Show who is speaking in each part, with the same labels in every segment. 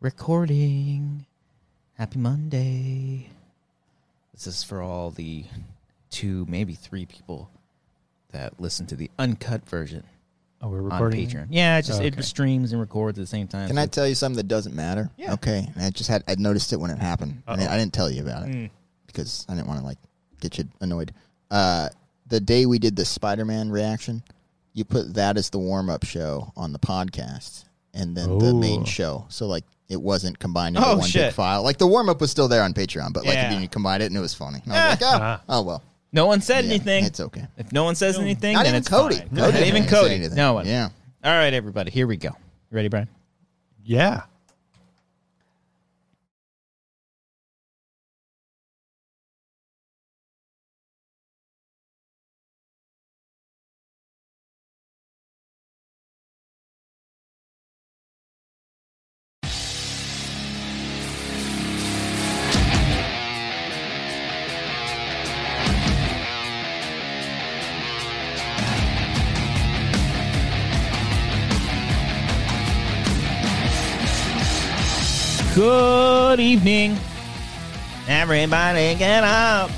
Speaker 1: Recording. Happy Monday. This is for all the two, maybe three people that listen to the uncut version
Speaker 2: Oh, we're
Speaker 1: on
Speaker 2: recording.
Speaker 1: Patreon. Yeah, it's just
Speaker 2: Okay.
Speaker 1: it streams and records at the same time.
Speaker 3: Can
Speaker 1: so
Speaker 3: I tell you something that doesn't matter?
Speaker 1: Yeah.
Speaker 3: Okay. And I just had I noticed it when it happened. I didn't, I didn't tell you about it
Speaker 1: Mm.
Speaker 3: because I didn't want to like get you annoyed. Uh, the day we did the Spider-Man reaction, you put that as the warm-up show on the podcast, and then the
Speaker 2: Oh.
Speaker 3: main show. So like it wasn't combined into
Speaker 1: Oh,
Speaker 3: one
Speaker 1: shit.
Speaker 3: big file. Like the warm-up was still there on Patreon, but like
Speaker 1: Yeah.
Speaker 3: it didn't combine it, and it was funny. And I was like, oh,
Speaker 2: Ah.
Speaker 3: oh well.
Speaker 1: no one said
Speaker 3: Yeah,
Speaker 1: anything.
Speaker 3: It's okay.
Speaker 1: If no one says anything,
Speaker 3: Not
Speaker 1: then
Speaker 3: even
Speaker 1: it's
Speaker 3: Cody.
Speaker 1: fine.
Speaker 3: Cody
Speaker 1: Not
Speaker 3: didn't
Speaker 1: even
Speaker 3: say
Speaker 1: Cody.
Speaker 3: anything.
Speaker 1: No one.
Speaker 3: Yeah.
Speaker 1: All right, everybody. Here we go. You ready, Brian?
Speaker 2: Yeah.
Speaker 1: Good evening. Everybody, get up.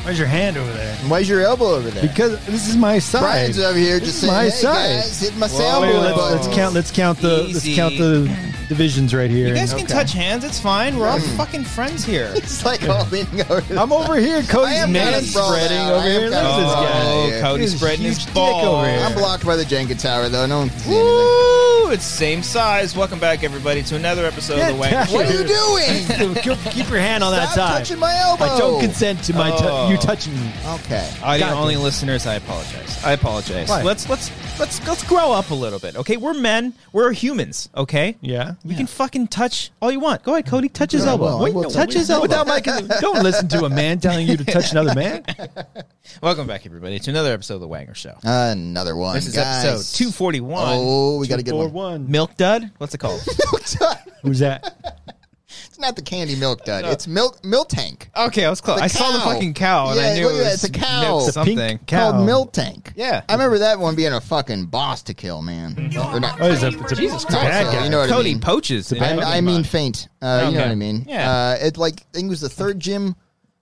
Speaker 2: Where's your hand over there?
Speaker 3: And why's your elbow over there?
Speaker 2: Because this is my side.
Speaker 3: Brian's over here
Speaker 2: This
Speaker 3: just
Speaker 2: is
Speaker 3: saying,
Speaker 2: my
Speaker 3: "Hey
Speaker 2: side."
Speaker 3: guys, hit my
Speaker 1: Whoa.
Speaker 3: soundboard
Speaker 1: Wait,
Speaker 2: Let's, let's
Speaker 3: buttons."
Speaker 2: count. Let's count the.
Speaker 1: Easy.
Speaker 2: Let's count the divisions right here.
Speaker 1: You guys can
Speaker 3: Okay.
Speaker 1: touch hands. It's fine. We're all
Speaker 3: Mm.
Speaker 1: fucking friends here.
Speaker 3: It's like all leaning over.
Speaker 2: I'm over here.
Speaker 3: I
Speaker 2: Cody's
Speaker 3: am
Speaker 2: man
Speaker 3: kinda sprawled
Speaker 2: spreading
Speaker 3: out.
Speaker 2: over
Speaker 3: I am
Speaker 2: here. Look
Speaker 3: kinda
Speaker 2: at this
Speaker 3: sprawled
Speaker 2: guy.
Speaker 3: out.
Speaker 1: Oh,
Speaker 3: Yeah.
Speaker 1: Cody's
Speaker 2: His
Speaker 1: spreading
Speaker 2: huge
Speaker 1: his
Speaker 2: dick
Speaker 1: balls.
Speaker 2: over here.
Speaker 3: I'm blocked by the Jenga tower, though. No one can see anything.
Speaker 1: Woo! It's same size. Welcome back, everybody, to another episode of the
Speaker 2: Yeah,
Speaker 1: Wanker
Speaker 2: Dad.
Speaker 1: Show.
Speaker 3: What are you doing?
Speaker 2: Keep- Keep your hand on that
Speaker 3: Stop
Speaker 2: side.
Speaker 3: touching my elbow.
Speaker 2: I don't consent to my tou-
Speaker 1: Oh.
Speaker 2: you touching me.
Speaker 3: Okay.
Speaker 1: Audio
Speaker 2: God
Speaker 1: only listeners, I apologize. I apologize.
Speaker 2: Why?
Speaker 1: Let's let's let's let's grow up a little bit, okay? We're men. We're humans, okay?
Speaker 2: Yeah.
Speaker 1: You can fucking touch all you want. Go ahead, Cody. Touch his
Speaker 3: Yeah, I
Speaker 1: elbow.
Speaker 3: will, I
Speaker 1: Wait,
Speaker 3: will.
Speaker 1: no, touch his elbow.
Speaker 2: Without my consent. don't listen to a man telling you to touch another man.
Speaker 1: Welcome back, everybody, to another episode of the Wanger Show.
Speaker 3: Another one.
Speaker 1: This is
Speaker 3: guys.
Speaker 1: episode two forty one.
Speaker 3: Oh, we got to get
Speaker 2: Four
Speaker 3: one.
Speaker 2: one.
Speaker 1: Milk Dud. What's it called?
Speaker 3: Milk dud.
Speaker 2: Who's that?
Speaker 3: It's not the candy milk dud. It's milk milk tank.
Speaker 1: Okay, I was close.
Speaker 3: The
Speaker 1: I saw the
Speaker 3: cow.
Speaker 1: fucking cow, and
Speaker 3: Yeah,
Speaker 1: I knew
Speaker 3: look
Speaker 1: it
Speaker 3: at that.
Speaker 1: was
Speaker 3: It's a cow.
Speaker 1: milk
Speaker 3: The pink
Speaker 1: something.
Speaker 2: Cow.
Speaker 3: Called milk tank.
Speaker 1: Yeah.
Speaker 3: I remember that one being a fucking boss to kill, man. Or not-
Speaker 2: Oh, it's a, it's a
Speaker 1: Jesus
Speaker 2: it's a bad
Speaker 3: Christ.
Speaker 2: guy.
Speaker 3: You know what I
Speaker 1: Cody
Speaker 3: mean.
Speaker 1: poaches. in
Speaker 3: I,
Speaker 1: everything
Speaker 3: I mean
Speaker 1: about it.
Speaker 3: faint. Uh, You know
Speaker 1: Okay.
Speaker 3: what I mean?
Speaker 1: Yeah.
Speaker 3: Uh, it like I think it was the third gym,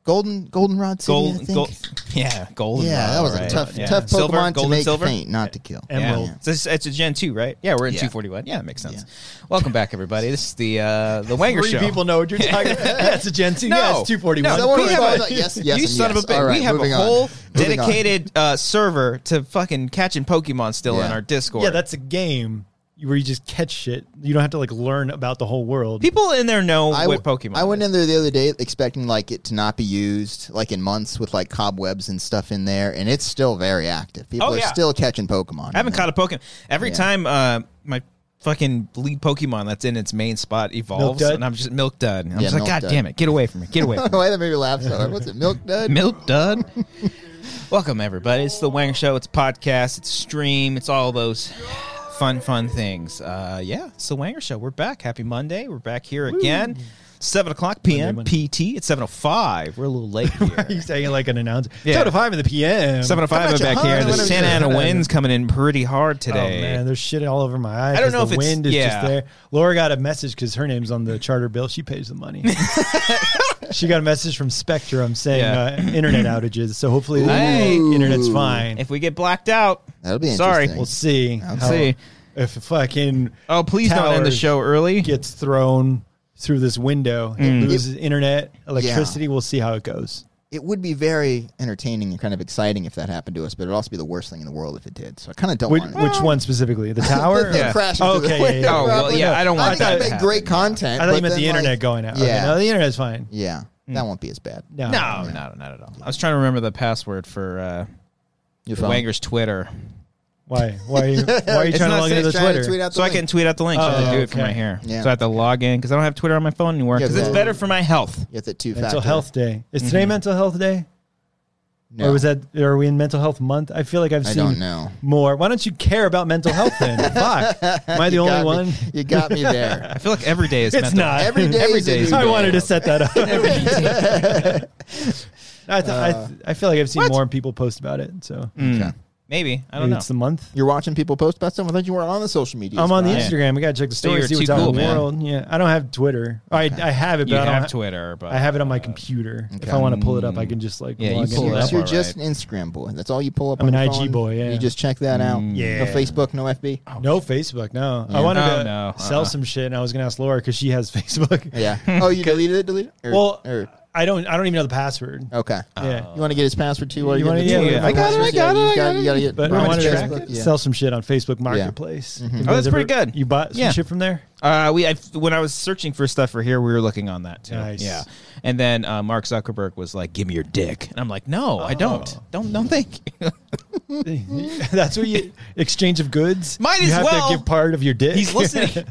Speaker 3: golden goldenrod. City, I
Speaker 1: gold,
Speaker 3: think.
Speaker 1: gold, yeah, gold.
Speaker 3: Yeah, that was a tough, tough Pokemon to make
Speaker 1: silver.
Speaker 3: faint, not to kill.
Speaker 2: Emerald.
Speaker 1: Yeah. It's, a, it's a Gen two, right? Yeah, we're in
Speaker 3: Yeah.
Speaker 1: two forty one. Yeah, it makes sense. Welcome back, everybody. This is the uh, the Wanger
Speaker 2: Three
Speaker 1: Show.
Speaker 2: people know what you're talking about. Yeah, it's a Gen Z.
Speaker 1: No,
Speaker 2: Yeah, it's 241.
Speaker 1: No,
Speaker 3: Someone
Speaker 1: we have
Speaker 3: responds
Speaker 1: a,
Speaker 3: like, yes, yes,
Speaker 1: you
Speaker 3: and
Speaker 1: son of
Speaker 3: yes.
Speaker 1: a bitch.
Speaker 3: All right,
Speaker 1: we have a
Speaker 3: moving on.
Speaker 1: whole
Speaker 3: Moving on.
Speaker 1: dedicated uh, server to fucking catching Pokemon still in
Speaker 3: Yeah.
Speaker 1: our Discord.
Speaker 2: yeah, that's a game where you just catch shit. You don't have to like learn about the whole world.
Speaker 1: people in there know
Speaker 3: I,
Speaker 1: what
Speaker 3: w-
Speaker 1: Pokemon.
Speaker 3: I went
Speaker 1: is.
Speaker 3: in there the other day expecting like it to not be used like in months with like cobwebs and stuff in there, and it's still very active. People
Speaker 1: Oh,
Speaker 3: are
Speaker 1: yeah.
Speaker 3: still catching Pokemon.
Speaker 1: I haven't caught a Pokemon. Every
Speaker 3: Yeah.
Speaker 1: time uh, my fucking lead Pokemon that's in its main spot evolves,
Speaker 2: Dud?
Speaker 1: and I'm just milk dud. And I'm
Speaker 3: Yeah,
Speaker 1: just like,
Speaker 3: Milk
Speaker 1: God
Speaker 3: Dud.
Speaker 1: damn it, get away from me, get away.
Speaker 3: I
Speaker 1: From
Speaker 3: don't know why that made me laugh so hard. What's it, Milk Dud?
Speaker 1: me. milk dud. Welcome everybody. It's the Wang Show. It's podcast. It's stream. It's all those fun, fun things. Uh, yeah, it's the Wanger Show. We're back. Happy Monday. We're back here again. Seven o'clock p.m.
Speaker 2: Monday,
Speaker 1: PT. It's seven o five. We're a little late here.
Speaker 2: you saying it like an announcer.
Speaker 1: Yeah.
Speaker 2: Seven to five in the PM.
Speaker 1: Seven o five.
Speaker 3: How
Speaker 1: We're
Speaker 3: about you
Speaker 1: back here.
Speaker 3: hung?
Speaker 1: The
Speaker 3: What have you
Speaker 1: Santa
Speaker 3: done?
Speaker 1: Ana wind's coming in pretty hard
Speaker 2: Oh
Speaker 1: today.
Speaker 2: man, there's shit all over my eyes.
Speaker 1: I don't
Speaker 2: 'cause
Speaker 1: know
Speaker 2: the
Speaker 1: if it's-
Speaker 2: wind is
Speaker 1: yeah.
Speaker 2: just there. Laura got a message because her name's on the charter bill. She pays the money. she got a message from Spectrum saying
Speaker 1: Yeah.
Speaker 2: uh, internet outages. So hopefully the
Speaker 1: Hey.
Speaker 2: internet's fine.
Speaker 1: If we get blacked out,
Speaker 3: That'll be
Speaker 1: sorry.
Speaker 3: interesting.
Speaker 2: we'll see. how-
Speaker 1: see.
Speaker 2: if fucking
Speaker 1: Oh, please don't end the
Speaker 2: towers
Speaker 1: show early.
Speaker 2: gets thrown through this window
Speaker 1: Mm.
Speaker 2: and loses internet, electricity. We'll see how it goes.
Speaker 3: It would be very entertaining and kind of exciting if that happened to us, but it'd also be the worst thing in the world if it did. So I kind of don't
Speaker 2: Which,
Speaker 3: want it.
Speaker 2: which one specifically? The tower?
Speaker 3: They're
Speaker 1: Yeah.
Speaker 3: crashing through the
Speaker 2: Okay, yeah,
Speaker 3: window,
Speaker 2: yeah.
Speaker 1: Oh, well,
Speaker 3: probably.
Speaker 1: yeah, I don't want
Speaker 3: think
Speaker 1: that
Speaker 3: that'd
Speaker 1: to
Speaker 3: make
Speaker 1: happen,
Speaker 3: great content.
Speaker 2: I thought
Speaker 3: but
Speaker 2: you meant
Speaker 3: then,
Speaker 2: the
Speaker 3: like,
Speaker 2: internet going out. Okay,
Speaker 3: Yeah,
Speaker 2: no, the internet's fine.
Speaker 3: yeah, that won't be as bad.
Speaker 2: No,
Speaker 1: No, no, not at all. I was trying to remember the password for uh,
Speaker 3: You
Speaker 1: Wanger's Twitter.
Speaker 2: Why? Why? Are you, why are you
Speaker 1: It's
Speaker 2: trying to
Speaker 1: not
Speaker 2: log
Speaker 1: saying
Speaker 2: into
Speaker 1: it's
Speaker 3: trying to
Speaker 2: Twitter?
Speaker 3: tweet out the
Speaker 1: So I
Speaker 3: link.
Speaker 1: can tweet out the link. so I have to
Speaker 2: Oh,
Speaker 1: do it from
Speaker 2: okay.
Speaker 1: my hair.
Speaker 3: Yeah.
Speaker 1: So I have to log in because I don't have Twitter on my phone anymore
Speaker 3: Yeah,
Speaker 1: because it's
Speaker 3: but-
Speaker 1: better for my health.
Speaker 3: You have that two
Speaker 2: Mental
Speaker 3: factor.
Speaker 2: Health Day. Is today Mental Health Day?
Speaker 3: Mm-hmm. No,
Speaker 2: Or was that? Are we in Mental Health Month? I feel like I've
Speaker 3: I
Speaker 2: seen
Speaker 3: don't know.
Speaker 2: more. Why don't you care about mental health then? Fuck. Am I the
Speaker 3: You
Speaker 2: only
Speaker 3: got me-
Speaker 2: one?
Speaker 3: You got me there.
Speaker 1: I feel like every day is
Speaker 2: It's
Speaker 1: mental
Speaker 2: not.
Speaker 1: health.
Speaker 3: Every day
Speaker 1: Every
Speaker 3: is
Speaker 1: day
Speaker 3: a
Speaker 1: is
Speaker 3: new
Speaker 2: I
Speaker 3: day.
Speaker 2: wanted to set that up. I, th- I, th- I feel like I've seen more people post about it. So
Speaker 3: Okay.
Speaker 1: Maybe. I don't
Speaker 2: maybe
Speaker 1: know.
Speaker 2: it's the month.
Speaker 3: You're watching people post about something. I thought you were on the social media.
Speaker 2: I'm on the
Speaker 3: Scott.
Speaker 1: Yeah.
Speaker 2: Instagram. I gotta check the
Speaker 1: So
Speaker 2: story,
Speaker 1: you're
Speaker 2: see
Speaker 1: too
Speaker 2: what's out
Speaker 1: cool,
Speaker 2: in the
Speaker 1: man.
Speaker 2: world. Yeah, I don't have Twitter. I I have it,
Speaker 1: you
Speaker 2: but I don't
Speaker 1: have
Speaker 2: ha-
Speaker 1: Twitter, but
Speaker 2: I have it on my computer. If I want to pull it up, I can just like
Speaker 1: Yeah, you
Speaker 2: log in.
Speaker 1: pull it
Speaker 3: You're,
Speaker 1: up.
Speaker 3: you're
Speaker 1: all
Speaker 3: just
Speaker 1: right.
Speaker 3: an Instagram boy. That's all you pull up.
Speaker 2: I'm
Speaker 3: on
Speaker 2: an
Speaker 3: your
Speaker 2: IG
Speaker 3: phone.
Speaker 2: boy, yeah. Mm.
Speaker 3: You just check that out.
Speaker 2: yeah.
Speaker 3: No Facebook. No FB.
Speaker 2: No Facebook. No, I wanted
Speaker 1: No,
Speaker 2: to
Speaker 1: no,
Speaker 2: sell
Speaker 1: uh-uh.
Speaker 2: some shit, and I was gonna ask Laura because she has Facebook.
Speaker 3: Yeah. Oh, you deleted it. Deleted it. Or-
Speaker 2: Well,
Speaker 3: or-
Speaker 2: I don't. I don't even know the password.
Speaker 1: Oh,
Speaker 3: okay.
Speaker 2: yeah.
Speaker 3: you want to get his password too? While
Speaker 2: You
Speaker 3: you
Speaker 2: wanna-
Speaker 3: want
Speaker 2: yeah,
Speaker 1: yeah. I got it, I got it, I got
Speaker 3: You got to get.
Speaker 2: But
Speaker 3: Brian's
Speaker 2: I wanted to
Speaker 1: track
Speaker 3: Facebook, yeah.
Speaker 2: sell some shit on Facebook Marketplace. You
Speaker 1: Oh, that's
Speaker 2: guys
Speaker 1: pretty good.
Speaker 2: You bought some
Speaker 1: Yeah.
Speaker 2: shit from there?
Speaker 1: Uh, we I, when I was searching for stuff for here, we were looking on that too.
Speaker 2: Nice.
Speaker 1: Yeah, and then uh, Mark Zuckerberg was like, "Give me your dick," and I'm like, "No,
Speaker 2: Oh.
Speaker 1: I don't. Don't don't think."
Speaker 2: that's what you exchange of goods.
Speaker 1: Might
Speaker 2: you
Speaker 1: as
Speaker 2: have
Speaker 1: well.
Speaker 2: to give part of your dick.
Speaker 1: He's listening.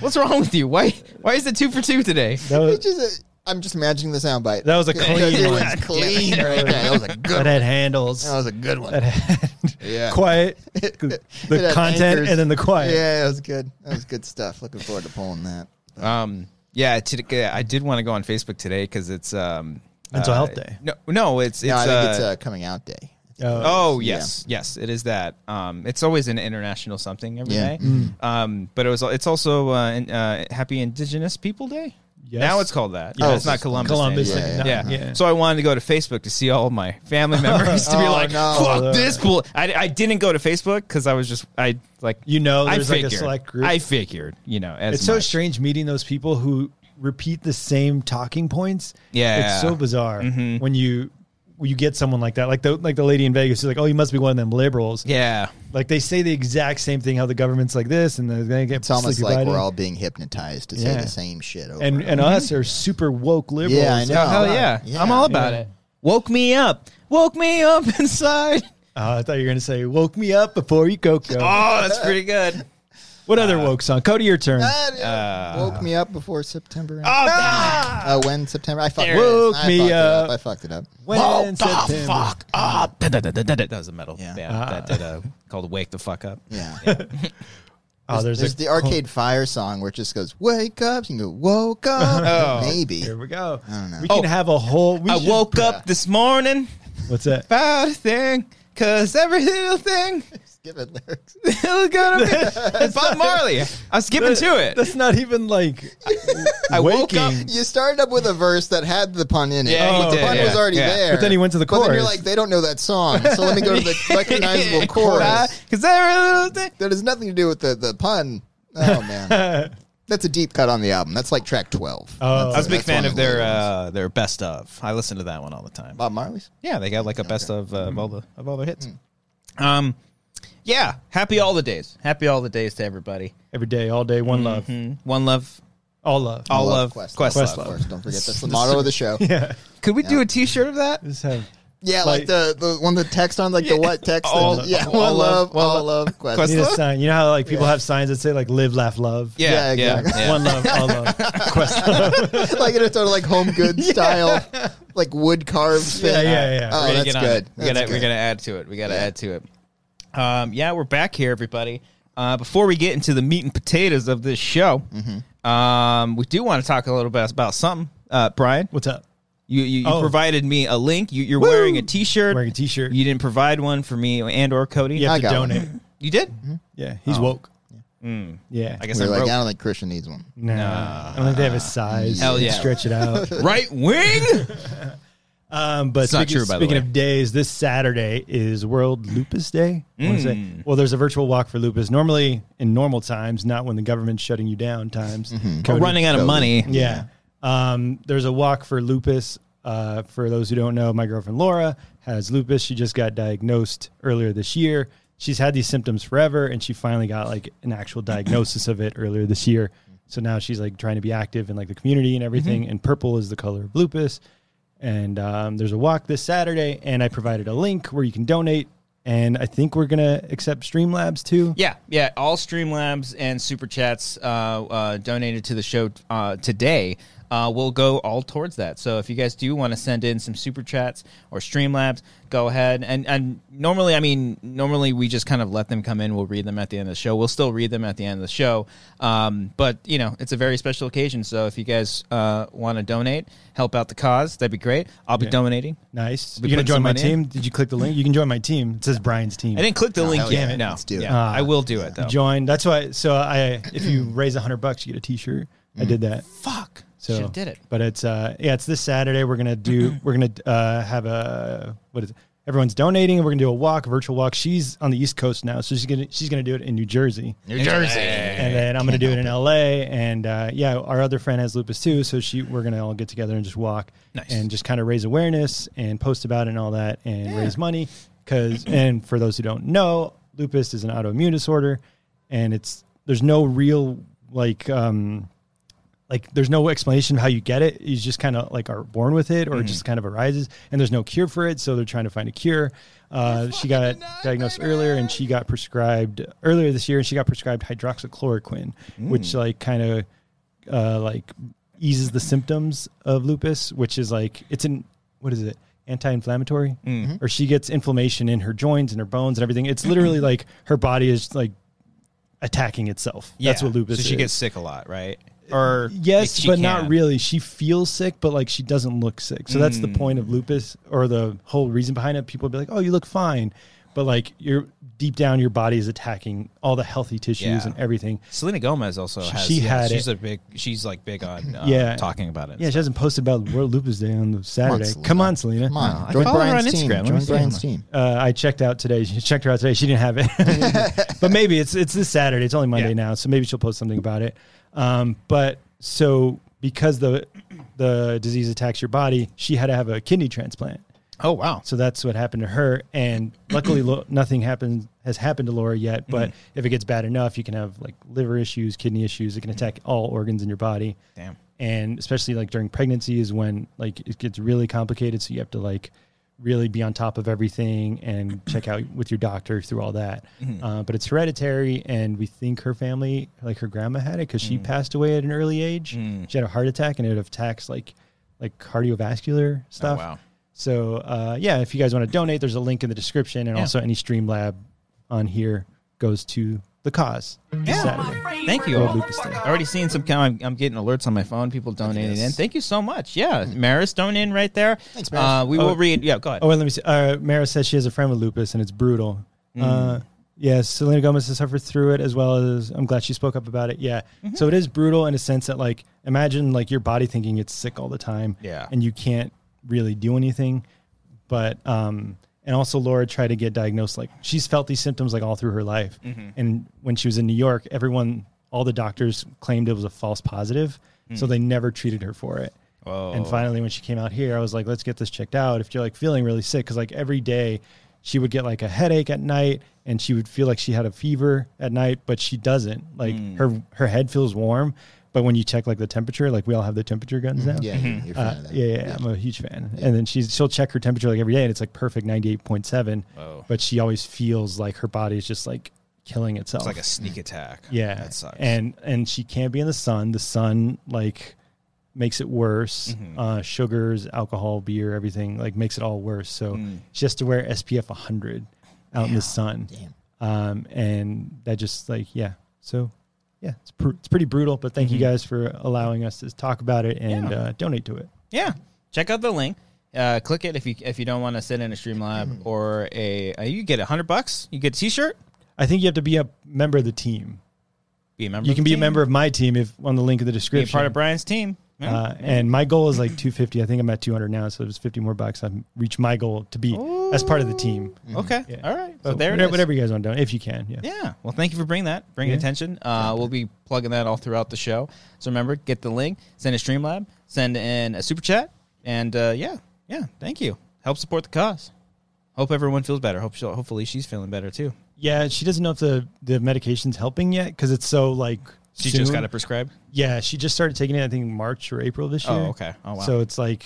Speaker 1: What's wrong with you? Why why is it two for two today?
Speaker 2: that
Speaker 3: Which
Speaker 2: was
Speaker 3: is a, I'm just imagining the soundbite.
Speaker 2: That was a clean
Speaker 3: That
Speaker 2: one.
Speaker 3: was clean right there. That was a good.
Speaker 2: that
Speaker 3: One.
Speaker 2: had handles.
Speaker 1: Oh.
Speaker 3: That was a good one.
Speaker 2: That had
Speaker 3: Yeah.
Speaker 2: quiet
Speaker 3: It
Speaker 2: the
Speaker 3: had
Speaker 2: content
Speaker 3: anchors.
Speaker 2: and then the quiet.
Speaker 3: Yeah, that was good. That was good stuff. Looking forward to pulling that.
Speaker 1: Um, yeah, today, I did want to go on Facebook today because it's um
Speaker 2: Mental
Speaker 1: uh,
Speaker 2: Health Day.
Speaker 1: No, no, it's it's,
Speaker 3: No, I think it's
Speaker 1: uh,
Speaker 3: uh, coming out day.
Speaker 2: Oh,
Speaker 1: Oh
Speaker 3: Yeah.
Speaker 1: yes, yes, it is that. Um, it's always an international something every
Speaker 3: Yeah.
Speaker 1: day. Um, but it was it's also uh, in, uh, Happy Indigenous People Day.
Speaker 2: Yes.
Speaker 1: Now it's called that.
Speaker 2: Yes.
Speaker 1: It's not Oh, Columbus. Day
Speaker 2: Columbus.
Speaker 1: anymore.
Speaker 3: Day.
Speaker 2: like,
Speaker 1: Yeah.
Speaker 2: no, yeah.
Speaker 1: So I wanted to go to Facebook to see all my family members to be
Speaker 3: Oh,
Speaker 1: like,
Speaker 3: no.
Speaker 1: fuck this bull. I, I didn't go to Facebook because I was just I like
Speaker 2: You know
Speaker 1: I
Speaker 2: Oh, there's like a
Speaker 1: figured.
Speaker 2: select group.
Speaker 1: I figured, you know, as
Speaker 2: It's so
Speaker 1: much.
Speaker 2: strange meeting those people who repeat the same talking points.
Speaker 1: Yeah. Mm-hmm.
Speaker 2: it's so bizarre when you when you get someone like that, like the like the lady in Vegas who's like, "Oh, you must be one of them liberals."
Speaker 1: Yeah.
Speaker 2: Like they say the exact same thing. How the government's like this, and they're gonna get
Speaker 3: It's almost
Speaker 2: sleepy
Speaker 3: like
Speaker 2: Biden.
Speaker 3: we're all being hypnotized to say
Speaker 2: Yeah.
Speaker 3: the same shit over.
Speaker 2: and and us are super woke liberals.
Speaker 3: Yeah, I know.
Speaker 1: Oh, hell
Speaker 3: God.
Speaker 1: yeah.
Speaker 3: Yeah.
Speaker 1: I'm all about it. Woke me up. Woke me up inside.
Speaker 2: Oh, I thought you were gonna say "woke me up before you go go."
Speaker 1: Oh, that's pretty good.
Speaker 2: what other woke song? Cody, your turn.
Speaker 3: Ah,
Speaker 1: Uh.
Speaker 3: yeah. woke me up before September.
Speaker 1: Oh,
Speaker 3: Uh, when September? I fucked
Speaker 1: There
Speaker 2: it
Speaker 3: it
Speaker 2: is.
Speaker 3: I
Speaker 2: Woke Ah! me
Speaker 3: fucked it
Speaker 2: up.
Speaker 3: I fucked it up.
Speaker 2: When
Speaker 3: oh,
Speaker 1: Woke the
Speaker 2: September-
Speaker 1: fuck up. Da, da, da, da, da, da. That was a metal. Yeah.
Speaker 3: Yeah.
Speaker 1: that did a, called Wake the Fuck Up.
Speaker 3: Yeah.
Speaker 2: Oh, there's,
Speaker 3: There's
Speaker 2: a,
Speaker 3: the Arcade Fire song where it just goes, "Wake up," you can go, "Woke up," maybe.
Speaker 2: Here we go.
Speaker 3: I don't know.
Speaker 2: We can
Speaker 1: Oh.
Speaker 2: have a whole. We
Speaker 1: I
Speaker 2: should-
Speaker 1: woke up this morning
Speaker 2: What's that?
Speaker 1: about a thing, cause every little thing
Speaker 3: Give it lyrics.
Speaker 1: is gonna be. It's Bob Marley. I'm skipping to it.
Speaker 2: That's not even like
Speaker 1: I woke
Speaker 2: waking.
Speaker 1: up-
Speaker 3: You started up with a verse that had the pun in it.
Speaker 1: Yeah,
Speaker 3: but
Speaker 1: you
Speaker 3: the
Speaker 1: did,
Speaker 3: pun
Speaker 1: yeah,
Speaker 3: was already
Speaker 1: yeah.
Speaker 3: there.
Speaker 2: But then he went to the
Speaker 3: But then you're
Speaker 2: chorus.
Speaker 3: like, they don't know that song, so let me go to the recognizable chorus.
Speaker 1: Cause every little thing.
Speaker 3: That has nothing to do with the, the pun. Oh man, that's a deep cut on the album. That's like track twelve.
Speaker 2: Oh.
Speaker 3: That's-
Speaker 1: I was a big
Speaker 3: that's one
Speaker 1: fan of
Speaker 3: the
Speaker 1: their
Speaker 3: later ones.
Speaker 1: uh, their best of. I listen to that one all the time.
Speaker 3: Bob Mm-hmm. Marley's.
Speaker 1: Yeah, they got like a best of, uh, of all the of all their hits.
Speaker 3: Mm.
Speaker 1: Um, yeah, happy all the days. Happy all the days to everybody.
Speaker 2: every day, all day, one love,
Speaker 1: Mm,
Speaker 3: Mm-hmm.
Speaker 1: One love,
Speaker 2: all love.
Speaker 1: all
Speaker 3: Love
Speaker 1: love,
Speaker 3: Questlove.
Speaker 1: Questlove.
Speaker 3: Of course, don't forget that's the motto of the show. Yeah,
Speaker 1: Could we do a T-shirt of that?
Speaker 2: Just have-
Speaker 3: like,
Speaker 2: Like-
Speaker 3: the, the one the text on like the what text?
Speaker 1: All-
Speaker 3: that- yeah,
Speaker 1: all
Speaker 3: all
Speaker 1: love,
Speaker 3: love, all
Speaker 1: all
Speaker 3: love.
Speaker 2: need
Speaker 3: Questlove.
Speaker 2: a sign. You know how like people have signs that say like "Live, Laugh, Love."
Speaker 1: Yeah, yeah,
Speaker 3: Yeah,
Speaker 1: yeah.
Speaker 3: exactly.
Speaker 2: One love, all love. Quest.
Speaker 3: like in a sort of like home good style, like wood carved thing.
Speaker 2: Yeah, yeah, yeah.
Speaker 3: Oh,
Speaker 1: We're gonna
Speaker 3: that's
Speaker 1: get on it.
Speaker 3: good.
Speaker 1: We
Speaker 3: That's
Speaker 1: gotta, We're
Speaker 3: good.
Speaker 1: gonna add to it. We gotta
Speaker 3: Yeah.
Speaker 1: add to it. Um, yeah, we're back here, everybody. Uh, before we get into the meat and potatoes of this show,
Speaker 3: Mm-hmm.
Speaker 1: um, we do want to talk a little bit about something. Uh, Brian,
Speaker 2: What's up?
Speaker 1: you, you, you
Speaker 2: Oh.
Speaker 1: provided me a link. You, you're wearing a T-shirt.
Speaker 2: Wearing a t-shirt.
Speaker 1: You didn't provide one for me and or Cody.
Speaker 2: You have
Speaker 3: I
Speaker 2: to
Speaker 3: got
Speaker 2: donate.
Speaker 1: you did.
Speaker 2: Yeah, he's woke. Yeah,
Speaker 1: Oh. Mm. I guess
Speaker 3: Mm-hmm. We
Speaker 1: I'm
Speaker 3: were like,
Speaker 1: broke.
Speaker 3: I don't think Christian needs one.
Speaker 2: Nah, I don't think they have a size.
Speaker 1: Hell
Speaker 2: You can
Speaker 1: yeah.
Speaker 2: stretch it out.
Speaker 1: right wing.
Speaker 2: Um, but
Speaker 1: It's not
Speaker 2: speaking,
Speaker 1: true, by the
Speaker 2: speaking
Speaker 1: way.
Speaker 2: of days, this Saturday is World Lupus Day. I wanna say.
Speaker 1: Mm.
Speaker 2: Well, there's a virtual walk for lupus. Normally, in normal times, not when the government's shutting you down. Times
Speaker 1: We're
Speaker 2: Cody-
Speaker 1: Mm-hmm. running out of
Speaker 3: Cody.
Speaker 1: money.
Speaker 2: Yeah. Um, there's a walk for lupus. Uh, for those who don't know, my girlfriend Laura has lupus. She just got diagnosed earlier this year. She's had these symptoms forever, and she finally got like an actual diagnosis of it earlier this year. So now she's like trying to be active in like the community and everything. And purple is the color of lupus. And um, there's a walk this Saturday, and I provided a link where you can donate. And I think we're gonna accept Streamlabs too.
Speaker 1: Yeah, yeah. All Streamlabs and Super Chats uh, uh, donated to the show uh, today uh, will go all towards that. So if you guys do want to send in some Super Chats or Streamlabs, go ahead. And and normally, I mean, normally we just kind of let them come in. We'll read them at the end of the show. We'll still read them at the end of the show. Um, but, you know, it's a very special occasion. So if you guys uh, want to donate, help out the cause, that'd be great. I'll be donating.
Speaker 2: Nice.
Speaker 1: We
Speaker 2: You're gonna
Speaker 1: put
Speaker 2: join my
Speaker 1: somebody
Speaker 2: team.
Speaker 1: in?
Speaker 2: Did you click the link? You can join my team. It says Brian's team.
Speaker 1: I didn't click the link
Speaker 3: hell
Speaker 1: yet.
Speaker 3: yeah.
Speaker 1: No.
Speaker 3: Let's do it.
Speaker 1: Yeah,
Speaker 2: Ah.
Speaker 1: I will do it, though.
Speaker 2: join. That's why. So I, if you raise a hundred bucks, you get a T-shirt. I did that.
Speaker 1: Fuck.
Speaker 2: So
Speaker 1: Should have did it.
Speaker 2: But it's uh yeah, it's this Saturday. We're gonna do we're gonna uh have a what is it? Everyone's donating. We're gonna do a walk, a virtual walk. She's on the East Coast now, so she's gonna she's gonna do it in New Jersey,
Speaker 3: New Jersey.
Speaker 2: and then I'm gonna do it in L.A. And uh, yeah, our other friend has lupus too, so she we're gonna all get together and just walk
Speaker 1: Nice.
Speaker 2: and just kind of raise awareness and post about it and all that and raise money because and for those who don't know, lupus is an autoimmune disorder, and it's there's no real like um like there's no explanation of how you get it. You just kind of like are born with it, or it just kind of arises, and there's no cure for it. So they're trying to find a cure. Uh, she got diagnosed earlier, and she got prescribed earlier this year, and she got prescribed hydroxychloroquine, which like kind of uh, like eases the symptoms of lupus, which is like it's an what is it anti-inflammatory,
Speaker 1: Mm-hmm.
Speaker 2: or she gets inflammation in her joints and her bones and everything. It's literally like her body is like attacking itself. That's
Speaker 1: Yeah.
Speaker 2: what lupus.
Speaker 1: So she
Speaker 2: is.
Speaker 1: gets sick a lot, right? Or
Speaker 2: Uh, Yes,
Speaker 1: she
Speaker 2: but not
Speaker 1: can.
Speaker 2: really. She feels sick, but like she doesn't look sick. So that's the
Speaker 1: Mm.
Speaker 2: point of lupus or the whole reason behind it. People be like, "Oh, you look fine." But like you're deep down your body is attacking all the healthy tissues
Speaker 1: Yeah.
Speaker 2: and everything.
Speaker 1: Selena Gomez also has.
Speaker 2: she
Speaker 1: yeah,
Speaker 2: had
Speaker 1: she's
Speaker 2: it.
Speaker 1: a big. She's like big on uh,
Speaker 2: Yeah.
Speaker 1: talking about it.
Speaker 2: Yeah, she hasn't posted about World Lupus Day on the Saturday.
Speaker 3: Selena.
Speaker 2: Come on, Selena.
Speaker 3: Come on.
Speaker 1: I
Speaker 3: Join
Speaker 1: follow her on
Speaker 3: Brian's
Speaker 1: Instagram.
Speaker 3: team.
Speaker 1: Let me
Speaker 3: Join
Speaker 1: see
Speaker 3: Brian's
Speaker 1: her.
Speaker 3: team.
Speaker 2: Uh, I checked out today. She checked her out today. She didn't have it, but maybe it's it's this Saturday. It's only Monday
Speaker 1: Yeah.
Speaker 2: now, so maybe she'll post something about it. Um, but so because the the disease attacks your body, she had to have a kidney transplant.
Speaker 1: Oh wow.
Speaker 2: So that's what happened to her. And luckily, lo- nothing happened has happened to Laura yet. But
Speaker 1: Mm-hmm.
Speaker 2: if it gets bad enough, you can have like liver issues, kidney issues. It can attack all organs in your body.
Speaker 1: Damn.
Speaker 2: And especially like during pregnancy is when like it gets really complicated. So you have to like really be on top of everything and check out with your doctor through all that.
Speaker 1: Mm-hmm.
Speaker 2: Uh, but it's hereditary, and we think her family, like her grandma, had it because
Speaker 1: Mm.
Speaker 2: she passed away at an early age. She had a heart attack, and it attacks like like cardiovascular stuff.
Speaker 1: Oh, wow.
Speaker 2: So uh, yeah, if you guys want to donate, there's a link in the description, and
Speaker 1: Yeah.
Speaker 2: also any Streamlab on here goes to the cause. this Saturday.
Speaker 1: Yeah. Thank you.
Speaker 2: World Lupus Day.
Speaker 1: Already seeing some. I'm, I'm getting alerts on my phone. People donating in. Thank you so much. Yeah, Maris donating right there. Thanks,
Speaker 3: Maris.
Speaker 1: Uh, we will read. Yeah, go ahead.
Speaker 2: Oh, wait, let me see. Uh, Mara says she has a friend with lupus, and it's brutal.
Speaker 1: Mm.
Speaker 2: Uh, yes, Selena Gomez has suffered through it as well as I'm glad she spoke up about it. Yeah,
Speaker 1: Mm-hmm.
Speaker 2: so it is brutal in a sense that like imagine like your body thinking it's sick all the time.
Speaker 1: Yeah.
Speaker 2: and you can't really do anything. But um, and also Laura tried to get diagnosed. Like she's felt these symptoms like all through her life. And when she was in New York, everyone, all the doctors claimed it was a false positive, so they never treated her for it. And finally, when she came out here, I was like, let's get this checked out. If you're like feeling really sick, because like every day she would get like a headache at night and she would feel like she had a fever at night, but she doesn't. Like her, her head feels warm. But when you check like the temperature, like we all have the temperature guns now.
Speaker 3: Mm-hmm. Yeah, you're- you're a fan
Speaker 2: Uh,
Speaker 3: of that.
Speaker 2: yeah, yeah, I'm a huge fan. And then she's she'll check her temperature like every day, and it's like perfect, ninety eight point seven.
Speaker 1: Whoa.
Speaker 2: But she always feels like her body is just like killing itself.
Speaker 1: it's like a sneak attack.
Speaker 2: yeah,
Speaker 1: that sucks.
Speaker 2: And and she can't be in the sun. The sun like makes it worse. Uh, sugars, alcohol, beer, everything like makes it all worse. So she has to wear SPF hundred out in the sun.
Speaker 3: Damn.
Speaker 2: Um, and that just like yeah. So yeah, it's pr- it's pretty brutal. But thank you guys for allowing us to talk about it and uh, donate to it.
Speaker 1: yeah, check out the link. Uh, click it if you if you don't want to send in a
Speaker 2: Mm.
Speaker 1: Streamlab or a uh, you get a hundred bucks. You get a T-shirt.
Speaker 2: I think you have to be a member of the team.
Speaker 1: Be a member.
Speaker 2: You
Speaker 1: of
Speaker 2: can
Speaker 1: the
Speaker 2: be a
Speaker 1: team.
Speaker 2: member of my team if on the link in the
Speaker 1: Be
Speaker 2: description.
Speaker 1: a part of Brian's team. Yeah.
Speaker 2: uh, and my goal is like 250. I think I'm at 200 now, so there's 50 more bucks. I've reached my goal to be as part of the team.
Speaker 1: okay.
Speaker 2: Yeah.
Speaker 1: All right. So
Speaker 2: But
Speaker 1: Oh, there it
Speaker 2: whatever,
Speaker 1: is.
Speaker 2: whatever you guys want to do, if you can. Yeah.
Speaker 1: Yeah. Well, thank you for bringing that, bringing
Speaker 2: Yeah.
Speaker 1: attention. Uh, we'll be plugging that all throughout the show. So remember, get the link, send a Streamlab, send in a super chat, and uh, yeah, yeah, thank you. Help support the cause. Hope everyone feels better. Hope she'll, hopefully she's feeling better too.
Speaker 2: Yeah, she doesn't know if the the medication's helping yet because it's so like.
Speaker 1: She
Speaker 2: soon.
Speaker 1: just got it prescribed.
Speaker 2: Yeah, she just started taking it. I think March or April this
Speaker 1: Oh,
Speaker 2: year.
Speaker 1: okay. Oh, wow.
Speaker 2: So it's like,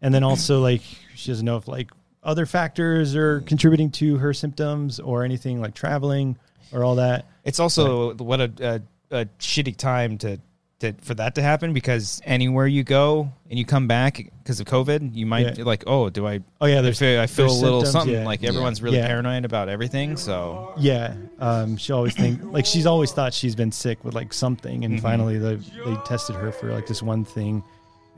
Speaker 2: and then also like she doesn't know if like other factors are contributing to her symptoms or anything like traveling or all that.
Speaker 1: It's also what a, a, a shitty time to, to for that to happen because anywhere you go and you come back because of COVID, you might
Speaker 2: Yeah.
Speaker 1: like, oh, do I?
Speaker 2: Oh, yeah,
Speaker 1: I
Speaker 2: there's-
Speaker 1: feel, I feel a
Speaker 2: there's
Speaker 1: little
Speaker 2: symptoms,
Speaker 1: something.
Speaker 2: yeah.
Speaker 1: Like
Speaker 3: Yeah.
Speaker 1: everyone's really
Speaker 2: Yeah.
Speaker 1: paranoid about everything. So
Speaker 2: Yeah, um, she always think like she's always thought she's been sick with like something,
Speaker 1: Mm-hmm.
Speaker 2: and finally they they tested her for like this one thing,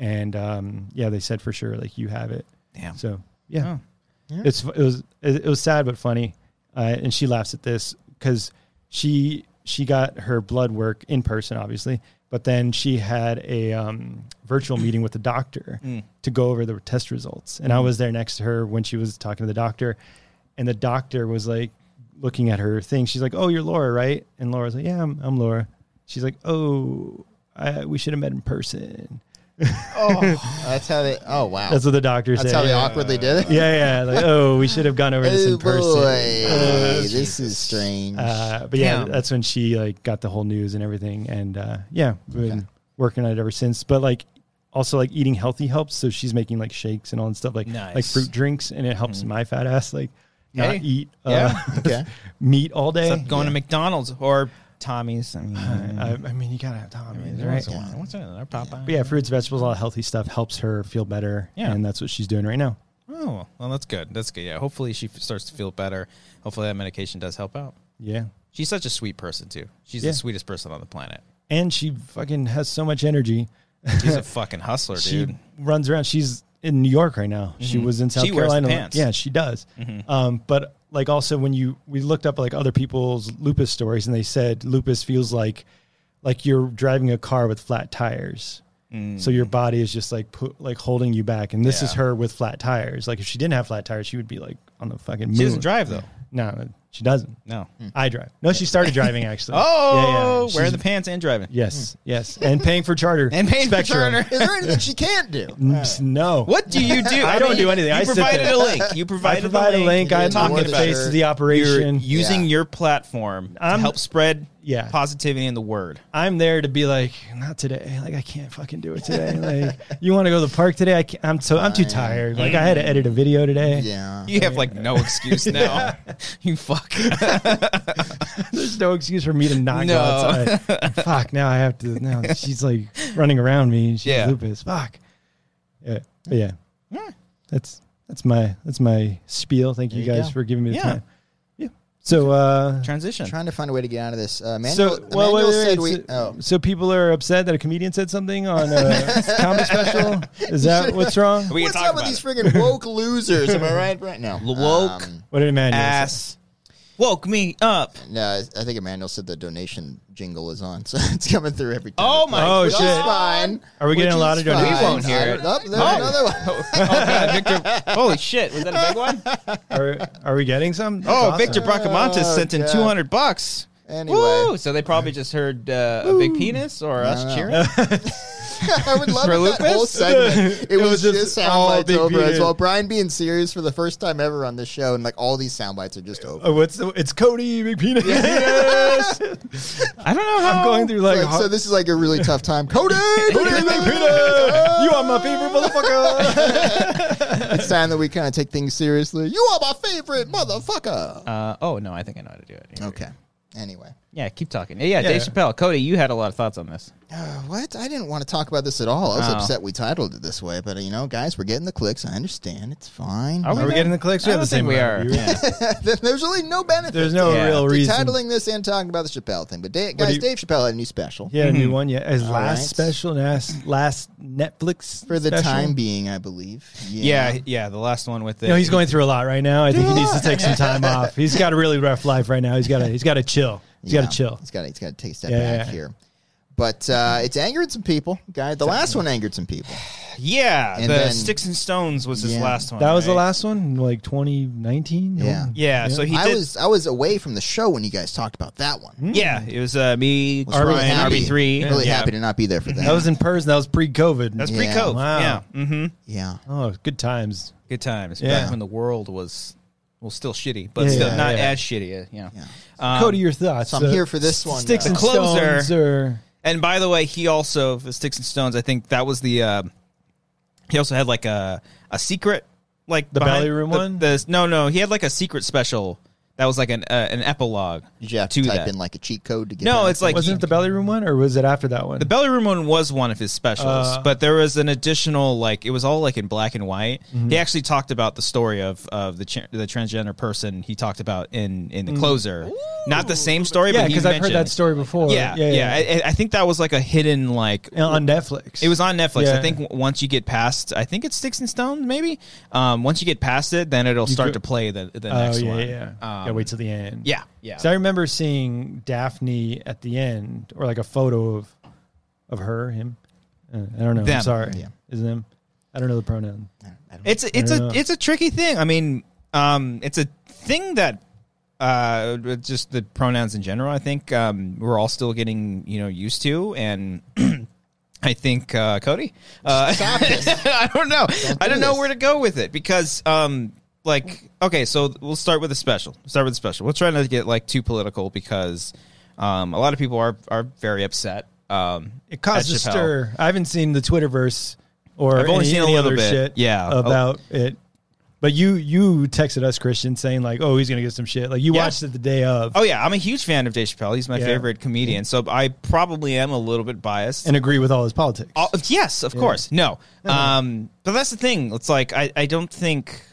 Speaker 2: and um, yeah, they said for sure like you have it.
Speaker 1: damn.
Speaker 2: So yeah,
Speaker 1: Oh.
Speaker 2: it's it was it, it was sad but funny, uh, and she laughs at this because she she got her blood work in person, obviously, but then she had a um, virtual meeting with the doctor
Speaker 3: Mm.
Speaker 2: to go over the test results, and I was there next to her when she was talking to the doctor, and the doctor was like looking at her thing. She's like, "Oh, you're Laura, right?" And Laura's like, "Yeah, I'm, I'm Laura." She's like, "Oh." I, we should have met in person.
Speaker 3: Oh, that's how they. Oh wow,
Speaker 2: That's
Speaker 3: that's,
Speaker 2: what the doctor said.
Speaker 3: how they
Speaker 2: Yeah.
Speaker 3: awkwardly did it.
Speaker 2: Yeah, yeah. Like, oh, we should have gone over this
Speaker 3: Oh
Speaker 2: in
Speaker 3: boy,
Speaker 2: person.
Speaker 3: Hey,
Speaker 2: Uh,
Speaker 3: this is strange.
Speaker 2: uh, but yeah,
Speaker 1: Damn.
Speaker 2: that's when she like got the whole news and everything, and uh, yeah, we've been working on it ever since. But like, also like eating healthy helps. So she's making like shakes and all that stuff, like like
Speaker 1: Nice. Hmm.
Speaker 2: fruit drinks, and it helps my fat ass like not
Speaker 1: Hey.
Speaker 2: eat
Speaker 1: Yeah.
Speaker 2: uh,
Speaker 3: Okay.
Speaker 2: meat all day.
Speaker 1: Except going to McDonald's or Tommy's. I mean,
Speaker 2: I, I mean, you gotta have time, right?
Speaker 1: once in a while. Once in a while, Popeye.
Speaker 2: But yeah, fruits, vegetables, all that healthy stuff helps her feel better,
Speaker 1: Yeah.
Speaker 2: and that's what she's doing right now.
Speaker 1: Oh, well, that's good. That's good. Yeah. Hopefully she f- starts to feel better. Hopefully that medication does help out.
Speaker 2: Yeah,
Speaker 1: She's such a sweet person, too. She's
Speaker 2: Yeah.
Speaker 1: the sweetest person on the planet.
Speaker 2: and she fucking has so much energy.
Speaker 1: She's a fucking hustler, dude. Mm-hmm.
Speaker 2: She runs around. She's in New York right now. She was in South
Speaker 1: She wears the
Speaker 2: Carolina.
Speaker 1: pants. Mm-hmm.
Speaker 2: Yeah, she does. Um, but like also when you we looked up like other people's lupus stories and they said lupus feels like like you're driving a car with flat tires. So your body is just like put, like holding you back, and this is
Speaker 1: Mm. Yeah.
Speaker 2: her with flat tires. Like if she didn't have flat tires, she would be like on the fucking. Moon.
Speaker 1: She doesn't drive, though.
Speaker 2: No, she doesn't.
Speaker 1: No.
Speaker 2: I drive. No, she started driving actually.
Speaker 1: Oh, wearing
Speaker 2: She's-
Speaker 1: the pants and driving.
Speaker 2: Yes, yes, and paying for charter
Speaker 1: And paying for
Speaker 2: Spectrum.
Speaker 1: Turner.
Speaker 3: is there anything she can't do?
Speaker 2: Psst, No.
Speaker 1: What do you do?
Speaker 2: I don't do anything.
Speaker 1: You
Speaker 2: I sit
Speaker 1: provided
Speaker 2: there.
Speaker 1: a link. You provided,
Speaker 2: I provide a link.
Speaker 1: You're
Speaker 2: I'm
Speaker 3: talking
Speaker 2: on the
Speaker 3: about
Speaker 2: face
Speaker 3: it.
Speaker 2: of the
Speaker 1: You're
Speaker 2: operation.
Speaker 1: using
Speaker 3: Yeah.
Speaker 1: your platform to
Speaker 2: I'm-
Speaker 1: help spread
Speaker 2: Yeah.
Speaker 1: positivity in the word.
Speaker 2: I'm there to be like, not today. Like I can't fucking do it today. Like you want to go to the park today? I can't, I'm so I'm too tired. Like I had to edit a video today.
Speaker 3: Uh, Yeah.
Speaker 1: You have like no excuse now. you fuck.
Speaker 2: There's no excuse for me to not
Speaker 1: No.
Speaker 2: go outside. Fuck. Now I have to. Now she's like running around me. And she's
Speaker 1: Yeah.
Speaker 2: lupus. Fuck. Yeah. But yeah. That's that's my that's my spiel. Thank you
Speaker 3: There you
Speaker 2: guys
Speaker 3: go.
Speaker 2: for giving me the
Speaker 1: Yeah.
Speaker 2: time. Yeah. So uh,
Speaker 1: Transition.
Speaker 3: Trying to find a way to get out of this. Uh, Manuel,
Speaker 2: So, well, wait,
Speaker 3: Manuel
Speaker 2: wait,
Speaker 3: said
Speaker 2: wait,
Speaker 3: we.
Speaker 2: so,
Speaker 3: Oh,
Speaker 2: so people are upset that a comedian said something on a comedy special. Is that what's wrong?
Speaker 1: We can
Speaker 3: what's
Speaker 1: talk
Speaker 3: up with
Speaker 1: about
Speaker 3: these
Speaker 1: it.
Speaker 3: friggin' woke losers? Am I right? Right Um, now,
Speaker 1: Woke
Speaker 2: What did Emmanuel say?
Speaker 1: ass woke me up.
Speaker 3: no, I- I think Emmanuel said the donation jingle is on, so it's coming through every time.
Speaker 1: Oh my!
Speaker 2: Oh,
Speaker 3: Which is
Speaker 2: shit.
Speaker 3: fine.
Speaker 2: Are we getting
Speaker 3: Which
Speaker 2: a lot
Speaker 3: is
Speaker 2: of donations?
Speaker 1: We won't
Speaker 3: fine.
Speaker 1: hear
Speaker 3: I-
Speaker 1: it.
Speaker 3: Oh, there's
Speaker 1: Oh.
Speaker 3: another one.
Speaker 1: Oh, God, Victor! Holy shit! Was that a big one?
Speaker 2: Are, are we getting some? That's
Speaker 1: Oh,
Speaker 2: awesome.
Speaker 1: Victor Bracamontes
Speaker 3: Oh,
Speaker 1: sent in
Speaker 3: God.
Speaker 1: two hundred bucks.
Speaker 3: Anyway.
Speaker 1: Woo! Oh, so they probably just heard uh, a big penis or us
Speaker 3: no.
Speaker 1: cheering.
Speaker 3: I would love
Speaker 1: For
Speaker 3: if that
Speaker 1: Lupus?
Speaker 3: whole segment. It,
Speaker 2: It
Speaker 3: was,
Speaker 2: was just
Speaker 3: just
Speaker 2: all
Speaker 3: sound bites
Speaker 2: Big
Speaker 3: over as
Speaker 2: Peter.
Speaker 3: well. Brian being serious for the first time ever on this show, and like all these sound bites are just over.
Speaker 2: Oh, what's the? It's Cody Big Penis. yes.
Speaker 1: I don't know how
Speaker 2: I'm going through like.
Speaker 3: Like, so
Speaker 2: hot-
Speaker 3: this is like a really tough time. Cody,
Speaker 2: Cody Big Penis. You are my favorite motherfucker.
Speaker 3: It's time that we kind of take things seriously. You are my favorite motherfucker.
Speaker 1: Uh, oh no, I think I know how to do it. Here.
Speaker 3: Okay. Anyway.
Speaker 1: Yeah, keep talking. Yeah, yeah, Dave
Speaker 2: Yeah.
Speaker 1: Chappelle, Cody, you had a lot of thoughts on this.
Speaker 3: Uh, what? I didn't want to talk about this at all. I was
Speaker 1: Oh.
Speaker 3: upset we titled it this way, but you know, guys, we're getting the clicks. I understand. It's fine.
Speaker 1: Are
Speaker 2: Are we
Speaker 1: there?
Speaker 2: getting the clicks?
Speaker 1: I
Speaker 2: We have
Speaker 1: don't
Speaker 2: the same.
Speaker 1: think we
Speaker 2: amount of
Speaker 1: are.
Speaker 2: viewers.
Speaker 3: There's really no benefit.
Speaker 2: There's no
Speaker 1: Yeah.
Speaker 2: real
Speaker 3: to
Speaker 2: reason.
Speaker 3: titling this and talking about the Chappelle thing. But da- guys,
Speaker 2: do you-
Speaker 3: Dave Chappelle had a new special.
Speaker 2: Yeah, a new one. Yeah, his last
Speaker 3: right.
Speaker 2: special, last last Netflix
Speaker 3: For the
Speaker 2: special.
Speaker 3: time being, I believe.
Speaker 1: Yeah, yeah, the last one with the.
Speaker 2: You know, he's going through a lot right now. I think he needs to take some time off. He's got a really rough life right now. He's got to he's got to chill. He's got to chill.
Speaker 3: He's got he's got to take a step
Speaker 2: Yeah,
Speaker 3: back
Speaker 2: yeah.
Speaker 3: here. But uh, it's angered some people, guy. The last one angered some people.
Speaker 1: Yeah,
Speaker 3: And
Speaker 1: the
Speaker 3: then-
Speaker 1: Sticks and Stones was his
Speaker 3: Yeah.
Speaker 1: last one.
Speaker 2: That was the
Speaker 1: right?
Speaker 2: last one, like 2019.
Speaker 3: Yeah.
Speaker 1: Yeah, so he
Speaker 3: I
Speaker 1: did.
Speaker 3: was I was away from the show when you guys talked about that one.
Speaker 1: yeah, it was uh, me,
Speaker 3: Was really
Speaker 1: Brian,
Speaker 3: happy-
Speaker 1: RB3.
Speaker 3: Really
Speaker 1: yeah.
Speaker 3: happy to not be there for that.
Speaker 2: that was in person. That was pre-COVID.
Speaker 1: That's
Speaker 3: Yeah.
Speaker 1: pretty cool.
Speaker 2: Wow.
Speaker 1: Yeah. Mm-hmm.
Speaker 3: yeah.
Speaker 2: oh, good times.
Speaker 1: Good times.
Speaker 2: Yeah.
Speaker 1: Back when the world was, well, still shitty, but
Speaker 2: Yeah,
Speaker 1: still
Speaker 2: yeah,
Speaker 1: not
Speaker 2: yeah.
Speaker 1: as shitty. uh, Yeah.
Speaker 3: Yeah.
Speaker 1: Um,
Speaker 2: Cody, your thoughts?
Speaker 3: So I'm
Speaker 2: Uh,
Speaker 3: here for this one.
Speaker 2: Sticks
Speaker 3: though.
Speaker 2: and
Speaker 1: Closer.
Speaker 2: stones, or
Speaker 1: And by the way, he also uh, for Sticks and Stones. I think that was the. um he also had like a a secret like
Speaker 2: The
Speaker 1: behind-
Speaker 2: belly room
Speaker 1: the-
Speaker 2: one?
Speaker 1: The, no, no, he had like a secret special that was like an uh, an epilogue.
Speaker 3: Did you have to,
Speaker 1: to
Speaker 3: type
Speaker 1: that.
Speaker 3: in like a cheat code to get?
Speaker 1: No,
Speaker 3: that?
Speaker 1: it's like
Speaker 2: Wasn't it the belly room one, or was it after that one?
Speaker 1: The belly room one was one of his specials,
Speaker 2: Uh,
Speaker 1: but there was an additional like it was all like in black and white.
Speaker 2: Mm-hmm.
Speaker 1: He actually talked about the story of of the tra- the transgender person he talked about in in the closer. Not the same story,
Speaker 2: Mm. yeah,
Speaker 1: but because
Speaker 2: because I've heard that story before.
Speaker 1: Yeah, yeah, I, I think that was like a hidden like
Speaker 2: Yeah, on Netflix.
Speaker 1: it was on Netflix. I
Speaker 2: Yeah.
Speaker 1: think w- once you get past, I think it's Sticks and Stones, maybe. Um, once you get past it, then it'll start
Speaker 2: go-
Speaker 1: to play the the
Speaker 2: Oh
Speaker 1: next
Speaker 2: yeah,
Speaker 1: one.
Speaker 2: yeah.
Speaker 1: Um,
Speaker 2: Gotta wait till the end.
Speaker 1: yeah, yeah.
Speaker 2: So I remember seeing Daphne at the end, or like a photo of of her, him. Uh, I don't know.
Speaker 1: Them.
Speaker 2: I'm sorry.
Speaker 3: Yeah.
Speaker 2: Is them? I don't know the pronoun.
Speaker 3: I don't know.
Speaker 1: It's it's
Speaker 2: don't
Speaker 1: a
Speaker 2: know.
Speaker 1: it's a tricky thing. I mean, um, it's a thing that uh, with just the pronouns in general. I think um, we're all still getting you know used to, and I think uh, Cody. Uh, I don't know. I
Speaker 3: do
Speaker 1: don't know
Speaker 3: this.
Speaker 1: where to go with it because um, like okay, so we'll start with a special. Start with a special. We'll try not to get like too political because um, a lot of people are are very upset. Um,
Speaker 2: It caused
Speaker 1: at
Speaker 2: a
Speaker 1: Chappelle.
Speaker 2: stir. I haven't seen the Twitterverse or
Speaker 1: I've only
Speaker 2: any,
Speaker 1: seen a
Speaker 2: any
Speaker 1: little
Speaker 2: other
Speaker 1: bit.
Speaker 2: shit.
Speaker 1: Yeah. Oh.
Speaker 2: about it. But you you texted us Christian saying like, oh, he's gonna get some shit. Like you
Speaker 1: Yeah.
Speaker 2: watched it the day of
Speaker 1: Oh yeah, I'm a huge fan of Dave Chappelle. He's my
Speaker 2: Yeah.
Speaker 1: favorite comedian, so I probably am a little bit biased.
Speaker 2: and agree with all his politics.
Speaker 1: All, yes, of course. No, um, but that's the thing. It's like I, I don't think.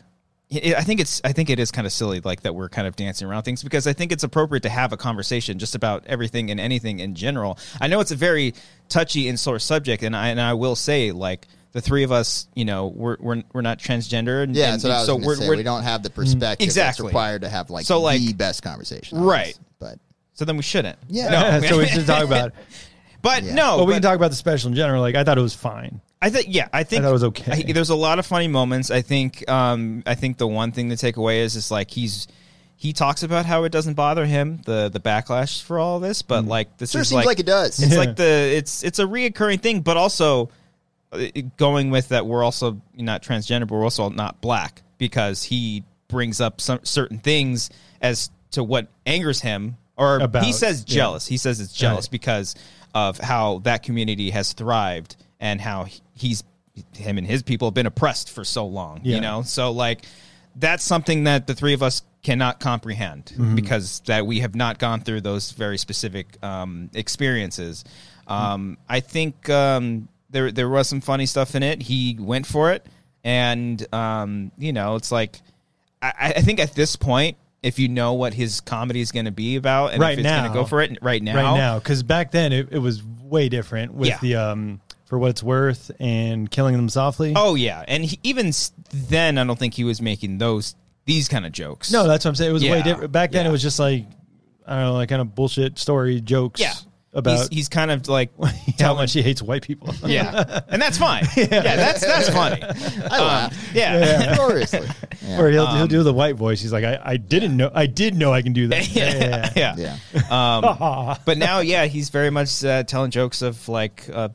Speaker 1: I I think it's I think it is kind of silly like that we're kind of dancing around things because I think it's appropriate to have a conversation just about everything and anything in general. I know it's a very touchy and sore subject, and I and I will say like the three of us, you know, we're we're, we're not transgender, and,
Speaker 3: yeah.
Speaker 1: and
Speaker 3: that's what I was
Speaker 1: so
Speaker 3: gonna
Speaker 1: we're,
Speaker 3: say.
Speaker 1: we're Mm,
Speaker 3: we don't have the perspective that's
Speaker 1: Exactly.
Speaker 3: required to have like
Speaker 1: So, like-
Speaker 3: the best conversation,
Speaker 1: Right.
Speaker 3: But
Speaker 1: so then we shouldn't.
Speaker 3: Yeah.
Speaker 1: no,
Speaker 2: so we should talk about. It.
Speaker 1: but
Speaker 3: Yeah.
Speaker 1: no,
Speaker 2: But we
Speaker 1: but-
Speaker 2: can talk about the special in general. Like I thought it was fine.
Speaker 1: I think yeah, I think
Speaker 2: I thought it was okay.
Speaker 1: I- there's a lot of funny moments. I think um, I think the one thing to take away is is like he's he talks about how it doesn't bother him the the backlash for all this, but like this
Speaker 3: sure
Speaker 1: is
Speaker 3: seems like, it does.
Speaker 1: it's
Speaker 2: Mm. Yeah.
Speaker 1: like the it's it's a reoccurring thing, but also uh, going with that we're also not transgender, but we're also not black because he brings up some certain things as to what angers him, or he
Speaker 2: About,
Speaker 1: says
Speaker 2: yeah.
Speaker 1: jealous. He says it's jealous
Speaker 2: Right.
Speaker 1: because of how that community has thrived and how he- he's him and his people have been oppressed for so long.
Speaker 2: Yeah.
Speaker 1: You know, so like that's something that the three of us cannot comprehend
Speaker 2: Mm-hmm.
Speaker 1: because that we have not gone through those very specific um, experiences. Um, I think um, there there was some funny stuff in it. He went for it, and um, you know, it's like I- I, I think at this point. If you know what his comedy is going to be about, and
Speaker 2: Right
Speaker 1: if it's going
Speaker 2: now.
Speaker 1: to go for it right now,
Speaker 2: right now because back then it, it was way different with
Speaker 1: Yeah.
Speaker 2: the um for what it's worth and killing them softly
Speaker 1: oh yeah, and he, even s- then, I don't think he was making those these kind of jokes.
Speaker 2: no that's what i'm saying it was way
Speaker 1: Yeah.
Speaker 2: different back then
Speaker 1: Yeah.
Speaker 2: it was just like i don't know like kind of bullshit story jokes
Speaker 1: yeah,
Speaker 2: about
Speaker 1: he's, he's kind of like
Speaker 2: how
Speaker 1: telling
Speaker 2: much he hates white people
Speaker 1: Yeah, and that's fine. Yeah, that's that's funny. Um,
Speaker 3: I laugh
Speaker 1: Yeah,
Speaker 3: gloriously. Yeah.
Speaker 2: or he'll,
Speaker 1: Um,
Speaker 2: he'll do the white voice he's like i, I didn't know i did know i can do that yeah, yeah, yeah.
Speaker 1: yeah.
Speaker 3: Yeah.
Speaker 1: But now, yeah, he's very much uh, telling jokes of like uh,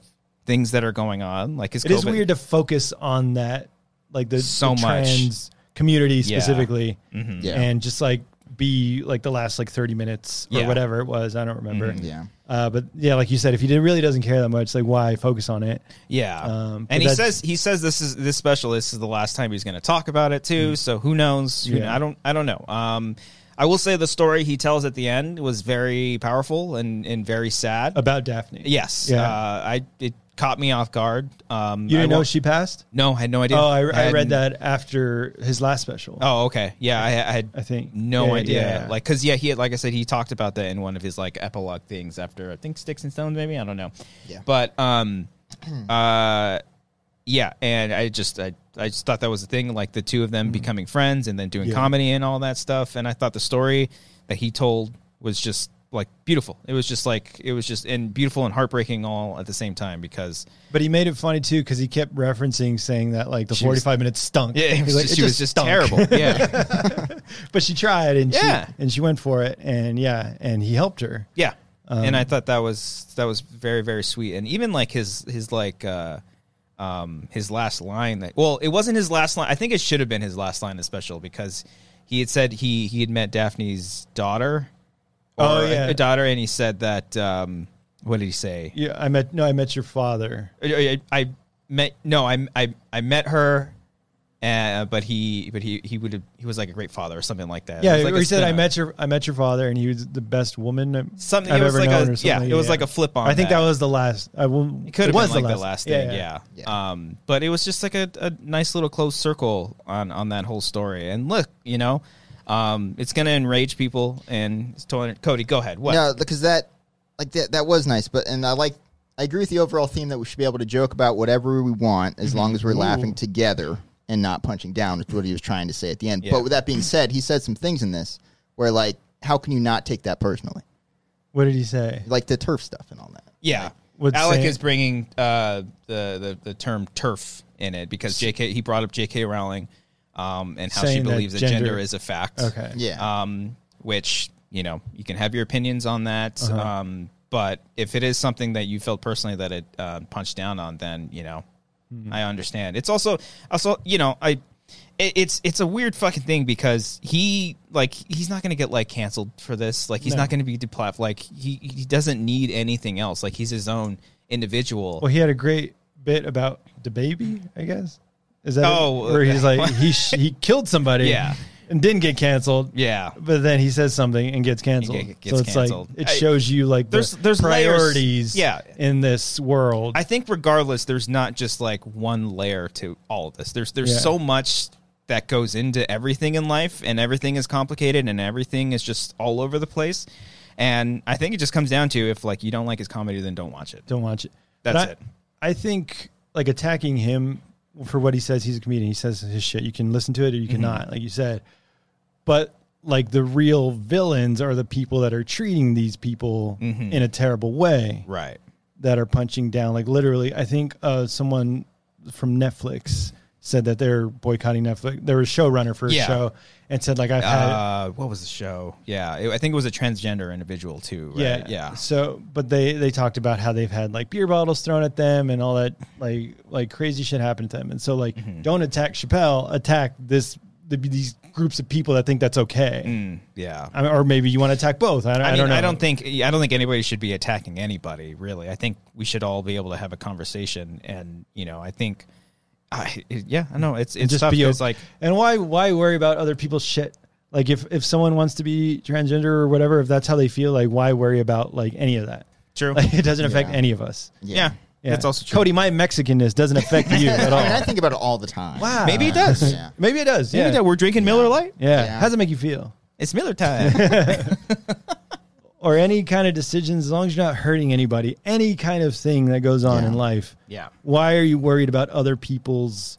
Speaker 1: things that are going on. Like his
Speaker 2: it is
Speaker 1: COVID
Speaker 2: weird to focus on that like the,
Speaker 1: So much.
Speaker 2: the
Speaker 1: Mm-hmm.
Speaker 2: trans community specifically
Speaker 3: Yeah.
Speaker 2: and just like be like the last like 30 minutes or
Speaker 1: Yeah. Mm-hmm.
Speaker 2: whatever it was i don't remember
Speaker 3: Yeah.
Speaker 2: uh, but yeah like you said if he did, really doesn't care that much like why focus on it
Speaker 1: Yeah,
Speaker 2: Um, but
Speaker 1: and he
Speaker 2: that's-
Speaker 1: says he says this is this special. This is the last time he's going to talk about it too. So who knows? Who
Speaker 2: Mm. Yeah.
Speaker 1: kn- I don't. I don't know. Um, I will say the story he tells at the end was very powerful and and very sad.
Speaker 2: about daphne
Speaker 1: yes.
Speaker 2: Yeah.
Speaker 1: Uh, I it caught me off guard. Um,
Speaker 2: you
Speaker 1: I
Speaker 2: didn't know
Speaker 1: won't-
Speaker 2: she passed
Speaker 1: No, I had no idea.
Speaker 2: oh I, I
Speaker 1: hadn't-
Speaker 2: read that after his last special
Speaker 1: Oh, okay. Yeah, I, I had
Speaker 2: I think.
Speaker 1: no
Speaker 2: Yeah,
Speaker 1: idea.
Speaker 2: yeah.
Speaker 1: Like, cause yeah, he had like I said, he talked about that in one of his like epilogue things after I think Sticks and Stones, maybe I don't know.
Speaker 3: Yeah.
Speaker 1: But um, uh, yeah, and I just I I just thought that was the thing, like the two of them becoming friends and then doing
Speaker 2: Mm-hmm. Yeah.
Speaker 1: comedy and all that stuff. And I thought the story that he told was just like beautiful. It was just like it was just and beautiful and heartbreaking all at the same time because
Speaker 2: but he made it funny too because he kept referencing saying that like the
Speaker 1: was-
Speaker 2: 45 minutes stunk
Speaker 1: yeah, it
Speaker 2: He's
Speaker 1: was
Speaker 2: like,
Speaker 1: just,
Speaker 2: "It
Speaker 1: she was just
Speaker 2: stunk."
Speaker 1: terrible. Yeah,
Speaker 2: but she tried and
Speaker 1: Yeah.
Speaker 2: she and she went for it and yeah and he helped her
Speaker 1: Yeah. and
Speaker 2: Um,
Speaker 1: I thought that was that was very very sweet, and even like his his like uh, um, his last line that well it wasn't his last line I think it should have been his last line in the special because he had said he he had met Daphne's daughter or
Speaker 2: Oh,
Speaker 1: a-
Speaker 2: yeah.
Speaker 1: a daughter and he said that um, what did he say
Speaker 2: yeah i met no i met your father
Speaker 1: I, I- I met no I, I I met her Uh, but he, but he, he would, he was like a great father or something like that. It
Speaker 2: Yeah,
Speaker 1: was like
Speaker 2: or
Speaker 1: a
Speaker 2: he said I
Speaker 1: spin-off."
Speaker 2: met your I met your father, and he was the best woman I-
Speaker 1: Something- it
Speaker 2: I've
Speaker 1: was
Speaker 2: ever
Speaker 1: like
Speaker 2: known.
Speaker 1: a-
Speaker 2: or something.
Speaker 1: yeah, it was like a flip on
Speaker 2: I think that,
Speaker 1: that.
Speaker 2: was the last. I will.
Speaker 1: It could have
Speaker 2: was
Speaker 1: been like the last thing, yeah. Um, but it was just like a, a nice little closed circle on on that whole story. And look, you know, um, it's gonna enrage people. And it's totally- Cody, go ahead. What?
Speaker 3: No, because that like that that was nice, but and I like I agree with the overall theme that we should be able to joke about whatever we want as long as we're
Speaker 1: Mm-hmm.
Speaker 3: laughing together and not punching down with what he was trying to say at the end.
Speaker 1: Yeah.
Speaker 3: But with that being said, he said some things in this where like how can you not take that personally?
Speaker 2: What did he say?
Speaker 3: Like the turf stuff and all that.
Speaker 1: Yeah.
Speaker 2: would
Speaker 1: Alec
Speaker 2: say-
Speaker 1: is bringing uh, the, the the term turf in it because J.K. he brought up J.K. Rowling um, and how she
Speaker 2: Saying that
Speaker 1: believes that
Speaker 2: gender-
Speaker 1: gender is a fact.
Speaker 2: Okay.
Speaker 3: Yeah.
Speaker 1: Um, which you know you can have your opinions on that. Um, but if it is something that you felt personally that it uh, punched down on, then you know I understand. It's also also you know I. it- It's it's a weird fucking thing because he like he's not gonna get like canceled for this like he's not gonna be deplatformed like he he doesn't need anything else like he's his own individual
Speaker 2: Well, he had a great bit about the baby. I guess is that it?
Speaker 1: Oh,
Speaker 2: where he's like
Speaker 1: what?
Speaker 2: he sh- he killed somebody.
Speaker 1: Yeah.
Speaker 2: And didn't get canceled.
Speaker 1: yeah
Speaker 2: But then he says something and gets
Speaker 1: get-
Speaker 2: canceled. so
Speaker 1: gets
Speaker 2: it's
Speaker 1: canceled.
Speaker 2: like it
Speaker 1: I-
Speaker 2: shows you like
Speaker 1: There's-
Speaker 2: the
Speaker 1: there's layers.
Speaker 2: priorities.
Speaker 1: Yeah.
Speaker 2: In this world,
Speaker 1: I think regardless, there's not just like one layer to all of this. There's there's
Speaker 2: Yeah.
Speaker 1: so much that goes into everything in life, and everything is complicated, and everything is just all over the place. And I think it just comes down to if like you don't like his comedy, then don't watch it.
Speaker 2: Don't watch it.
Speaker 1: That's
Speaker 2: But I-
Speaker 1: it.
Speaker 2: I think like attacking him for what he says, he's a comedian. He says his shit. You can listen to it or you
Speaker 1: Mm-hmm.
Speaker 2: cannot, like you said. But like the real villains are the people that are treating these people in a terrible way
Speaker 1: Mm-hmm. Right.
Speaker 2: that are punching down. Like literally, I think uh, someone from Netflix said that they're boycotting Netflix. They were a showrunner for a
Speaker 1: Yeah.
Speaker 2: show and said like I've had
Speaker 1: Uh, what was the show? Yeah, it- I think it was a transgender individual too. Right?
Speaker 2: Yeah,
Speaker 1: Yeah.
Speaker 2: So, but they they talked about how they've had like beer bottles thrown at them and all that like like crazy shit happened to them. And so like,
Speaker 1: Mm-hmm.
Speaker 2: don't attack Chappelle. Attack this the, these groups of people that think that's okay.
Speaker 1: Mm, yeah.
Speaker 2: I mean, or maybe you want to attack both. I, don't-
Speaker 1: I,
Speaker 2: I
Speaker 1: mean,
Speaker 2: don't know.
Speaker 1: I don't think I don't think anybody should be attacking anybody. Really, I think we should all be able to have a conversation, and you know, I think, I yeah, I know it's it's
Speaker 2: just
Speaker 1: tough.
Speaker 2: be
Speaker 1: It's
Speaker 2: o-
Speaker 1: like
Speaker 2: and why why worry about other people's shit? Like if if someone wants to be transgender or whatever, if that's how they feel, like why worry about like any of that?
Speaker 1: True.
Speaker 2: Like it doesn't affect
Speaker 3: Yeah.
Speaker 2: any of us.
Speaker 1: yeah,
Speaker 3: Yeah.
Speaker 2: Yeah.
Speaker 1: that's also true.
Speaker 2: Cody, my Mexicanness doesn't affect you at all.
Speaker 3: I mean, I think about it all the time.
Speaker 2: Wow.
Speaker 1: Maybe it does.
Speaker 3: Yeah.
Speaker 2: Maybe it does.
Speaker 1: Maybe
Speaker 2: yeah.
Speaker 1: that we're drinking Miller Lite.
Speaker 2: yeah.
Speaker 3: Yeah.
Speaker 2: How does it make you feel?
Speaker 1: It's Miller time.
Speaker 2: or any kind of decisions, as long as you're not hurting anybody, any kind of thing that goes on
Speaker 3: Yeah.
Speaker 2: in life.
Speaker 1: Yeah.
Speaker 2: Why are you worried about other people's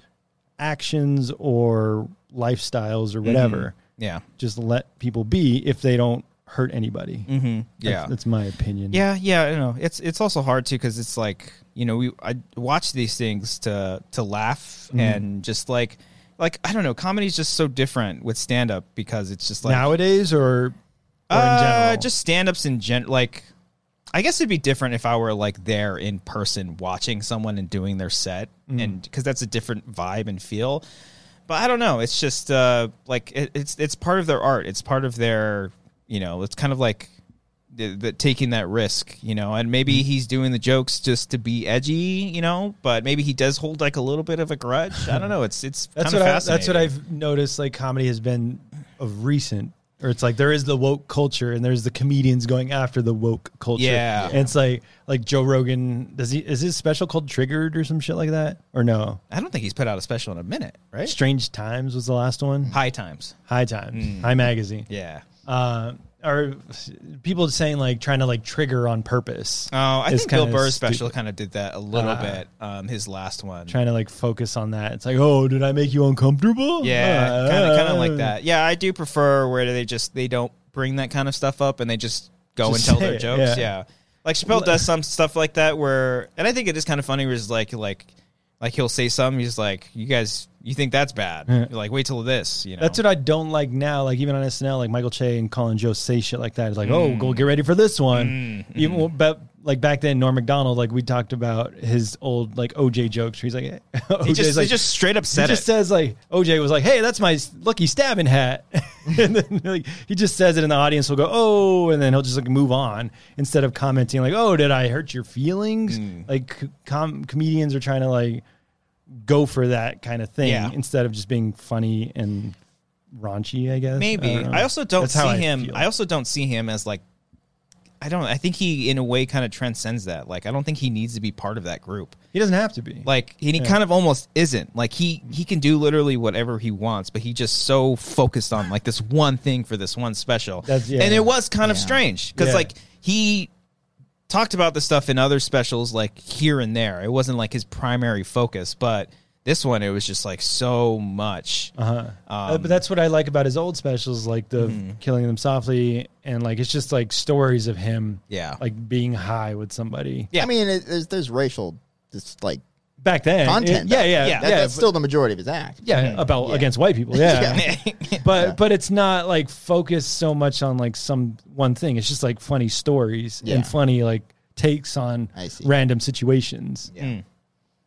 Speaker 2: actions or lifestyles or whatever?
Speaker 1: yeah,
Speaker 2: Just let people be if they don't hurt anybody. Mm-hmm.
Speaker 1: yeah,
Speaker 2: That's, that's my opinion.
Speaker 1: yeah, yeah. I know it's it's also hard too because it's like you know we I watch these things to to laugh
Speaker 2: Mm-hmm.
Speaker 1: and just like like I don't know comedy's just so different with stand up because it's just like
Speaker 2: Nowadays or, or in
Speaker 1: Uh,
Speaker 2: general?
Speaker 1: just stand ups in gen like I guess it'd be different if I were like there in person watching someone and doing their set
Speaker 2: Mm.
Speaker 1: and cuz that's a different vibe and feel. But I don't know, it's just uh like it, it's it's part of their art. It's part of their, you know, it's kind of like the, the taking that risk, you know, and
Speaker 2: Mm.
Speaker 1: maybe he's doing the jokes just to be edgy, you know, but maybe he does hold like a little bit of a grudge. I don't know. It's it's
Speaker 2: that's
Speaker 1: kind
Speaker 2: what
Speaker 1: of
Speaker 2: I, that's what
Speaker 1: fascinating.
Speaker 2: I've noticed. Like comedy has been of recent, or it's like there is the woke culture, and there's the comedians going after the woke culture.
Speaker 1: Yeah.
Speaker 2: and it's like like Joe Rogan does he is his special called Triggered or some shit like that or no?
Speaker 1: I don't think he's put out a special in a minute, right? Hmm.
Speaker 2: Strange Times was the last one. High,
Speaker 1: High times.
Speaker 2: Times, High Magazine.
Speaker 1: Yeah.
Speaker 2: Uh, are people saying like trying to like trigger on purpose?
Speaker 1: Oh, I
Speaker 2: is
Speaker 1: think Bill
Speaker 2: kinda
Speaker 1: Burr's special
Speaker 2: stupid.
Speaker 1: kind of did that a little
Speaker 2: Ah.
Speaker 1: bit. Um, his last one,
Speaker 2: Trying to like focus on that. It's like, oh, did I make you uncomfortable?
Speaker 1: yeah, kind of, kind of like
Speaker 2: Uh,
Speaker 1: that. Yeah, I do prefer where they just they don't bring that kind of stuff up and they just go
Speaker 2: Just
Speaker 1: and tell
Speaker 2: say
Speaker 1: their
Speaker 2: it,
Speaker 1: jokes. Yeah.
Speaker 2: yeah.
Speaker 1: like Chappelle does some stuff like that where, and I think it is kind of funny. Where he's like, like, like he'll say something. He's like, "You guys, you think that's bad? You're like, wait till this." You know,
Speaker 2: That's what I don't like now. Like even on SNL, like Michael Che and Colin Jost say shit like that. It's like, oh,
Speaker 1: Mm.
Speaker 2: go get ready for this one.
Speaker 1: Mm-hmm.
Speaker 2: Even well, but like back then, Norm Macdonald, like we talked about his old like OJ jokes. Where he's like, OJ's
Speaker 1: he just
Speaker 2: like,
Speaker 1: he just straight up
Speaker 2: he
Speaker 1: said
Speaker 2: just
Speaker 1: it.
Speaker 2: says like OJ was like, hey, that's my lucky stabbing hat, and then like he just says it, and the audience will go, oh, and then he'll just like move on instead of
Speaker 1: Hmm.
Speaker 2: commenting like, oh, did I hurt your feelings? Like com- comedians are trying to like go for that kind of thing
Speaker 1: Yeah.
Speaker 2: instead of just being funny and raunchy. I guess
Speaker 1: Maybe.
Speaker 2: don't know.
Speaker 1: I, also don't
Speaker 2: That's
Speaker 1: see
Speaker 2: how I
Speaker 1: him.
Speaker 2: feel.
Speaker 1: I also don't see him as like. I don't. I think he, in a way, kind of transcends that. Like, I don't think he needs to be part of that group.
Speaker 2: he doesn't have to be.
Speaker 1: Like, and he kind of almost isn't. Like, he he can do literally whatever he wants, but he just so focused on like this one thing for this one special.
Speaker 2: That's- yeah.
Speaker 1: and it was kind of strange because
Speaker 2: Yeah.
Speaker 1: like he talked about this stuff in other specials, like here and there. It wasn't like his primary focus, but this one, it was just like so much.
Speaker 2: Uh-huh. Uh, but that's what I like about his old specials, like the
Speaker 1: Hmm.
Speaker 2: killing them softly, and like it's just like stories of him,
Speaker 1: Yeah.
Speaker 2: like being high with somebody.
Speaker 1: Yeah.
Speaker 3: I mean, it, there's, there's racial, just like
Speaker 2: Back then,
Speaker 3: content.
Speaker 2: it-
Speaker 1: Yeah.
Speaker 2: yeah, yeah, yeah,
Speaker 3: that,
Speaker 2: yeah,
Speaker 3: that's
Speaker 2: but-
Speaker 3: still the majority of his act.
Speaker 2: yeah, about
Speaker 3: Yeah.
Speaker 2: against white people, yeah.
Speaker 1: uh,
Speaker 2: But
Speaker 3: Yeah.
Speaker 2: but it's not like focused so much on like some one thing. It's just like funny stories
Speaker 3: Yeah.
Speaker 2: and funny like takes on
Speaker 3: I see.
Speaker 2: random situations.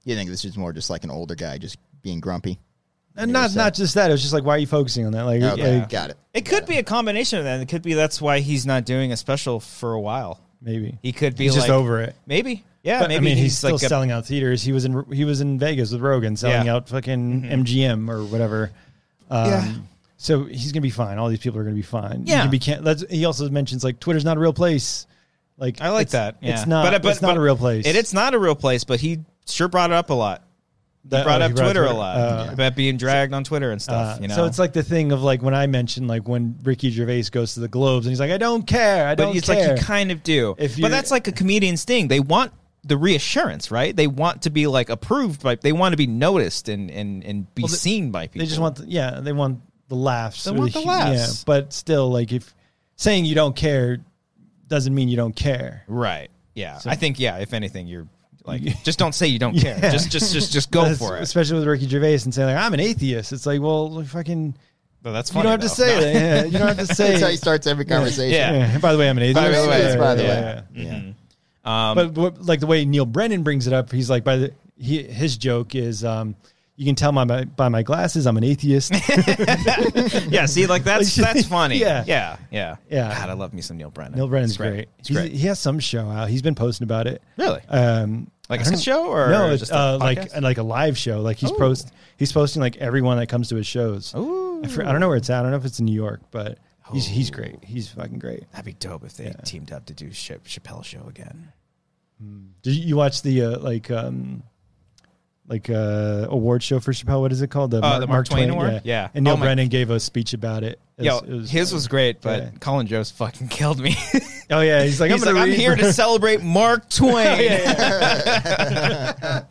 Speaker 3: You think this is more just like an older guy just being grumpy?
Speaker 2: And not
Speaker 3: so-
Speaker 2: not just that. It was just like, why are you focusing on that? Like,
Speaker 3: Okay,
Speaker 2: like,
Speaker 3: got it.
Speaker 1: It could be a combination of that. It could be that's why he's not doing a special for a while.
Speaker 2: maybe
Speaker 1: He could be
Speaker 2: he's
Speaker 1: like
Speaker 2: just over it.
Speaker 1: Maybe, yeah.
Speaker 2: But,
Speaker 1: maybe
Speaker 2: I mean, he's,
Speaker 1: he's,
Speaker 2: still
Speaker 1: like a-
Speaker 2: selling out theaters. He was in he was in Vegas with Rogan selling
Speaker 1: Yeah. Mm-hmm.
Speaker 2: out fucking MGM or whatever. Um,
Speaker 1: Yeah.
Speaker 2: So he's gonna be fine. All these people are gonna be fine. You
Speaker 1: Yeah.
Speaker 2: can be can- that's, he also mentions like Twitter's not a real place. Like
Speaker 1: I like
Speaker 2: it's-
Speaker 1: that. Yeah.
Speaker 2: It's not. But, it's not a real place.
Speaker 1: It, it's not a real place, but he sure brought it up a lot.
Speaker 2: That-
Speaker 1: he brought
Speaker 2: oh,
Speaker 1: up
Speaker 2: he brought
Speaker 1: Twitter,
Speaker 2: Twitter-
Speaker 1: a lot
Speaker 2: uh,
Speaker 1: about being dragged on Twitter and
Speaker 2: Uh,
Speaker 1: stuff. you know,
Speaker 2: So it's like the thing of like when I mentioned like when Ricky Gervais goes to the Globes and he's like, I don't care. I
Speaker 1: but
Speaker 2: don't
Speaker 1: it's
Speaker 2: care.
Speaker 1: like you kind of do.
Speaker 2: If
Speaker 1: but
Speaker 2: you're-
Speaker 1: that's like a comedian's thing. They want the reassurance, right? They want to be like approved by. They want to be noticed and and and be
Speaker 2: they-
Speaker 1: seen by people.
Speaker 2: They just want, the, yeah, they want the laughs.
Speaker 1: They
Speaker 2: or
Speaker 1: want the
Speaker 2: hu-
Speaker 1: laughs.
Speaker 2: but still, like if saying you don't care doesn't mean you don't care.
Speaker 1: Right. Yeah. I think yeah, if anything you're like just don't say you don't care.
Speaker 2: Yeah.
Speaker 1: Just just just just go
Speaker 2: That's-
Speaker 1: for it.
Speaker 2: especially with Ricky Gervais and saying like I'm an atheist. It's like, well, fucking,
Speaker 1: But that's
Speaker 2: you
Speaker 1: funny.
Speaker 2: don't have to
Speaker 1: though.
Speaker 2: say
Speaker 1: No.
Speaker 2: that. Yeah, you don't have to
Speaker 3: That's how he
Speaker 2: say.
Speaker 3: starts every conversation.
Speaker 1: Yeah.
Speaker 2: Yeah, Mm-hmm. By the way, I'm an atheist.
Speaker 3: By the way,
Speaker 2: Yeah,
Speaker 3: by the
Speaker 2: yeah,
Speaker 3: way.
Speaker 2: yeah.
Speaker 3: Yeah.
Speaker 1: Um,
Speaker 2: but, what- like the way Neil Brennan brings it up, he's like, by the he, his joke is, um, you can tell my, my by my glasses, I'm an atheist.
Speaker 1: Yeah, see like that's
Speaker 2: Like,
Speaker 1: that's funny.
Speaker 2: yeah.
Speaker 1: Yeah. Yeah.
Speaker 2: Yeah.
Speaker 1: God, I love me some Neil Brennan.
Speaker 2: Neil Brennan's
Speaker 1: It's
Speaker 2: great.
Speaker 1: It's
Speaker 2: He's-
Speaker 1: great.
Speaker 2: He has some show out. He's been posting about it.
Speaker 1: Really?
Speaker 2: Um,
Speaker 1: Like a
Speaker 2: I don't
Speaker 1: sketch show or
Speaker 2: no, it's
Speaker 1: just a
Speaker 2: uh,
Speaker 1: podcast?
Speaker 2: like like a live show. Like he's post he's posting like everyone that comes to his shows.
Speaker 1: Ooh. Oh.
Speaker 2: I, fr- I don't know where it's at. I don't know if it's in New York, but he's he's great. He's fucking great.
Speaker 1: That'd be dope if they teamed up to do Ch- Chappelle show again.
Speaker 2: Did you you watch the uh, like um like uh award show for Chappelle? What is it called? The,
Speaker 1: Uh, the Mark Twain Award? Yeah.
Speaker 2: And Neil
Speaker 1: Oh my-
Speaker 2: Brennan gave a speech about it. It
Speaker 1: Yo,
Speaker 2: was- it was-
Speaker 1: his was great, but
Speaker 2: yeah.
Speaker 1: Colin Jost fucking killed me.
Speaker 2: Oh yeah, he's like
Speaker 1: He's
Speaker 2: I'm,
Speaker 1: like,
Speaker 2: gonna
Speaker 1: I'm
Speaker 2: read
Speaker 1: here
Speaker 2: for-
Speaker 1: to celebrate Mark Twain.
Speaker 2: and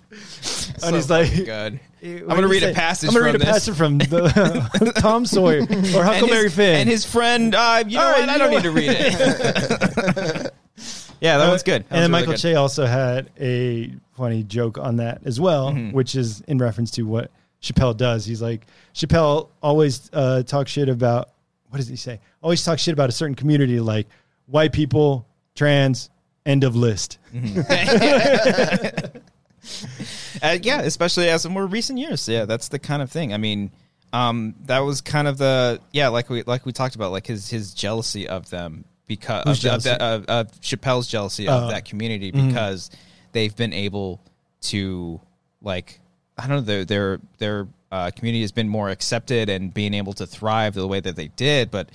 Speaker 2: he's like
Speaker 1: Good. I'm
Speaker 2: What
Speaker 1: gonna
Speaker 2: did he
Speaker 1: read a
Speaker 2: say?
Speaker 1: passage.
Speaker 2: I'm gonna
Speaker 1: from
Speaker 2: read a
Speaker 1: this.
Speaker 2: passage from the, Tom Sawyer or
Speaker 1: and
Speaker 2: Huckleberry
Speaker 1: his,
Speaker 2: Finn
Speaker 1: and his friend. Uh, you know
Speaker 2: All
Speaker 1: what?
Speaker 2: right,
Speaker 1: I
Speaker 2: you
Speaker 1: don't
Speaker 2: know
Speaker 1: need to read it. yeah, that one's good. That
Speaker 2: Uh, and
Speaker 1: one's really
Speaker 2: then Michael
Speaker 1: good.
Speaker 2: Che also had a funny joke on that as well,
Speaker 1: Mm-hmm.
Speaker 2: which is in reference to what Chappelle does. He's like, Chappelle always uh, talks shit about, what does he say? Always talks shit about a certain community like white people, trans, end of list.
Speaker 1: Mm-hmm. Uh, yeah, especially as in more recent years. Yeah, that's the kind of thing. I mean, um, that was kind of the yeah, like we like we talked about, like his his jealousy of them because of,
Speaker 2: Whose
Speaker 1: the- of, the, of,
Speaker 2: jealousy? Oh. Mm-hmm.
Speaker 1: of Chappelle's jealousy of that community because they've been able to like I don't know their their their uh, community has been more accepted and being able to thrive the way that they did, but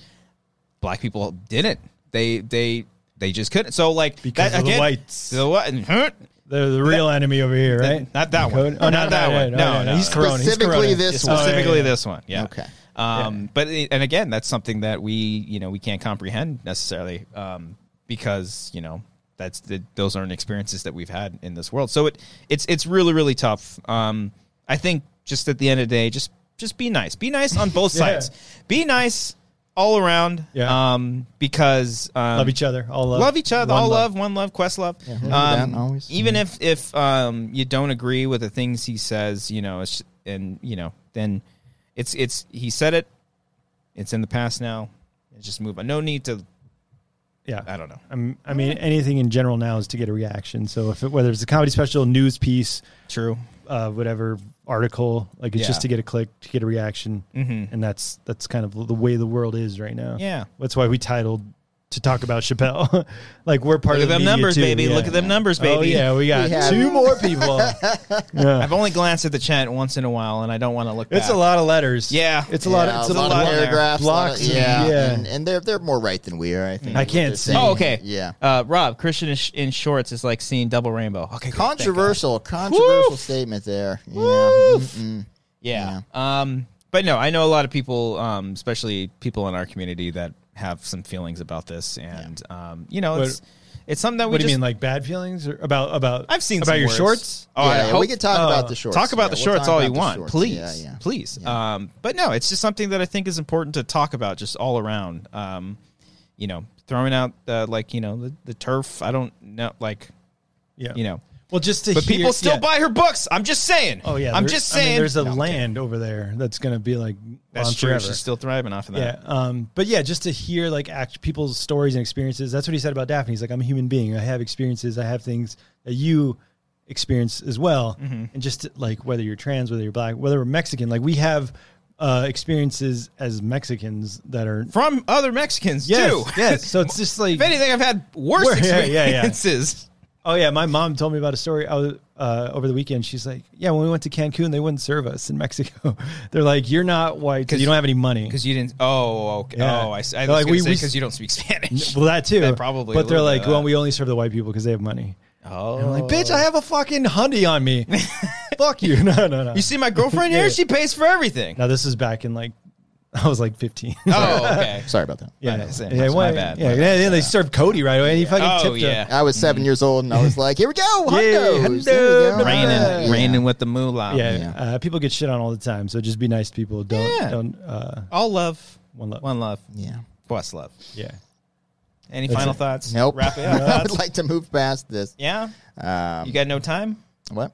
Speaker 1: black people didn't. They they they just couldn't. So like
Speaker 2: Because
Speaker 1: that,
Speaker 2: of the
Speaker 1: again,
Speaker 2: whites.
Speaker 1: the whi-
Speaker 2: They're the real enemy over here, right?
Speaker 1: not that one.
Speaker 2: Dakota- Oh,
Speaker 1: Not
Speaker 2: not,
Speaker 1: that one. No, no.
Speaker 2: He's Corona. He's
Speaker 3: Specifically
Speaker 2: Corona.
Speaker 3: this
Speaker 2: Yes, oh,
Speaker 3: one.
Speaker 2: yeah, yeah,
Speaker 1: specifically
Speaker 2: yeah.
Speaker 1: this one. Yeah.
Speaker 3: Okay.
Speaker 1: Um, But it- and again, that's something that we you know we can't comprehend necessarily um, because you know that's the, those aren't experiences that we've had in this world. So it it's it's really really tough. Um, I think just at the end of the day, just just be nice. Be nice on both
Speaker 2: Yeah.
Speaker 1: sides. Be nice all around.
Speaker 2: Yeah.
Speaker 1: Um, because um,
Speaker 2: Love each other. All love.
Speaker 1: love each other.
Speaker 2: One
Speaker 1: all love. one love, quest love. Um,
Speaker 3: remember that always.
Speaker 1: Even if if um, you don't agree with the things he says, you know, it's, and you know, then it's it's he said it. It's in the past now. It's just move on. No need to.
Speaker 2: Yeah.
Speaker 1: I don't know.
Speaker 2: I'm, I mean, anything in general now is to get a reaction. So if it, whether it's a comedy special, news piece,
Speaker 1: True.
Speaker 2: uh, whatever article, like it's
Speaker 1: Yeah. Mm-hmm.
Speaker 2: just to get a click, to get a reaction, and that's that's kind of the way the world is right now.
Speaker 1: Yeah.
Speaker 2: that's why we titled to talk about Chappelle. like we're part
Speaker 1: Look at
Speaker 2: of
Speaker 1: them
Speaker 2: the media
Speaker 1: numbers,
Speaker 2: too,
Speaker 1: baby.
Speaker 2: yeah.
Speaker 1: Look at them numbers,
Speaker 2: Oh
Speaker 1: baby.
Speaker 2: yeah, we got
Speaker 3: We have-
Speaker 2: two more people. yeah.
Speaker 1: I've only glanced at the chat once in a while, and I don't want to look.
Speaker 2: It's
Speaker 1: back.
Speaker 2: a lot of letters.
Speaker 1: Yeah.
Speaker 2: it's a lot.
Speaker 3: Yeah,
Speaker 2: It's a, lot, of
Speaker 1: there.
Speaker 3: paragraphs. a lot of-
Speaker 2: blocks and-
Speaker 3: yeah,
Speaker 2: yeah.
Speaker 3: And, and they're they're more right than we are. I think.
Speaker 2: I
Speaker 3: is what
Speaker 2: can't
Speaker 3: they're
Speaker 2: see.
Speaker 3: saying.
Speaker 1: Oh, okay.
Speaker 3: Yeah.
Speaker 1: Uh, Rob Christian in, sh- in shorts is like seeing double rainbow. Okay, great. Thank God.
Speaker 3: Controversial, controversial statement there. Yeah. Mm-mm.
Speaker 1: Yeah. Um, but no, I know a lot of people, um, especially people in our community, that have some feelings about this, and um, you know, it's it's something that we
Speaker 2: What do you
Speaker 1: just
Speaker 2: mean, like bad feelings or about about?
Speaker 1: I've seen
Speaker 2: about
Speaker 1: some
Speaker 2: your
Speaker 1: worse.
Speaker 2: shorts.
Speaker 1: Oh, I
Speaker 3: Yeah, yeah,
Speaker 1: hope-
Speaker 3: we could talk about the shorts.
Speaker 1: Talk about
Speaker 3: Yeah,
Speaker 1: the
Speaker 3: we'll
Speaker 1: shorts
Speaker 3: talk
Speaker 1: all
Speaker 3: about
Speaker 1: you
Speaker 3: the
Speaker 1: want,
Speaker 3: shorts.
Speaker 1: please,
Speaker 3: Yeah, yeah.
Speaker 1: please. Um, but no, it's just something that I think is important to talk about, just all around. Um, you know, throwing out uh, like you know the, the turf. I don't know, like
Speaker 2: Yeah,
Speaker 1: you know,
Speaker 2: Well, just to
Speaker 1: but
Speaker 2: hear-
Speaker 1: people still
Speaker 2: yeah.
Speaker 1: buy her books. I'm just saying.
Speaker 2: Oh yeah,
Speaker 1: I'm
Speaker 2: there-
Speaker 1: just
Speaker 2: I mean,
Speaker 1: saying.
Speaker 2: there's a
Speaker 1: No, I'm kidding.
Speaker 2: land over there that's going to be like
Speaker 1: That's
Speaker 2: on
Speaker 1: true.
Speaker 2: forever.
Speaker 1: She's still thriving off of that.
Speaker 2: Yeah. Um, but yeah, just to hear like act, people's stories and experiences. That's what he said about Daphne. He's like, I'm a human being. I have experiences. I have things that you experience as well.
Speaker 1: Mm-hmm.
Speaker 2: And just like whether you're trans, whether you're black, whether we're Mexican, like we have uh, experiences as Mexicans that are.
Speaker 1: From other Mexicans
Speaker 2: Yes,
Speaker 1: too.
Speaker 2: yes. So it's just like
Speaker 1: if anything, I've had worse
Speaker 2: Wor- yeah,
Speaker 1: experiences.
Speaker 2: yeah, yeah. Oh yeah, my mom told me about a story I was, uh, over the weekend. She's like, "Yeah, when we went to Cancun, they wouldn't serve us in Mexico. They're like, you're not white because you don't have any money.
Speaker 1: Because you didn't. Oh, okay.
Speaker 2: Yeah.
Speaker 1: Oh, I, s- I
Speaker 2: They're
Speaker 1: was
Speaker 2: like,
Speaker 1: like,
Speaker 2: we- we
Speaker 1: because
Speaker 2: s-
Speaker 1: you don't speak Spanish.
Speaker 2: Well, that too,
Speaker 1: That probably uh, a
Speaker 2: But they're
Speaker 1: little bit
Speaker 2: like,
Speaker 1: of that.
Speaker 2: well, we only serve the white people because they have money.
Speaker 1: oh,
Speaker 2: I'm like, bitch, I have a fucking hundy on me. Fuck you. No, no, no.
Speaker 1: You see my girlfriend here?
Speaker 2: Yeah.
Speaker 1: She pays for everything.
Speaker 2: now this is back in like, I was like 15.
Speaker 1: Oh, okay.
Speaker 3: Sorry about that.
Speaker 2: yeah,
Speaker 1: that's it.
Speaker 2: yeah,
Speaker 1: That's my
Speaker 2: why-
Speaker 1: bad.
Speaker 2: Yeah,
Speaker 1: My
Speaker 2: yeah, yeah, they served Cody right away. And he
Speaker 1: Oh,
Speaker 2: fucking tipped
Speaker 1: yeah.
Speaker 2: him.
Speaker 3: I was seven years old, and I was like, "Here we go,
Speaker 2: Mm-hmm. Yeah,
Speaker 3: hundos, there we
Speaker 2: hundo,
Speaker 3: go.
Speaker 1: Raining,
Speaker 3: Yeah.
Speaker 1: raining with the moolah.
Speaker 2: Yeah,
Speaker 3: Yeah.
Speaker 2: Uh, people get shit on all the time, so just be nice to people. Don't,
Speaker 1: Oh, Yeah.
Speaker 2: don't. Uh,
Speaker 1: All love.
Speaker 2: One love.
Speaker 1: One love.
Speaker 3: Yeah.
Speaker 1: What's love?
Speaker 2: yeah.
Speaker 1: Any
Speaker 2: That's
Speaker 1: final
Speaker 2: it.
Speaker 1: thoughts?
Speaker 3: Nope.
Speaker 1: Wrap it
Speaker 3: I
Speaker 1: up.
Speaker 3: would like to move past this.
Speaker 1: yeah.
Speaker 3: Um,
Speaker 1: You got no time?
Speaker 3: what?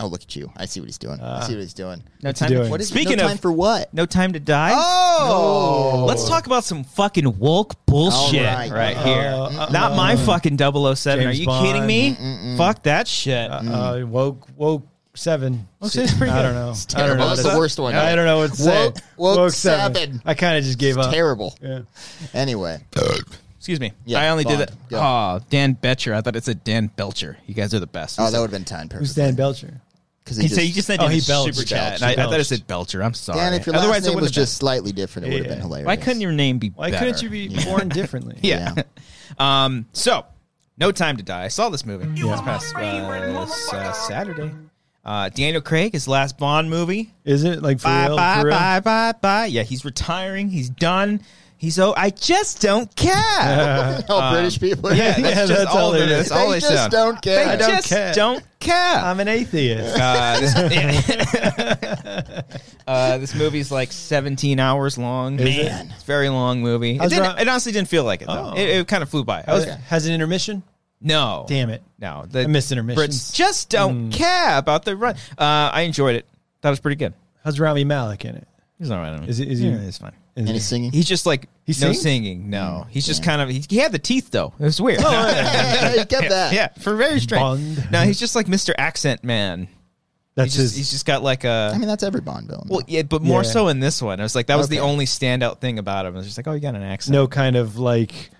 Speaker 3: Oh, look at you! I see what he's doing.
Speaker 2: Uh.
Speaker 3: I see what he's doing.
Speaker 1: No
Speaker 2: he
Speaker 1: time. To,
Speaker 2: doing? What
Speaker 3: What is it?
Speaker 1: speaking
Speaker 3: no time
Speaker 1: of
Speaker 3: for what?
Speaker 1: no time to die.
Speaker 3: Oh,
Speaker 1: Let's talk about some fucking woke bullshit
Speaker 3: All right.
Speaker 1: right, here. Not my fucking 007. Are
Speaker 2: James
Speaker 1: you
Speaker 2: Bond.
Speaker 1: kidding me? Fuck that shit.
Speaker 3: Uh-uh.
Speaker 2: Uh, woke, woke seven.
Speaker 1: mm. Woke seven's pretty
Speaker 2: I
Speaker 1: good.
Speaker 2: don't know.
Speaker 3: It's
Speaker 2: I don't
Speaker 3: terrible.
Speaker 2: know.
Speaker 3: That's
Speaker 2: what
Speaker 3: the
Speaker 2: to-
Speaker 3: worst one.
Speaker 2: I don't know what to say.
Speaker 3: Woke- woke seven.
Speaker 2: I kind of just gave up.
Speaker 3: Terrible.
Speaker 2: Yeah.
Speaker 3: Anyway,
Speaker 1: Excuse me.
Speaker 3: Yeah,
Speaker 1: I only did
Speaker 3: Bond.
Speaker 1: it.
Speaker 3: Go.
Speaker 1: Oh, Dan Betcher. I thought it said Dan Belcher. You guys are the best.
Speaker 3: oh, that would have been timed
Speaker 2: Who's
Speaker 3: perfectly.
Speaker 2: Dan Belcher?
Speaker 3: Because
Speaker 1: He said you just said
Speaker 2: Oh,
Speaker 1: in
Speaker 2: he
Speaker 1: the
Speaker 2: belched.
Speaker 1: super chat.
Speaker 2: Belched.
Speaker 1: and I, I thought it
Speaker 2: Belched.
Speaker 1: said Belcher. I'm sorry.
Speaker 3: Dan, if your last
Speaker 1: Otherwise, it
Speaker 3: name was
Speaker 1: would've been-
Speaker 3: just slightly different, it would have
Speaker 2: Yeah.
Speaker 3: been hilarious.
Speaker 1: Why couldn't your name be?
Speaker 2: Why
Speaker 1: better?
Speaker 2: couldn't you be born differently?
Speaker 1: Yeah.
Speaker 3: Yeah.
Speaker 1: um. So, No Time to Die. I saw this movie this past uh, this, uh, Saturday. Uh, Daniel Craig, his last Bond movie.
Speaker 2: Is it like for
Speaker 1: Bye
Speaker 2: real?
Speaker 1: bye
Speaker 2: for real?
Speaker 1: bye bye bye. Yeah, he's retiring. He's done. He's oh, I just don't care. yeah,
Speaker 3: Oh,
Speaker 1: Um,
Speaker 3: British people.
Speaker 1: that's
Speaker 2: Yeah,
Speaker 1: just
Speaker 2: that's
Speaker 1: all
Speaker 2: all
Speaker 1: they,
Speaker 2: it is.
Speaker 1: that's all
Speaker 3: They
Speaker 1: they
Speaker 3: just
Speaker 1: sound.
Speaker 3: don't care.
Speaker 1: They
Speaker 3: I don't
Speaker 1: just
Speaker 2: care.
Speaker 1: don't care.
Speaker 2: I'm an atheist.
Speaker 1: Uh, this, uh, this movie's like 17 hours long.
Speaker 2: it?
Speaker 1: Man, it's a very long movie. It,
Speaker 2: How's
Speaker 1: didn't,
Speaker 2: Rob-
Speaker 1: it honestly didn't feel like it though.
Speaker 2: Oh.
Speaker 1: It, it kind of flew by. I was
Speaker 2: Has- Has an intermission?
Speaker 1: no,
Speaker 2: Damn it. Mm.
Speaker 1: no. The
Speaker 2: I missed intermissions.
Speaker 1: Brits just don't care about the run. Uh, I enjoyed it. That was pretty good.
Speaker 2: How's Rami Malik in it?
Speaker 1: He's all right.
Speaker 2: Is he- is he-
Speaker 1: yeah, he's fine.
Speaker 2: Is
Speaker 3: And
Speaker 2: it-
Speaker 3: he's singing.
Speaker 1: He's just like
Speaker 2: He
Speaker 1: no
Speaker 2: sings? Mm.
Speaker 1: singing. No, he's just kind of he, he had the teeth though. It was
Speaker 2: Oh,
Speaker 1: weird.
Speaker 3: you kept that.
Speaker 1: yeah, for very strange.
Speaker 2: Bond.
Speaker 1: No, he's just like Mr. Accent Man. He's
Speaker 2: That's
Speaker 1: just,
Speaker 2: his.
Speaker 1: he's just got like a.
Speaker 3: I mean, that's every Bond villain.
Speaker 1: Well, yeah, but more
Speaker 2: Yeah.
Speaker 1: so in this one. I was like, that was the
Speaker 3: Okay.
Speaker 1: only standout thing about him. I was just like, oh, you got an accent.
Speaker 2: no kind of like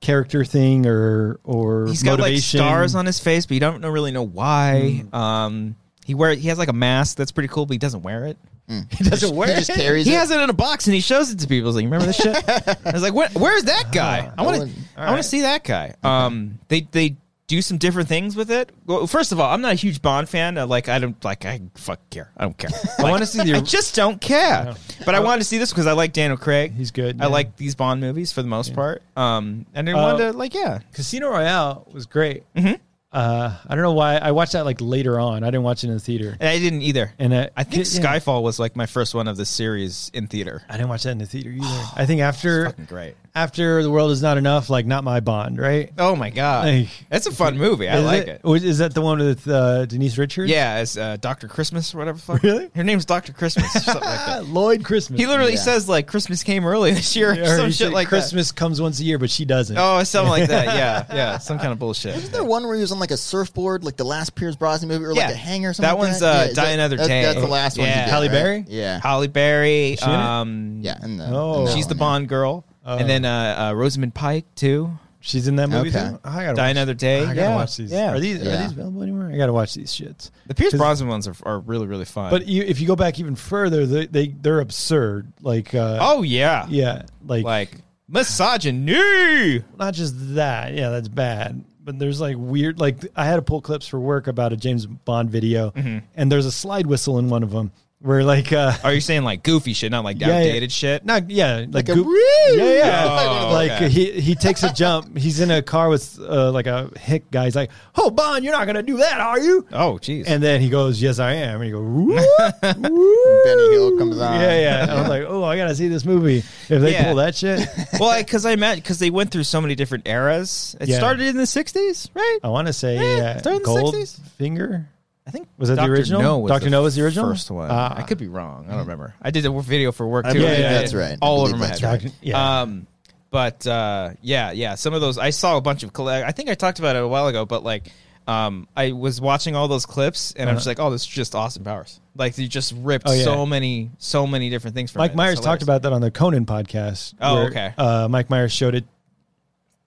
Speaker 2: character thing or or
Speaker 1: he's got
Speaker 2: motivation. Mm.
Speaker 1: like stars on his face, but you don't know, really know why. Um, he wear he has like a mask that's pretty cool, but he doesn't wear it.
Speaker 2: He doesn't wear
Speaker 3: he just
Speaker 2: it.
Speaker 3: carries
Speaker 1: he
Speaker 3: it.
Speaker 1: has it in a box and he shows it to people. He's like, remember this shit? I was like, where, where's that guy? I want to,
Speaker 3: wouldn't-
Speaker 1: I want to see that guy. Um, they they do some different things with it. Well, first of all, I'm not a huge Bond fan. I, like, I don't like, I fuck care. I don't care.
Speaker 2: I want to see
Speaker 1: I
Speaker 2: the.
Speaker 1: just don't care. But I wanted to see this because I like Daniel Craig.
Speaker 2: He's good,
Speaker 1: I
Speaker 2: yeah.
Speaker 1: like these Bond movies for the most part. Um, and I
Speaker 2: Uh,
Speaker 1: wanted to like, yeah,
Speaker 2: Casino Royale was great.
Speaker 1: Mm-hmm.
Speaker 2: Uh, I don't know why I watched that like later on. I didn't watch it in the theater.
Speaker 1: and I didn't either.
Speaker 2: And uh,
Speaker 1: I think
Speaker 2: yeah.
Speaker 1: Skyfall was like my first one of the series in theater.
Speaker 2: I didn't watch that in the theater either.
Speaker 1: Oh,
Speaker 2: I think after
Speaker 1: Fucking great.
Speaker 2: after the world is not enough, like not my Bond, right?
Speaker 1: Oh my god,
Speaker 2: Like-
Speaker 1: that's a fun movie. I
Speaker 2: is
Speaker 1: like it.
Speaker 2: was- Is that the one with uh, Denise Richards?
Speaker 1: Yeah, as uh, Doctor Christmas or whatever. the Fuck.
Speaker 2: Really?
Speaker 1: Her name's Doctor Christmas. Or something like
Speaker 2: Ah,
Speaker 1: that.
Speaker 2: Lloyd Christmas.
Speaker 1: He literally
Speaker 3: Yeah.
Speaker 1: says like Christmas came early this year or
Speaker 2: Or
Speaker 1: some
Speaker 2: he
Speaker 1: shit
Speaker 2: said
Speaker 1: like
Speaker 2: Christmas comes once a year, but she doesn't.
Speaker 1: That. Oh, something like that. Yeah, yeah, some kind of bullshit.
Speaker 3: Isn't there one where he was on like a surfboard, like the last Pierce Brosnan movie, or
Speaker 1: Yeah.
Speaker 3: like a hanger? Or something
Speaker 1: That
Speaker 3: like
Speaker 1: one's,
Speaker 3: that?
Speaker 1: uh,
Speaker 3: Yeah, is
Speaker 1: Die
Speaker 3: that-
Speaker 1: Another
Speaker 3: that's-
Speaker 1: Day.
Speaker 3: That's the last one. he
Speaker 1: Yeah.
Speaker 3: did,
Speaker 2: Halle
Speaker 3: right?
Speaker 2: Berry?
Speaker 3: Yeah,
Speaker 1: Holly Berry.
Speaker 2: in it?
Speaker 1: Um,
Speaker 3: yeah, and the,
Speaker 2: Oh.
Speaker 3: and that
Speaker 1: she's the
Speaker 3: one,
Speaker 1: Bond girl. and then uh, uh, Rosamund Pike too.
Speaker 2: She's in that movie
Speaker 3: Okay.
Speaker 2: too. I gotta
Speaker 1: Die
Speaker 2: watch-
Speaker 1: Another Day.
Speaker 2: I gotta
Speaker 1: Yeah.
Speaker 2: watch these.
Speaker 1: Yeah.
Speaker 2: Are these are
Speaker 3: Yeah.
Speaker 2: these available anywhere? I gotta watch these shits.
Speaker 1: The Pierce
Speaker 2: 'Cause-
Speaker 1: Brosnan ones are, are really really fun.
Speaker 2: But you, if you go back even further, they, they they're absurd. Like uh,
Speaker 1: oh yeah,
Speaker 2: yeah, like,
Speaker 1: like misogyny.
Speaker 2: not just that. Yeah, that's bad. But there's like weird. Like I had to pull clips for work about a James Bond video,
Speaker 1: Mm-hmm.
Speaker 2: and there's a slide whistle in one of them where like uh,
Speaker 1: Are you saying like goofy shit, not like
Speaker 2: Yeah, yeah.
Speaker 1: outdated shit?
Speaker 2: Not yeah, like,
Speaker 3: Like a
Speaker 2: goop-
Speaker 3: whee!
Speaker 2: yeah, yeah.
Speaker 1: Oh,
Speaker 2: like
Speaker 1: okay.
Speaker 2: he he takes a jump. He's in a car with uh, like a hick guy. He's like, "Oh, Bond, you're not gonna do that, are you?"
Speaker 1: Oh jeez.
Speaker 2: And then he goes, "Yes, I am." And he goes, "Whoop, whoop."
Speaker 3: Benny Hill comes on.
Speaker 2: "Yeah, yeah." And I was like, "Oh, I gotta see this movie." If they
Speaker 1: Yeah.
Speaker 2: pull that shit,
Speaker 1: well, because I met because they went through so many different eras. It
Speaker 2: Yeah. Oh,
Speaker 1: started in the '60s, right?
Speaker 2: I want to say uh,
Speaker 1: Eh,
Speaker 2: yeah,
Speaker 1: they're in the
Speaker 2: Gold
Speaker 1: 60s.
Speaker 2: Finger.
Speaker 1: I think
Speaker 2: Was that the
Speaker 1: Dr.
Speaker 2: original?
Speaker 1: No was
Speaker 2: Dr.
Speaker 1: the
Speaker 2: No was the original?
Speaker 1: first one.
Speaker 2: Ah.
Speaker 1: I could be wrong. I don't remember. I did a video for work
Speaker 2: I
Speaker 1: too.
Speaker 2: believe
Speaker 1: Yeah,
Speaker 2: that's
Speaker 3: right. I
Speaker 1: All
Speaker 3: believe
Speaker 1: over my
Speaker 3: that's
Speaker 1: head.
Speaker 2: right. Yeah.
Speaker 1: Um, but uh, yeah, yeah. Some of those I saw a bunch of. coll- I think I talked about it a while ago, but like. Um, I was watching all those clips, and I'm just like, "Oh, this is just Austin Powers! Like, they just ripped
Speaker 2: Uh-huh. Oh, yeah.
Speaker 1: so many, so many different things from it.
Speaker 2: Mike
Speaker 1: It's
Speaker 2: Myers talked
Speaker 1: hilarious.
Speaker 2: about that on the Conan podcast.
Speaker 1: Oh, okay.
Speaker 2: Uh, Mike Myers showed it,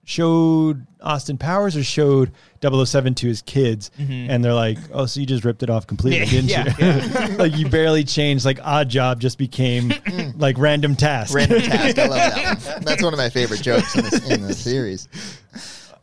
Speaker 2: showed Austin Powers or showed 007 to his kids, and they're like, "Oh, so you just ripped it off completely,
Speaker 1: Yeah,
Speaker 2: didn't
Speaker 1: Mm-hmm. yeah,
Speaker 2: you? like you barely changed. Like Odd Job just became like random task.
Speaker 3: Random task. I love that one. That's one of my favorite jokes in, this, in the series.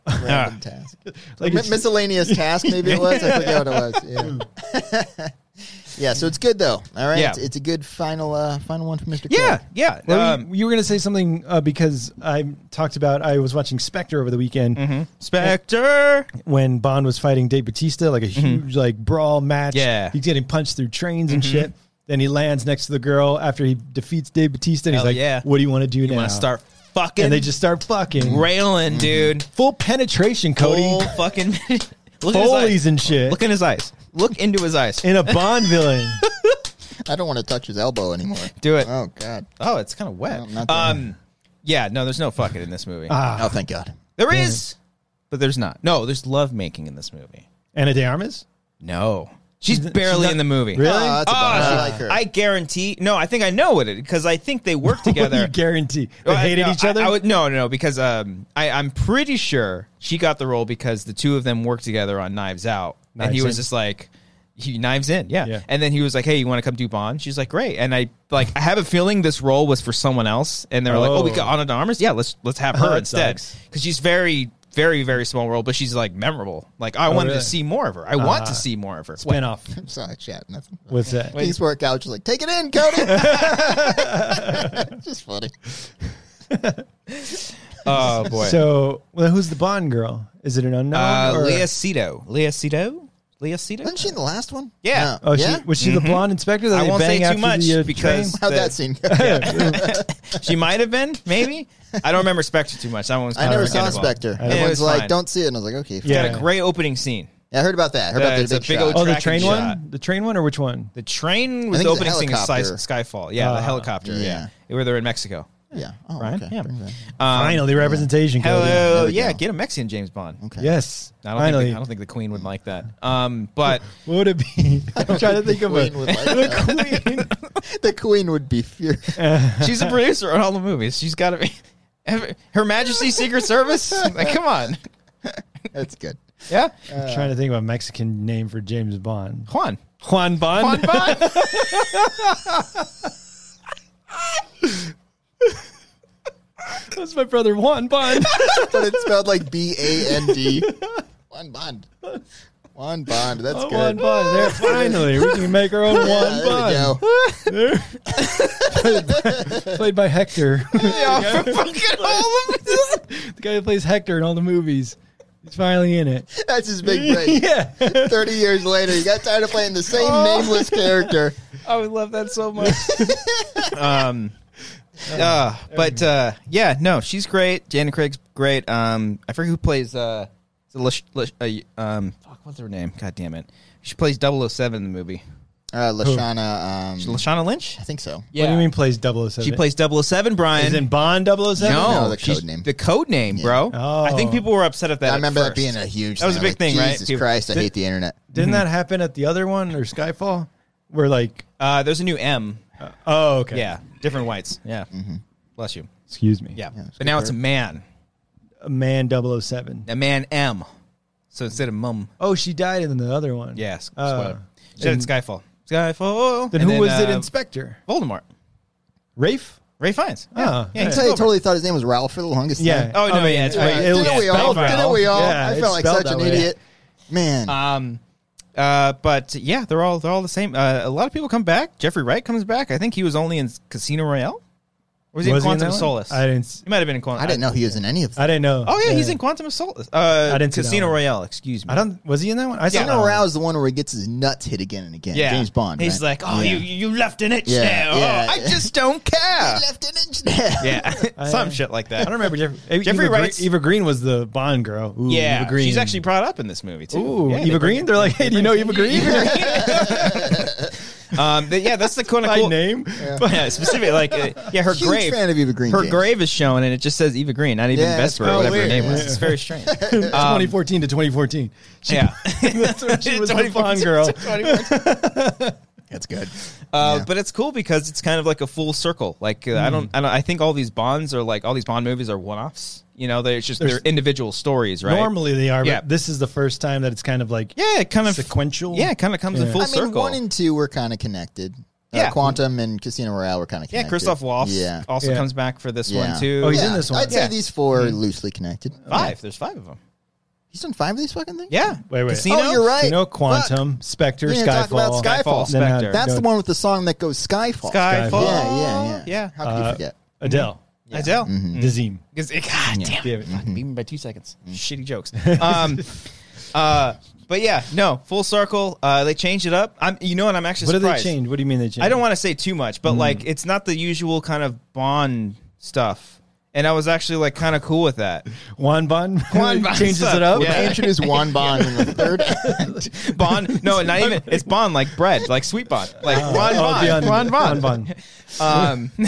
Speaker 3: Random task.
Speaker 2: like Ah.
Speaker 3: Mi-
Speaker 2: it's-
Speaker 3: miscellaneous task, maybe it was. I forget what it was. Yeah. yeah. So it's good though. All right.
Speaker 1: Yeah.
Speaker 3: It's, it's a good final, uh, final one for Mr.
Speaker 1: yeah,
Speaker 3: Craig.
Speaker 1: yeah.
Speaker 2: Well, you-
Speaker 1: um,
Speaker 2: you, were going to say something uh, because I talked about I was watching Spectre over the weekend.
Speaker 1: Mm-hmm. Spectre.
Speaker 2: when Bond was fighting Dave Batista, like a huge like brawl match.
Speaker 1: Mm-hmm. Yeah. Mm-hmm.
Speaker 2: he's getting punched through trains and shit. Then he lands next to the girl after he defeats Dave Batista. And he's
Speaker 1: Hell
Speaker 2: like,
Speaker 1: yeah.
Speaker 2: "What do you want to do now?"
Speaker 1: You want to start fucking?
Speaker 2: and they just Mm-hmm. start fucking
Speaker 1: railing, dude.
Speaker 2: full penetration, Cody
Speaker 1: Full fucking look at his
Speaker 2: Foley's
Speaker 1: eyes.
Speaker 2: and shit
Speaker 1: Look in his eyes. Look into his eyes.
Speaker 2: in a Bond villain.
Speaker 3: I don't want to touch his elbow anymore.
Speaker 1: Do it.
Speaker 3: Oh God.
Speaker 1: Oh, it's kind of
Speaker 3: No,
Speaker 1: wet.
Speaker 3: not that.
Speaker 1: um, yeah, no, there's no fucking in this movie.
Speaker 3: Oh,
Speaker 2: Ah,
Speaker 3: thank God.
Speaker 1: there is, but there's not. No, there's love making in this movie.
Speaker 2: Anna De Armas.
Speaker 1: No, she's
Speaker 2: She's
Speaker 1: barely
Speaker 2: not-
Speaker 1: in the movie.
Speaker 2: Really?
Speaker 3: Oh, that's a bummer.
Speaker 1: Oh,
Speaker 3: I
Speaker 1: she-
Speaker 3: like her.
Speaker 1: I guarantee. No, I think I know what it because I think they work together.
Speaker 2: you guarantee they
Speaker 1: Well, I-
Speaker 2: hated
Speaker 1: no,
Speaker 2: each other.
Speaker 1: I, I would, no, no, no, because um, I, I'm pretty sure she got the role because the two of them worked together on Knives Out, and
Speaker 2: Knives
Speaker 1: he was
Speaker 2: In.
Speaker 1: just like, he knives in, yeah.
Speaker 2: Yeah.
Speaker 1: And then he was like, "Hey, you want to come do Bond?" She's like, "Great." And I like, I have a feeling this role was for someone else, and they were like, "Oh, we
Speaker 2: Oh.
Speaker 1: got Anna de Armas, yeah, let's let's have
Speaker 2: Oh,
Speaker 1: her
Speaker 2: that
Speaker 1: instead,"
Speaker 2: sucks.
Speaker 1: because she's very, very, very small role, but she's like memorable. Like, I wanted
Speaker 2: Oh, really?
Speaker 1: to see more of her. I want
Speaker 2: Ah.
Speaker 1: to see more of her.
Speaker 2: spin off.
Speaker 3: I'm sorry, chat. Nothing.
Speaker 2: What's that?
Speaker 3: Things work out. Just like take it in, Cody. Just funny.
Speaker 1: Oh boy.
Speaker 2: So, well, who's the Bond girl? Is it an unknown?
Speaker 1: uh,
Speaker 2: or-
Speaker 1: Leah Cito. Leah Cito. Leah Cito.
Speaker 3: Wasn't she in the last one?
Speaker 1: Yeah. Mm-hmm.
Speaker 3: No.
Speaker 2: Oh,
Speaker 3: yeah.
Speaker 2: she, was she the blonde inspector that
Speaker 1: I
Speaker 2: they
Speaker 1: won't
Speaker 2: bang
Speaker 1: say
Speaker 2: after
Speaker 1: too much
Speaker 2: the, uh,
Speaker 1: because
Speaker 2: train?
Speaker 3: How'd
Speaker 1: the-
Speaker 3: that scene go?
Speaker 1: She might have been, maybe. I don't remember Spectre too much. That one was
Speaker 3: I
Speaker 1: kinda
Speaker 3: never saw
Speaker 1: forgettable.
Speaker 3: Spectre.
Speaker 1: It
Speaker 3: Everyone's
Speaker 1: was
Speaker 3: like,
Speaker 1: fine.
Speaker 3: "Don't see it," and I was like, "Okay." fine.
Speaker 1: Got
Speaker 2: Yeah.
Speaker 1: a great opening scene.
Speaker 3: Yeah, I heard about that. I heard
Speaker 1: Uh,
Speaker 3: about the
Speaker 1: it's a
Speaker 3: big,
Speaker 1: big
Speaker 3: shot.
Speaker 1: old-
Speaker 2: Oh, the
Speaker 1: Track and
Speaker 2: train one?
Speaker 1: shot.
Speaker 2: The train one or which one?
Speaker 1: The train
Speaker 3: I
Speaker 1: was
Speaker 3: think
Speaker 1: the
Speaker 3: it's a
Speaker 1: opening scene of Sky,
Speaker 3: helicopter.
Speaker 1: Skyfall. Yeah,
Speaker 2: Ah.
Speaker 1: the helicopter. Yeah. where they're in Mexico.
Speaker 3: yeah. Oh,
Speaker 1: Right?
Speaker 3: okay.
Speaker 1: Yeah.
Speaker 3: Bring that.
Speaker 1: Um,
Speaker 2: Finally, representation. Cody.
Speaker 1: Hello.
Speaker 3: we
Speaker 1: Yeah,
Speaker 3: go.
Speaker 1: get a Mexican James Bond.
Speaker 3: Okay.
Speaker 2: Yes.
Speaker 1: I don't,
Speaker 2: Finally.
Speaker 1: Think the, I don't think the Queen would like that. Um, but
Speaker 2: what would it be? I'm trying to think of
Speaker 3: Queen
Speaker 2: it.
Speaker 3: would like that.
Speaker 2: Queen.
Speaker 3: the Queen would be furious.
Speaker 1: she's a producer on all the movies. She's got to be. Ever- Her Majesty's Secret Service? Like, come on.
Speaker 3: That's good.
Speaker 1: Yeah.
Speaker 2: I'm trying to think of a Mexican name for James Bond.
Speaker 1: Juan.
Speaker 2: Juan Bond.
Speaker 1: Juan Bond?
Speaker 2: That's my brother Juan Bond.
Speaker 3: But it's spelled like B A N D. One bond. One bond. That's
Speaker 2: Oh,
Speaker 3: good.
Speaker 2: Juan Bond. There, finally, we can make our own
Speaker 3: Yeah,
Speaker 2: Juan
Speaker 3: there
Speaker 2: Bond.
Speaker 3: we go.
Speaker 2: Played by Hector, the
Speaker 1: Yeah, for fucking all of this.
Speaker 2: guy who plays Hector in all the movies. He's finally in it.
Speaker 3: That's his big break.
Speaker 2: yeah.
Speaker 3: 30 years later, he got tired of playing the same
Speaker 1: Oh.
Speaker 3: nameless character.
Speaker 1: I would love that so much. um, uh, but uh, yeah, no, she's great. Janet Craig's great. Um, I forget who plays. Uh, is it Lish, Lish, uh, um, fuck, what's her name? God damn it, she plays 007 in the movie.
Speaker 3: Uh, Lashana. Um,
Speaker 1: Lashana Lynch.
Speaker 3: I think so.
Speaker 2: What do you mean plays 007?
Speaker 1: She plays 007, Brian.
Speaker 2: Is in Bond 007?
Speaker 1: no,
Speaker 3: No, the
Speaker 1: she's-
Speaker 3: code name.
Speaker 1: The code name, bro.
Speaker 2: Oh.
Speaker 1: I think people were upset at that.
Speaker 3: I
Speaker 1: at
Speaker 3: remember that
Speaker 1: first.
Speaker 3: being a huge
Speaker 1: That was a
Speaker 3: thing. I
Speaker 1: big thing, right?
Speaker 3: Jesus
Speaker 1: People-
Speaker 3: Christ, I hate the internet.
Speaker 2: Didn't that happen at the other one or Skyfall? Where like,
Speaker 1: Uh, there's a new M.
Speaker 2: oh okay,
Speaker 1: Yeah, different whites. Yeah, bless you.
Speaker 2: Excuse me.
Speaker 1: Yeah.
Speaker 3: Mm-hmm. it's
Speaker 1: but now
Speaker 3: good
Speaker 1: it's a
Speaker 3: for-
Speaker 1: man,
Speaker 2: A man 007.
Speaker 1: a man M. So instead of mum,
Speaker 2: Oh, she died in the other one.
Speaker 1: yes.
Speaker 2: Uh,
Speaker 1: She had Skyfall. Skyfall.
Speaker 2: Then
Speaker 1: And
Speaker 2: who was it,
Speaker 1: uh,
Speaker 2: Inspector?
Speaker 1: Voldemort.
Speaker 2: Rafe?
Speaker 1: Ray Fiennes. Yeah.
Speaker 2: Oh,
Speaker 1: yeah,
Speaker 2: I
Speaker 1: he
Speaker 3: I
Speaker 1: took over.
Speaker 3: totally thought his name was Ralph for the longest
Speaker 2: Yeah.
Speaker 3: time.
Speaker 1: Oh, no,
Speaker 2: I mean,
Speaker 1: yeah, it's
Speaker 2: uh,
Speaker 1: right.
Speaker 2: It was
Speaker 3: Didn't we all?
Speaker 2: spelled Ralph.
Speaker 3: Didn't we all?
Speaker 2: Yeah,
Speaker 3: I
Speaker 2: it's
Speaker 3: felt like
Speaker 2: spelled
Speaker 3: such
Speaker 2: that
Speaker 3: an
Speaker 2: way.
Speaker 3: idiot. Man.
Speaker 1: Um, uh, but yeah, they're all they're all the same. Uh, a lot of people come back. Jeffrey Wright comes back. I think he was only in Casino Royale, or was he in Quantum
Speaker 2: that
Speaker 1: of
Speaker 2: one?
Speaker 1: Solace?
Speaker 2: I didn't. s-
Speaker 1: He might have been in Quantum.
Speaker 3: I didn't know he was in any of them.
Speaker 2: I didn't know.
Speaker 1: Oh yeah, he's in Quantum of Solace. Uh,
Speaker 2: I didn't see that
Speaker 1: Casino
Speaker 2: one.
Speaker 1: Royale. Excuse me.
Speaker 2: I don't. Was he in that one? I saw
Speaker 1: Yeah.
Speaker 2: that
Speaker 3: Daniel
Speaker 2: one.
Speaker 3: Rao is the one where he gets his nuts hit again and again.
Speaker 1: Yeah,
Speaker 3: James Bond.
Speaker 1: He's
Speaker 3: right?
Speaker 1: like, oh,
Speaker 3: Yeah.
Speaker 1: you you left an inch
Speaker 3: Yeah,
Speaker 1: there. Oh,
Speaker 3: yeah.
Speaker 1: I just don't care.
Speaker 3: left an inch there.
Speaker 1: yeah, some shit like
Speaker 2: I
Speaker 1: that.
Speaker 2: don't remember Jeffrey.
Speaker 1: Jeffrey
Speaker 2: Eva, Gre-
Speaker 1: Wright's-
Speaker 2: Eva Green was the Bond girl. Ooh,
Speaker 1: yeah,
Speaker 2: Eva Green.
Speaker 1: she's actually brought up in this movie too.
Speaker 2: Ooh,
Speaker 1: yeah,
Speaker 2: Eva Green. They're like, hey, do you know Eva Green?
Speaker 1: um, but yeah, that's the kind of
Speaker 2: By
Speaker 1: cool
Speaker 2: name.
Speaker 1: But yeah, specifically like uh, yeah, her
Speaker 3: Huge
Speaker 1: grave.
Speaker 3: fan of Eva Green.
Speaker 1: her
Speaker 3: James.
Speaker 1: grave is shown, and it just says Eva Green, not even
Speaker 3: Yeah, it's
Speaker 1: Vesper or
Speaker 3: kinda
Speaker 1: whatever her
Speaker 3: weird.
Speaker 1: name was.
Speaker 3: Yeah.
Speaker 1: It's very strange.
Speaker 2: 2014 to 2014. She,
Speaker 1: yeah,
Speaker 2: that's when she was the Bond girl.
Speaker 3: That's good.
Speaker 1: Uh,
Speaker 3: Yeah.
Speaker 1: But it's cool because it's kind of like a full circle. Like uh, I don't,
Speaker 2: Hmm.
Speaker 1: I don't, I think all these Bonds are like all these Bond movies are one-offs. You know, they're it's just they're
Speaker 2: There's-
Speaker 1: individual stories, right?
Speaker 2: Normally they are,
Speaker 1: Yeah.
Speaker 2: but this is the first time that it's kind of like
Speaker 1: yeah, it kind of
Speaker 2: sequential.
Speaker 1: Yeah, it kind of comes in
Speaker 2: Yeah.
Speaker 1: full
Speaker 3: I mean,
Speaker 1: circle.
Speaker 3: one and two were kind of connected. Uh,
Speaker 1: Yeah.
Speaker 3: Quantum and Casino Royale were kind of
Speaker 1: yeah,
Speaker 3: connected.
Speaker 1: Christoph Waltz
Speaker 3: Yeah.
Speaker 1: also
Speaker 2: Yeah.
Speaker 1: comes back for this
Speaker 3: yeah.
Speaker 1: one too.
Speaker 2: Oh, he's in
Speaker 3: Yeah,
Speaker 2: this one.
Speaker 3: I'd
Speaker 1: Yeah.
Speaker 3: say these four are loosely connected.
Speaker 1: Five.
Speaker 3: Yeah.
Speaker 1: There's five of them.
Speaker 3: He's done five of these fucking things?
Speaker 1: Yeah.
Speaker 2: Wait, wait.
Speaker 1: Casino.
Speaker 3: Oh, you're right.
Speaker 2: You know,
Speaker 3: Fuck.
Speaker 2: Quantum, Spectre,
Speaker 3: We didn't
Speaker 2: Skyfall.
Speaker 3: talk about
Speaker 1: Skyfall,
Speaker 3: Skyfall.
Speaker 2: Then, uh,
Speaker 1: Spectre.
Speaker 3: That's
Speaker 2: No.
Speaker 3: the one with the song that goes Skyfall.
Speaker 1: Skyfall.
Speaker 2: Skyfall.
Speaker 3: Yeah, yeah, yeah.
Speaker 1: Yeah.
Speaker 3: How could Mm-hmm. you forget?
Speaker 2: uh, Adele.
Speaker 1: Adele.
Speaker 2: Dazim.
Speaker 1: Because it, God damn
Speaker 2: Yeah.
Speaker 1: it,
Speaker 3: Mm-hmm.
Speaker 1: fuck, beat me by two seconds. Shitty jokes. Um, uh, but yeah, no, full circle. Uh, they changed it up. I'm, you know what? I'm actually
Speaker 2: What did they
Speaker 1: surprised.
Speaker 2: change? Mm-hmm. What do you mean they changed?
Speaker 1: I don't want to say too much, but like, it's not the usual kind of Bond stuff. And I was actually like kind of cool with that.
Speaker 2: Juan Bond.
Speaker 1: Juan Bond
Speaker 2: changes
Speaker 1: sucks.
Speaker 2: it up.
Speaker 1: Yeah.
Speaker 3: They introduced Juan Bond in the third act.
Speaker 1: Bond, no, not even. It's Bond, like bread, like sweet Bond, like Juan
Speaker 2: Oh,
Speaker 1: Bond,
Speaker 2: beyond-
Speaker 1: Juan Bond.
Speaker 2: Juan Oh, Bond.
Speaker 1: Um,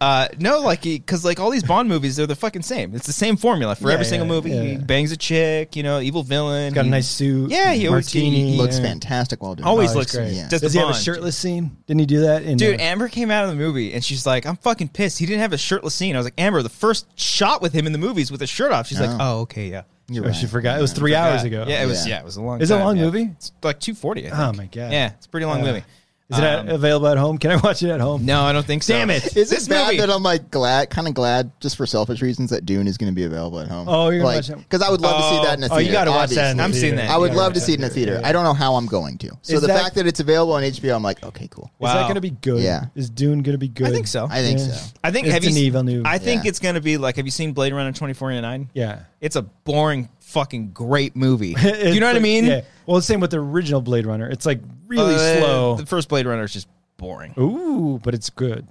Speaker 1: uh, no, like because like all these Bond movies, they're the fucking same. It's the same formula for
Speaker 2: Yeah,
Speaker 1: every
Speaker 2: yeah,
Speaker 1: single movie.
Speaker 2: yeah.
Speaker 1: He bangs a chick, you know, evil villain.
Speaker 2: Got a
Speaker 1: he-
Speaker 2: nice suit.
Speaker 1: Yeah, he always-
Speaker 2: martini.
Speaker 1: he
Speaker 3: Looks
Speaker 2: yeah.
Speaker 3: fantastic while doing
Speaker 1: Always
Speaker 2: Oh, he's
Speaker 1: looks
Speaker 2: great.
Speaker 3: Yeah.
Speaker 1: Does,
Speaker 2: Does
Speaker 1: the
Speaker 2: he have a
Speaker 1: Bond.
Speaker 2: shirtless scene? Didn't he do that? In,
Speaker 1: Dude,
Speaker 2: uh,
Speaker 1: Amber came out of the movie and she's like, "I'm fucking pissed. He didn't have a shirtless scene." I was like, "Amber, the first shot with him in the movies with a shirt off." She's like, "Oh, okay, yeah."
Speaker 3: it. You're
Speaker 2: oh, she
Speaker 3: right.
Speaker 2: forgot. It was three hours
Speaker 1: Yeah.
Speaker 2: ago.
Speaker 1: Yeah, it was.
Speaker 3: Yeah.
Speaker 1: Yeah, it was a long.
Speaker 2: Is it a
Speaker 1: time,
Speaker 2: long
Speaker 1: yeah.
Speaker 2: movie?
Speaker 1: It's like two forty.
Speaker 2: Oh, my God.
Speaker 1: Yeah, it's a pretty long
Speaker 2: Uh,
Speaker 1: movie.
Speaker 2: Is it
Speaker 1: Um,
Speaker 2: a- available at home? Can I watch it at home?
Speaker 1: No, I don't think so.
Speaker 2: Damn it.
Speaker 3: Is it bad that I'm like glad, kind of glad, just for selfish reasons, that Dune is going to be available at home?
Speaker 2: Oh, you're gonna watch it?
Speaker 3: because I would love to see that in a
Speaker 2: Oh,
Speaker 3: theater.
Speaker 2: you got to watch that. In the
Speaker 1: I'm
Speaker 3: obviously.
Speaker 1: seeing
Speaker 2: theater.
Speaker 1: that.
Speaker 3: I would
Speaker 1: Yeah,
Speaker 3: love to
Speaker 2: yeah.
Speaker 3: see it in a theater. I don't know how I'm going to. So
Speaker 2: Is
Speaker 3: the
Speaker 2: that-
Speaker 3: fact that it's available on HBO, I'm like, okay, cool.
Speaker 2: Is
Speaker 1: Wow.
Speaker 2: that going to be good?
Speaker 3: Yeah.
Speaker 2: Is Dune going to be good?
Speaker 1: I think so.
Speaker 3: I think
Speaker 2: Yeah.
Speaker 3: so.
Speaker 1: I think
Speaker 2: It's
Speaker 1: have you,
Speaker 2: Denis Villeneuve.
Speaker 1: I think
Speaker 3: Yeah.
Speaker 1: it's gonna be like have you seen Blade Runner twenty forty nine?
Speaker 2: Yeah.
Speaker 1: It's a boring fucking great movie. Do
Speaker 2: It's
Speaker 1: you know what I
Speaker 2: like-
Speaker 1: mean?
Speaker 2: Yeah. Well, same with the original Blade Runner. It's like really
Speaker 1: Uh,
Speaker 2: slow.
Speaker 1: The first Blade Runner is just boring.
Speaker 2: Ooh, but it's good.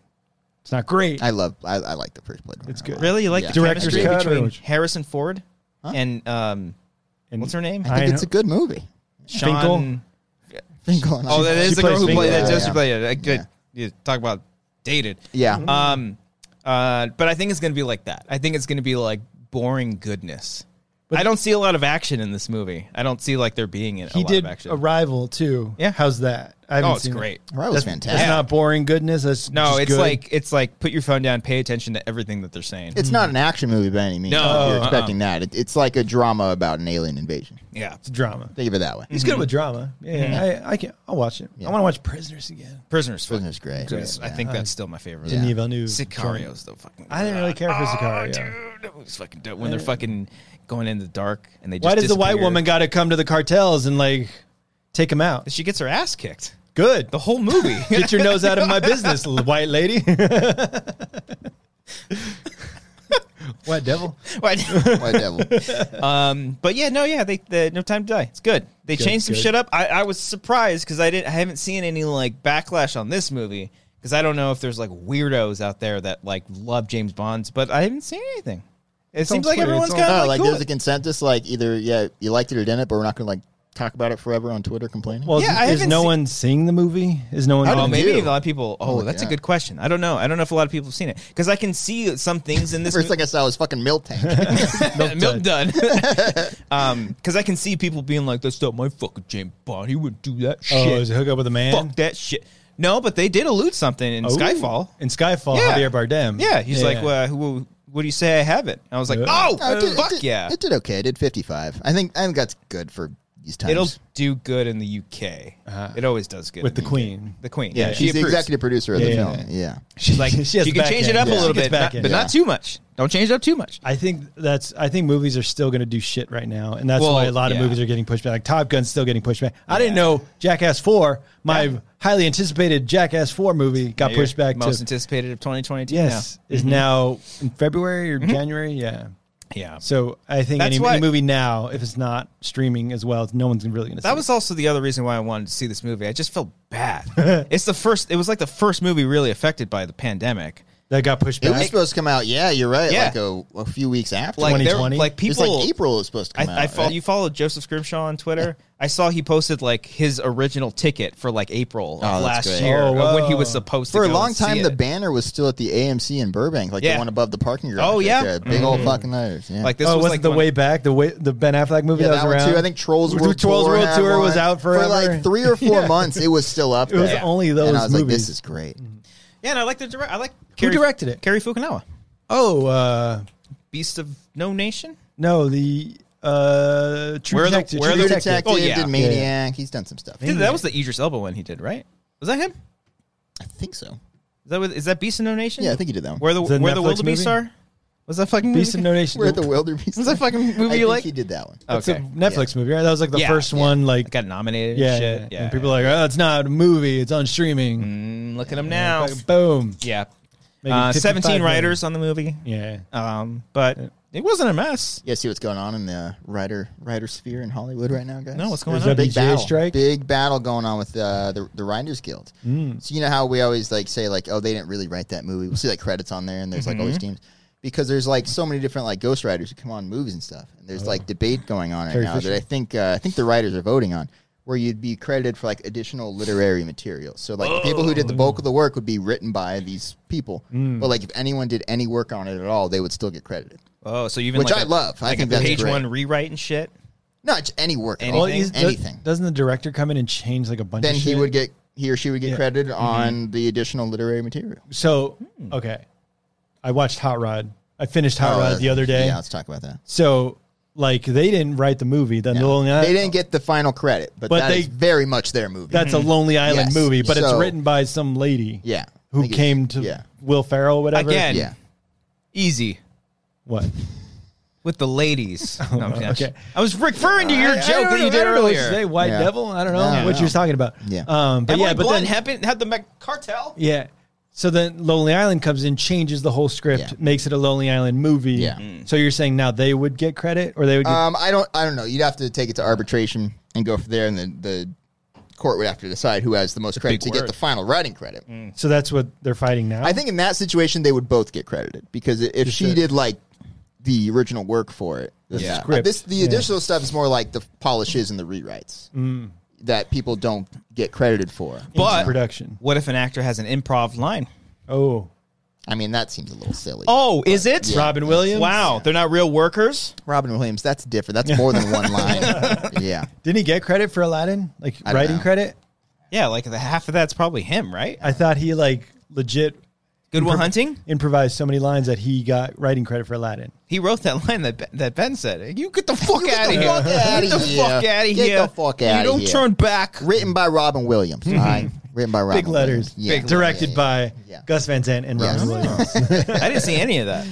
Speaker 2: It's not great.
Speaker 3: I love. I, I like the first Blade Runner.
Speaker 2: It's good.
Speaker 1: Really? You like
Speaker 3: Yeah.
Speaker 1: the
Speaker 2: Director's
Speaker 1: chemistry
Speaker 2: cut or
Speaker 1: between
Speaker 2: which-
Speaker 1: Harrison Ford and um
Speaker 2: And
Speaker 1: what's her name?
Speaker 3: I think
Speaker 2: I
Speaker 3: it's
Speaker 2: know.
Speaker 3: a good movie.
Speaker 1: Sean
Speaker 3: Finkel and I-
Speaker 1: Oh, that is
Speaker 2: She
Speaker 1: the girl who
Speaker 2: plays
Speaker 1: played
Speaker 2: Finkel.
Speaker 1: that
Speaker 3: Yeah,
Speaker 1: Joseph
Speaker 3: yeah.
Speaker 1: played it. I could- you talk about dated.
Speaker 3: Yeah.
Speaker 2: Uh,
Speaker 1: Um uh but I think it's gonna be like that. I think it's gonna be like boring goodness. I don't see a lot of action in this movie. I don't see like there being in a
Speaker 2: He
Speaker 1: lot
Speaker 2: did
Speaker 1: of action.
Speaker 2: Arrival too.
Speaker 1: Yeah.
Speaker 2: How's that? I haven't
Speaker 1: oh, it's
Speaker 2: seen it.
Speaker 1: great.
Speaker 3: Right, it was
Speaker 2: That's
Speaker 3: fantastic.
Speaker 2: not boring goodness. That's
Speaker 1: No,
Speaker 2: just
Speaker 1: it's
Speaker 2: good.
Speaker 1: like it's like put your phone down, pay attention to everything that they're saying.
Speaker 3: It's not an action movie by any means.
Speaker 1: No,
Speaker 3: if you're
Speaker 1: uh-uh.
Speaker 3: expecting that. It, it's like a drama about an alien invasion.
Speaker 1: yeah,
Speaker 2: It's drama.
Speaker 3: Think of it that way.
Speaker 2: He's good with drama. Yeah, I, I can. I'll watch it. I want to watch Prisoners again.
Speaker 1: prisoners. fucking
Speaker 3: Prisoner's great.
Speaker 1: good. I think that's still my favorite.
Speaker 3: Yeah.
Speaker 2: Denis Villeneuve.
Speaker 1: Sicarios though, fucking.
Speaker 2: I didn't really care for Sicario.
Speaker 1: Oh, Dude, that movie's fucking dope. When they're fucking going in the dark and they just
Speaker 2: Why does the white
Speaker 1: disappear.
Speaker 2: woman got to come to the cartels and like take them out?
Speaker 1: She gets her ass kicked
Speaker 2: Good.
Speaker 1: the whole movie.
Speaker 2: Get your nose out of my business, l- white lady. white devil.
Speaker 1: What?
Speaker 3: White Devil.
Speaker 1: um, but yeah, no, yeah, they, they no time to die. It's good. They
Speaker 2: Good,
Speaker 1: changed some
Speaker 2: good.
Speaker 1: shit up. I, I was surprised because I didn't, I haven't seen any like backlash on this movie because I don't know if there's like weirdos out there that like love James Bonds, but I haven't seen anything. It
Speaker 2: on
Speaker 1: seems like
Speaker 2: Twitter.
Speaker 1: everyone's
Speaker 2: It's
Speaker 1: kind of
Speaker 2: on-
Speaker 3: Oh,
Speaker 1: like,
Speaker 3: like
Speaker 1: cool.
Speaker 3: there's a consensus. Like either yeah, you liked it or didn't, but we're not going to like talk about it forever on Twitter complaining.
Speaker 2: Well,
Speaker 1: Yeah, I
Speaker 2: is
Speaker 1: haven't
Speaker 2: no
Speaker 1: seen-
Speaker 2: one seeing the movie? Is no one?
Speaker 1: Oh,
Speaker 2: gonna-
Speaker 1: maybe
Speaker 3: you?
Speaker 1: a lot of people. Oh,
Speaker 3: Oh,
Speaker 1: that's a
Speaker 3: yeah.
Speaker 1: good question. I don't know. I don't know if a lot of people have seen it because I can see some things in this.
Speaker 3: First
Speaker 1: mo-
Speaker 3: thing I saw was fucking Milk Tank.
Speaker 1: Milk done. um, because I can see people being like, "That's not my fucking James Bond. He would do that
Speaker 2: Oh,
Speaker 1: shit.
Speaker 2: is it Oh. hook up with a man?
Speaker 1: Fuck that shit." No, but they did allude something in
Speaker 2: Ooh.
Speaker 1: Skyfall.
Speaker 2: In Skyfall,
Speaker 1: Yeah.
Speaker 2: Oh, Javier Bardem.
Speaker 1: Yeah, he's like, well, who, what do you say I have it? I was like,
Speaker 2: Yeah.
Speaker 1: oh,
Speaker 3: No, it did- it
Speaker 1: fuck
Speaker 3: did-
Speaker 1: yeah.
Speaker 3: It did okay. It did 55. I think I think that's good for these times.
Speaker 1: It'll do good in the UK. it always does good.
Speaker 2: Uh-huh. with
Speaker 1: in
Speaker 2: the
Speaker 1: UK.
Speaker 2: Queen.
Speaker 1: The Queen.
Speaker 3: yeah,
Speaker 1: Yeah, she
Speaker 3: she's the
Speaker 1: approves.
Speaker 3: executive producer of the
Speaker 2: Yeah, yeah,
Speaker 3: film. Yeah.
Speaker 1: She's like,
Speaker 2: She has
Speaker 1: you can
Speaker 2: back
Speaker 1: change it
Speaker 2: end.
Speaker 1: up a
Speaker 2: Yeah.
Speaker 1: little
Speaker 2: She gets
Speaker 1: bit,
Speaker 2: back
Speaker 1: not-
Speaker 2: end,
Speaker 1: but
Speaker 3: yeah.
Speaker 1: not too much. Don't change it up too much.
Speaker 2: I think that's. I think movies are still going to do shit right now, and that's
Speaker 1: Well,
Speaker 2: why a lot
Speaker 1: yeah.
Speaker 2: of movies are getting pushed back. Like Top Gun's still getting pushed back. I didn't know Jackass Four, my highly anticipated Jackass Four movie, got pushed back
Speaker 1: Most
Speaker 2: to
Speaker 1: anticipated of 2022.
Speaker 2: yes is
Speaker 3: Mm-hmm.
Speaker 2: now in February or January. Yeah.
Speaker 1: now. Yeah.
Speaker 2: So I think
Speaker 1: That's
Speaker 2: any,
Speaker 1: why-
Speaker 2: any movie now, if it's not streaming as well, no one's really going to.
Speaker 1: That was also the other reason why I wanted to see this movie. I just felt bad. it's the first. It was like the first movie really affected by the pandemic.
Speaker 2: that got pushed
Speaker 3: It
Speaker 2: back.
Speaker 3: was supposed to come out. Yeah, you're right.
Speaker 1: Yeah.
Speaker 3: Like a, a few weeks after.
Speaker 1: Like there,
Speaker 2: 2020?
Speaker 1: like
Speaker 3: it's
Speaker 1: people.
Speaker 3: like April is supposed to come out.
Speaker 1: I, I follow,
Speaker 3: right?
Speaker 1: you followed Joseph Scrimshaw on Twitter. I saw he posted like his original ticket for like April of
Speaker 3: Oh,
Speaker 1: last
Speaker 3: that's great.
Speaker 1: year
Speaker 2: Oh,
Speaker 1: of when he
Speaker 2: wow.
Speaker 1: was supposed to
Speaker 3: For a
Speaker 1: go
Speaker 3: long
Speaker 1: and see
Speaker 3: time, the
Speaker 1: it.
Speaker 3: banner was still at the AMC in Burbank, like
Speaker 1: Yeah.
Speaker 3: the one above the parking garage.
Speaker 1: Oh,
Speaker 3: right
Speaker 1: yeah.
Speaker 3: there. big old fucking letters. Yeah,
Speaker 1: like this
Speaker 2: oh,
Speaker 1: was
Speaker 2: was
Speaker 1: like
Speaker 2: it the
Speaker 1: when-
Speaker 2: way back? The way the Ben Affleck movie
Speaker 3: yeah,
Speaker 2: that,
Speaker 3: that
Speaker 2: was
Speaker 3: one
Speaker 2: around.
Speaker 3: too. I think Trolls World
Speaker 2: Trolls
Speaker 3: Tour,
Speaker 2: World
Speaker 3: had
Speaker 2: Tour was
Speaker 3: one.
Speaker 2: out
Speaker 3: for
Speaker 2: forever.
Speaker 3: like three or four
Speaker 2: Yeah.
Speaker 3: months. It was still up.
Speaker 2: It was
Speaker 3: there.
Speaker 2: only those
Speaker 3: and I was like,
Speaker 2: movies. Mm-hmm.
Speaker 3: "This is great."
Speaker 1: Yeah, and I like the direct. I like
Speaker 2: Who directed it?
Speaker 1: Kerry Fukunawa,
Speaker 2: Oh uh,
Speaker 1: Beast of No Nation.
Speaker 2: no, the uh, True
Speaker 1: Where are the-
Speaker 2: Detective.
Speaker 1: where are
Speaker 2: True
Speaker 3: True
Speaker 1: the-
Speaker 2: Detective.
Speaker 3: Detective
Speaker 1: Oh, yeah.
Speaker 3: did Maniac. He's done some stuff.
Speaker 1: Dude, that was the Idris Elba one he did, right? Was that him?
Speaker 3: I think so.
Speaker 1: Is that with, is that Beast of No Nation?
Speaker 3: Yeah, I think he did that one.
Speaker 1: Where the
Speaker 2: Is that a
Speaker 1: where the
Speaker 2: Netflix
Speaker 1: wildebeest
Speaker 2: movie?
Speaker 1: are? Was that fucking
Speaker 2: Beast of
Speaker 1: movie?
Speaker 2: No Nation.
Speaker 3: We're at the Wildebeest.
Speaker 1: Was that fucking movie
Speaker 3: I
Speaker 1: you
Speaker 3: think
Speaker 1: like?
Speaker 3: he did that one.
Speaker 2: It's a
Speaker 1: Okay,
Speaker 2: Netflix movie, right? That was like the
Speaker 1: Yeah.
Speaker 2: first one, like
Speaker 1: got nominated.
Speaker 2: yeah,
Speaker 1: and shit.
Speaker 2: and people are like, oh, it's not a movie, it's on streaming.
Speaker 1: Mm, look at him now.
Speaker 2: Like, boom,
Speaker 1: Yeah,
Speaker 2: Making
Speaker 1: uh,
Speaker 2: 55
Speaker 1: seventeen
Speaker 2: million.
Speaker 1: writers on the movie.
Speaker 2: Yeah,
Speaker 1: Um, but it wasn't a mess.
Speaker 3: Yeah, see what's going on in the writer writer sphere in Hollywood right now, guys.
Speaker 1: No, what's going
Speaker 2: There's
Speaker 1: on?
Speaker 2: a-
Speaker 3: big
Speaker 2: WGA
Speaker 3: battle,
Speaker 2: strike?
Speaker 3: big battle going on with uh, the the Writers Guild.
Speaker 2: Mm.
Speaker 3: So you know how we always like say like, oh, they didn't really write that movie. We'll see like credits on there, and there's like all these teams because there's like so many different like ghostwriters who come on movies and stuff. And there's like debate going on right
Speaker 2: Carrie
Speaker 3: now
Speaker 2: Oh. Fisher.
Speaker 3: that I think uh, I think the writers are voting on. Where you'd be credited for like additional literary material. So like the people who did the bulk of the work would be written by these people.
Speaker 2: Mm.
Speaker 3: But like if anyone did any work on it at all, they would still get credited.
Speaker 1: Oh, so even
Speaker 3: Which
Speaker 1: like
Speaker 3: I
Speaker 1: a-
Speaker 3: love. I
Speaker 1: like a
Speaker 3: think that's
Speaker 1: page
Speaker 3: great.
Speaker 1: one rewrite and shit.
Speaker 3: No, it's any work. at
Speaker 1: Anything.
Speaker 3: all.
Speaker 1: Well, he's-
Speaker 3: anything.
Speaker 2: Doesn't the director come in and change like a bunch?
Speaker 3: then
Speaker 2: of
Speaker 3: he
Speaker 2: shit?
Speaker 3: would get he or she would get
Speaker 2: Yeah. Mm-hmm.
Speaker 3: credited on the additional literary material.
Speaker 2: So
Speaker 1: Hmm.
Speaker 2: okay, I watched Hot Rod. I finished Hot Rod the other day.
Speaker 3: Oh, Uh, Yeah, let's talk about that.
Speaker 2: So like they didn't write the movie. Then the Lonely
Speaker 3: They
Speaker 2: Island.
Speaker 3: didn't get the final credit, but,
Speaker 2: But
Speaker 3: that is
Speaker 2: they-
Speaker 3: very much their movie.
Speaker 2: That's a
Speaker 1: Mm-hmm.
Speaker 2: Lonely Island
Speaker 3: Yes.
Speaker 2: movie, but it's
Speaker 3: So-
Speaker 2: written by some lady.
Speaker 3: yeah. I
Speaker 2: Who
Speaker 3: think it-
Speaker 2: came to
Speaker 3: yeah
Speaker 2: Will Ferrell? Whatever.
Speaker 1: Again.
Speaker 3: yeah.
Speaker 1: Easy
Speaker 2: What?
Speaker 1: with the ladies. No, I'm kidding.
Speaker 2: okay.
Speaker 1: I was referring to your
Speaker 2: I- I
Speaker 1: joke
Speaker 2: don't
Speaker 1: that
Speaker 2: know-
Speaker 1: you did
Speaker 2: I don't know what to
Speaker 1: earlier.
Speaker 2: Say White
Speaker 3: Yeah.
Speaker 2: Devil. I don't know
Speaker 3: Yeah, I
Speaker 2: what
Speaker 3: know.
Speaker 2: you're talking about.
Speaker 3: Yeah.
Speaker 2: Um. But
Speaker 1: Emily
Speaker 2: yeah. But
Speaker 1: Blunt
Speaker 2: then
Speaker 1: happened had the Mac- cartel.
Speaker 2: Yeah. So then Lonely Island comes in, changes the whole script,
Speaker 3: Yeah.
Speaker 2: makes it a Lonely Island movie.
Speaker 3: Yeah. Mm.
Speaker 2: So you're saying now they would get credit or they would get
Speaker 3: Um, I don't I don't know. You'd have to take it to arbitration and go from there, and then the court would have to decide who has the most credit to get
Speaker 1: word.
Speaker 3: the final writing credit.
Speaker 2: So that's what they're fighting now.
Speaker 3: I think in that situation they would both get credited because i- if she
Speaker 2: the-
Speaker 3: did like the original work for it, the
Speaker 1: Yeah.
Speaker 3: stuff-
Speaker 2: Script,
Speaker 3: this the
Speaker 2: yeah.
Speaker 3: additional stuff is more like the polishes and the rewrites
Speaker 2: Mm.
Speaker 3: that people don't get credited for.
Speaker 1: But
Speaker 2: production.
Speaker 1: what if an actor has an improv line?
Speaker 2: Oh.
Speaker 3: I mean, that seems a little silly.
Speaker 1: Oh, is it
Speaker 2: Robin Williams?
Speaker 1: Wow, they're not real workers.
Speaker 3: Robin Williams, that's different. That's more than one line. yeah.
Speaker 2: Didn't he get credit for Aladdin? Like
Speaker 3: don't
Speaker 2: writing
Speaker 3: know.
Speaker 2: credit?
Speaker 1: Yeah, like the half of that's probably him, right?
Speaker 2: I thought he like legit
Speaker 1: Good Will Hunting.
Speaker 2: improvised so many lines that he got writing credit for Aladdin.
Speaker 1: He wrote that line that ben, that Ben said. You get the fuck
Speaker 3: You get
Speaker 1: out of
Speaker 3: the
Speaker 1: here!
Speaker 3: fuck outta
Speaker 1: get the
Speaker 3: here.
Speaker 1: fuck out of
Speaker 3: Get
Speaker 1: here!
Speaker 3: the fuck outta
Speaker 1: You don't
Speaker 3: here.
Speaker 1: turn back.
Speaker 3: Written by Robin Williams. all right? Written by Robin
Speaker 2: Big letters.
Speaker 3: Williams. Yeah.
Speaker 1: Big
Speaker 2: Directed
Speaker 3: Yeah, yeah,
Speaker 2: by
Speaker 3: yeah.
Speaker 2: Gus Van Sant and Robin
Speaker 3: Yes.
Speaker 2: Williams.
Speaker 1: I didn't see any of that.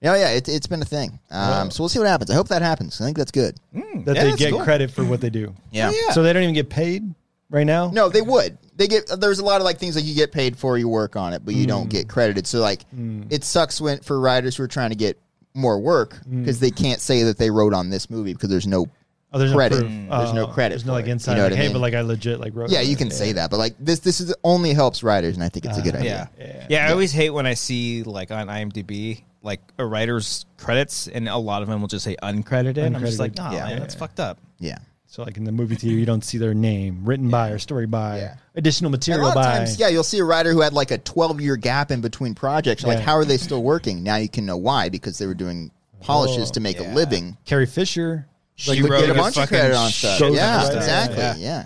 Speaker 3: Yeah, Oh, yeah, it, it's been a thing. Um, so we'll see what happens. I hope that happens. I think that's good.
Speaker 2: That
Speaker 1: Yeah,
Speaker 2: they
Speaker 1: that's
Speaker 2: get
Speaker 1: cool.
Speaker 2: credit for what they do.
Speaker 3: Yeah.
Speaker 1: Yeah.
Speaker 2: So they don't even get paid right now?
Speaker 3: No, they would. They get there's a lot of like things that you get paid for, you work on it, but you don't get credited. So like, it sucks when for writers who are trying to get more work because they can't say that they wrote on this movie because there's no
Speaker 2: Oh, there's
Speaker 3: credit.
Speaker 2: no proof.
Speaker 3: Mm. There's no
Speaker 2: Oh,
Speaker 3: credit.
Speaker 2: There's no
Speaker 3: for
Speaker 2: like
Speaker 3: it. You
Speaker 2: inside.
Speaker 3: know
Speaker 2: like,
Speaker 3: what I
Speaker 2: hey,
Speaker 3: mean?
Speaker 2: but like I legit like wrote.
Speaker 3: yeah,
Speaker 2: on
Speaker 3: you
Speaker 2: it.
Speaker 3: can say that, but like this this is only helps writers, and I think it's a good
Speaker 1: Yeah.
Speaker 3: idea.
Speaker 1: yeah. I always hate when I see like on IMDb like a writer's credits and a lot of them will just say uncredited. I'm just
Speaker 2: Uncredited.
Speaker 1: like, nah,
Speaker 3: Yeah.
Speaker 1: man, that's fucked up.
Speaker 3: Yeah.
Speaker 2: So like in the movie theater, you don't see their name written by or story by
Speaker 3: Yeah.
Speaker 2: additional
Speaker 3: And A
Speaker 2: material
Speaker 3: lot of
Speaker 2: by.
Speaker 3: times, yeah, you'll see a writer who had like a 12 year gap in between projects. You're Like,
Speaker 2: Yeah.
Speaker 3: how are they still working? Now you can know why because they were doing polishes to make
Speaker 1: yeah.
Speaker 3: a living.
Speaker 2: Carrie Fisher.
Speaker 1: She
Speaker 3: you would
Speaker 1: Oh, wrote
Speaker 3: get a
Speaker 1: a
Speaker 3: bunch of
Speaker 1: fucking
Speaker 3: credit on stuff.
Speaker 1: shit ton
Speaker 3: Yeah,
Speaker 1: of stuff.
Speaker 3: exactly.
Speaker 1: Yeah.
Speaker 3: Yeah.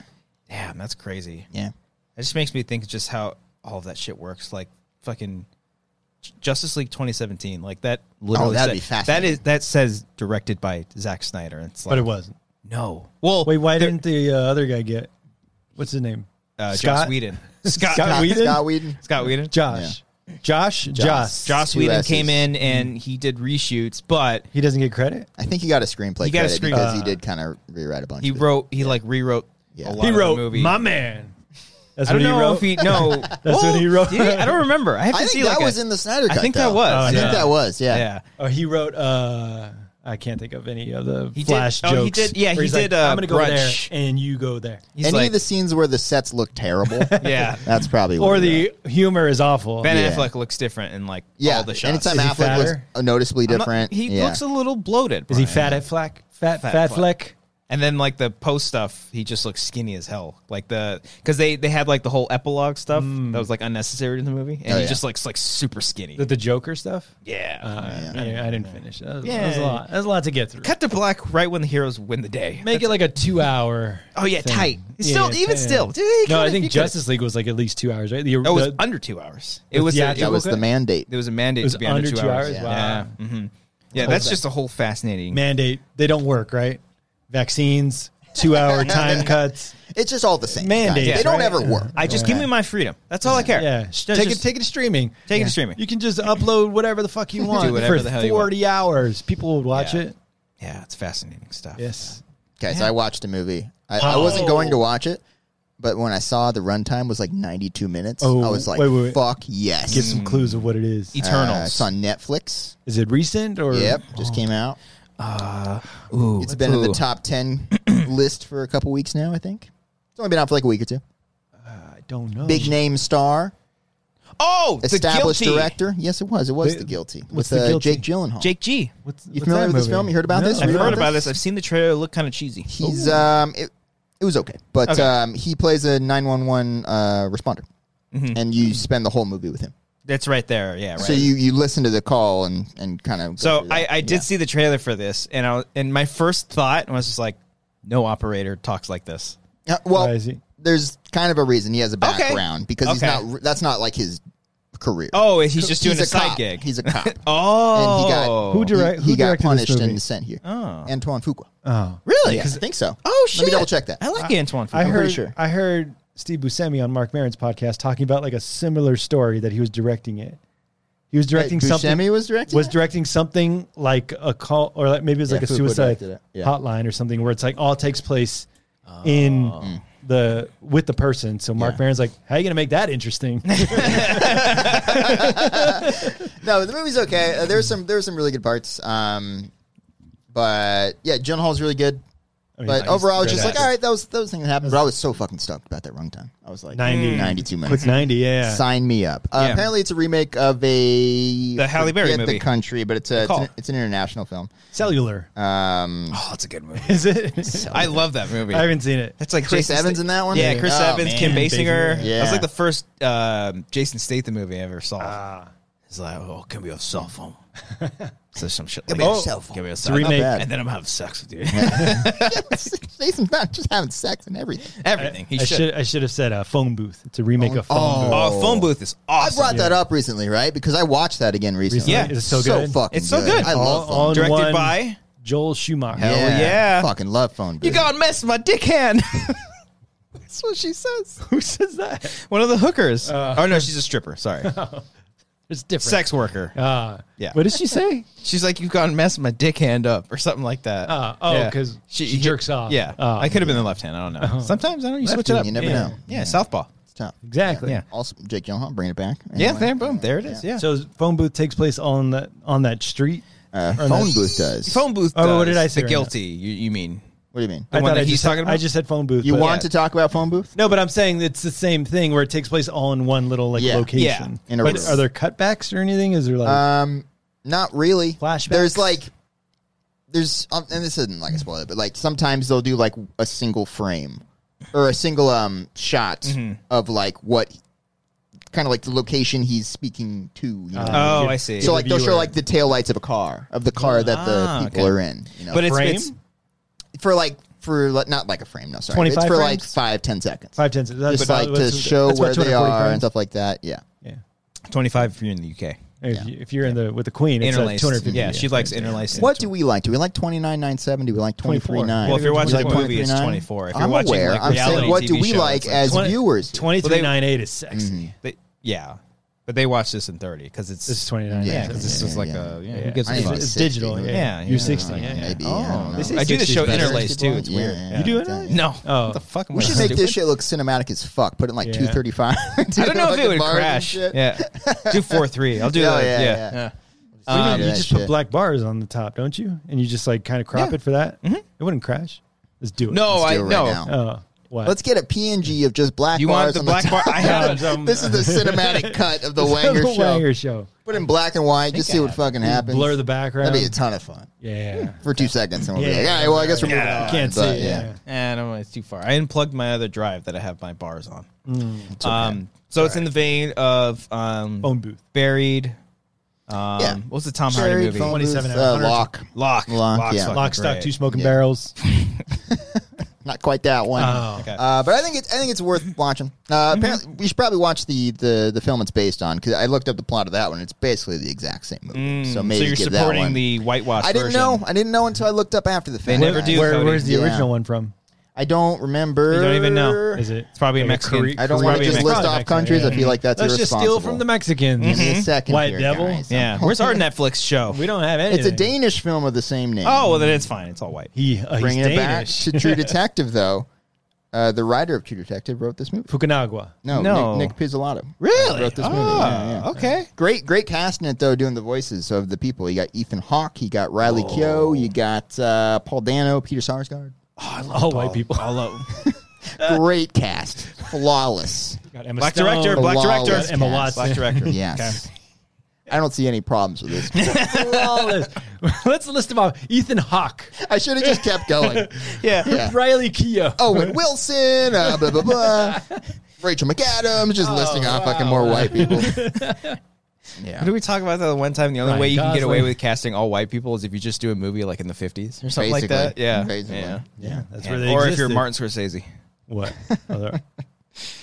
Speaker 1: Damn, that's crazy.
Speaker 3: Yeah.
Speaker 1: I It just makes me think just how all of that shit works. Like fucking J- Justice League 2017. Like that. Literally
Speaker 3: Oh, that'd
Speaker 1: said-
Speaker 3: be fascinating.
Speaker 1: That is that says directed by Zack Snyder. And it's like
Speaker 2: but it wasn't.
Speaker 1: no. Well,
Speaker 2: Wait, why
Speaker 1: there-
Speaker 2: didn't the uh, other guy get? What's his name?
Speaker 1: uh, Joss
Speaker 2: Scott?
Speaker 1: Whedon? Scott
Speaker 2: Scott
Speaker 1: Scott
Speaker 2: Whedon?
Speaker 3: Scott Whedon.
Speaker 1: Scott Whedon.
Speaker 2: Josh. Josh. Josh.
Speaker 1: Joss
Speaker 3: Two
Speaker 1: Whedon
Speaker 3: S's.
Speaker 1: came in and he did reshoots, but
Speaker 2: He doesn't get credit.
Speaker 3: I think he got a screenplay
Speaker 1: He got a
Speaker 3: credit
Speaker 1: screen-
Speaker 3: because
Speaker 2: uh,
Speaker 3: he did kind of rewrite a bunch.
Speaker 1: he
Speaker 3: of it.
Speaker 1: wrote he like rewrote
Speaker 3: Yeah.
Speaker 1: a lot
Speaker 3: He
Speaker 1: of the movie.
Speaker 2: man. That's
Speaker 1: I
Speaker 2: what
Speaker 1: don't
Speaker 2: he
Speaker 1: know
Speaker 2: wrote.
Speaker 1: if he no. That's
Speaker 2: what he wrote.
Speaker 1: I don't remember. I have to
Speaker 3: I
Speaker 1: see
Speaker 3: think that
Speaker 1: like a-
Speaker 3: was in the Snyder
Speaker 1: I
Speaker 3: Cut.
Speaker 1: think that
Speaker 3: though.
Speaker 1: was.
Speaker 2: Oh,
Speaker 3: I
Speaker 1: yeah.
Speaker 3: think that was. Yeah.
Speaker 1: Yeah.
Speaker 2: Oh, he wrote. uh I can't think of any of the
Speaker 1: He did-
Speaker 2: flash
Speaker 1: oh, he
Speaker 2: jokes.
Speaker 1: did- yeah,
Speaker 2: where
Speaker 1: he
Speaker 2: he's
Speaker 1: did,
Speaker 2: Like,
Speaker 1: uh,
Speaker 2: I'm gonna go
Speaker 1: brunch.
Speaker 2: there, and you go there.
Speaker 1: He's
Speaker 3: Any
Speaker 1: like,
Speaker 3: of the scenes where the sets look terrible.
Speaker 1: yeah.
Speaker 3: That's probably what
Speaker 2: Or
Speaker 3: he wrote.
Speaker 2: the humor is awful.
Speaker 1: Ben
Speaker 3: Yeah.
Speaker 1: Affleck looks different in like
Speaker 3: yeah.
Speaker 1: all the shots.
Speaker 3: Anytime
Speaker 2: Is he
Speaker 3: Affleck looks
Speaker 2: fatter?
Speaker 3: noticeably
Speaker 1: I'm not-
Speaker 3: different.
Speaker 1: he
Speaker 3: yeah.
Speaker 1: looks a little bloated.
Speaker 2: is he
Speaker 1: Brian.
Speaker 2: fat at flack? Fat
Speaker 1: Fat
Speaker 2: fat,
Speaker 1: Fleck.
Speaker 2: fleck.
Speaker 1: And then like the post stuff, he just looks skinny as hell. Like the because they they had like the whole epilogue stuff that was like unnecessary in the movie, and
Speaker 3: Oh,
Speaker 1: he
Speaker 3: yeah.
Speaker 1: just looks like super skinny.
Speaker 2: Mm. The, the Joker stuff.
Speaker 1: yeah.
Speaker 2: Uh, I, didn't, I didn't finish. That was,
Speaker 1: Yeah.
Speaker 2: that was a lot. That was a lot to get through.
Speaker 1: Cut to black right when the heroes win the day.
Speaker 2: Make it like a two hour.
Speaker 1: Oh yeah,
Speaker 2: thing.
Speaker 1: tight.
Speaker 2: Yeah,
Speaker 1: Still,
Speaker 2: yeah,
Speaker 1: even
Speaker 2: yeah.
Speaker 1: still, dude, he
Speaker 2: No, I
Speaker 1: could've- he
Speaker 2: think
Speaker 1: could've-
Speaker 2: Justice League was like at least two hours, right? The,
Speaker 1: It was
Speaker 2: the-
Speaker 1: under two hours. It was.
Speaker 2: theatrical
Speaker 1: It
Speaker 3: that was the
Speaker 2: cut?
Speaker 3: mandate.
Speaker 1: there was a mandate
Speaker 2: It was
Speaker 1: to be under, two, hours. Yeah.
Speaker 2: Wow.
Speaker 1: Yeah, hmm yeah that's just a whole fascinating.
Speaker 2: mandate. They don't work, right? Vaccines, two hour time cuts.
Speaker 3: It's just all the same.
Speaker 2: Mandates,
Speaker 3: guys. They don't
Speaker 2: right?
Speaker 3: ever
Speaker 2: Yeah.
Speaker 3: work.
Speaker 1: I just give me my freedom. That's all I care.
Speaker 2: Yeah, take it. Take it to streaming.
Speaker 1: Take it to
Speaker 2: Yeah.
Speaker 1: streaming.
Speaker 2: You can just upload whatever the fuck you want
Speaker 1: whatever
Speaker 2: for
Speaker 1: the hell you want.
Speaker 2: forty hours. People would watch
Speaker 1: Yeah.
Speaker 2: it.
Speaker 1: Yeah, it's fascinating stuff.
Speaker 2: Yes.
Speaker 3: Okay, so I watched a movie. I, I
Speaker 2: Oh.
Speaker 3: wasn't going to watch it, but when I saw the runtime was like 92 minutes,
Speaker 2: Oh,
Speaker 3: I was like,
Speaker 2: wait, wait, wait.
Speaker 3: fuck yes.
Speaker 2: Get some clues of what it is.
Speaker 3: Uh,
Speaker 1: Eternals.
Speaker 3: Mm. it's on Netflix.
Speaker 2: Is it recent or?
Speaker 3: Yep, just came out.
Speaker 1: Ooh,
Speaker 3: Uh, It's been in the
Speaker 1: ooh.
Speaker 3: top 10 list for a couple weeks now, I think. It's only been out for like a week or two.
Speaker 2: I don't know.
Speaker 3: Big name star,
Speaker 1: Oh, the
Speaker 3: established
Speaker 1: Guilty.
Speaker 3: director. Yes, it was. It was
Speaker 2: The-
Speaker 3: The Guilty
Speaker 2: what's
Speaker 3: with
Speaker 2: The
Speaker 3: uh,
Speaker 2: Guilty?
Speaker 3: Jake Gyllenhaal.
Speaker 1: Jake G.
Speaker 2: What's,
Speaker 3: You
Speaker 2: what's
Speaker 3: familiar
Speaker 2: that
Speaker 3: with this
Speaker 2: movie?
Speaker 3: film? You heard about this?
Speaker 1: I've
Speaker 3: Read
Speaker 1: heard
Speaker 3: about
Speaker 1: about
Speaker 3: this?
Speaker 1: this. I've seen the trailer. It looked kind of cheesy.
Speaker 3: He's um, it, it was okay, but
Speaker 1: Oh. Okay.
Speaker 3: um, he plays a 911 uh, responder, and you spend the whole movie with him.
Speaker 1: That's right there. Yeah. Mm-hmm. Right.
Speaker 3: So you, you listen to the call and, and kind of. go
Speaker 1: So
Speaker 3: through
Speaker 1: I,
Speaker 3: that.
Speaker 1: I did
Speaker 3: Yeah.
Speaker 1: see the trailer for this, and I was- and my first thought was just like, no operator talks like this.
Speaker 3: Uh, well,
Speaker 2: Why is he-
Speaker 3: there's kind of a reason he has a
Speaker 1: Okay.
Speaker 3: background because he's
Speaker 1: Okay.
Speaker 3: not. re- That's not like his career.
Speaker 1: Oh, he's just doing
Speaker 3: He's
Speaker 1: a, side
Speaker 3: cop.
Speaker 1: gig.
Speaker 3: He's a cop.
Speaker 1: oh,
Speaker 3: and he got-
Speaker 2: Who direct-
Speaker 3: he, he got
Speaker 2: directed this
Speaker 3: punished
Speaker 2: movie?
Speaker 3: and sent here.
Speaker 1: Oh.
Speaker 3: Antoine Fuqua.
Speaker 2: Oh,
Speaker 1: really?
Speaker 3: Yeah, I think so.
Speaker 1: Oh shit!
Speaker 3: Let me double check that.
Speaker 1: I like Antoine.
Speaker 2: I
Speaker 1: Fuqua.
Speaker 2: heard.
Speaker 3: pretty sure.
Speaker 2: I heard Steve Buscemi on Mark Maron's podcast talking about like a similar story that he was directing it. He was directing
Speaker 3: Wait,
Speaker 2: something.
Speaker 3: Buscemi was directing
Speaker 2: was
Speaker 3: it?
Speaker 2: directing something like a call, or like maybe it was
Speaker 3: Yeah,
Speaker 2: like a
Speaker 3: Fuqua
Speaker 2: suicide
Speaker 3: directed it, yeah.
Speaker 2: hotline or something, where it's like all takes place in the with the person. So Mark
Speaker 3: Oh. Yeah.
Speaker 2: Maron's like, "How you gonna make that interesting?"
Speaker 3: No, the movie's okay. Uh, there's some there's some really good parts. Um, but yeah, Gyllenhaal's really good.
Speaker 2: I mean,
Speaker 3: But
Speaker 2: he's
Speaker 3: overall, it's
Speaker 2: great
Speaker 3: just like
Speaker 2: actor.
Speaker 3: all right, that was that was the thing that happened. But I was so fucking stoked about that runtime. I was like
Speaker 2: 90.
Speaker 3: 92 minutes.
Speaker 2: quick ninety, yeah.
Speaker 3: Sign me up. Uh,
Speaker 1: Yeah.
Speaker 3: Apparently, it's a remake of a
Speaker 1: The Halle Berry
Speaker 3: forget
Speaker 1: movie.
Speaker 3: the country, but it's a it's
Speaker 1: Call.
Speaker 3: an, it's an international film.
Speaker 2: Cellular
Speaker 3: Um,
Speaker 1: oh, it's a good movie.
Speaker 2: is it?
Speaker 1: I love that movie.
Speaker 2: I haven't seen it.
Speaker 1: That's like
Speaker 3: Chris
Speaker 1: Jason
Speaker 3: Evans
Speaker 1: Sta-
Speaker 3: in that one?
Speaker 1: Yeah, Chris
Speaker 3: Oh,
Speaker 1: Evans,
Speaker 3: man.
Speaker 1: Kim Basinger.
Speaker 2: Basinger,
Speaker 1: Yeah.
Speaker 3: yeah.
Speaker 1: That was like the first um, Jason Statham movie I ever saw.
Speaker 2: Ah.
Speaker 1: It's like, oh, give me a cell phone. so some shit. Give
Speaker 3: me your cell phone.
Speaker 1: Give me a
Speaker 3: It's
Speaker 1: cell phone.
Speaker 2: remake.
Speaker 3: bad.
Speaker 1: And then I'm having sex with you.
Speaker 3: Jason's not just having sex and everything.
Speaker 1: Everything. He
Speaker 2: I
Speaker 1: should.
Speaker 2: should I should have said a phone booth. It's a remake of phone
Speaker 3: Oh.
Speaker 2: booth.
Speaker 1: Oh, phone booth is
Speaker 3: I
Speaker 1: awesome.
Speaker 3: brought that up recently, right? Because I watched that again
Speaker 2: Recently?
Speaker 3: recently.
Speaker 1: Yeah.
Speaker 2: is it so, good?
Speaker 3: fucking
Speaker 1: It's so good.
Speaker 3: I
Speaker 1: All-
Speaker 3: love phone
Speaker 2: all in
Speaker 1: Directed
Speaker 2: one.
Speaker 1: by.
Speaker 2: Joel Schumacher.
Speaker 1: Hell yeah.
Speaker 3: Fucking love phone.
Speaker 1: You
Speaker 3: Booth.
Speaker 1: gonna mess my dick hand. That's what she says.
Speaker 2: Who says that? Uh.
Speaker 1: One of the hookers. oh no, she's a stripper. Sorry,
Speaker 2: It's different.
Speaker 1: sex worker.
Speaker 2: Uh,
Speaker 1: Yeah.
Speaker 2: What did she say?
Speaker 1: She's like, you've gone mess my dick hand up or something like that.
Speaker 2: Uh, oh, 'cause she jerks off.
Speaker 1: Yeah,
Speaker 2: Oh. Uh-huh.
Speaker 1: I could have been the left hand. I don't know. Sometimes I don't. You switch it
Speaker 3: hand,
Speaker 1: up.
Speaker 3: you never
Speaker 1: yeah.
Speaker 3: know.
Speaker 1: Yeah, southpaw.
Speaker 3: It's tough.
Speaker 2: Exactly.
Speaker 1: Yeah.
Speaker 3: Also, Jake Gyllenhaal, bringing it back.
Speaker 1: Yeah,
Speaker 3: Anyway.
Speaker 1: there, boom, there it is. Yeah.
Speaker 2: So phone booth takes place on that on that street.
Speaker 3: Uh,
Speaker 2: Or
Speaker 3: phone
Speaker 2: that-
Speaker 3: booth does.
Speaker 1: phone booth.
Speaker 2: Oh, what did
Speaker 1: does
Speaker 2: I say
Speaker 1: The
Speaker 2: right
Speaker 1: guilty. You, you mean?
Speaker 3: What do you mean?
Speaker 1: The
Speaker 2: I
Speaker 1: one
Speaker 2: thought
Speaker 1: that
Speaker 2: I
Speaker 1: he's
Speaker 2: just,
Speaker 1: talking about?
Speaker 2: I just said phone booth.
Speaker 3: You
Speaker 2: but-
Speaker 3: want to talk about phone booth?
Speaker 2: No, but I'm saying it's the same thing where it takes place all in one little like
Speaker 3: Yeah.
Speaker 2: location.
Speaker 3: Yeah. In a
Speaker 2: But
Speaker 3: room.
Speaker 2: are there cutbacks or anything? Is there like
Speaker 3: Um, not really.
Speaker 2: Flashbacks?
Speaker 3: There's like, there's, um, and this isn't like a spoiler, but like sometimes they'll do like a single frame or a single um shot
Speaker 1: Mm-hmm.
Speaker 3: of like what, kind of like the location he's speaking to. You know?
Speaker 1: Oh,
Speaker 2: Yeah.
Speaker 1: I see.
Speaker 3: so like they'll show
Speaker 2: viewer.
Speaker 3: like the tail lights of a car of the car that the
Speaker 1: Ah,
Speaker 3: people
Speaker 1: okay.
Speaker 3: are in. You know,
Speaker 1: but it's,
Speaker 2: frame?
Speaker 1: it's
Speaker 3: for like for like, not like a frame. No, sorry,
Speaker 2: 25
Speaker 3: it's for like
Speaker 2: frames?
Speaker 3: five, ten seconds.
Speaker 2: Five tenths. That's
Speaker 3: just
Speaker 2: about-
Speaker 3: like to
Speaker 2: that's-
Speaker 3: show
Speaker 2: that's about
Speaker 3: where they
Speaker 2: 240
Speaker 3: are and
Speaker 2: frames.
Speaker 3: stuff like that. Yeah,
Speaker 2: Yeah.
Speaker 1: 25 if you're in the UK.
Speaker 2: If, you- if you're in the with the queen, it's uh, like
Speaker 1: Interlaced.
Speaker 2: 250.
Speaker 1: yeah, she likes interlaced.
Speaker 3: What do we like? Do we like twenty nine nine seven? Do we like twenty four
Speaker 2: 24?
Speaker 3: nine?
Speaker 1: Well, if you're watching
Speaker 3: like
Speaker 1: a movie, it's
Speaker 3: 23.9?
Speaker 1: 24. If you're
Speaker 3: I'm
Speaker 1: watching,
Speaker 3: aware.
Speaker 1: like,
Speaker 3: I'm saying,
Speaker 1: reality
Speaker 3: what do
Speaker 1: TV
Speaker 3: we
Speaker 1: show,
Speaker 3: like
Speaker 1: it's like
Speaker 3: as
Speaker 1: 20
Speaker 3: viewers? here?
Speaker 2: 2398 is sexy.
Speaker 1: They, yeah, but they watch this in 30 because it's
Speaker 2: This is 29.
Speaker 1: Yeah,
Speaker 3: Yeah,
Speaker 1: because this
Speaker 3: yeah,
Speaker 1: is like
Speaker 3: yeah.
Speaker 1: a yeah,
Speaker 2: Yeah.
Speaker 1: who gives
Speaker 3: I
Speaker 1: a
Speaker 3: mean,
Speaker 1: fuck?
Speaker 2: it's,
Speaker 3: it's
Speaker 2: digital.
Speaker 3: 60,
Speaker 2: Yeah,
Speaker 1: yeah,
Speaker 2: you're
Speaker 1: yeah.
Speaker 2: 60. Yeah, yeah.
Speaker 3: Maybe.
Speaker 1: Oh,
Speaker 3: I don't know.
Speaker 1: they say
Speaker 3: Yeah.
Speaker 1: I do this show
Speaker 3: 60s better.
Speaker 1: interlaced too. It's
Speaker 3: Yeah,
Speaker 1: weird.
Speaker 3: yeah,
Speaker 1: Yeah.
Speaker 2: You doing
Speaker 3: exactly.
Speaker 2: it?
Speaker 1: No,
Speaker 2: Oh.
Speaker 1: What the fuck. am
Speaker 3: We
Speaker 1: I
Speaker 3: should make
Speaker 1: stupid?
Speaker 3: this shit look cinematic as fuck. Put it in like
Speaker 2: Yeah.
Speaker 3: 235.
Speaker 1: I don't know if
Speaker 3: Like
Speaker 1: it would
Speaker 3: bars and
Speaker 1: crash.
Speaker 3: shit.
Speaker 1: Yeah, do four three. I'll do
Speaker 3: Yeah,
Speaker 1: that.
Speaker 3: yeah,
Speaker 1: Yeah,
Speaker 3: yeah.
Speaker 1: yeah.
Speaker 3: What do you mean?
Speaker 1: Um,
Speaker 2: You
Speaker 3: Yeah,
Speaker 2: just
Speaker 3: that
Speaker 2: put
Speaker 3: shit.
Speaker 2: black bars on the top, don't you? And you just like kind of crop
Speaker 1: Yeah.
Speaker 2: it for that. It wouldn't crash. Let's do it.
Speaker 1: No,
Speaker 3: Let's
Speaker 1: I
Speaker 3: do it right
Speaker 1: no.
Speaker 3: now.
Speaker 2: Oh, what?
Speaker 3: Let's get a PNG of just black
Speaker 1: You want
Speaker 3: bars
Speaker 1: the
Speaker 3: on
Speaker 1: black
Speaker 3: the
Speaker 1: bar?
Speaker 3: top.
Speaker 1: I have a
Speaker 3: this is the cinematic cut of the Wanger show.
Speaker 2: Wanger show.
Speaker 3: Put in black and white. Just
Speaker 1: I
Speaker 3: see what
Speaker 1: have.
Speaker 3: fucking happens.
Speaker 2: Blur the background.
Speaker 3: That'd be a ton of fun
Speaker 2: yeah.
Speaker 3: for two seconds, and we'll
Speaker 2: Yeah.
Speaker 3: be like, all right, well, I guess we're moving
Speaker 1: Yeah.
Speaker 3: on.
Speaker 2: You can't see.
Speaker 3: But,
Speaker 2: it, Yeah.
Speaker 1: And Eh, I went too far. I unplugged my other drive that I have my bars on.
Speaker 3: Mm.
Speaker 1: Um, so it's in the vein of um,
Speaker 3: Oh.
Speaker 2: Phone booth.
Speaker 1: buried. Um,
Speaker 3: Yeah.
Speaker 1: What's the Tom Hardy
Speaker 3: Sherry,
Speaker 1: movie?
Speaker 3: phone booth,
Speaker 2: 27
Speaker 3: uh,
Speaker 2: hours.
Speaker 3: lock.
Speaker 1: Lock.
Speaker 3: Lock,
Speaker 1: Lock's
Speaker 3: yeah.
Speaker 1: fucking
Speaker 2: Lock, stock,
Speaker 1: great.
Speaker 2: two smoking
Speaker 3: Yeah.
Speaker 2: barrels.
Speaker 3: Not quite that one.
Speaker 2: Oh. Mm-hmm.
Speaker 1: Okay.
Speaker 3: Uh, but I think it's I think it's worth watching. Uh, apparently, we should probably watch the the, the film it's based on because I looked up the plot of that one. It's basically the exact same movie. so
Speaker 1: Mm.
Speaker 3: maybe
Speaker 1: so you're
Speaker 3: give that
Speaker 1: supporting
Speaker 3: one.
Speaker 1: the whitewash.
Speaker 3: I didn't
Speaker 1: version.
Speaker 3: know. I didn't know until I looked up after the fact.
Speaker 1: never
Speaker 3: I-
Speaker 1: do.
Speaker 2: Where,
Speaker 1: Cody.
Speaker 2: where's the
Speaker 3: Yeah.
Speaker 2: original one from?
Speaker 3: I don't remember.
Speaker 1: You don't even know.
Speaker 2: Is it?
Speaker 1: It's probably a
Speaker 2: like
Speaker 1: Mexican.
Speaker 2: Korean-
Speaker 3: I don't
Speaker 1: It's
Speaker 3: want to
Speaker 1: probably
Speaker 3: just
Speaker 1: Mexican.
Speaker 3: list
Speaker 2: Probably
Speaker 3: off countries. I feel like that's
Speaker 2: Let's just
Speaker 3: irresponsible.
Speaker 2: steal from the Mexicans.
Speaker 3: Give
Speaker 1: Mm-hmm.
Speaker 3: me a second
Speaker 2: White
Speaker 3: here,
Speaker 2: Devil?
Speaker 3: guys.
Speaker 1: Yeah. Where's our Netflix show?
Speaker 2: We don't have any.
Speaker 3: It's a Danish film of the same name.
Speaker 1: Oh well, then it's fine. It's all white.
Speaker 2: He, uh, he's
Speaker 3: bringing it back
Speaker 2: Danish.
Speaker 3: to True Detective, though. Uh, the writer of True Detective wrote this movie.
Speaker 2: Fukunaga.
Speaker 3: No,
Speaker 1: No.
Speaker 3: Nick, Nick Pizzolatto. uh,
Speaker 1: Really?
Speaker 3: Wrote this
Speaker 1: oh,
Speaker 3: movie. Yeah, yeah.
Speaker 1: okay.
Speaker 3: Great, great casting it though, doing the voices of the people. You got Ethan Hawke, you got Riley
Speaker 1: Oh.
Speaker 3: Keough, you got uh, Paul Dano, Peter Sarsgaard.
Speaker 2: All white people.
Speaker 1: All over. Uh.
Speaker 3: Great cast, flawless.
Speaker 2: Got Emma
Speaker 1: Black
Speaker 2: Stone.
Speaker 1: director. Black
Speaker 3: Lawless
Speaker 1: director.
Speaker 2: Emma
Speaker 3: cast.
Speaker 2: Watson.
Speaker 1: Black director.
Speaker 3: Yes, I don't see any problems with this.
Speaker 2: Flawless. Let's list them off. Ethan Hawke,
Speaker 3: I should have just kept going.
Speaker 1: Yeah.
Speaker 3: Yeah.
Speaker 2: Riley Keough.
Speaker 3: Owen Wilson, uh, blah blah blah. Rachel McAdams, just listing off fucking
Speaker 1: Oh,
Speaker 3: more white people.
Speaker 1: What did we talk about that one time? The only
Speaker 2: Ryan
Speaker 1: way you can get away
Speaker 2: Gosling.
Speaker 1: with casting all white people is if you just do a movie like in the fifties or something
Speaker 3: Basically,
Speaker 1: like that. Yeah.
Speaker 3: basically.
Speaker 1: Yeah.
Speaker 2: Yeah, that's
Speaker 1: Yeah. Or
Speaker 2: where they
Speaker 1: if you're
Speaker 2: existed.
Speaker 1: Martin Scorsese.
Speaker 2: What? Oh, there-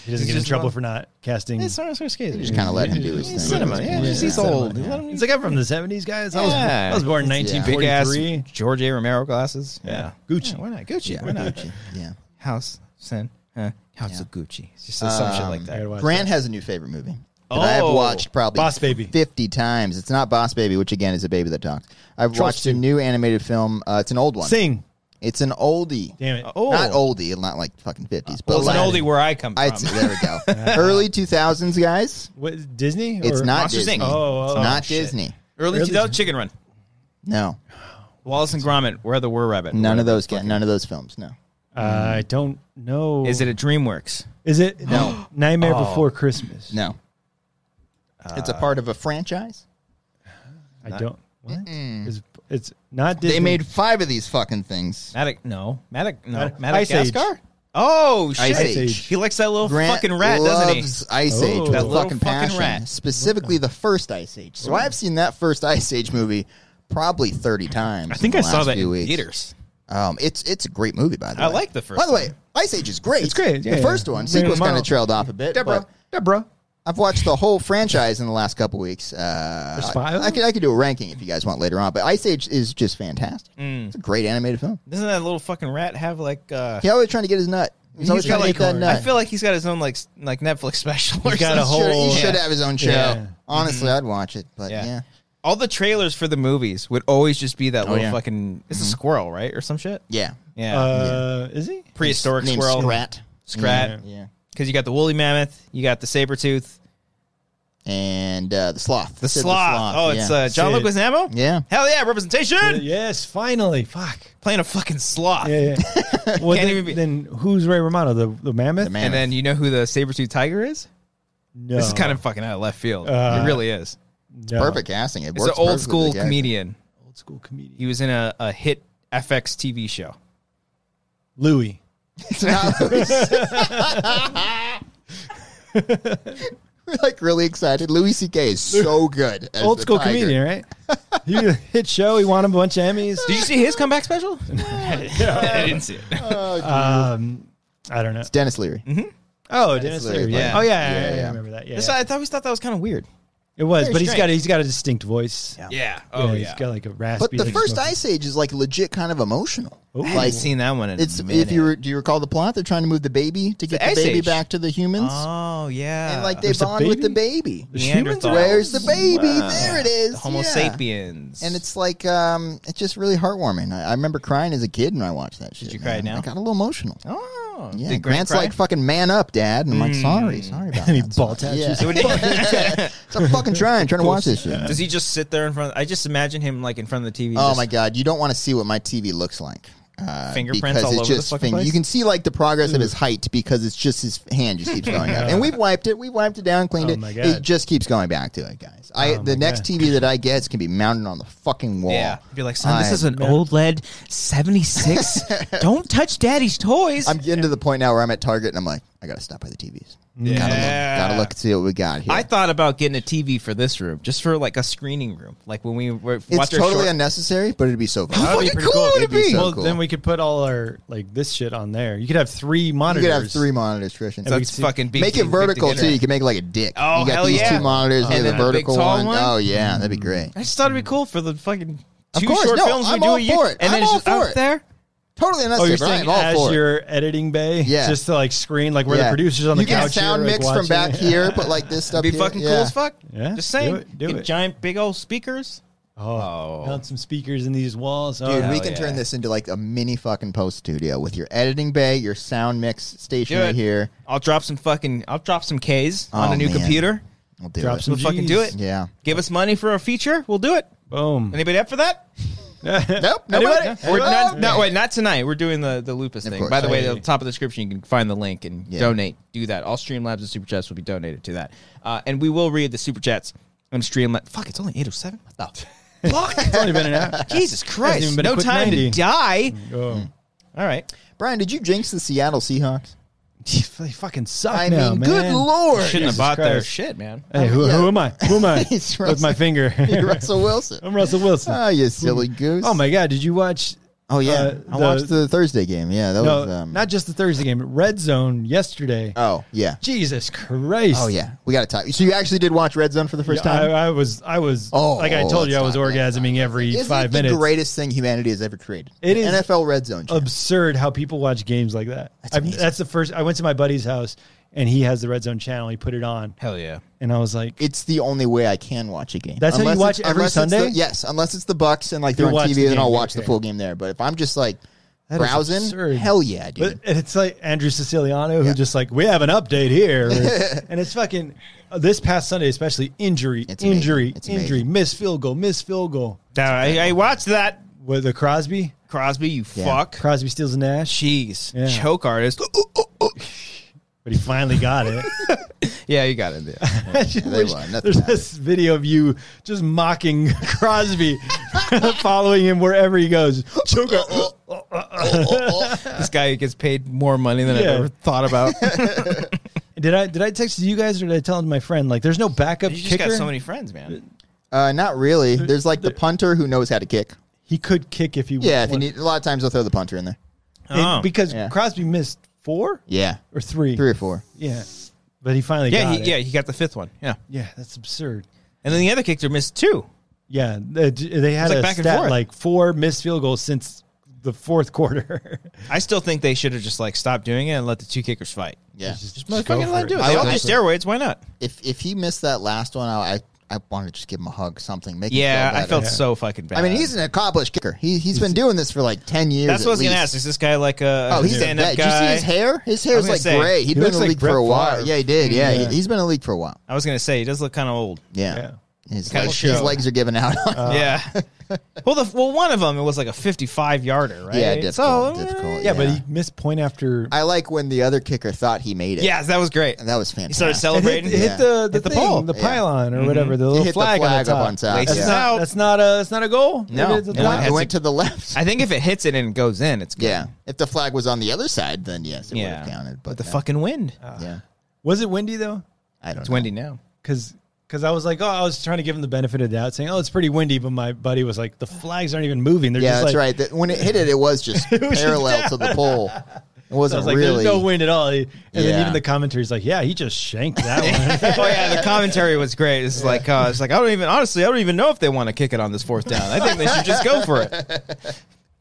Speaker 2: he doesn't get in
Speaker 1: just
Speaker 2: trouble
Speaker 1: about-
Speaker 2: for not casting.
Speaker 1: It's Martin Scorsese.
Speaker 3: Just kind of let him do his
Speaker 1: He's
Speaker 3: thing.
Speaker 1: cinema. Yeah,
Speaker 2: Yeah.
Speaker 1: just he's
Speaker 2: Cinema,
Speaker 1: old.
Speaker 2: yeah.
Speaker 1: Let him-
Speaker 2: It's like I'm from the '70s, guys. I was,
Speaker 1: Yeah.
Speaker 2: I was born in
Speaker 3: Yeah.
Speaker 1: Big ass
Speaker 2: 1943.
Speaker 1: George A. Romero glasses. Yeah.
Speaker 2: Gucci.
Speaker 1: Yeah, why not? Gucci.
Speaker 3: Yeah,
Speaker 1: Why not?
Speaker 3: Gucci. Yeah.
Speaker 1: House Sin. Huh? House
Speaker 3: Yeah.
Speaker 1: of Gucci. It's just some shit like
Speaker 3: Um,
Speaker 2: I gotta
Speaker 1: that.
Speaker 2: watch
Speaker 3: Grant
Speaker 2: that.
Speaker 3: has a new favorite movie that I've
Speaker 1: Oh.
Speaker 3: watched probably
Speaker 2: Boss Baby.
Speaker 3: 50 times. It's not Boss Baby, which again is a baby that talks. I've
Speaker 2: Trolls
Speaker 3: watched a
Speaker 2: 2.
Speaker 3: new animated film. Uh, it's an old one.
Speaker 2: Sing.
Speaker 3: It's an oldie.
Speaker 2: Damn it.
Speaker 1: Oh.
Speaker 3: Not oldie, not like fucking 50s, but
Speaker 1: Well, it's an
Speaker 3: like-
Speaker 1: oldie where I come from.
Speaker 3: I'd say- there we go. Early 2000s, guys.
Speaker 2: What? Disney?
Speaker 3: It's
Speaker 2: Or-
Speaker 3: not
Speaker 1: Monsters,
Speaker 3: Disney.
Speaker 1: Inc.
Speaker 2: Oh,
Speaker 3: It's
Speaker 2: oh,
Speaker 3: not
Speaker 1: shit.
Speaker 3: Disney.
Speaker 1: Early
Speaker 2: Early-
Speaker 1: 2000 Chicken Run.
Speaker 3: No.
Speaker 1: Wallace and Gromit, Where the Were Rabbit.
Speaker 3: None of
Speaker 1: Whatever.
Speaker 3: those ga- none of those films. No.
Speaker 2: I don't know.
Speaker 1: Is it Oh. a DreamWorks?
Speaker 2: Is it
Speaker 3: No.
Speaker 2: Nightmare Before Christmas?
Speaker 3: No. Uh, it's a part of a franchise.
Speaker 2: I don't. What? It's, it's not Disney.
Speaker 3: They made 5 of these fucking things.
Speaker 1: Madac? No. Madac? No.
Speaker 2: Mad- Ice Age.
Speaker 1: Madagascar? Oh, shit.
Speaker 3: Ice Age.
Speaker 1: He likes that little
Speaker 3: Grant
Speaker 1: fucking rat, doesn't he?
Speaker 3: loves Ice Age
Speaker 2: Oh.
Speaker 3: with
Speaker 2: That
Speaker 3: a
Speaker 1: little fucking
Speaker 3: fucking passion,
Speaker 1: rat.
Speaker 3: specifically the first Ice Age. So I've seen that first Ice Age movie probably thirty times.
Speaker 1: I think I
Speaker 3: in the
Speaker 1: saw
Speaker 3: last
Speaker 1: that
Speaker 3: few
Speaker 1: in
Speaker 3: weeks.
Speaker 1: theaters.
Speaker 3: Um, it's it's a great movie by the
Speaker 1: I
Speaker 3: way.
Speaker 1: like the first
Speaker 3: By the way,
Speaker 1: one.
Speaker 3: Ice Age is great.
Speaker 2: It's great, yeah,
Speaker 3: the first
Speaker 2: yeah.
Speaker 3: one
Speaker 2: Bring
Speaker 3: sequel's
Speaker 2: them
Speaker 3: kind of
Speaker 2: out.
Speaker 3: trailed off a bit.
Speaker 2: Deborah.
Speaker 3: but
Speaker 2: Deborah.
Speaker 3: I've watched the whole franchise in the last couple weeks. Uh,
Speaker 2: There's five
Speaker 3: I,
Speaker 2: of
Speaker 3: I could I could do a ranking if you guys want later on, but Ice Age is just fantastic.
Speaker 1: Mm.
Speaker 3: It's a great animated film.
Speaker 1: Doesn't that little fucking rat have like? uh
Speaker 3: He's always trying to get his nut. He's, always
Speaker 1: got
Speaker 3: trying to
Speaker 1: like.
Speaker 3: get that nut.
Speaker 1: I feel like he's got his own like s- like Netflix special. Or
Speaker 2: He's got a
Speaker 1: something.
Speaker 2: whole-
Speaker 3: Should- he
Speaker 2: Oh,
Speaker 3: should
Speaker 1: yeah. Mm-hmm.
Speaker 3: have his own show.
Speaker 2: Yeah.
Speaker 3: Honestly, I'd watch it, but
Speaker 1: Yeah.
Speaker 3: yeah.
Speaker 1: All the trailers for the movies would always just be that little
Speaker 3: Oh, yeah. Mm-hmm.
Speaker 1: fucking. It's a squirrel, right, or some shit.
Speaker 3: Yeah.
Speaker 1: Yeah,
Speaker 2: Uh, Is he?
Speaker 1: prehistoric
Speaker 3: Named
Speaker 1: squirrel.
Speaker 3: Scrat.
Speaker 1: Scrat.
Speaker 3: Yeah.
Speaker 1: Because you got the woolly mammoth, you got the saber tooth,
Speaker 3: And uh, the sloth.
Speaker 1: the
Speaker 3: Sid
Speaker 1: sloth. Oh,
Speaker 3: yeah.
Speaker 1: it's uh, John
Speaker 2: Sid.
Speaker 1: Leguizamo.
Speaker 3: Yeah.
Speaker 1: Hell yeah, representation.
Speaker 2: Yes, finally. Fuck.
Speaker 1: Playing a fucking sloth.
Speaker 2: Yeah, yeah.
Speaker 1: Can't
Speaker 2: well, then,
Speaker 1: even be-
Speaker 2: then who's Ray Romano? The the mammoth?
Speaker 3: The
Speaker 1: And then you know who the saber tooth tiger is?
Speaker 2: No.
Speaker 1: This is kind of fucking out of left field.
Speaker 2: Uh,
Speaker 1: it really is.
Speaker 2: no.
Speaker 3: perfect casting. It
Speaker 1: It's
Speaker 3: works
Speaker 1: an old
Speaker 3: perfectly
Speaker 1: school
Speaker 3: with the character.
Speaker 1: comedian.
Speaker 2: Old school comedian.
Speaker 1: He was in a, a hit FX TV show.
Speaker 2: Louis.
Speaker 3: It's not We're like really excited. Louis C.K. is so good. as
Speaker 2: Old
Speaker 3: the
Speaker 2: school
Speaker 3: tiger.
Speaker 2: comedian, right? he was a hit show. He won a bunch of Emmys.
Speaker 1: Did you see his comeback special? I didn't see it.
Speaker 2: Uh, Um, I don't know.
Speaker 3: Dennis Leary.
Speaker 2: Oh, Dennis
Speaker 3: Leary,
Speaker 2: Leary.
Speaker 1: yeah.
Speaker 2: Oh yeah, yeah,
Speaker 3: Yeah,
Speaker 2: yeah,
Speaker 3: yeah.
Speaker 2: I remember that. Yeah,
Speaker 1: That's why I always thought that was kind of weird.
Speaker 2: it was.
Speaker 1: very
Speaker 2: But he's
Speaker 1: strange.
Speaker 2: got a, he's got a distinct voice.
Speaker 1: Yeah. Oh
Speaker 2: he's
Speaker 1: yeah.
Speaker 2: got like a raspy.
Speaker 3: But the
Speaker 2: like,
Speaker 3: first
Speaker 2: smoky-
Speaker 3: Ice Age is like legit kind of emotional.
Speaker 1: I
Speaker 3: Like
Speaker 1: haven't seen that one in
Speaker 3: it's
Speaker 1: a minute.
Speaker 3: if you re- do you recall the plot? They're trying to move the baby to get the,
Speaker 1: Ice
Speaker 3: baby
Speaker 1: Age.
Speaker 3: back to the humans,
Speaker 1: Oh yeah.
Speaker 3: and like they
Speaker 2: There's a
Speaker 3: bond with the baby.
Speaker 2: The humans
Speaker 1: Neanderthals.
Speaker 2: are-
Speaker 3: Where's the baby? There it is.
Speaker 1: The Homo
Speaker 3: Yeah.
Speaker 1: sapiens.
Speaker 3: And it's like um, it's just really heartwarming. I, I remember crying as a kid when I watched that shit.
Speaker 1: you cry
Speaker 3: man.
Speaker 1: now?
Speaker 3: I got a little emotional.
Speaker 1: oh
Speaker 3: Yeah,
Speaker 1: Did Grant
Speaker 3: Grant's
Speaker 1: cry? Mm.
Speaker 3: like fucking man up, Dad, and I'm like, sorry, sorry about
Speaker 2: And he
Speaker 3: that.
Speaker 2: ball
Speaker 3: son."
Speaker 2: taps you.
Speaker 3: Yeah. so I'm fucking trying, trying to watch this shit.
Speaker 1: Does he just sit there in front? I just imagine him like in front of the TV.
Speaker 3: Oh
Speaker 1: just-
Speaker 3: my god, you don't want to see what my TV looks like. Uh,
Speaker 1: Fingerprints
Speaker 3: because
Speaker 1: all
Speaker 3: it's
Speaker 1: over the
Speaker 3: just
Speaker 1: fucking place?
Speaker 3: You can see like the progress of his height because it's just his hand just keeps going up. And we've wiped it, we wiped it down, cleaned
Speaker 2: Oh
Speaker 3: it.
Speaker 2: my
Speaker 3: It
Speaker 2: God.
Speaker 3: just keeps going back to it, guys. I
Speaker 2: Oh
Speaker 3: the
Speaker 2: my
Speaker 3: next TV that I get is gonna be mounted on the fucking wall.
Speaker 1: Yeah. Be like, son, this
Speaker 3: I-
Speaker 1: is an old lead 76. Don't touch daddy's toys.
Speaker 3: I'm getting to the point now where I'm at Target and I'm like, I gotta stop by the TVs. Gotta look, gotta look and see what we got here.
Speaker 1: I thought about getting a TV for this room, just for like a screening room. Like when we were
Speaker 3: it's
Speaker 1: watch our
Speaker 3: totally
Speaker 1: short-
Speaker 3: unnecessary, but it'd be so fun.
Speaker 2: That'd be
Speaker 3: Fucking
Speaker 2: pretty cool.
Speaker 3: would it be? So
Speaker 2: well,
Speaker 3: cool.
Speaker 2: then we could put all our like this shit on there. You could have three
Speaker 3: you
Speaker 2: monitors.
Speaker 3: could have three monitors, Christian.
Speaker 2: we
Speaker 1: That's
Speaker 2: could see-
Speaker 1: fucking big.
Speaker 3: Make it
Speaker 1: big- big
Speaker 3: vertical
Speaker 1: together.
Speaker 3: too. You can make it like a dick.
Speaker 1: Oh,
Speaker 3: you got
Speaker 1: hell
Speaker 3: these
Speaker 1: yeah.
Speaker 3: two monitors,
Speaker 1: And
Speaker 3: you have
Speaker 1: then
Speaker 3: a
Speaker 1: the big
Speaker 3: vertical
Speaker 1: tall
Speaker 3: one.
Speaker 1: one?
Speaker 3: Oh yeah, that'd be great.
Speaker 1: I just thought it'd be cool for the fucking
Speaker 3: Of
Speaker 1: two
Speaker 3: course,
Speaker 1: short
Speaker 3: no,
Speaker 1: films we
Speaker 3: I'm
Speaker 1: do
Speaker 3: all
Speaker 1: a year,
Speaker 3: for it.
Speaker 1: and then
Speaker 3: I'm
Speaker 1: it's
Speaker 3: all
Speaker 1: just
Speaker 3: for
Speaker 1: out
Speaker 3: it.
Speaker 1: there.
Speaker 3: Totally
Speaker 2: Oh, you're
Speaker 3: unnecessary. but
Speaker 2: saying
Speaker 3: I'm all
Speaker 2: as
Speaker 3: for it.
Speaker 2: your editing bay,
Speaker 3: Yeah.
Speaker 2: just to like screen, like where
Speaker 3: Yeah.
Speaker 2: the producers on the
Speaker 3: you
Speaker 2: couch
Speaker 3: get a sound
Speaker 2: here, like,
Speaker 3: mix from
Speaker 2: watching
Speaker 3: back
Speaker 2: it.
Speaker 3: here, but like this stuff.
Speaker 1: That'd be
Speaker 3: here,
Speaker 1: fucking
Speaker 3: yeah.
Speaker 1: cool as fuck.
Speaker 2: Yeah,
Speaker 1: Just saying.
Speaker 2: do it, do
Speaker 1: Get
Speaker 2: it.
Speaker 1: Giant big old speakers.
Speaker 2: Oh, found some speakers in these walls. Oh,
Speaker 3: Dude,
Speaker 2: yeah.
Speaker 3: we
Speaker 1: Hell
Speaker 3: can turn
Speaker 1: yeah.
Speaker 3: this into like a mini fucking post studio with your editing bay, your sound mix station
Speaker 1: Do
Speaker 3: right
Speaker 1: it.
Speaker 3: here.
Speaker 1: I'll drop some fucking. I'll drop some K's on
Speaker 3: Oh,
Speaker 1: a new
Speaker 3: man.
Speaker 1: computer.
Speaker 3: We'll do
Speaker 2: Drop
Speaker 3: it.
Speaker 2: some-
Speaker 1: We'll fucking do
Speaker 2: Jeez.
Speaker 1: it.
Speaker 3: Yeah.
Speaker 1: Give us money for a feature. We'll do it.
Speaker 2: boom.
Speaker 1: Anybody up for that?
Speaker 3: Nope.
Speaker 1: Anybody?
Speaker 3: Nobody.
Speaker 1: We're not,
Speaker 3: Nope.
Speaker 1: no, wait, not tonight. We're doing the, the lupus thing.
Speaker 3: course.
Speaker 1: By the way,
Speaker 3: Yeah.
Speaker 1: at the top of the description, you can find the link and
Speaker 3: Yeah.
Speaker 1: donate. Do that. All Streamlabs and Super Chats will be donated to that. Uh, and we will read the Super Chats and Streamlabs. Fuck, it's only 807? What the fuck?
Speaker 2: It's only been an hour.
Speaker 1: Jesus Christ.
Speaker 2: even been a
Speaker 1: No
Speaker 2: quick
Speaker 1: time
Speaker 2: 90.
Speaker 1: to die.
Speaker 2: Oh.
Speaker 1: All right.
Speaker 3: Brian, did you jinx the Seattle Seahawks?
Speaker 2: They fucking suck
Speaker 3: I
Speaker 2: now,
Speaker 3: mean,
Speaker 2: man.
Speaker 3: good lord.
Speaker 1: Shouldn't have
Speaker 2: Jesus
Speaker 1: bought their
Speaker 2: Christ.
Speaker 1: shit, man.
Speaker 2: Hey, who, who am I? Who am I?
Speaker 3: It's
Speaker 2: With my
Speaker 3: Russell.
Speaker 2: finger.
Speaker 3: Russell Wilson.
Speaker 2: I'm Russell Wilson.
Speaker 3: Oh, you silly goose.
Speaker 2: oh my god, did you watch?
Speaker 3: Oh yeah,
Speaker 2: uh,
Speaker 3: I watched the Thursday game. Yeah, that
Speaker 2: No,
Speaker 3: was um,
Speaker 2: not just the Thursday game. Red Zone yesterday.
Speaker 3: Oh yeah.
Speaker 2: Jesus Christ.
Speaker 3: Oh yeah. We got to talk. So you actually did watch Red Zone for the first
Speaker 2: Yeah,
Speaker 3: time?
Speaker 2: I, I was, I was.
Speaker 3: Oh,
Speaker 2: like I told you, I was
Speaker 3: let's not- let's
Speaker 2: orgasming every
Speaker 3: Isn't
Speaker 2: five
Speaker 3: it
Speaker 2: minutes.
Speaker 3: The greatest thing humanity has ever created.
Speaker 2: It
Speaker 3: The
Speaker 2: is
Speaker 3: NFL Red Zone. channel.
Speaker 2: Absurd how people watch games like that. I've- That's,
Speaker 3: amazing.
Speaker 2: the first. I went to my buddy's house and he has the Red Zone channel. He put it on,
Speaker 1: Hell yeah.
Speaker 2: and I was like,
Speaker 3: it's the only way I can watch a game.
Speaker 2: That's how you watch
Speaker 3: it's-
Speaker 2: every
Speaker 3: unless it's the-
Speaker 2: Sunday?
Speaker 3: yes, unless it's the Bucks and like they're
Speaker 2: You'll
Speaker 3: on
Speaker 2: watch the
Speaker 3: TV, then I'll
Speaker 2: game,
Speaker 3: watch the
Speaker 2: okay.
Speaker 3: full game there. But if I'm just like
Speaker 2: That is
Speaker 3: browsing,
Speaker 2: absurd.
Speaker 3: hell yeah,
Speaker 2: But-
Speaker 3: dude.
Speaker 2: and it's like Andrew Siciliano who just like we have an update here, and it's fucking uh, this past Sunday especially injury,
Speaker 3: It's amazing.
Speaker 2: injury,
Speaker 3: It's
Speaker 2: injury,
Speaker 3: amazing.
Speaker 2: miss field goal, miss field goal
Speaker 1: I, I watched that.
Speaker 2: with the Crosby.
Speaker 1: Crosby, you
Speaker 3: Yeah.
Speaker 1: fuck.
Speaker 2: Crosby steals a Nash,
Speaker 1: Jeez.
Speaker 2: Yeah.
Speaker 1: Choke artist.
Speaker 2: but he finally got it.
Speaker 1: yeah, you got it. Yeah.
Speaker 3: they
Speaker 2: There's
Speaker 3: won. Nothing happened.
Speaker 2: this video of you just mocking Crosby, following him wherever he goes. Choke out.
Speaker 3: Oh,
Speaker 1: this guy gets paid more money than
Speaker 2: Yeah.
Speaker 1: I've ever thought about.
Speaker 2: Did I did I text you guys or did I tell my friend like there's no backup
Speaker 1: you just
Speaker 2: kicker?
Speaker 1: got so many friends, man.
Speaker 3: Uh, not really. There's like the punter who knows how to kick.
Speaker 2: he could kick if he
Speaker 3: Yeah, if you
Speaker 2: wanted.
Speaker 3: need, a lot of times they'll throw the punter in there.
Speaker 2: And
Speaker 1: Oh.
Speaker 2: because
Speaker 3: Yeah.
Speaker 2: Crosby missed four
Speaker 3: Yeah,
Speaker 2: or three,
Speaker 3: three or four.
Speaker 2: yeah, but he finally
Speaker 1: Yeah,
Speaker 2: got
Speaker 1: he,
Speaker 2: it.
Speaker 1: yeah, he got the fifth one. Yeah,
Speaker 2: Yeah, that's absurd.
Speaker 1: and then the other kicker missed two.
Speaker 2: Yeah, they, they
Speaker 1: It's
Speaker 2: had
Speaker 1: like
Speaker 2: a
Speaker 1: back and
Speaker 2: stat
Speaker 1: forth.
Speaker 2: like four missed field goals since the fourth quarter.
Speaker 1: I still think they should have just like stopped doing it and let the two kickers fight.
Speaker 3: Yeah,
Speaker 1: Just
Speaker 2: go
Speaker 1: motherfucking
Speaker 2: for
Speaker 1: let
Speaker 2: it.
Speaker 1: them do it.
Speaker 3: I
Speaker 1: They all do
Speaker 3: like-
Speaker 1: steroids. Why not?
Speaker 3: if if he missed that last one, I I, I want to just give him a hug, something. Make
Speaker 1: Yeah,
Speaker 3: him feel
Speaker 1: I felt
Speaker 3: better.
Speaker 1: so fucking bad.
Speaker 3: I mean, he's an accomplished kicker. He he's been doing this for like ten years.
Speaker 1: That's what I
Speaker 3: at
Speaker 1: was gonna
Speaker 3: least.
Speaker 1: ask. Is this guy like uh, a
Speaker 3: Oh, he's a
Speaker 1: stand-up
Speaker 3: vet. Did you
Speaker 1: guy?
Speaker 3: see his hair? His
Speaker 1: I
Speaker 3: hair's
Speaker 1: was gonna
Speaker 3: like
Speaker 1: say,
Speaker 3: gray. He'd
Speaker 2: he
Speaker 3: been in
Speaker 2: looks
Speaker 3: the
Speaker 2: like
Speaker 3: league for
Speaker 2: Brett
Speaker 3: a while.
Speaker 2: Favre.
Speaker 3: Yeah, he did. Yeah,
Speaker 2: Yeah.
Speaker 3: He, he's been in the league for a while.
Speaker 1: I was gonna say he does look kind of old.
Speaker 3: Yeah,
Speaker 2: Yeah.
Speaker 3: His,
Speaker 1: Kinda Uh,
Speaker 3: legs, his
Speaker 1: show.
Speaker 3: legs are giving out. on him.
Speaker 1: yeah. well, the well one of them it was like a fifty-five yarder, right?
Speaker 3: Yeah, difficult,
Speaker 1: So, mm,
Speaker 3: difficult.
Speaker 2: yeah, but
Speaker 3: Yeah.
Speaker 2: he missed point after.
Speaker 3: I like when the other kicker thought he made it.
Speaker 1: yeah, that was great.
Speaker 3: that was fantastic.
Speaker 1: He started
Speaker 2: it hit,
Speaker 1: celebrating.
Speaker 2: it hit the the,
Speaker 1: Hit the
Speaker 2: thing,
Speaker 1: pole.
Speaker 2: the
Speaker 3: Yeah.
Speaker 2: pylon or whatever, the
Speaker 3: He
Speaker 2: little
Speaker 3: hit the
Speaker 2: flag,
Speaker 3: flag
Speaker 2: on
Speaker 3: up
Speaker 2: the
Speaker 3: on top.
Speaker 1: Laces
Speaker 2: That's
Speaker 1: it
Speaker 3: Yeah.
Speaker 2: not
Speaker 1: Mm-hmm. out.
Speaker 2: that's not a that's not a goal.
Speaker 1: No.
Speaker 2: It is a
Speaker 1: No,
Speaker 2: flag.
Speaker 3: it
Speaker 1: that's
Speaker 3: went
Speaker 1: a-
Speaker 3: to the left.
Speaker 1: I think if it hits it and goes in, it's good.
Speaker 3: yeah, if the flag was on the other side, then yes, it would
Speaker 1: yeah.
Speaker 3: have counted. But
Speaker 1: With the
Speaker 3: no.
Speaker 1: fucking wind.
Speaker 3: yeah,
Speaker 2: Was it windy though?
Speaker 3: I don't.
Speaker 1: It's
Speaker 3: know.
Speaker 1: windy now.
Speaker 2: Because because I was like, oh, I was trying to give him the benefit of the doubt, saying, oh, it's pretty windy, but my buddy was like, the flags aren't even moving. They're
Speaker 3: yeah,
Speaker 2: just
Speaker 3: that's
Speaker 2: like,
Speaker 3: right. That when it hit it, it was just parallel to the pole. It
Speaker 2: So I
Speaker 3: wasn't
Speaker 2: was like, there's
Speaker 3: really.
Speaker 2: no wind at all. And then
Speaker 3: Yeah.
Speaker 2: even the commentary's like, yeah, he just shanked that one.
Speaker 1: oh yeah, the commentary was great. It's like uh, it's like I don't even honestly I don't even know if they want to kick it on this fourth down. I think they should just go for it.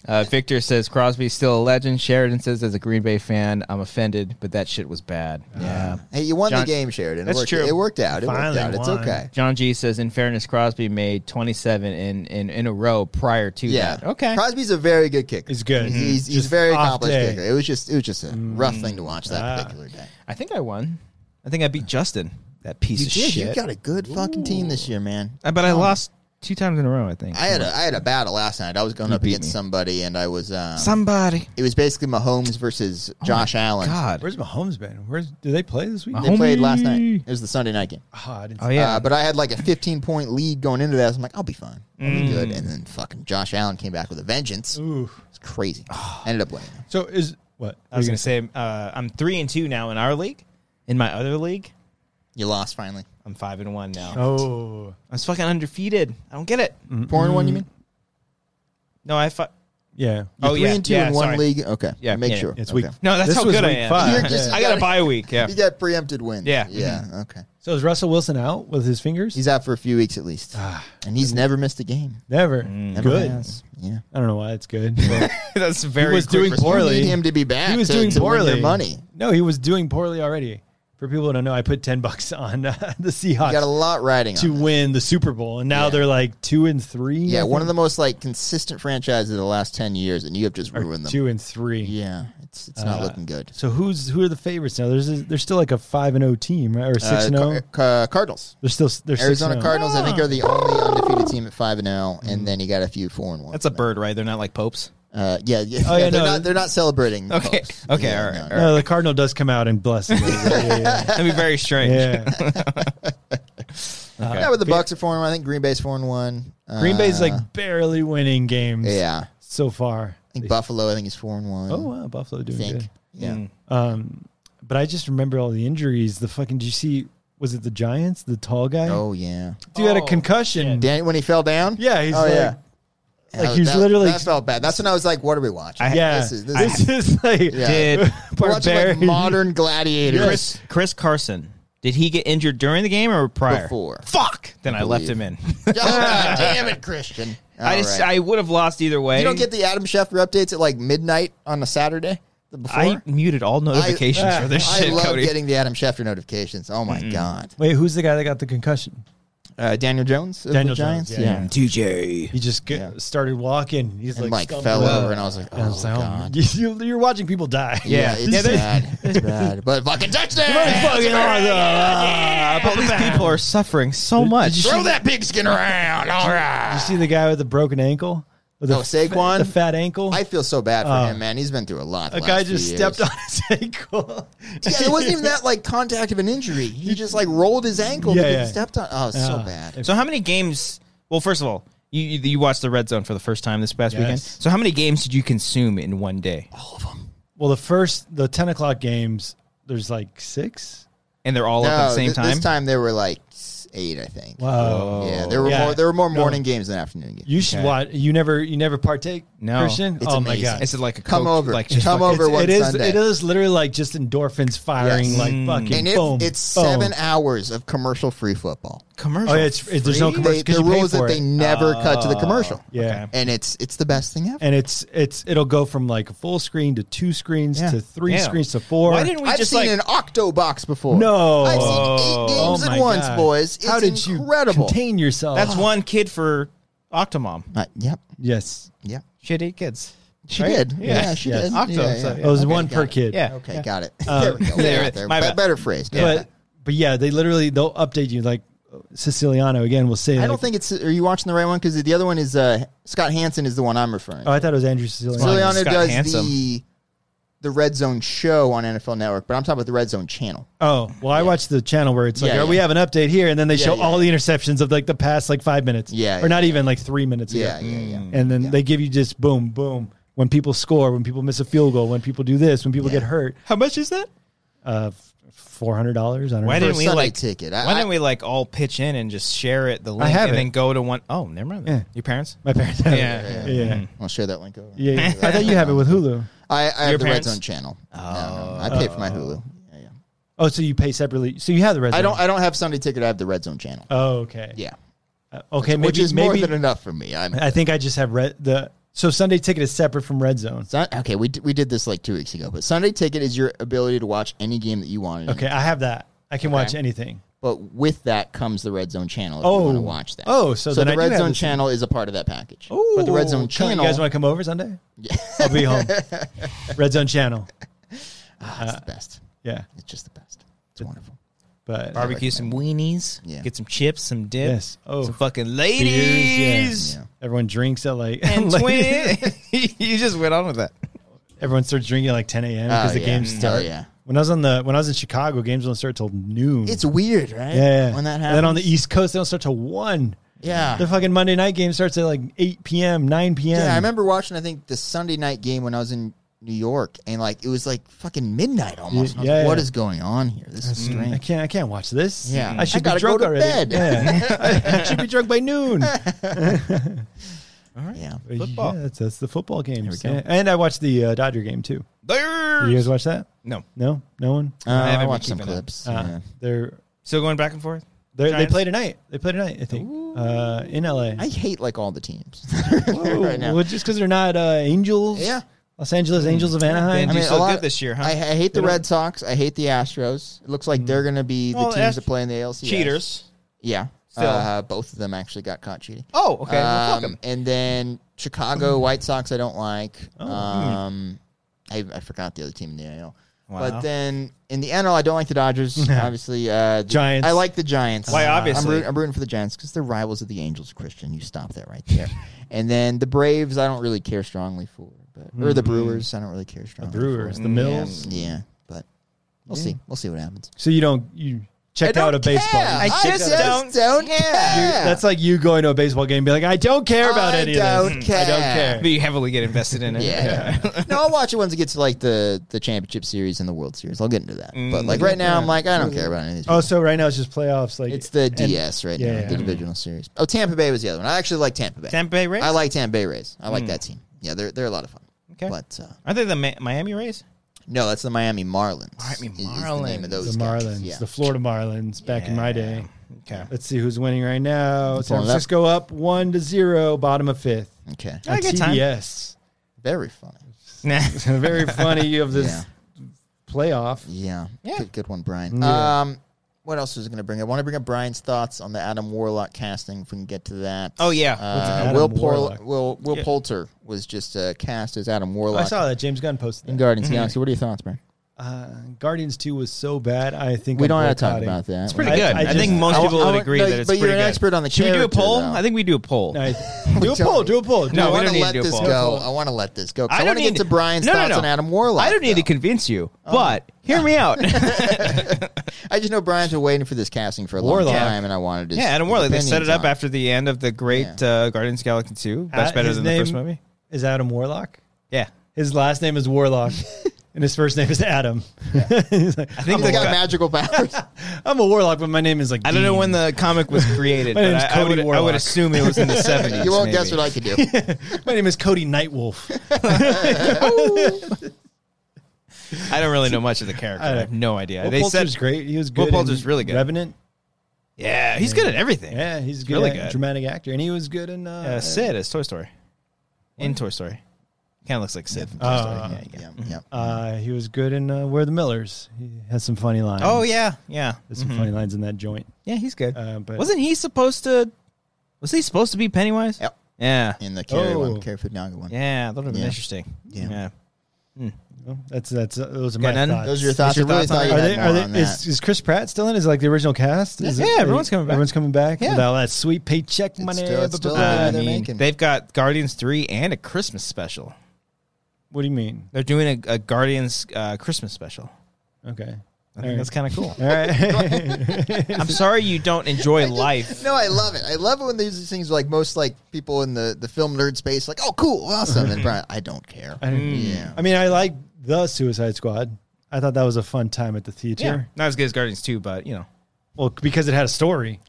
Speaker 1: Uh, Victor says Crosby's still a legend. Sheridan says as a Green Bay fan, I'm offended, but that shit was bad.
Speaker 3: Uh,
Speaker 1: Yeah.
Speaker 3: Hey, you won
Speaker 1: John-
Speaker 3: the game, Sheridan. It
Speaker 1: That's
Speaker 3: worked,
Speaker 1: true.
Speaker 3: It worked out. It
Speaker 2: Finally
Speaker 3: worked out. It's
Speaker 2: won.
Speaker 3: okay.
Speaker 1: John G says in fairness, Crosby made 27 in in, in a row prior to
Speaker 3: Yeah.
Speaker 1: that. Okay.
Speaker 3: Crosby's a very good kicker.
Speaker 2: He's good. Mm-hmm.
Speaker 3: Mm-hmm. He's, he's
Speaker 2: Just
Speaker 3: very
Speaker 2: off
Speaker 3: accomplished
Speaker 2: day. Mm-hmm.
Speaker 3: kicker. It was just it was just a rough thing to watch that
Speaker 2: Ah.
Speaker 3: particular day.
Speaker 1: I think I won. I think I beat Justin. That piece
Speaker 3: You
Speaker 1: of
Speaker 3: did.
Speaker 1: shit.
Speaker 3: You got a good fucking team this year, man.
Speaker 1: Uh, but I lost two times in a row. I think.
Speaker 3: I had a I had a battle last night. I was going up
Speaker 1: beat
Speaker 3: against
Speaker 1: me.
Speaker 3: somebody, and I was um,
Speaker 1: Somebody.
Speaker 3: it was basically Mahomes versus
Speaker 2: Oh
Speaker 3: Josh Allen.
Speaker 1: God.
Speaker 2: Where's Mahomes been? Where's do they play this week?
Speaker 1: Mahomes-
Speaker 3: They played last night.
Speaker 1: Homie.
Speaker 3: It was the Sunday night game.
Speaker 2: Oh, I didn't
Speaker 1: Oh yeah.
Speaker 3: Uh, but I had like a 15 point lead going into that. So I'm like, I'll be fine. I'll be good.
Speaker 1: Mm.
Speaker 3: And then fucking Josh Allen came back with a vengeance.
Speaker 2: Ooh.
Speaker 3: It's crazy. Ended up winning.
Speaker 2: So is what?
Speaker 1: I was going to say uh, I'm three and two now in our league. In my other league,
Speaker 3: You lost finally.
Speaker 1: I'm five and one now.
Speaker 2: Oh, Mm-hmm.
Speaker 1: I was fucking undefeated. I don't get it.
Speaker 3: Four and one, you mean?
Speaker 1: No, I. Fu-
Speaker 2: yeah.
Speaker 1: oh
Speaker 3: Three
Speaker 1: yeah,
Speaker 3: and two
Speaker 1: yeah,
Speaker 3: in one
Speaker 1: sorry.
Speaker 3: league. Okay.
Speaker 1: Yeah,
Speaker 3: Make
Speaker 1: yeah,
Speaker 3: sure.
Speaker 2: It's
Speaker 3: okay.
Speaker 2: week.
Speaker 1: No, that's
Speaker 2: this
Speaker 1: how
Speaker 2: was
Speaker 1: good I
Speaker 2: week
Speaker 1: am.
Speaker 2: Five.
Speaker 3: You're just-
Speaker 1: I got a bye week. Yeah.
Speaker 3: You got preempted wins.
Speaker 1: Yeah. Mm-hmm.
Speaker 3: Yeah. Okay.
Speaker 2: So is Russell Wilson out with his fingers?
Speaker 3: He's out for a few weeks at least.
Speaker 1: Ah.
Speaker 3: and he's never missed a game.
Speaker 2: never
Speaker 3: Mm. Never
Speaker 2: good.
Speaker 3: has. Yeah.
Speaker 2: I don't know why it's good. but-
Speaker 1: that's very.
Speaker 2: was
Speaker 1: quick
Speaker 2: doing
Speaker 1: response.
Speaker 2: poorly.
Speaker 3: You need him to be back.
Speaker 2: he was
Speaker 3: to-
Speaker 2: doing
Speaker 3: to win your
Speaker 2: poorly.
Speaker 3: money.
Speaker 2: No, he was doing poorly already. For people who don't know, I put ten bucks on uh, the
Speaker 3: You got
Speaker 2: Seahawks
Speaker 3: a lot riding on.
Speaker 2: to
Speaker 3: it.
Speaker 2: win the Super Bowl, and now
Speaker 3: Yeah.
Speaker 2: they're like two and three.
Speaker 3: Yeah, one of the most like consistent franchises of the last ten years, and you have just ruined them.
Speaker 2: two and three.
Speaker 3: Yeah, it's it's
Speaker 1: Ah.
Speaker 3: not looking good.
Speaker 2: So who's who are the favorites now? There's there's still like a five and O team right? or six
Speaker 3: Uh,
Speaker 2: and O.
Speaker 3: Car-
Speaker 1: oh.
Speaker 3: Ca- Cardinals,
Speaker 2: They're still they're oh.
Speaker 3: Arizona
Speaker 2: 6-0.
Speaker 3: Cardinals, I think are the only undefeated team at five and zero, and then you got a few four and one.
Speaker 1: That's a bird, right? They're not like popes.
Speaker 3: uh, yeah, yeah,
Speaker 2: Oh, yeah,
Speaker 3: they're
Speaker 2: no.
Speaker 3: not they're not celebrating. the
Speaker 1: Okay.
Speaker 3: Cubs.
Speaker 1: Okay,
Speaker 3: Yeah,
Speaker 1: all right,
Speaker 3: no,
Speaker 1: all
Speaker 3: no.
Speaker 2: No, the cardinal does come out and bless. Them. yeah,
Speaker 1: That'd be very strange.
Speaker 2: yeah, yeah.
Speaker 1: Okay.
Speaker 3: Yeah, but the Bucks are four and one. I think Green Bay's four and one. Uh,
Speaker 2: Green Bay's like barely winning games.
Speaker 3: yeah, I
Speaker 2: so far.
Speaker 3: think Buffalo. I think is four and one.
Speaker 2: Oh wow, Buffalo
Speaker 3: I
Speaker 2: doing
Speaker 3: think.
Speaker 2: good.
Speaker 3: Yeah,
Speaker 2: But I just remember all the injuries. The fucking. Did you see? Was it the Giants? The tall guy.
Speaker 3: oh yeah.
Speaker 2: Dude had a
Speaker 1: Oh,
Speaker 2: concussion.
Speaker 3: Dan, when he fell down.
Speaker 2: Yeah, he's
Speaker 3: oh
Speaker 2: like-
Speaker 3: yeah.
Speaker 2: like,
Speaker 3: That-
Speaker 2: he was
Speaker 3: that-
Speaker 2: literally-
Speaker 3: that felt bad. That's when I was like, "What are we watching?"
Speaker 1: I-
Speaker 2: Yeah,
Speaker 3: This is- this
Speaker 2: this is like
Speaker 3: Yeah.
Speaker 1: Did
Speaker 3: We're watching like
Speaker 2: barbarian.
Speaker 3: modern gladiators.
Speaker 1: Chris Chris Carson? Did he get injured during the game or prior?
Speaker 3: Before.
Speaker 1: Fuck. Then I, left him
Speaker 3: believe.
Speaker 1: in.
Speaker 3: God damn it, Christian.
Speaker 1: I
Speaker 3: All
Speaker 1: just
Speaker 3: right.
Speaker 1: I would have lost either way.
Speaker 3: you don't get the Adam Schefter updates at like midnight on a Saturday The before?
Speaker 1: I muted all notifications
Speaker 2: I-
Speaker 1: for this
Speaker 3: I
Speaker 1: shit,
Speaker 3: love
Speaker 1: Cody.
Speaker 3: getting the Adam Schefter notifications. Oh my God.
Speaker 2: Wait, who's the guy that got the concussion?
Speaker 3: Uh, Daniel Jones of
Speaker 2: Daniel
Speaker 3: the
Speaker 2: Jones,
Speaker 3: Giants?
Speaker 2: yeah,
Speaker 1: DJ.
Speaker 2: He just get,
Speaker 3: Yeah.
Speaker 2: started walking. He's
Speaker 3: And
Speaker 2: like,
Speaker 3: like
Speaker 2: stumbled
Speaker 3: fell
Speaker 2: up.
Speaker 3: over, and I was like, oh,
Speaker 2: And I was like, oh,
Speaker 3: God.
Speaker 2: you, you're watching people die.
Speaker 1: Yeah,
Speaker 3: Yeah, it's
Speaker 1: they-
Speaker 3: bad. It's bad. But fucking touchdown!
Speaker 1: Fucking awesome. Ah, But these people are suffering so much.
Speaker 3: Throw that pigskin around. All
Speaker 2: You
Speaker 3: right.
Speaker 2: see the guy with the broken ankle? With
Speaker 3: Oh, Saquon?
Speaker 2: The fat ankle?
Speaker 3: I feel so bad for
Speaker 2: Uh,
Speaker 3: him, man. He's been through a lot. the
Speaker 2: a guy
Speaker 3: last few
Speaker 2: just
Speaker 3: years.
Speaker 2: stepped on his ankle.
Speaker 3: Yeah, it wasn't even that like contact of an injury. He just like rolled his ankle
Speaker 2: Yeah,
Speaker 3: because
Speaker 2: yeah. Uh,
Speaker 3: he stepped on. Oh, it's so
Speaker 2: Yeah.
Speaker 3: bad.
Speaker 1: So how many games? Well, first of all, you you you watched the Red Zone for the first time this past weekend.
Speaker 2: Yes.
Speaker 1: So how many games did you consume in one day?
Speaker 2: Well, the first, the 10 o'clock games, there's like six.
Speaker 1: And they're all up at the same
Speaker 3: th-
Speaker 1: time.
Speaker 3: This time there were like s- eight, I think.
Speaker 2: Wow.
Speaker 3: Yeah, there were
Speaker 2: Yeah.
Speaker 3: more. There were more
Speaker 2: No.
Speaker 3: morning games than afternoon games.
Speaker 2: Oh. You should
Speaker 1: Okay.
Speaker 2: watch. You never, you never partake,
Speaker 1: No.
Speaker 2: Christian.
Speaker 3: It's
Speaker 2: oh my
Speaker 3: amazing.
Speaker 2: god,
Speaker 1: Is it like a
Speaker 3: Come
Speaker 1: Coke,
Speaker 3: over.
Speaker 1: Like just
Speaker 3: Come
Speaker 1: like-
Speaker 3: over one
Speaker 2: it is.
Speaker 3: Sunday.
Speaker 2: It is literally like just endorphins firing,
Speaker 3: Yes.
Speaker 2: like
Speaker 3: Mm.
Speaker 2: fucking
Speaker 3: and it,
Speaker 2: boom.
Speaker 3: it's
Speaker 2: boom.
Speaker 3: seven hours of commercial free football.
Speaker 1: commercial.
Speaker 2: Oh, yeah, it's, it- there's no
Speaker 1: free?
Speaker 2: commercial
Speaker 3: They,
Speaker 2: 'cause
Speaker 3: the
Speaker 2: you pay
Speaker 3: rule is
Speaker 2: for
Speaker 3: that
Speaker 2: it.
Speaker 3: they never cut to the commercial.
Speaker 2: Yeah.
Speaker 1: Okay.
Speaker 3: and it's it's the best thing ever.
Speaker 2: and it's it's it'll go from like a full screen to two screens
Speaker 3: Yeah.
Speaker 2: to three
Speaker 1: Damn.
Speaker 2: screens to four.
Speaker 1: Why didn't we
Speaker 3: I've
Speaker 1: just
Speaker 3: seen
Speaker 1: like
Speaker 3: an octo box before.
Speaker 2: No.
Speaker 3: I've seen eight
Speaker 2: Oh
Speaker 3: games
Speaker 2: my
Speaker 3: at once,
Speaker 2: God.
Speaker 3: boys. It's
Speaker 2: How did
Speaker 3: incredible.
Speaker 2: you contain yourself?
Speaker 1: that's one kid for Octomom.
Speaker 3: Uh, yep,
Speaker 2: Yes.
Speaker 3: yep.
Speaker 1: Shitty kids.
Speaker 3: She
Speaker 1: Right?
Speaker 3: did.
Speaker 1: Yeah.
Speaker 3: Yeah, she
Speaker 2: Yes.
Speaker 3: did.
Speaker 1: Octo,
Speaker 3: Yeah,
Speaker 1: so-
Speaker 3: yeah.
Speaker 2: It was
Speaker 3: Okay,
Speaker 2: Oh, one per
Speaker 3: got it.
Speaker 2: kid.
Speaker 1: Yeah.
Speaker 3: Okay, got it. there we go.
Speaker 1: there
Speaker 3: There,
Speaker 1: it-
Speaker 3: there.
Speaker 1: my
Speaker 3: Be-
Speaker 1: bad.
Speaker 3: better phrase. Got it.
Speaker 2: But but yeah, they literally they'll update you like Siciliano again will say
Speaker 3: I
Speaker 2: like,
Speaker 3: don't think it's. Are you watching the right one? Because the other one is uh, Scott Hansen is the one I'm referring.
Speaker 2: Oh,
Speaker 3: to.
Speaker 2: I thought it was Andrew Siciliano.
Speaker 1: Siciliano.
Speaker 3: Siciliano
Speaker 1: Scott
Speaker 3: does
Speaker 1: Hansen.
Speaker 3: the the Red Zone show on NFL Network, but I'm talking about the Red Zone channel.
Speaker 2: Oh, well I watched the channel where it's like
Speaker 3: Yeah,
Speaker 2: "Oh, we
Speaker 3: yeah.
Speaker 2: have an update here and then they show
Speaker 3: yeah,
Speaker 2: all the interceptions of like the past like 5 minutes.
Speaker 3: Yeah,
Speaker 2: Or
Speaker 3: yeah,
Speaker 2: not even like 3 minutes
Speaker 3: Yeah,
Speaker 2: ago.
Speaker 3: yeah, yeah.
Speaker 2: And then they give you just boom boom when people score, when people miss a field goal, when people do this, when people
Speaker 3: Yeah.
Speaker 2: get hurt.
Speaker 1: How much is that?
Speaker 2: Uh, four hundred dollars. I don't
Speaker 1: Why
Speaker 2: know.
Speaker 1: didn't
Speaker 3: a
Speaker 1: we
Speaker 3: Sunday
Speaker 1: like
Speaker 3: ticket. I-
Speaker 1: why
Speaker 3: I-
Speaker 1: didn't we like all pitch in and just share it the link
Speaker 2: have
Speaker 1: and
Speaker 2: it.
Speaker 1: then go to one oh never mind.
Speaker 2: Yeah.
Speaker 1: Your parents?
Speaker 2: My parents. Have
Speaker 1: Yeah,
Speaker 2: It.
Speaker 1: yeah,
Speaker 2: Yeah. Yeah.
Speaker 3: I'll share that link over.
Speaker 2: Yeah, yeah. I thought you have it with Hulu.
Speaker 3: I, I
Speaker 1: Your
Speaker 3: have the Red
Speaker 1: parents?
Speaker 3: Zone channel. No, no, I pay for my Hulu. Yeah, yeah.
Speaker 2: Oh, so you pay separately. So you have the red.
Speaker 3: I
Speaker 2: Zone.
Speaker 3: don't. I don't have Sunday ticket. I have the Red Zone channel.
Speaker 2: oh, okay.
Speaker 3: Yeah,
Speaker 2: Uh, Okay. Maybe.
Speaker 3: which is more
Speaker 2: maybe.
Speaker 3: than enough for me. I'm.
Speaker 2: I think I just have red. The so Sunday ticket is separate from Red Zone.
Speaker 3: Sun- okay, we, d- we did this like two weeks ago, but Sunday ticket is your ability to watch any game that you want.
Speaker 2: Okay, I have that. I can watch anything.
Speaker 3: but with that comes the Red Zone channel. If
Speaker 2: Oh.
Speaker 3: you want to watch that.
Speaker 2: Oh, so then I
Speaker 3: the
Speaker 2: do
Speaker 3: Red
Speaker 2: have
Speaker 3: Zone
Speaker 2: this-
Speaker 3: channel is a part of that package. Oh, but the Red Zone
Speaker 2: Come on,
Speaker 3: channel.
Speaker 2: You guys want to come over Sunday? I'll be home. Red Zone channel.
Speaker 3: Ah, it's the best.
Speaker 2: Yeah,
Speaker 3: It's just the best. It's wonderful.
Speaker 2: but
Speaker 1: Barbecue some weenies,
Speaker 3: Yeah.
Speaker 1: get some chips, some dip,
Speaker 2: Yes. Oh.
Speaker 1: some fucking
Speaker 2: beers, yeah.
Speaker 1: ladies.
Speaker 3: Yeah.
Speaker 2: everyone drinks at like,
Speaker 1: And
Speaker 2: like-
Speaker 1: twin You just went on with that.
Speaker 2: everyone starts drinking at like 10 a.m.
Speaker 3: Oh,
Speaker 2: because the
Speaker 3: yeah.
Speaker 2: games Mm.
Speaker 3: Oh,
Speaker 2: start.
Speaker 3: yeah.
Speaker 2: When I was on the when I was in Chicago, games don't start till noon.
Speaker 3: It's weird, right?
Speaker 2: yeah, yeah.
Speaker 3: When that happens.
Speaker 2: And then on the East Coast, they don't start till one.
Speaker 3: Yeah.
Speaker 2: The fucking Monday night game starts at like 8 p.m., 9 p.m.
Speaker 3: Yeah, I remember watching. I think the Sunday night game when I was in New York, and like it was like fucking midnight almost. And I was
Speaker 2: Yeah, Mm.
Speaker 3: like, What
Speaker 2: yeah.
Speaker 3: is going on here? This is
Speaker 2: I
Speaker 3: strange.
Speaker 2: can't. I can't watch this.
Speaker 3: Yeah.
Speaker 2: I should
Speaker 3: I
Speaker 2: be
Speaker 3: gotta go
Speaker 2: drunk
Speaker 3: to
Speaker 2: already.
Speaker 3: bed.
Speaker 2: Yeah. I should be drunk by noon.
Speaker 3: Yeah,
Speaker 1: Football.
Speaker 2: Yeah, that's, that's the football game. And I watched the uh, Dodger game too. Did
Speaker 1: There.
Speaker 2: you guys watch that?
Speaker 1: No.
Speaker 2: No, no one.
Speaker 3: uh,
Speaker 1: I haven't
Speaker 3: I
Speaker 1: been
Speaker 3: watched some
Speaker 1: keeping up.
Speaker 3: clips.
Speaker 2: Uh,
Speaker 3: yeah.
Speaker 2: They're,
Speaker 1: Still going back and forth?
Speaker 2: they're they
Speaker 1: Giants?
Speaker 2: play tonight. They play tonight. I think uh, in LA.
Speaker 3: I hate like all the teams
Speaker 2: Whoa,
Speaker 3: right now.
Speaker 2: Well, just because they're not uh, Angels.
Speaker 3: Yeah.
Speaker 2: Los Angeles Angels of Anaheim.
Speaker 1: Then
Speaker 3: I mean,
Speaker 1: do so
Speaker 3: a lot-
Speaker 1: good this year, huh? Mm.
Speaker 3: I, I hate
Speaker 2: They
Speaker 3: the
Speaker 2: don't-
Speaker 3: Red Sox. I hate the Astros. It looks like they're going to be the
Speaker 1: Well,
Speaker 3: teams
Speaker 1: Ast-
Speaker 3: that play in the ALCS.
Speaker 1: Cheaters.
Speaker 3: Yeah.
Speaker 1: Still.
Speaker 3: Uh, both of them actually got caught cheating.
Speaker 1: Oh, okay. Well, fuck
Speaker 3: Um,
Speaker 1: 'em.
Speaker 3: and then Chicago White Sox, I don't like. um, I, I forgot the other team in the AL.
Speaker 1: Wow.
Speaker 3: But then in the NL, I don't like the Dodgers. obviously, uh, the-
Speaker 2: Giants.
Speaker 3: I like the Giants.
Speaker 1: Why,
Speaker 3: Uh,
Speaker 1: obviously.
Speaker 3: I'm rooting, I'm rooting for the Giants because they're rivals of the Angels. Christian, you stop that right there. and then the Braves, I don't really care strongly for, but or the Brewers, I don't really care strongly.
Speaker 2: Brewers,
Speaker 3: for. Mm,
Speaker 2: the Mills.
Speaker 3: Yeah, yeah, but we'll see. We'll see what happens.
Speaker 2: So you don't you check out a baseball.
Speaker 3: care.
Speaker 2: game.
Speaker 1: I just don't
Speaker 3: care.
Speaker 2: That's like you going to a baseball game and be like, I don't care about
Speaker 3: I
Speaker 2: any of
Speaker 3: don't
Speaker 2: this. I
Speaker 3: care.
Speaker 2: don't care.
Speaker 1: But you heavily get invested in it.
Speaker 3: Yeah. no, I'll watch it once it gets to like the the championship series and the World Series. I'll get into that. But
Speaker 1: Mm-hmm.
Speaker 3: like right now, I'm like I don't care about any of these.
Speaker 2: Oh, so right now it's just playoffs. Like
Speaker 3: it's the
Speaker 2: and-
Speaker 3: DS right
Speaker 2: yeah,
Speaker 3: now,
Speaker 2: yeah.
Speaker 3: the divisional series. Oh, Tampa Bay was the other one. I actually like Tampa Bay.
Speaker 1: Tampa Bay Rays? Hmm.
Speaker 3: I like Tampa Bay Rays. I like that team. Yeah, they're they're a lot of fun.
Speaker 1: Okay.
Speaker 3: But uh,
Speaker 1: Are they the Mi- Miami Rays?
Speaker 3: no, that's the Miami Marlins.
Speaker 1: Miami
Speaker 3: is- is the name
Speaker 1: Marlins.
Speaker 3: of those
Speaker 2: the
Speaker 3: guys.
Speaker 2: Marlins,
Speaker 3: Yeah.
Speaker 2: the Florida Marlins, back in my day.
Speaker 1: Okay.
Speaker 2: Let's see who's winning right now. San
Speaker 3: pulling it up.
Speaker 2: Francisco up one to zero, bottom of fifth.
Speaker 3: okay.
Speaker 1: I get time.
Speaker 2: Yes,
Speaker 3: Very funny.
Speaker 1: Nah.
Speaker 2: very funny of this
Speaker 3: Yeah.
Speaker 2: playoff.
Speaker 3: Yeah.
Speaker 1: Yeah.
Speaker 3: Good, good one, Brian.
Speaker 2: Yeah.
Speaker 3: Um, what else was I going to bring? I want to bring up Brian's thoughts on the Adam Warlock casting. If we can get to that.
Speaker 1: Oh, yeah.
Speaker 3: Uh,
Speaker 2: Adam
Speaker 3: Will, Por-
Speaker 2: Warlock?
Speaker 3: Will Will
Speaker 1: Yeah.
Speaker 3: Poulter was just uh, cast as Adam
Speaker 2: I
Speaker 3: Warlock
Speaker 2: saw that James Gunn posted.
Speaker 3: in
Speaker 2: That.
Speaker 3: Guardians of
Speaker 1: Mm-hmm.
Speaker 3: the Galaxy. What are your thoughts, Brian?
Speaker 2: Uh, Guardians Two was so bad. I think
Speaker 3: We
Speaker 2: I'm
Speaker 3: don't have to talk
Speaker 2: boycotting.
Speaker 3: about that. It's
Speaker 1: pretty
Speaker 2: I-
Speaker 1: good. I,
Speaker 2: I just-
Speaker 1: think most
Speaker 3: I-
Speaker 1: people
Speaker 3: I
Speaker 1: would
Speaker 3: would-
Speaker 1: agree
Speaker 3: no,
Speaker 1: that it's
Speaker 3: but you're
Speaker 1: pretty
Speaker 3: an
Speaker 1: good.
Speaker 3: expert on the
Speaker 1: Should we do a
Speaker 3: character,
Speaker 1: poll?
Speaker 3: though.
Speaker 1: I think we do a poll.
Speaker 2: No, I- do a poll. Do a poll. Do
Speaker 1: No,
Speaker 2: a-
Speaker 1: we don't
Speaker 3: I want to
Speaker 1: need
Speaker 3: let
Speaker 1: to do a
Speaker 3: this
Speaker 1: poll.
Speaker 3: go. I want to let this go. 'cause I,
Speaker 1: don't
Speaker 3: want to get
Speaker 1: need
Speaker 3: to Brian's
Speaker 1: no, no,
Speaker 3: thoughts
Speaker 1: no.
Speaker 3: on Adam Warlock.
Speaker 1: I don't need to
Speaker 3: though.
Speaker 1: convince you, but hear me out.
Speaker 3: I just know Brian's been waiting for this casting for a long
Speaker 2: Warlock.
Speaker 3: time, and I wanted to.
Speaker 1: yeah, Adam Warlock. They set it up after the end of the great uh, Guardians of the Galaxy Two. That's
Speaker 2: Uh,
Speaker 1: better
Speaker 2: his
Speaker 1: than
Speaker 2: name
Speaker 1: the first movie.
Speaker 2: Is Adam Warlock?
Speaker 1: Yeah,
Speaker 2: His last name is Warlock, and his first name is Adam. He's like,
Speaker 1: I think
Speaker 3: He's
Speaker 1: the
Speaker 3: got
Speaker 1: guy-
Speaker 3: magical powers.
Speaker 2: I'm a warlock, but my name is like
Speaker 1: I don't know
Speaker 2: Dean."
Speaker 1: when the comic was created,
Speaker 2: My
Speaker 1: but
Speaker 2: name's
Speaker 1: I, I
Speaker 2: Cody
Speaker 1: would, I would
Speaker 2: Warlock.
Speaker 1: assume it was in the seventies.
Speaker 3: you won't guess what I could do.
Speaker 2: My name is Cody Nightwolf.
Speaker 1: I. I don't really know much of the character. I,
Speaker 2: I-
Speaker 1: have no idea.
Speaker 2: Will
Speaker 1: they
Speaker 2: Poulter's
Speaker 1: said,
Speaker 2: great. He was
Speaker 1: Will
Speaker 2: good.
Speaker 1: Poulter's
Speaker 2: in
Speaker 1: really good.
Speaker 2: Revenant.
Speaker 1: "Yeah, he's good at everything."
Speaker 2: Yeah, he's good.
Speaker 1: really
Speaker 2: at-
Speaker 1: good.
Speaker 2: Dramatic actor, and he was good in uh,
Speaker 1: Uh, Sid is Toy Story. In Toy Story, kind of looks like Sid. from Toy
Speaker 2: Oh,
Speaker 1: Story.
Speaker 2: uh,
Speaker 1: Yeah, yeah.
Speaker 3: yeah, yeah.
Speaker 2: Uh, he was good in uh, Where are the Millers. He has some funny lines.
Speaker 1: Oh yeah, yeah,
Speaker 2: there's some funny lines in that joint.
Speaker 1: yeah. He's good.
Speaker 2: Uh, but
Speaker 1: Wasn't he supposed to? Was he supposed to be Pennywise?
Speaker 3: Yep.
Speaker 1: Yeah.
Speaker 3: In the Kerry
Speaker 2: Oh.
Speaker 3: one, Kerry Fukunaga one.
Speaker 1: Yeah, that would have been
Speaker 3: Yeah.
Speaker 1: interesting.
Speaker 3: Yeah.
Speaker 2: Well, that's that's uh, those are
Speaker 1: Got
Speaker 2: my
Speaker 1: none?
Speaker 2: thoughts.
Speaker 3: Those are your thoughts.
Speaker 1: your
Speaker 3: I really
Speaker 1: thoughts on
Speaker 3: thought
Speaker 1: it?
Speaker 2: Are
Speaker 3: you had
Speaker 2: they? Are
Speaker 3: more on
Speaker 2: they
Speaker 3: that.
Speaker 2: is, is Chris Pratt still in? Is it like the original cast? Is
Speaker 1: Yeah, everyone's coming back.
Speaker 2: Everyone's coming back.
Speaker 1: Yeah.
Speaker 2: With all that sweet paycheck money.
Speaker 3: still- it's
Speaker 2: blah,
Speaker 3: still
Speaker 2: blah, blah.
Speaker 3: Yeah,
Speaker 1: Uh, I
Speaker 3: they're
Speaker 1: mean,
Speaker 3: making-
Speaker 1: they've got Guardians 3 and a Christmas special.
Speaker 2: What do you mean?
Speaker 1: They're doing a, a Guardians uh, Christmas special.
Speaker 2: Okay.
Speaker 1: I think that's kind of cool.
Speaker 2: All right.
Speaker 1: I'm sorry you don't enjoy life.
Speaker 3: No, I love it. I love it when these things are like most like people in the, the film nerd space, like, oh, cool, awesome. And Brian, I don't care.
Speaker 2: I don't-
Speaker 3: Yeah.
Speaker 2: I mean, I like the Suicide Squad. I thought that was a fun time at the
Speaker 1: Yeah,
Speaker 2: theater.
Speaker 1: not as good as Guardians Two, but you know.
Speaker 2: Well, because it had a story,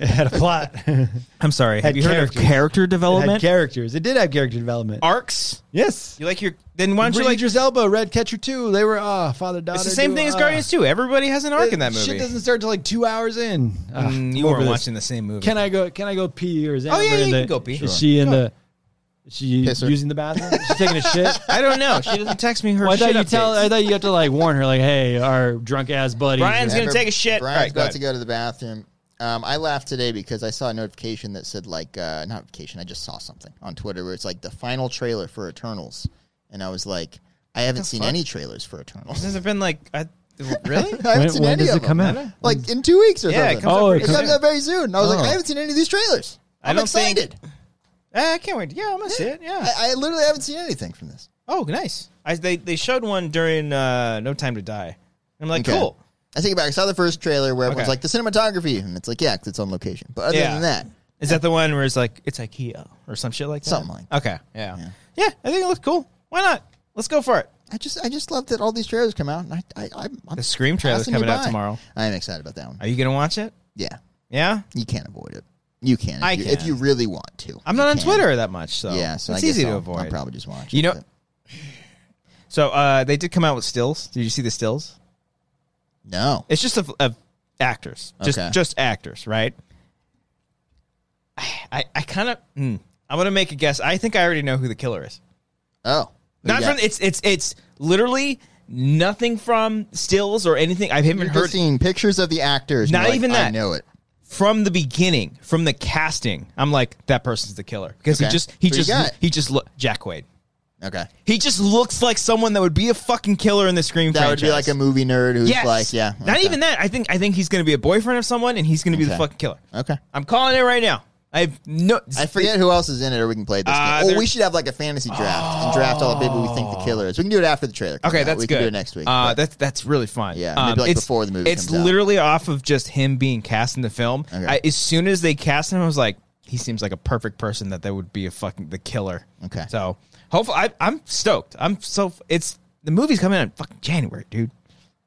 Speaker 2: it had a plot, it
Speaker 1: I'm sorry. Have
Speaker 2: Had
Speaker 1: you heard of
Speaker 2: characters.
Speaker 1: character
Speaker 2: had
Speaker 1: development
Speaker 2: characters. It did have character development.
Speaker 1: arcs?
Speaker 2: yes.
Speaker 1: You like your then? Why don't you
Speaker 2: Bring
Speaker 1: like?
Speaker 2: Idris Elba, Red Catcher Two. They were ah father daughter.
Speaker 1: It's the same
Speaker 2: duo,
Speaker 1: thing as
Speaker 2: ah.
Speaker 1: Guardians Two. Everybody has an arc in that movie.
Speaker 2: Shit doesn't start till like two hours in. Ah,
Speaker 1: Mm,
Speaker 2: I'm
Speaker 1: you
Speaker 2: over
Speaker 1: weren't
Speaker 2: this.
Speaker 1: watching the same movie.
Speaker 2: Can I go? Can I go pee? Or is Amber
Speaker 1: yeah,
Speaker 2: in
Speaker 1: you
Speaker 2: the,
Speaker 1: can go pee. Sure.
Speaker 2: Is she in
Speaker 1: Sure.
Speaker 2: the? Is she
Speaker 3: Piss her.
Speaker 2: using the bathroom? Is she taking a shit?
Speaker 1: I don't know. She doesn't text me her
Speaker 2: Well, I
Speaker 1: shit
Speaker 2: thought you tell.
Speaker 1: updates.
Speaker 2: I thought you have to like warn her, like, "Hey, our drunk ass buddies."
Speaker 1: Brian's
Speaker 2: are-
Speaker 1: gonna take a shit.
Speaker 3: Brian's
Speaker 1: All right, go
Speaker 3: about
Speaker 1: ahead.
Speaker 3: to go to the bathroom. Um, I laughed today because I saw a notification that said like uh, not notification. I just saw something on Twitter where it's like the final trailer for Eternals, and I was like, I haven't seen any trailers for Eternals.
Speaker 1: Has it been like I, really?
Speaker 3: I haven't
Speaker 2: When-
Speaker 3: seen
Speaker 2: when
Speaker 3: any
Speaker 2: does
Speaker 3: of
Speaker 2: it come
Speaker 3: them.
Speaker 2: out?
Speaker 3: Like in two weeks or
Speaker 1: Yeah, it
Speaker 3: something.
Speaker 1: comes
Speaker 2: out Oh, pretty
Speaker 3: it comes
Speaker 1: soon.
Speaker 3: out very soon. I was
Speaker 1: Oh.
Speaker 3: like, I haven't seen any of these trailers.
Speaker 1: I
Speaker 3: I'm
Speaker 1: don't think-
Speaker 3: excited.
Speaker 1: Ah, I can't wait. Yeah, I'm gonna see it. Yeah.
Speaker 3: I, I literally haven't seen anything from this.
Speaker 1: oh, nice. I, they they showed one during uh, No Time to Die. I'm like,
Speaker 3: Okay.
Speaker 1: cool.
Speaker 3: I think about. it. I saw the first trailer where everyone's
Speaker 1: Okay.
Speaker 3: like the cinematography, and it's like yeah, 'cause it's on location. But other
Speaker 1: Yeah.
Speaker 3: than that,
Speaker 1: Is that the one where it's like it's IKEA or some shit like that?
Speaker 3: Something like
Speaker 1: that. Okay. Yeah. yeah. I think it looks cool. Why not? Let's go for it.
Speaker 3: I just I just love that all these trailers come out, and I, I I'm, I'm
Speaker 1: The Scream trailer's
Speaker 3: passing you
Speaker 1: coming out
Speaker 3: by.
Speaker 1: tomorrow.
Speaker 3: I am excited about that one.
Speaker 1: Are you gonna watch it?
Speaker 3: yeah,
Speaker 1: Yeah.
Speaker 3: you can't avoid it. You can if,
Speaker 1: I
Speaker 3: you, if
Speaker 1: can.
Speaker 3: you really want to.
Speaker 1: I'm not on
Speaker 3: You can.
Speaker 1: Twitter that much, so
Speaker 3: yeah, so
Speaker 1: it's
Speaker 3: I guess
Speaker 1: easy
Speaker 3: I'll,
Speaker 1: to
Speaker 3: I'll
Speaker 1: avoid.
Speaker 3: probably just watch.
Speaker 1: You
Speaker 3: it,
Speaker 1: know-
Speaker 3: but-
Speaker 1: So uh, they did come out with stills. Did you see the stills?
Speaker 3: no.
Speaker 1: It's just of, of actors, just
Speaker 3: Okay.
Speaker 1: just actors, right? I I, I kind of mm, I want to make a guess. I think I already know who the killer is.
Speaker 3: Oh,
Speaker 1: Not
Speaker 3: Yeah.
Speaker 1: from it's it's it's literally nothing from stills or anything. I haven't
Speaker 3: You're
Speaker 1: heard
Speaker 3: just seeing pictures of the actors. and
Speaker 1: Not
Speaker 3: you're like,
Speaker 1: even
Speaker 3: I
Speaker 1: that.
Speaker 3: know it.
Speaker 1: from the beginning, from the casting. I'm like that person's the killer because he
Speaker 3: Okay.
Speaker 1: just he
Speaker 3: Who you got?
Speaker 1: just he just look Jack Wade.
Speaker 3: Okay,
Speaker 1: He just looks like someone that would be a fucking killer in the Scream
Speaker 3: that would be like
Speaker 1: franchise.
Speaker 3: a movie nerd who's
Speaker 1: Yes.
Speaker 3: like, yeah,
Speaker 1: Not
Speaker 3: okay.
Speaker 1: even that. I think I think he's going to be a boyfriend of someone, and he's going to be the
Speaker 3: Okay.
Speaker 1: fucking killer.
Speaker 3: Okay.
Speaker 1: I'm calling it right now. I've no.
Speaker 3: I forget who else is in it, or we can play
Speaker 1: Uh,
Speaker 3: this. game.
Speaker 1: there-
Speaker 3: Or we should have like a fantasy draft and draft all the people we think the killer is. We can do it after the trailer. comes
Speaker 1: Okay,
Speaker 3: out.
Speaker 1: that's
Speaker 3: we
Speaker 1: good.
Speaker 3: can do it next week.
Speaker 1: Uh,
Speaker 3: but-
Speaker 1: that's that's really fun.
Speaker 3: Yeah, maybe, like, before the movie
Speaker 1: It's
Speaker 3: comes out.
Speaker 1: literally off of just him being cast in the film.
Speaker 3: Okay.
Speaker 1: I, as soon as they cast him, I was like, he seems like a perfect person that that would be a fucking the killer.
Speaker 3: Okay.
Speaker 1: So hopefully, I, I'm stoked. I'm so it's the movie's coming out in fucking January, dude.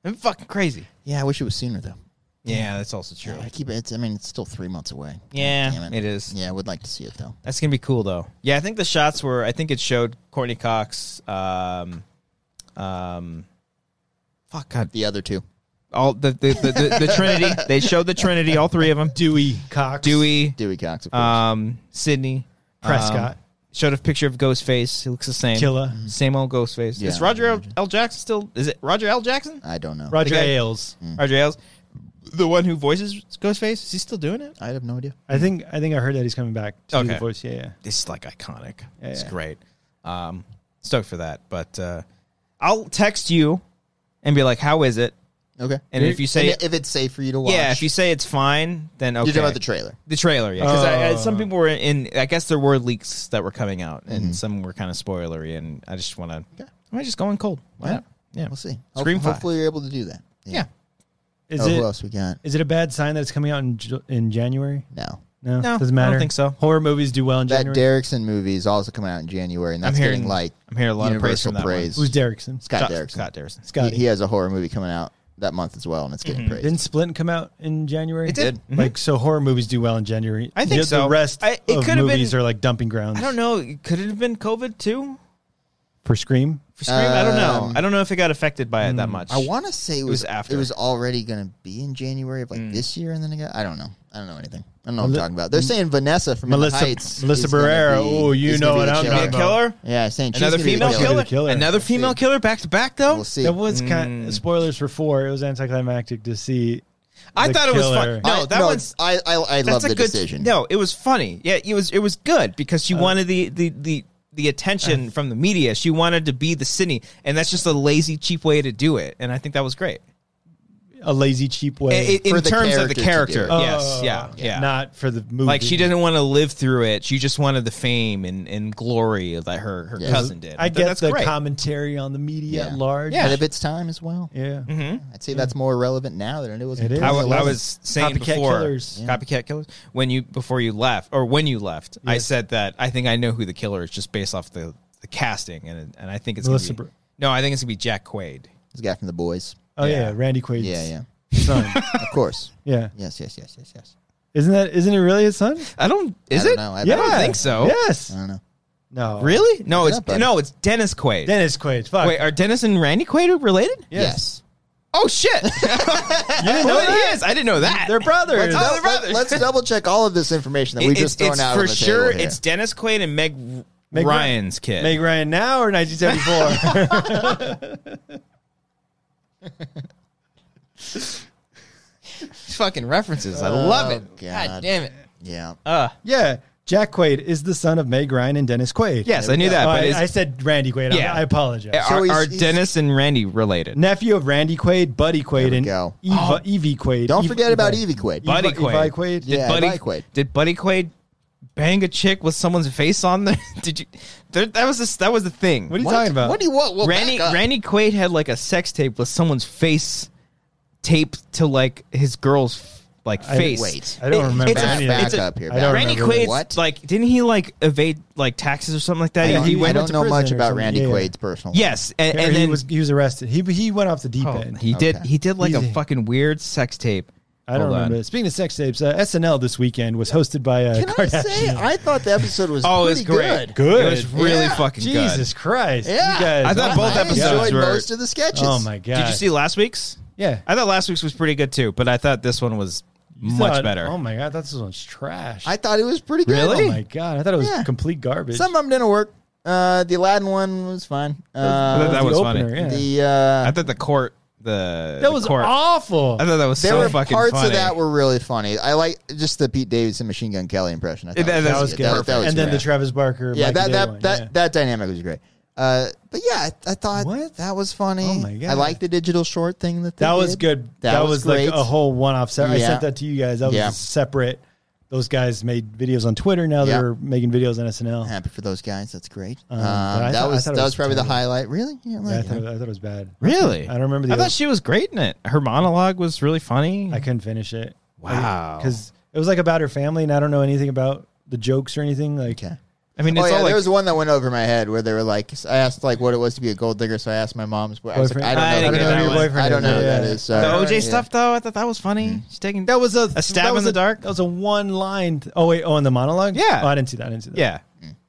Speaker 1: I'm fucking crazy.
Speaker 3: yeah, I wish it was sooner though.
Speaker 1: Yeah, that's also true.
Speaker 3: I keep it. It's, I mean, it's still three months away.
Speaker 1: Yeah,
Speaker 3: God damn
Speaker 1: it is.
Speaker 3: Yeah, I would like to see it though.
Speaker 1: That's gonna be cool though. Yeah, I think the shots were. I think it showed Courtney Cox. Um, um, fuck God,
Speaker 3: The other two.
Speaker 1: all the the, the, the, the Trinity. They showed the Trinity, all three of them.
Speaker 2: Dewey Cox,
Speaker 1: Dewey,
Speaker 3: Dewey Cox, of course.
Speaker 1: um, Sydney,
Speaker 2: Prescott.
Speaker 1: um, showed a picture of Ghostface. He looks the same.
Speaker 2: Killer.
Speaker 1: Same old Ghostface.
Speaker 3: Yeah,
Speaker 1: is Roger L.
Speaker 3: Roger.
Speaker 1: L. Jackson still? Is it Roger L. Jackson?
Speaker 3: I don't know.
Speaker 2: Roger
Speaker 1: the guy-
Speaker 2: Ailes.
Speaker 1: Roger L's the one who voices Ghostface. Is he still doing it?
Speaker 3: I have no idea.
Speaker 2: I think I think I heard that he's coming back to do the
Speaker 1: Okay.
Speaker 2: voice. Yeah, yeah.
Speaker 1: it's like iconic. it's
Speaker 2: yeah.
Speaker 1: great. Um, stoked for that. But uh, I'll text you and be like, "How is it?"
Speaker 3: Okay.
Speaker 1: And if you say,
Speaker 3: And if it's safe for you to watch,
Speaker 1: yeah, if you say it's fine, then okay.
Speaker 3: you're talking about the trailer.
Speaker 1: The trailer, yeah. Because I, I-
Speaker 2: Oh.
Speaker 1: some people were in. I guess there were leaks that were coming out, and
Speaker 3: Mm-hmm.
Speaker 1: some were kind of spoilery. And I just want to. Am I just going cold? Why
Speaker 3: Yeah.
Speaker 1: not? Yeah,
Speaker 3: We'll see. Ho-
Speaker 1: Scream five.
Speaker 3: Hopefully, you're able to do that.
Speaker 1: Yeah.
Speaker 2: Is
Speaker 3: Oh,
Speaker 2: it
Speaker 3: who else we got?
Speaker 2: is it a bad sign that it's coming out in Ju- in January?
Speaker 3: No.
Speaker 2: No,
Speaker 1: No,
Speaker 2: doesn't
Speaker 1: I
Speaker 2: matter.
Speaker 1: don't think so.
Speaker 2: Horror movies do well in
Speaker 3: That
Speaker 2: January.
Speaker 3: Derrickson movie is also coming out in January, and
Speaker 1: I'm
Speaker 3: that's
Speaker 1: hearing
Speaker 3: getting like
Speaker 1: I'm hearing a lot of praise
Speaker 3: universal
Speaker 1: from that
Speaker 3: praise.
Speaker 2: Who's Derrickson?
Speaker 3: Scott
Speaker 1: one.
Speaker 3: Derrickson.
Speaker 1: Scott Derrickson.
Speaker 3: He,
Speaker 2: Scotty.
Speaker 3: he has a horror movie coming out that month as well, and it's getting praised.
Speaker 2: Didn't Splint come out in January?
Speaker 1: It did. Mhm.
Speaker 2: Like so, horror movies do well in January.
Speaker 1: I think
Speaker 2: the,
Speaker 1: so.
Speaker 2: The rest
Speaker 1: I- it
Speaker 2: of
Speaker 1: could've
Speaker 2: movies
Speaker 1: been-
Speaker 2: are like dumping grounds.
Speaker 1: I don't know. Could it have been COVID too?
Speaker 2: for Scream.
Speaker 1: For Scream, I don't know.
Speaker 3: Um, mm,
Speaker 1: I don't know if it got affected by it that much.
Speaker 3: I want to say it
Speaker 1: was
Speaker 3: was,
Speaker 1: after.
Speaker 3: It was already going to be in January of like this year, and then it got. I don't know. I don't know anything. I don't know what I'm
Speaker 2: Meli-
Speaker 3: talking about. They're saying Vanessa from In the
Speaker 2: Melissa-
Speaker 3: Heights.
Speaker 2: Melissa
Speaker 3: is gonna
Speaker 2: Barrera.
Speaker 3: be-
Speaker 2: Oh, you
Speaker 3: is gonna
Speaker 2: know
Speaker 3: be
Speaker 2: what
Speaker 3: the
Speaker 2: I'm
Speaker 1: Be
Speaker 3: killer.
Speaker 1: a
Speaker 2: talking about.
Speaker 1: killer.
Speaker 3: Yeah, saying she's
Speaker 1: Another
Speaker 3: gonna be the
Speaker 1: female
Speaker 2: killer.
Speaker 1: killer.
Speaker 2: She's gonna be the killer.
Speaker 1: Another
Speaker 3: We'll see.
Speaker 1: female killer back to back though.
Speaker 3: We'll see.
Speaker 2: That was kind
Speaker 1: Mm.
Speaker 2: of, spoilers for four. It was anticlimactic to see.
Speaker 1: I
Speaker 2: the
Speaker 1: thought it was fun.
Speaker 2: killer.
Speaker 1: No,
Speaker 3: I-
Speaker 1: that one's
Speaker 3: I I, I love
Speaker 1: that's
Speaker 3: the
Speaker 1: a good
Speaker 3: decision. Uh,
Speaker 1: No, it was funny. Yeah, it was it was good because she wanted the the the the attention from the media. She wanted to be the city, and that's just a lazy, cheap way to do it. And I think that was great.
Speaker 2: a lazy, cheap
Speaker 1: I-
Speaker 2: way.
Speaker 1: I- in
Speaker 3: Uh, For the
Speaker 1: terms of the character,
Speaker 3: character to do it.
Speaker 1: yes,
Speaker 2: Oh,
Speaker 1: yeah, yeah.
Speaker 2: Not for the movie.
Speaker 1: like she didn't want to live through it. She just wanted the fame and, and glory that her, her
Speaker 3: Yeah.
Speaker 1: cousin did.
Speaker 2: I
Speaker 1: Th-
Speaker 2: get
Speaker 1: that's
Speaker 2: the
Speaker 1: great.
Speaker 2: commentary on the media
Speaker 3: Yeah.
Speaker 2: at large.
Speaker 1: Yeah. Mm-hmm.
Speaker 3: Ahead of its time as well.
Speaker 2: Yeah.
Speaker 3: I'd say that's more relevant now than it was. in
Speaker 2: It is.
Speaker 1: I, w- I
Speaker 3: 2011.
Speaker 1: was saying
Speaker 2: Copycat
Speaker 1: before
Speaker 2: killers. Yeah.
Speaker 1: copycat killers when you before you left or when you left I said that I think I know who the killer is just based off the, the casting and and I think it's gonna
Speaker 2: Melissa
Speaker 1: be,
Speaker 2: Br-
Speaker 1: no I think it's gonna be Jack Quaid
Speaker 3: This guy from the boys.
Speaker 2: Oh yeah,
Speaker 1: Yeah.
Speaker 2: Randy Quaid's
Speaker 3: Yeah, yeah.
Speaker 2: son.
Speaker 3: Of course.
Speaker 2: yeah,
Speaker 3: Yes, yes, yes, yes, yes.
Speaker 2: isn't that isn't it really his son?
Speaker 1: I don't. Is
Speaker 3: I don't
Speaker 1: it?
Speaker 3: know. I
Speaker 1: yeah, I
Speaker 3: don't
Speaker 1: don't
Speaker 3: know.
Speaker 1: think so.
Speaker 2: Yes.
Speaker 3: I don't know.
Speaker 2: No.
Speaker 1: Really? No,
Speaker 3: What's
Speaker 1: it's
Speaker 3: up, buddy?
Speaker 1: no, it's Dennis Quaid.
Speaker 2: Dennis Quaid. Fuck.
Speaker 1: Wait, are Dennis and Randy Quaid related?
Speaker 3: Yes.
Speaker 1: Oh shit!
Speaker 2: didn't know
Speaker 1: Well,
Speaker 2: that?
Speaker 1: yes, I didn't know that.
Speaker 2: they're brothers.
Speaker 1: Let's- Oh, they're
Speaker 3: Let,
Speaker 1: brothers.
Speaker 3: us double check all of this information that
Speaker 1: It-
Speaker 3: we
Speaker 1: it's,
Speaker 3: just thrown
Speaker 1: it's
Speaker 3: out
Speaker 1: for
Speaker 3: on the
Speaker 1: sure.
Speaker 3: table here.
Speaker 1: It's Dennis Quaid and Meg,
Speaker 2: Meg Ryan.
Speaker 1: Ryan's kid.
Speaker 2: Meg Ryan now or 1974?
Speaker 1: fucking references. I love it. God.
Speaker 3: God.
Speaker 1: damn it.
Speaker 3: yeah.
Speaker 1: Uh,
Speaker 2: yeah. Jack Quaid is the son of Meg Ryan and Dennis Quaid.
Speaker 1: yes, I knew that.
Speaker 2: Oh,
Speaker 1: But
Speaker 2: I,
Speaker 1: is,
Speaker 2: I said Randy Quaid.
Speaker 1: Yeah. uh,
Speaker 2: I, I apologize.
Speaker 1: are,
Speaker 3: So he's-
Speaker 1: are
Speaker 3: he's-
Speaker 1: Dennis and Randy related?
Speaker 2: Nephew of Randy Quaid, Buddy Quaid,
Speaker 3: we
Speaker 2: and
Speaker 3: go.
Speaker 2: Eva, Evie Quaid.
Speaker 3: Don't
Speaker 2: Eva-
Speaker 3: forget about
Speaker 2: Eva.
Speaker 3: Evie Quaid.
Speaker 2: Eva-
Speaker 1: Oh. Buddy
Speaker 2: Eva
Speaker 1: Quaid.
Speaker 2: Quaid.
Speaker 3: Yeah,
Speaker 1: Buddy
Speaker 3: Buddy Quaid.
Speaker 1: Did Buddy Quaid bang a chick with someone's face on there? Did you? There, that was this, that was the thing.
Speaker 2: What are you talking about?
Speaker 3: What do you want? Well,
Speaker 1: Randy
Speaker 3: back up.
Speaker 1: Randy Quaid had like a sex tape with someone's face taped to like his girl's like
Speaker 2: I-
Speaker 1: face.
Speaker 3: wait.
Speaker 2: I don't remember
Speaker 1: It's a-
Speaker 3: back,
Speaker 2: any of
Speaker 3: back
Speaker 1: it's a-
Speaker 3: up here.
Speaker 2: I don't
Speaker 3: back
Speaker 1: Randy
Speaker 3: up.
Speaker 1: Quaid's
Speaker 3: What?
Speaker 1: like didn't he like evade like taxes or something like that?
Speaker 3: I
Speaker 1: He-
Speaker 3: don't,
Speaker 1: he
Speaker 2: went
Speaker 3: I
Speaker 2: to
Speaker 3: don't know much
Speaker 2: prison or
Speaker 3: about
Speaker 2: something.
Speaker 3: Randy
Speaker 2: Yeah, yeah.
Speaker 3: Quaid's personal.
Speaker 1: yes, and,
Speaker 2: Yeah,
Speaker 1: and
Speaker 2: he
Speaker 1: then
Speaker 2: was he was arrested. He he went off the deep
Speaker 1: Oh,
Speaker 2: end.
Speaker 1: he did
Speaker 3: Okay.
Speaker 1: he did like a
Speaker 2: Easy.
Speaker 1: fucking weird sex tape.
Speaker 2: I don't
Speaker 1: Hold on.
Speaker 2: remember. Speaking of sex tapes, uh, SNL this weekend was hosted by uh,
Speaker 3: Can I
Speaker 2: Kardashian.
Speaker 3: say I thought the episode was
Speaker 1: Oh, it's
Speaker 3: pretty
Speaker 1: great.
Speaker 3: good.
Speaker 2: Good.
Speaker 1: It was really
Speaker 3: Yeah.
Speaker 1: fucking good.
Speaker 2: Jesus Christ!
Speaker 3: Yeah.
Speaker 2: you guys,
Speaker 1: I thought
Speaker 2: oh
Speaker 1: both
Speaker 2: my
Speaker 3: I enjoyed
Speaker 1: episodes
Speaker 2: God.
Speaker 1: were-
Speaker 3: most of the sketches.
Speaker 2: Oh my god!
Speaker 1: Did you see last week's?
Speaker 2: Yeah,
Speaker 1: I thought last week's was pretty good too, but I thought this one was
Speaker 2: You
Speaker 1: much
Speaker 2: thought,
Speaker 1: better.
Speaker 2: Oh my god, that's one's trash.
Speaker 3: I thought it was pretty good.
Speaker 1: Really?
Speaker 2: oh my god, I thought it was
Speaker 3: Yeah.
Speaker 2: complete garbage.
Speaker 3: Some of them didn't work. Uh, the Aladdin one was fine.
Speaker 1: I thought
Speaker 3: Uh,
Speaker 1: that
Speaker 2: The
Speaker 1: was
Speaker 2: opener,
Speaker 1: funny.
Speaker 2: yeah.
Speaker 3: the uh,
Speaker 1: I thought the court the
Speaker 2: that was
Speaker 1: the court,
Speaker 2: awful.
Speaker 1: I thought that was
Speaker 3: there
Speaker 1: so
Speaker 3: were
Speaker 1: fucking
Speaker 3: parts
Speaker 1: funny.
Speaker 3: of that were really funny. I like just the Pete Davidson Machine Gun Kelly impression. I thought
Speaker 1: That-
Speaker 3: it
Speaker 1: that
Speaker 2: that was
Speaker 1: Yeah,
Speaker 2: good.
Speaker 3: That, that was
Speaker 2: and then
Speaker 3: great.
Speaker 2: the Travis Barker.
Speaker 3: yeah,
Speaker 2: Mike
Speaker 3: that
Speaker 2: Day
Speaker 3: that
Speaker 2: one,
Speaker 3: that,
Speaker 2: yeah.
Speaker 3: that dynamic was great. Uh, but yeah, I, I thought
Speaker 2: What?
Speaker 3: that was funny.
Speaker 2: Oh my God.
Speaker 3: I like the digital short thing that they
Speaker 2: That was
Speaker 3: did.
Speaker 2: good.
Speaker 3: That
Speaker 2: That, was,
Speaker 3: was great.
Speaker 2: like a whole one-off. Set. I
Speaker 3: Yeah.
Speaker 2: sent that to you guys. That was
Speaker 3: Yeah.
Speaker 2: a separate. Those guys made videos on Twitter. Now
Speaker 3: Yeah.
Speaker 2: they're making videos on SNL.
Speaker 3: Happy for those guys. That's great. Um,
Speaker 2: Um, but I
Speaker 3: that
Speaker 2: thought- I
Speaker 3: was
Speaker 2: thought
Speaker 3: that
Speaker 2: it
Speaker 3: was,
Speaker 2: was
Speaker 3: probably the
Speaker 2: terrible.
Speaker 3: highlight. Really? Yeah, I
Speaker 2: Yeah, I,
Speaker 3: like
Speaker 2: thought,
Speaker 3: it.
Speaker 2: I thought it was bad.
Speaker 1: Really?
Speaker 2: I don't remember the.
Speaker 1: I thought she was great in it. Her monologue was really funny.
Speaker 2: I couldn't finish it.
Speaker 1: Wow.
Speaker 2: Because it was like about her family, and I don't know anything about the jokes or anything. Like,
Speaker 3: Okay.
Speaker 1: I mean,
Speaker 3: Oh
Speaker 1: it's
Speaker 3: yeah,
Speaker 1: all like,
Speaker 3: there was one that went over my head where they were like, I asked like what it was to be a gold digger, so I asked my mom's. I was like,
Speaker 2: Boyfriend.
Speaker 3: I don't know.
Speaker 1: I
Speaker 3: I,
Speaker 1: didn't
Speaker 3: don't
Speaker 1: get
Speaker 3: know
Speaker 1: that
Speaker 3: who
Speaker 1: one.
Speaker 3: your I don't know who that is.
Speaker 1: the
Speaker 3: Sorry.
Speaker 1: OJ
Speaker 3: Yeah.
Speaker 1: stuff though. I thought that was funny. She's taking
Speaker 2: Mm. that was a,
Speaker 1: A stab
Speaker 2: that
Speaker 1: in
Speaker 2: was
Speaker 1: the
Speaker 2: a-
Speaker 1: dark?
Speaker 2: That was a one line. Oh wait, oh, in the monologue.
Speaker 1: Yeah.
Speaker 2: Oh, I didn't see that. I didn't see that.
Speaker 1: yeah.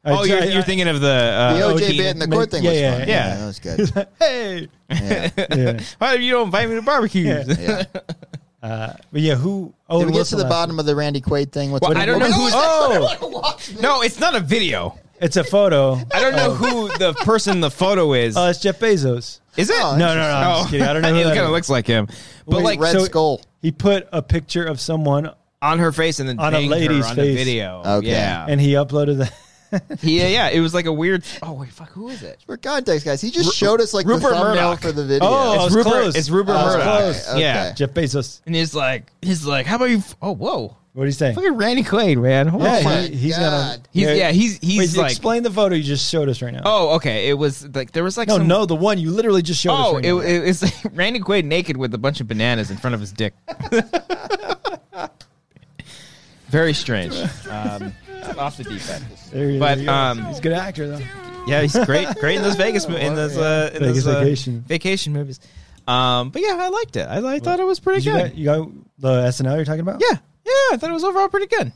Speaker 2: I-
Speaker 1: oh, you're,
Speaker 2: I-
Speaker 1: you're
Speaker 2: I-
Speaker 1: thinking of the uh,
Speaker 3: The OJ
Speaker 1: Keenan-
Speaker 3: bit and the court thing
Speaker 2: Yeah,
Speaker 3: was
Speaker 2: yeah,
Speaker 3: funny.
Speaker 1: yeah.
Speaker 3: that was good.
Speaker 2: Hey.
Speaker 3: Yeah.
Speaker 2: Yeah.
Speaker 1: Why you don't invite me to barbecues?
Speaker 3: yeah.
Speaker 2: Uh, but yeah, who? Oh,
Speaker 3: Did we get to the bottom of the Randy Quaid thing? With
Speaker 1: Well, I don't know who's. Oh
Speaker 3: who's.
Speaker 1: no, it's not a video.
Speaker 2: It's a photo.
Speaker 1: I don't know who the person in the photo is.
Speaker 2: Oh, it's Jeff Bezos.
Speaker 1: is it?
Speaker 3: oh,
Speaker 2: No, no, no. I'm just kidding. I don't know.
Speaker 1: it
Speaker 2: who that
Speaker 1: kind of
Speaker 2: is.
Speaker 1: looks like him, but
Speaker 2: Wait,
Speaker 1: like
Speaker 3: Red
Speaker 2: so-
Speaker 3: Skull.
Speaker 2: He put a picture of someone
Speaker 1: on her face and then
Speaker 2: On a
Speaker 1: banged her
Speaker 2: lady's
Speaker 1: on the
Speaker 2: face.
Speaker 1: video.
Speaker 3: Okay.
Speaker 1: Yeah.
Speaker 2: and he uploaded that.
Speaker 1: He- yeah, yeah. It was like a weird. Oh wait, fuck. Who is it?
Speaker 3: For context, guys, he just showed us like the
Speaker 1: Rupert
Speaker 3: thumbnail
Speaker 1: Murdoch.
Speaker 3: for the video.
Speaker 2: Oh, I
Speaker 1: it's
Speaker 2: was
Speaker 1: Rupert.
Speaker 2: close.
Speaker 1: It's Rupert
Speaker 2: I was
Speaker 1: Murdoch.
Speaker 2: close.
Speaker 3: Okay,
Speaker 1: Yeah.
Speaker 3: okay.
Speaker 2: Jeff Bezos.
Speaker 1: And he's like, he's like, how about you? f- Oh, whoa.
Speaker 2: What are you saying?
Speaker 1: Look at Randy Quaid, man. Holy
Speaker 2: Yeah,
Speaker 1: fuck.
Speaker 3: my
Speaker 2: he, he's not.
Speaker 3: God.
Speaker 2: A,
Speaker 1: oh He's- yeah, he's- he's
Speaker 2: Wait,
Speaker 1: like-
Speaker 2: Explain the photo you just showed us right now.
Speaker 1: Oh, okay. It was like there was like
Speaker 2: no,
Speaker 1: some,
Speaker 2: no, the one you literally just showed us.
Speaker 1: Oh,
Speaker 2: right
Speaker 1: it,
Speaker 2: now.
Speaker 1: it, it's like Randy Quaid naked with a bunch of bananas in front of his dick. Very strange. Um, off the deep end.
Speaker 2: There he is.
Speaker 1: But,
Speaker 2: There he goes.
Speaker 1: um,
Speaker 2: he's a good actor though.
Speaker 1: Yeah, he's great. Great in those Vegas mo- in those uh, in
Speaker 2: Vegas
Speaker 1: those, uh,
Speaker 2: Vacation.
Speaker 1: vacation movies. Um, but yeah, I liked it. I, I thought it was pretty
Speaker 2: Did you,
Speaker 1: good.
Speaker 2: got, you got the SNL you're talking about?
Speaker 1: yeah, yeah, I thought it was overall pretty good.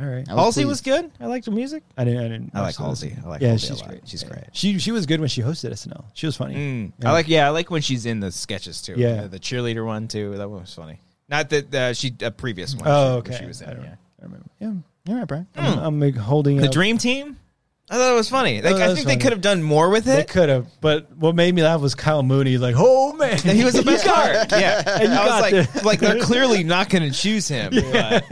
Speaker 2: All right.
Speaker 3: I
Speaker 1: Halsey was
Speaker 3: pleased.
Speaker 1: good. I liked her music.
Speaker 2: I didn't. I didn't.
Speaker 1: I like
Speaker 2: watch those.
Speaker 1: Halsey. I like
Speaker 2: yeah,
Speaker 1: Halsey a
Speaker 2: she's
Speaker 1: lot.
Speaker 2: great.
Speaker 1: She's great.
Speaker 2: She she was good when she hosted SNL. She was funny.
Speaker 1: Mm.
Speaker 2: Yeah.
Speaker 1: I like, yeah, I like when she's in the sketches too.
Speaker 2: Yeah.
Speaker 1: the, the cheerleader one too. That one was funny. Not that uh, she a previous one.
Speaker 2: Oh,
Speaker 1: she,
Speaker 2: okay.
Speaker 1: She was in.
Speaker 2: I don't,
Speaker 1: yeah. Hmm.
Speaker 2: I remember. Yeah. All right, Brian. I'm, I'm like, holding
Speaker 1: The
Speaker 2: out-
Speaker 1: Dream Team. I thought it was funny. Like,
Speaker 2: that
Speaker 1: I
Speaker 2: was
Speaker 1: think they
Speaker 2: funny.
Speaker 1: could have done more with
Speaker 2: They
Speaker 1: it.
Speaker 2: could have, but what made me laugh was Kyle Mooney. Like, oh man,
Speaker 1: And he was the best part. Yeah, I was
Speaker 2: you got
Speaker 1: like,
Speaker 2: this.
Speaker 1: like they're clearly not going to choose him. but-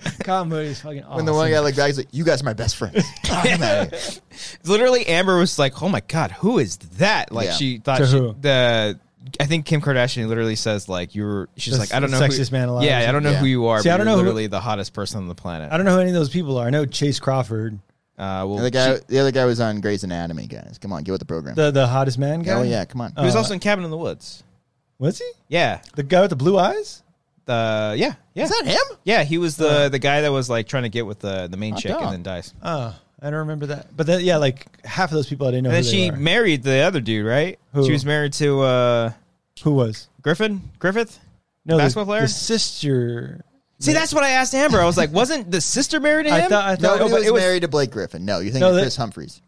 Speaker 2: Kyle Mooney's fucking awesome.
Speaker 3: When the one guy looked back, he's like, "You guys are my best friends."
Speaker 1: Literally, Amber was like, "Oh my god, who is that?" Like
Speaker 3: Yeah.
Speaker 1: she thought
Speaker 2: To
Speaker 1: she,
Speaker 2: who?
Speaker 1: the. I think Kim Kardashian literally says like you were. She's
Speaker 2: The
Speaker 1: like, I don't know,
Speaker 2: s- sexiest
Speaker 1: who,
Speaker 2: man alive.
Speaker 1: Yeah, I don't know
Speaker 3: Yeah.
Speaker 1: who you are.
Speaker 2: See,
Speaker 1: but
Speaker 2: I don't
Speaker 1: you're
Speaker 2: know who-
Speaker 1: literally the hottest person on the planet.
Speaker 2: I don't know who any of those people are. I know Chase Crawford,
Speaker 1: Uh, well,
Speaker 3: the other guy, the other guy was on Grey's Anatomy. Guys, come on, get with the program.
Speaker 2: the the hottest man guy.
Speaker 3: oh yeah, come on.
Speaker 1: He was
Speaker 2: Uh,
Speaker 1: also in Cabin in the Woods.
Speaker 2: was he
Speaker 1: Yeah.
Speaker 2: the guy with the blue eyes?
Speaker 1: The yeah. Yeah.
Speaker 3: Is that him?
Speaker 2: Uh.
Speaker 1: yeah, he was the the guy that was like trying to get with the the main chick
Speaker 3: dog.
Speaker 1: and then dies.
Speaker 2: Oh, I don't remember that. But that, yeah, like half of those people I didn't know
Speaker 1: And
Speaker 2: who
Speaker 1: then
Speaker 2: they
Speaker 1: she
Speaker 2: were.
Speaker 1: married the other dude, right?
Speaker 2: Who?
Speaker 1: She was married to uh,
Speaker 2: who was
Speaker 1: Griffin. Griffith.
Speaker 2: no the-
Speaker 1: basketball player?
Speaker 2: the sister.
Speaker 1: See, that's what I asked Amber. I was like, wasn't the sister married to him?
Speaker 2: I thought I thought
Speaker 3: Nobody
Speaker 2: oh, but
Speaker 3: was,
Speaker 2: it was
Speaker 3: married to Blake Griffin. No, you think
Speaker 2: No,
Speaker 3: of
Speaker 2: that-
Speaker 3: Chris Humphreys.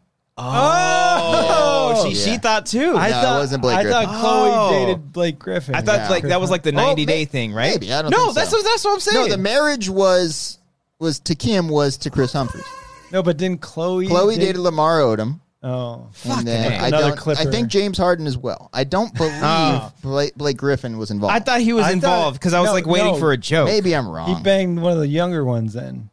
Speaker 1: oh,
Speaker 3: Oh,
Speaker 1: she, she
Speaker 3: yeah.
Speaker 1: thought too.
Speaker 2: I
Speaker 1: I,
Speaker 3: No, it
Speaker 2: thought
Speaker 3: wasn't Blake
Speaker 2: I
Speaker 3: Griffin.
Speaker 2: thought
Speaker 1: Oh.
Speaker 2: Chloe dated Blake Griffin.
Speaker 1: thought
Speaker 3: Yeah.
Speaker 1: like that was like the ninety day
Speaker 3: may-
Speaker 1: thing, right?
Speaker 3: Maybe I don't.
Speaker 1: no,
Speaker 3: think
Speaker 1: that's
Speaker 3: so.
Speaker 1: what, that's what I'm saying.
Speaker 3: No, the marriage was was to Kim was to Chris Humphreys.
Speaker 2: no, but then Chloe
Speaker 3: Chloe dated Lamar Odom,
Speaker 2: Oh,
Speaker 3: and then
Speaker 1: heck.
Speaker 3: I
Speaker 2: Another
Speaker 3: don't. I
Speaker 2: Clipper.
Speaker 3: think James Harden as well. I don't believe
Speaker 1: Oh.
Speaker 3: Blake, Blake Griffin was involved.
Speaker 1: I thought he was
Speaker 2: I thought-
Speaker 1: involved because I was
Speaker 2: no,
Speaker 1: like waiting
Speaker 2: no.
Speaker 1: for a joke.
Speaker 3: maybe I'm
Speaker 2: he
Speaker 3: wrong.
Speaker 2: banged one of the younger ones. Then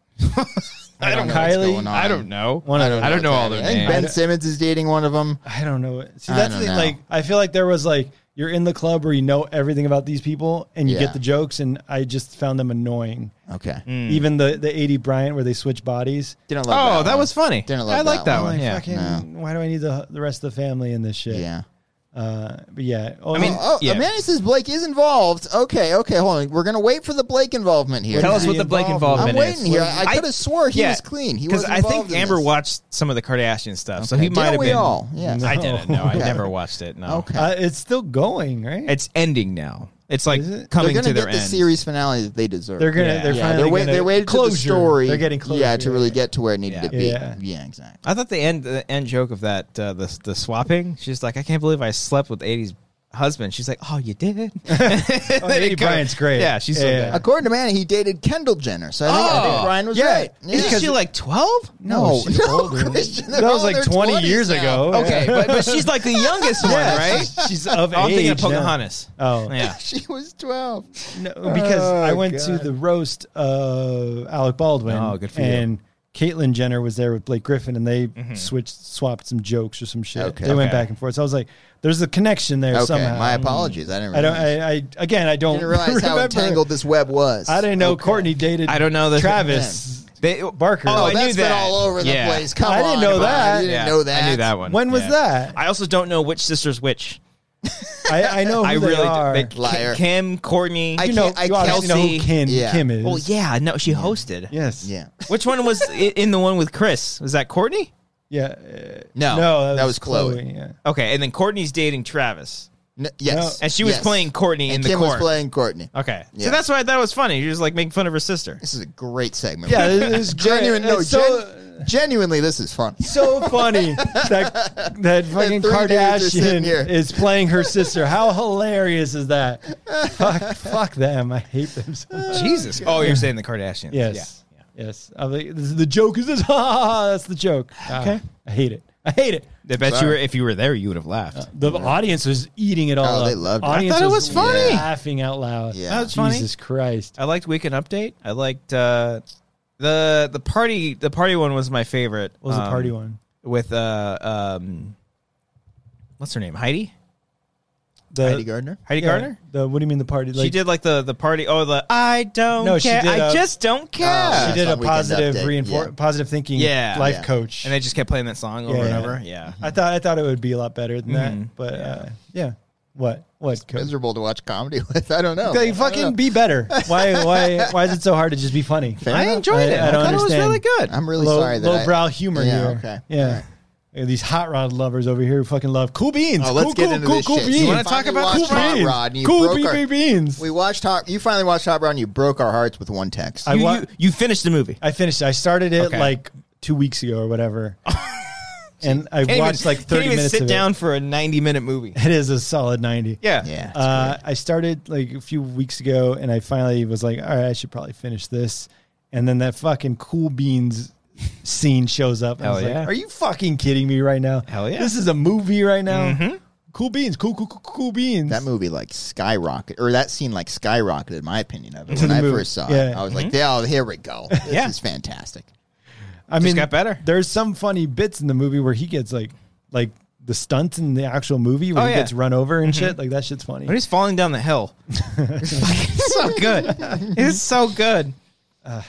Speaker 1: I don't
Speaker 3: know
Speaker 1: know.
Speaker 3: what's
Speaker 2: Kylie?
Speaker 3: going on.
Speaker 1: I don't know.
Speaker 2: one of
Speaker 1: I don't know all
Speaker 3: I
Speaker 1: their
Speaker 3: think
Speaker 1: names.
Speaker 3: Ben Simmons is dating one of them.
Speaker 2: I don't know. it. See,
Speaker 3: I
Speaker 2: that's
Speaker 3: don't
Speaker 2: the,
Speaker 3: know.
Speaker 2: like I feel like there was like you're in the club where you know everything about these people and you
Speaker 3: Yeah.
Speaker 2: get the jokes, and I just found them annoying.
Speaker 3: Okay,
Speaker 2: Even the the eighty Bryant where they switch bodies.
Speaker 3: didn't love.
Speaker 1: Mm. Oh, that,
Speaker 3: one.
Speaker 1: was funny.
Speaker 3: Didn't love
Speaker 1: I like that
Speaker 3: that
Speaker 1: one.
Speaker 3: one.
Speaker 2: I'm like,
Speaker 1: Yeah.
Speaker 2: fucking,
Speaker 3: no.
Speaker 2: why do I need the the rest of the family in this shit?
Speaker 3: Yeah.
Speaker 2: Uh, but yeah. Oh,
Speaker 1: I mean,
Speaker 2: no.
Speaker 3: Oh,
Speaker 1: Yeah.
Speaker 3: Amanda says Blake is involved. Okay, okay, hold on. We're gonna wait for the Blake involvement here.
Speaker 1: Tell us
Speaker 2: Yeah.
Speaker 1: what the Blake
Speaker 3: I'm
Speaker 1: involvement is.
Speaker 3: waiting here. I,
Speaker 1: I-
Speaker 3: could have swore he
Speaker 1: yeah,
Speaker 3: was clean. He was
Speaker 1: Because I think
Speaker 3: involved in
Speaker 1: Amber
Speaker 3: this.
Speaker 1: watched some of the Kardashian stuff, so
Speaker 3: Okay,
Speaker 1: he
Speaker 3: didn't
Speaker 1: might have
Speaker 3: we
Speaker 1: been.
Speaker 3: all? Yes.
Speaker 1: I didn't know. I
Speaker 3: Okay.
Speaker 1: never watched it. No.
Speaker 3: Okay.
Speaker 2: uh, it's still going, right?
Speaker 1: It's ending now. It's like
Speaker 2: Is it?
Speaker 1: coming
Speaker 3: they're
Speaker 1: to
Speaker 3: gonna
Speaker 1: their
Speaker 3: get
Speaker 1: end.
Speaker 3: the series finale that they deserve.
Speaker 2: they're gonna.
Speaker 1: yeah.
Speaker 2: They're
Speaker 1: Yeah,
Speaker 3: yeah,
Speaker 2: finally.
Speaker 3: they're, wait,
Speaker 2: gonna-
Speaker 3: they're waiting to
Speaker 2: closure.
Speaker 3: the story.
Speaker 2: They're getting closure.
Speaker 3: Yeah, to really get to where it needed
Speaker 1: Yeah.
Speaker 3: to be.
Speaker 2: Yeah.
Speaker 3: Yeah, exactly.
Speaker 1: I thought the end the end joke of that uh, the the swapping. She's like, I can't believe I slept with 80s husband. She's like, Oh, you did. oh,
Speaker 2: Adie Bryant's great.
Speaker 1: Yeah, she's so
Speaker 2: Yeah.
Speaker 1: good.
Speaker 3: According to Manny, he dated Kendall Jenner, so I think, I think Brian was
Speaker 1: Oh. yeah.
Speaker 3: right.
Speaker 1: Isn't she like 12?
Speaker 3: no,
Speaker 2: she's
Speaker 3: no,
Speaker 2: older.
Speaker 3: Christian,
Speaker 2: That
Speaker 3: they're
Speaker 2: was
Speaker 3: all in
Speaker 2: like
Speaker 3: their
Speaker 2: 20
Speaker 3: 20s
Speaker 2: years
Speaker 3: now.
Speaker 2: ago.
Speaker 1: Okay, but, but she's like the youngest one,
Speaker 2: Yeah,
Speaker 1: right?
Speaker 2: she's- She's of
Speaker 1: I'm
Speaker 2: age.
Speaker 1: thinking of
Speaker 2: now.
Speaker 1: Pocahontas.
Speaker 2: Oh,
Speaker 1: Yeah.
Speaker 3: she was twelve.
Speaker 2: No, because
Speaker 3: Oh,
Speaker 2: I went to
Speaker 3: God.
Speaker 2: the roast of Alec Baldwin.
Speaker 1: Oh, good for you.
Speaker 2: and Caitlyn Jenner was there with Blake Griffin, and they switched, swapped some jokes or some shit.
Speaker 3: Okay.
Speaker 2: They went
Speaker 1: Okay.
Speaker 2: back and forth. So I was like, "There's a connection there
Speaker 3: Okay,
Speaker 2: somehow."
Speaker 3: my apologies. I didn't.
Speaker 2: I don't.
Speaker 3: realize.
Speaker 2: I, I again, I don't
Speaker 3: didn't realize how
Speaker 2: remember.
Speaker 3: entangled this web was.
Speaker 2: I didn't know
Speaker 3: Okay.
Speaker 2: Courtney dated.
Speaker 1: I don't know the-
Speaker 2: Travis.
Speaker 1: They,
Speaker 2: Barker.
Speaker 1: Oh,
Speaker 3: Oh,
Speaker 1: I
Speaker 3: that's
Speaker 1: knew
Speaker 3: been
Speaker 1: that.
Speaker 3: all over the
Speaker 1: Yeah.
Speaker 3: place. Come
Speaker 2: I didn't
Speaker 3: on,
Speaker 2: know
Speaker 3: Bob.
Speaker 2: that.
Speaker 3: You didn't
Speaker 1: Yeah,
Speaker 3: know that.
Speaker 1: I knew that one.
Speaker 2: When was
Speaker 1: Yeah.
Speaker 2: that?
Speaker 1: I also don't know which sister's which.
Speaker 2: I, I know. Who
Speaker 1: I
Speaker 2: they
Speaker 1: really
Speaker 2: are.
Speaker 1: do. Oh, They,
Speaker 3: Liar.
Speaker 1: Kim, Courtney.
Speaker 3: I
Speaker 2: you know.
Speaker 3: can't- I Oh,
Speaker 2: you obviously know who
Speaker 1: Kelsey-
Speaker 2: Kim,
Speaker 3: Yeah.
Speaker 2: Kim is.
Speaker 1: well, yeah, no, she hosted.
Speaker 2: Yes.
Speaker 3: Yeah.
Speaker 1: Which one was i- in the one with Chris? Was that Courtney?
Speaker 2: Yeah. uh,
Speaker 3: No,
Speaker 2: No.
Speaker 3: that was Chloe.
Speaker 2: Yeah.
Speaker 1: Okay, and then Courtney's dating Travis,
Speaker 3: N- yes.
Speaker 2: No.
Speaker 1: and she was
Speaker 3: Yes.
Speaker 1: playing Courtney in
Speaker 3: And
Speaker 1: the
Speaker 3: Kim
Speaker 1: court.
Speaker 3: was playing Courtney.
Speaker 1: Okay, so
Speaker 3: Yeah.
Speaker 1: that's why I thought it was funny. She was like making fun of her sister.
Speaker 3: This is a great segment.
Speaker 2: Yeah, it is great.
Speaker 3: genuine. No,
Speaker 2: It's so-
Speaker 3: gen- genuinely, this is fun.
Speaker 2: so funny that that fucking
Speaker 3: three dudes are
Speaker 2: Kardashian
Speaker 3: sitting here.
Speaker 2: is playing her sister. How hilarious is that? fuck, fuck them. I hate them so much.
Speaker 1: Jesus. Oh, you're saying the Kardashians?
Speaker 2: Yes. Yes. I'm like, this is the joke is this. Ha, ha, ha, That's the joke. Okay. I hate it. I hate it.
Speaker 1: Yeah. I bet
Speaker 3: Sorry.
Speaker 1: you were. If you were there, you would have laughed.
Speaker 2: The audience was eating it all
Speaker 3: Oh,
Speaker 2: up.
Speaker 3: they loved it. I
Speaker 2: Audience
Speaker 1: thought it was funny.
Speaker 2: Laughing out loud.
Speaker 3: Yeah. That
Speaker 1: was funny.
Speaker 2: Jesus Christ.
Speaker 1: I liked Weekend Update. I liked uh, the the party. The party one was my favorite.
Speaker 2: What was
Speaker 1: Um,
Speaker 2: the party one?
Speaker 1: with uh um, what's her name? Heidi.
Speaker 2: The
Speaker 3: Heidi Gardner.
Speaker 1: Heidi
Speaker 2: yeah,
Speaker 1: Gardner.
Speaker 2: The what do you mean the party? Like,
Speaker 1: she did like the the party. Oh, the I don't
Speaker 2: No, she
Speaker 1: care.
Speaker 2: did,
Speaker 1: I
Speaker 2: uh,
Speaker 1: just don't care.
Speaker 3: Oh.
Speaker 2: She did a
Speaker 3: Yeah, it's on Weekend
Speaker 2: positive
Speaker 3: Update,
Speaker 2: reinfor-
Speaker 3: yeah.
Speaker 2: positive thinking
Speaker 1: Yeah.
Speaker 2: life
Speaker 3: Yeah.
Speaker 2: coach.
Speaker 1: and they just kept playing that song over
Speaker 2: Yeah,
Speaker 1: and
Speaker 2: yeah.
Speaker 1: over. Yeah.
Speaker 2: I thought I thought it would be a lot better than
Speaker 3: Mm-hmm.
Speaker 2: that, but uh, yeah. What? What? Coach?
Speaker 3: Miserable to watch comedy with. I don't know.
Speaker 2: Like, fucking be better. Why? Why? Why is it so hard to just be funny?
Speaker 3: I
Speaker 1: I
Speaker 3: don't-
Speaker 1: enjoyed
Speaker 2: I-
Speaker 1: it.
Speaker 2: I
Speaker 1: I,
Speaker 2: don't
Speaker 1: thought it was
Speaker 2: understand.
Speaker 1: really good.
Speaker 3: I'm really
Speaker 2: low,
Speaker 3: sorry that I-
Speaker 2: lowbrow humor
Speaker 3: Yeah,
Speaker 2: here.
Speaker 3: Okay.
Speaker 2: Yeah.
Speaker 3: All right.
Speaker 2: Yeah, These hot rod lovers over here who fucking love cool beans.
Speaker 3: Oh, let's
Speaker 2: cool,
Speaker 3: get
Speaker 2: cool,
Speaker 3: into
Speaker 2: cool,
Speaker 3: this
Speaker 2: cool
Speaker 3: shit. So
Speaker 2: beans.
Speaker 3: you wanna talk
Speaker 2: Finally
Speaker 3: about
Speaker 2: cool
Speaker 3: Hot
Speaker 2: beans.
Speaker 3: Rod and you
Speaker 2: cool
Speaker 3: broke
Speaker 2: bee-
Speaker 3: our-
Speaker 2: bee beans.
Speaker 3: We watched Hot. You finally watched Hot Rod. and You broke our hearts with one text.
Speaker 2: I
Speaker 1: you,
Speaker 2: wa-
Speaker 1: you, you finished the movie.
Speaker 2: I finished. it. I started it
Speaker 1: Okay.
Speaker 2: like two weeks ago or whatever, and I
Speaker 1: Can't
Speaker 2: watched
Speaker 1: even,
Speaker 2: like thirty
Speaker 1: can't even
Speaker 2: minutes
Speaker 1: sit
Speaker 2: of
Speaker 1: down
Speaker 2: it.
Speaker 1: for a 90 minute movie.
Speaker 2: It is a solid ninety.
Speaker 1: Yeah.
Speaker 3: yeah. it's
Speaker 2: Uh, I started like a few weeks ago, and I finally was like, "All right, I should probably finish this." And then that fucking cool beans scene shows up. and I
Speaker 1: Hell
Speaker 2: was
Speaker 1: yeah.
Speaker 2: Like, Are you fucking kidding me right now?
Speaker 1: Hell yeah. Mm-hmm.
Speaker 2: This is a movie right now. Cool beans, cool, cool, cool, cool beans.
Speaker 3: That movie like skyrocketed, or that scene like skyrocketed, in my opinion of it.
Speaker 2: To
Speaker 3: When
Speaker 2: the
Speaker 3: I
Speaker 2: movie.
Speaker 3: first saw it,
Speaker 2: Yeah.
Speaker 3: I was like, "Oh, here we go! This
Speaker 1: Yeah.
Speaker 3: is fantastic."
Speaker 2: I
Speaker 1: just got better.
Speaker 2: There's some funny bits in the movie where he gets like, like the stunts in the actual movie where
Speaker 1: Oh,
Speaker 2: he
Speaker 1: yeah.
Speaker 2: gets run over and shit. Like that shit's funny.
Speaker 1: But he's falling down the hill. it's fucking so good. It's so good.
Speaker 2: I,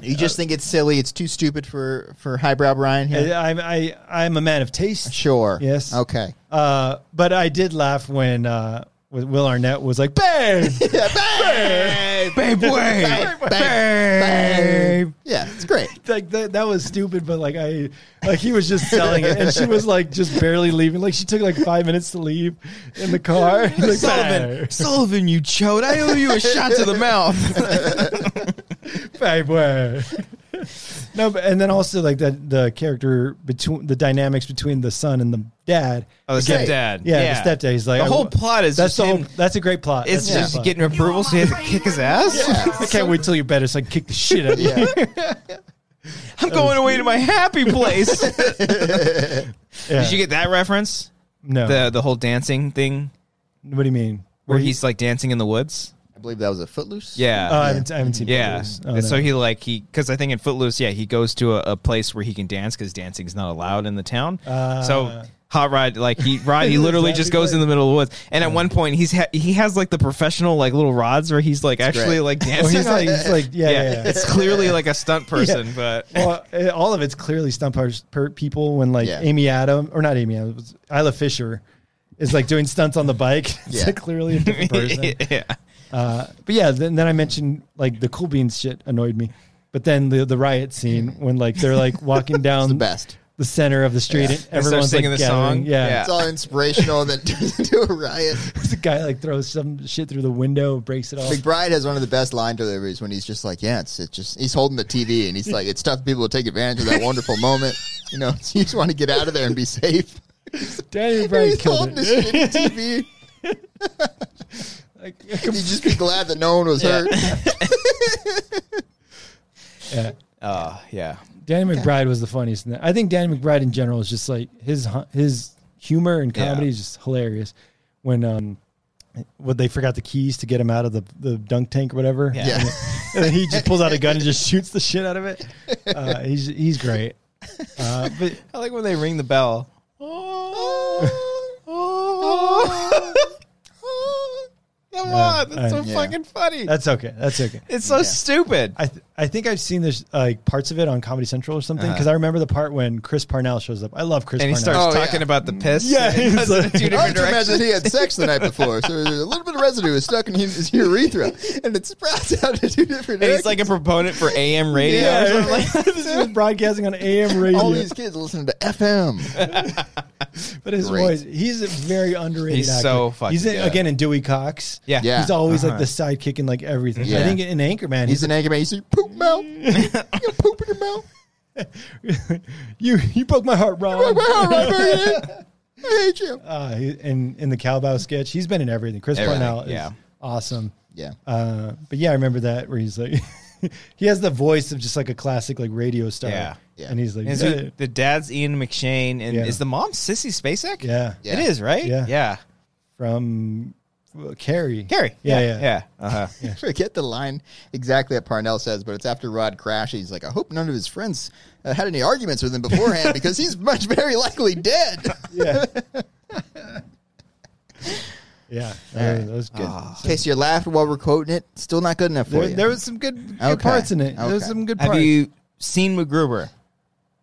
Speaker 3: You just think it's silly? It's too stupid for for highbrow Brian
Speaker 2: I,
Speaker 3: here.
Speaker 2: I, I, I'm a man of taste.
Speaker 3: sure.
Speaker 2: Yes.
Speaker 3: Okay.
Speaker 2: Uh, but I did laugh when uh, with Will Arnett was like, babe,
Speaker 1: Babe, babe, babe,
Speaker 3: Bang,
Speaker 1: babe.
Speaker 3: bang. Yeah, it's great.
Speaker 2: like that, that was stupid, but like I, like he was just selling it, and she was like just barely leaving. Like she took like five minutes to leave in the car. He's like,
Speaker 1: Sullivan, Sullivan, you chode! I owe you a shot to the mouth.
Speaker 2: babe, babe. no, but and then also like that the character between the dynamics between the son and the dad.
Speaker 1: Oh, the
Speaker 2: Again,
Speaker 1: stepdad.
Speaker 2: Yeah,
Speaker 1: Yeah.
Speaker 2: the stepdad. He's like
Speaker 1: The
Speaker 2: I-
Speaker 1: whole plot is just
Speaker 2: that's the whole,
Speaker 1: him-
Speaker 2: that's a great plot.
Speaker 1: It's
Speaker 2: That's a
Speaker 1: just
Speaker 2: great plot.
Speaker 1: getting approval, so you have to kick his ass.
Speaker 2: I can't wait till you're better so I can kick the shit out of you.
Speaker 3: Yeah.
Speaker 1: I'm going away to my happy place.
Speaker 2: Yeah.
Speaker 1: Did you get that reference?
Speaker 2: no.
Speaker 1: The the whole dancing thing
Speaker 2: what do you mean?
Speaker 1: where
Speaker 2: he-
Speaker 1: he's like dancing in the woods.
Speaker 3: I believe that was a Footloose.
Speaker 1: Yeah.
Speaker 2: Oh, I, haven't, I haven't seen.
Speaker 1: yeah.
Speaker 2: photos. Oh,
Speaker 1: And So
Speaker 2: no.
Speaker 1: he like he because I think in Footloose, yeah, he goes to a, a place where he can dance because dancing's not allowed in the town.
Speaker 2: Ah.
Speaker 1: so hot rod like he rod he literally
Speaker 2: That'd
Speaker 1: just
Speaker 2: be
Speaker 1: goes
Speaker 2: great.
Speaker 1: in the middle of the woods and at one point he's ha- he has like the professional like little rods where he's like actually
Speaker 3: great.
Speaker 1: like
Speaker 2: Oh,
Speaker 1: dancing
Speaker 2: he's
Speaker 1: on-
Speaker 2: like, he's like, yeah, yeah.
Speaker 1: yeah,
Speaker 2: yeah.
Speaker 1: it's clearly like a stunt person but
Speaker 2: well, uh, all of it's clearly stunt pers- per people when like
Speaker 3: Yeah.
Speaker 2: Amy Adam or not Amy Adam, Isla Fisher is like doing stunts on the bike. It's
Speaker 3: Yeah.
Speaker 2: like clearly a different person.
Speaker 1: yeah
Speaker 2: Uh, but yeah, then, then I mentioned like the cool beans shit annoyed me. But then the the riot scene when like they're like walking down
Speaker 3: the best.
Speaker 2: the center of the street and
Speaker 1: They start
Speaker 2: everyone's
Speaker 1: singing
Speaker 2: like
Speaker 1: the
Speaker 2: gathering.
Speaker 1: song?
Speaker 2: Yeah.
Speaker 1: Yeah.
Speaker 3: It's all inspirational and then turns into a riot.
Speaker 2: The guy like throws some shit through the window, breaks it all.
Speaker 3: McBride has one of the best line deliveries when he's just like, "Yeah, it's, it's just he's holding the TV and he's like, it's tough for people to take advantage of that wonderful moment. You know, you just want to get out of there and be safe."
Speaker 2: Danny
Speaker 3: And
Speaker 2: McBride
Speaker 3: he's holding
Speaker 2: killed
Speaker 3: this
Speaker 2: it.
Speaker 3: shitty TV.
Speaker 2: Like,
Speaker 3: You'd just be glad that no one was hurt.
Speaker 2: yeah.
Speaker 1: uh yeah
Speaker 2: Danny McBride was the funniest. in that. I think Danny McBride in general is just like his hu- his humor and comedy
Speaker 1: Yeah.
Speaker 2: is just hilarious. When um, what they forgot the keys to get him out of the, the dunk tank or whatever.
Speaker 1: Yeah.
Speaker 3: Yeah,
Speaker 2: and then he just pulls out a gun and just shoots the shit out of it. Uh, he's he's great. Uh, but
Speaker 1: I like when they ring the bell. Come on, that's so
Speaker 2: I-
Speaker 3: yeah.
Speaker 1: fucking funny.
Speaker 2: that's okay. That's okay.
Speaker 1: it's so
Speaker 3: Yeah.
Speaker 1: stupid.
Speaker 2: I th- I think I've seen this like parts of it on Comedy Central or something because I remember the part when Chris Parnell shows up. I love Chris
Speaker 1: Uh-huh. and he
Speaker 2: Parnell.
Speaker 1: starts
Speaker 3: Oh, yeah.
Speaker 1: talking about the piss.
Speaker 2: Yeah,
Speaker 1: and it
Speaker 2: he's
Speaker 1: goes in
Speaker 2: like-
Speaker 1: two
Speaker 3: I like
Speaker 1: different
Speaker 3: to imagine
Speaker 1: directions.
Speaker 3: he had sex the night before, so there's a little bit of residue is stuck in his urethra, and it sprouts out to two different.
Speaker 1: And he's like a proponent for AM radio. Or something like
Speaker 2: yeah, this is broadcasting on AM radio.
Speaker 3: all these kids listening to FM.
Speaker 2: But his
Speaker 3: Great.
Speaker 2: voice, he's a very underrated
Speaker 1: He's
Speaker 2: actor.
Speaker 1: so fucking
Speaker 2: He's in,
Speaker 1: good.
Speaker 2: again in Dewey Cox.
Speaker 1: Yeah.
Speaker 3: Yeah.
Speaker 2: He's always
Speaker 1: Uh-huh.
Speaker 2: like the sidekick in like everything. I
Speaker 3: Yeah.
Speaker 2: think in Anchorman,
Speaker 3: He's
Speaker 2: he's,
Speaker 3: an anchorman. You see poop mouth. You got poop in your mouth.
Speaker 2: you you broke my heart, Ron.
Speaker 3: Well, right, Bernie. I hate you.
Speaker 2: uh, he- and in the Cowbow sketch, he's been in everything. Chris
Speaker 1: Everything,
Speaker 2: Parnell is
Speaker 1: yeah.
Speaker 2: awesome.
Speaker 3: Yeah.
Speaker 2: Uh, but yeah, I remember that where he's like, he has the voice of just like a classic like radio star.
Speaker 1: Yeah.
Speaker 3: Yeah.
Speaker 2: and he's like,
Speaker 1: And
Speaker 2: yeah,
Speaker 1: so the dad's Ian McShane, and
Speaker 2: Yeah.
Speaker 1: is the mom Sissy Spacek?
Speaker 2: yeah,
Speaker 3: Yeah.
Speaker 1: it is, right?
Speaker 2: Yeah.
Speaker 1: yeah.
Speaker 2: from uh, Carrie.
Speaker 1: Carrie.
Speaker 2: Yeah, yeah.
Speaker 1: yeah. Uh-huh.
Speaker 3: I forget the line exactly that Parnell says, but it's after Rod crashes. He's like, I hope none of his friends uh, had any arguments with him beforehand because he's much very likely dead.
Speaker 2: yeah, yeah. Uh, that was good.
Speaker 3: In case you laughed while we're quoting it, still not good enough for
Speaker 2: There,
Speaker 3: you.
Speaker 2: there was some good, good
Speaker 3: Okay.
Speaker 2: parts in it. There was
Speaker 3: Okay.
Speaker 2: some good
Speaker 1: Have
Speaker 2: parts.
Speaker 1: you seen MacGruber?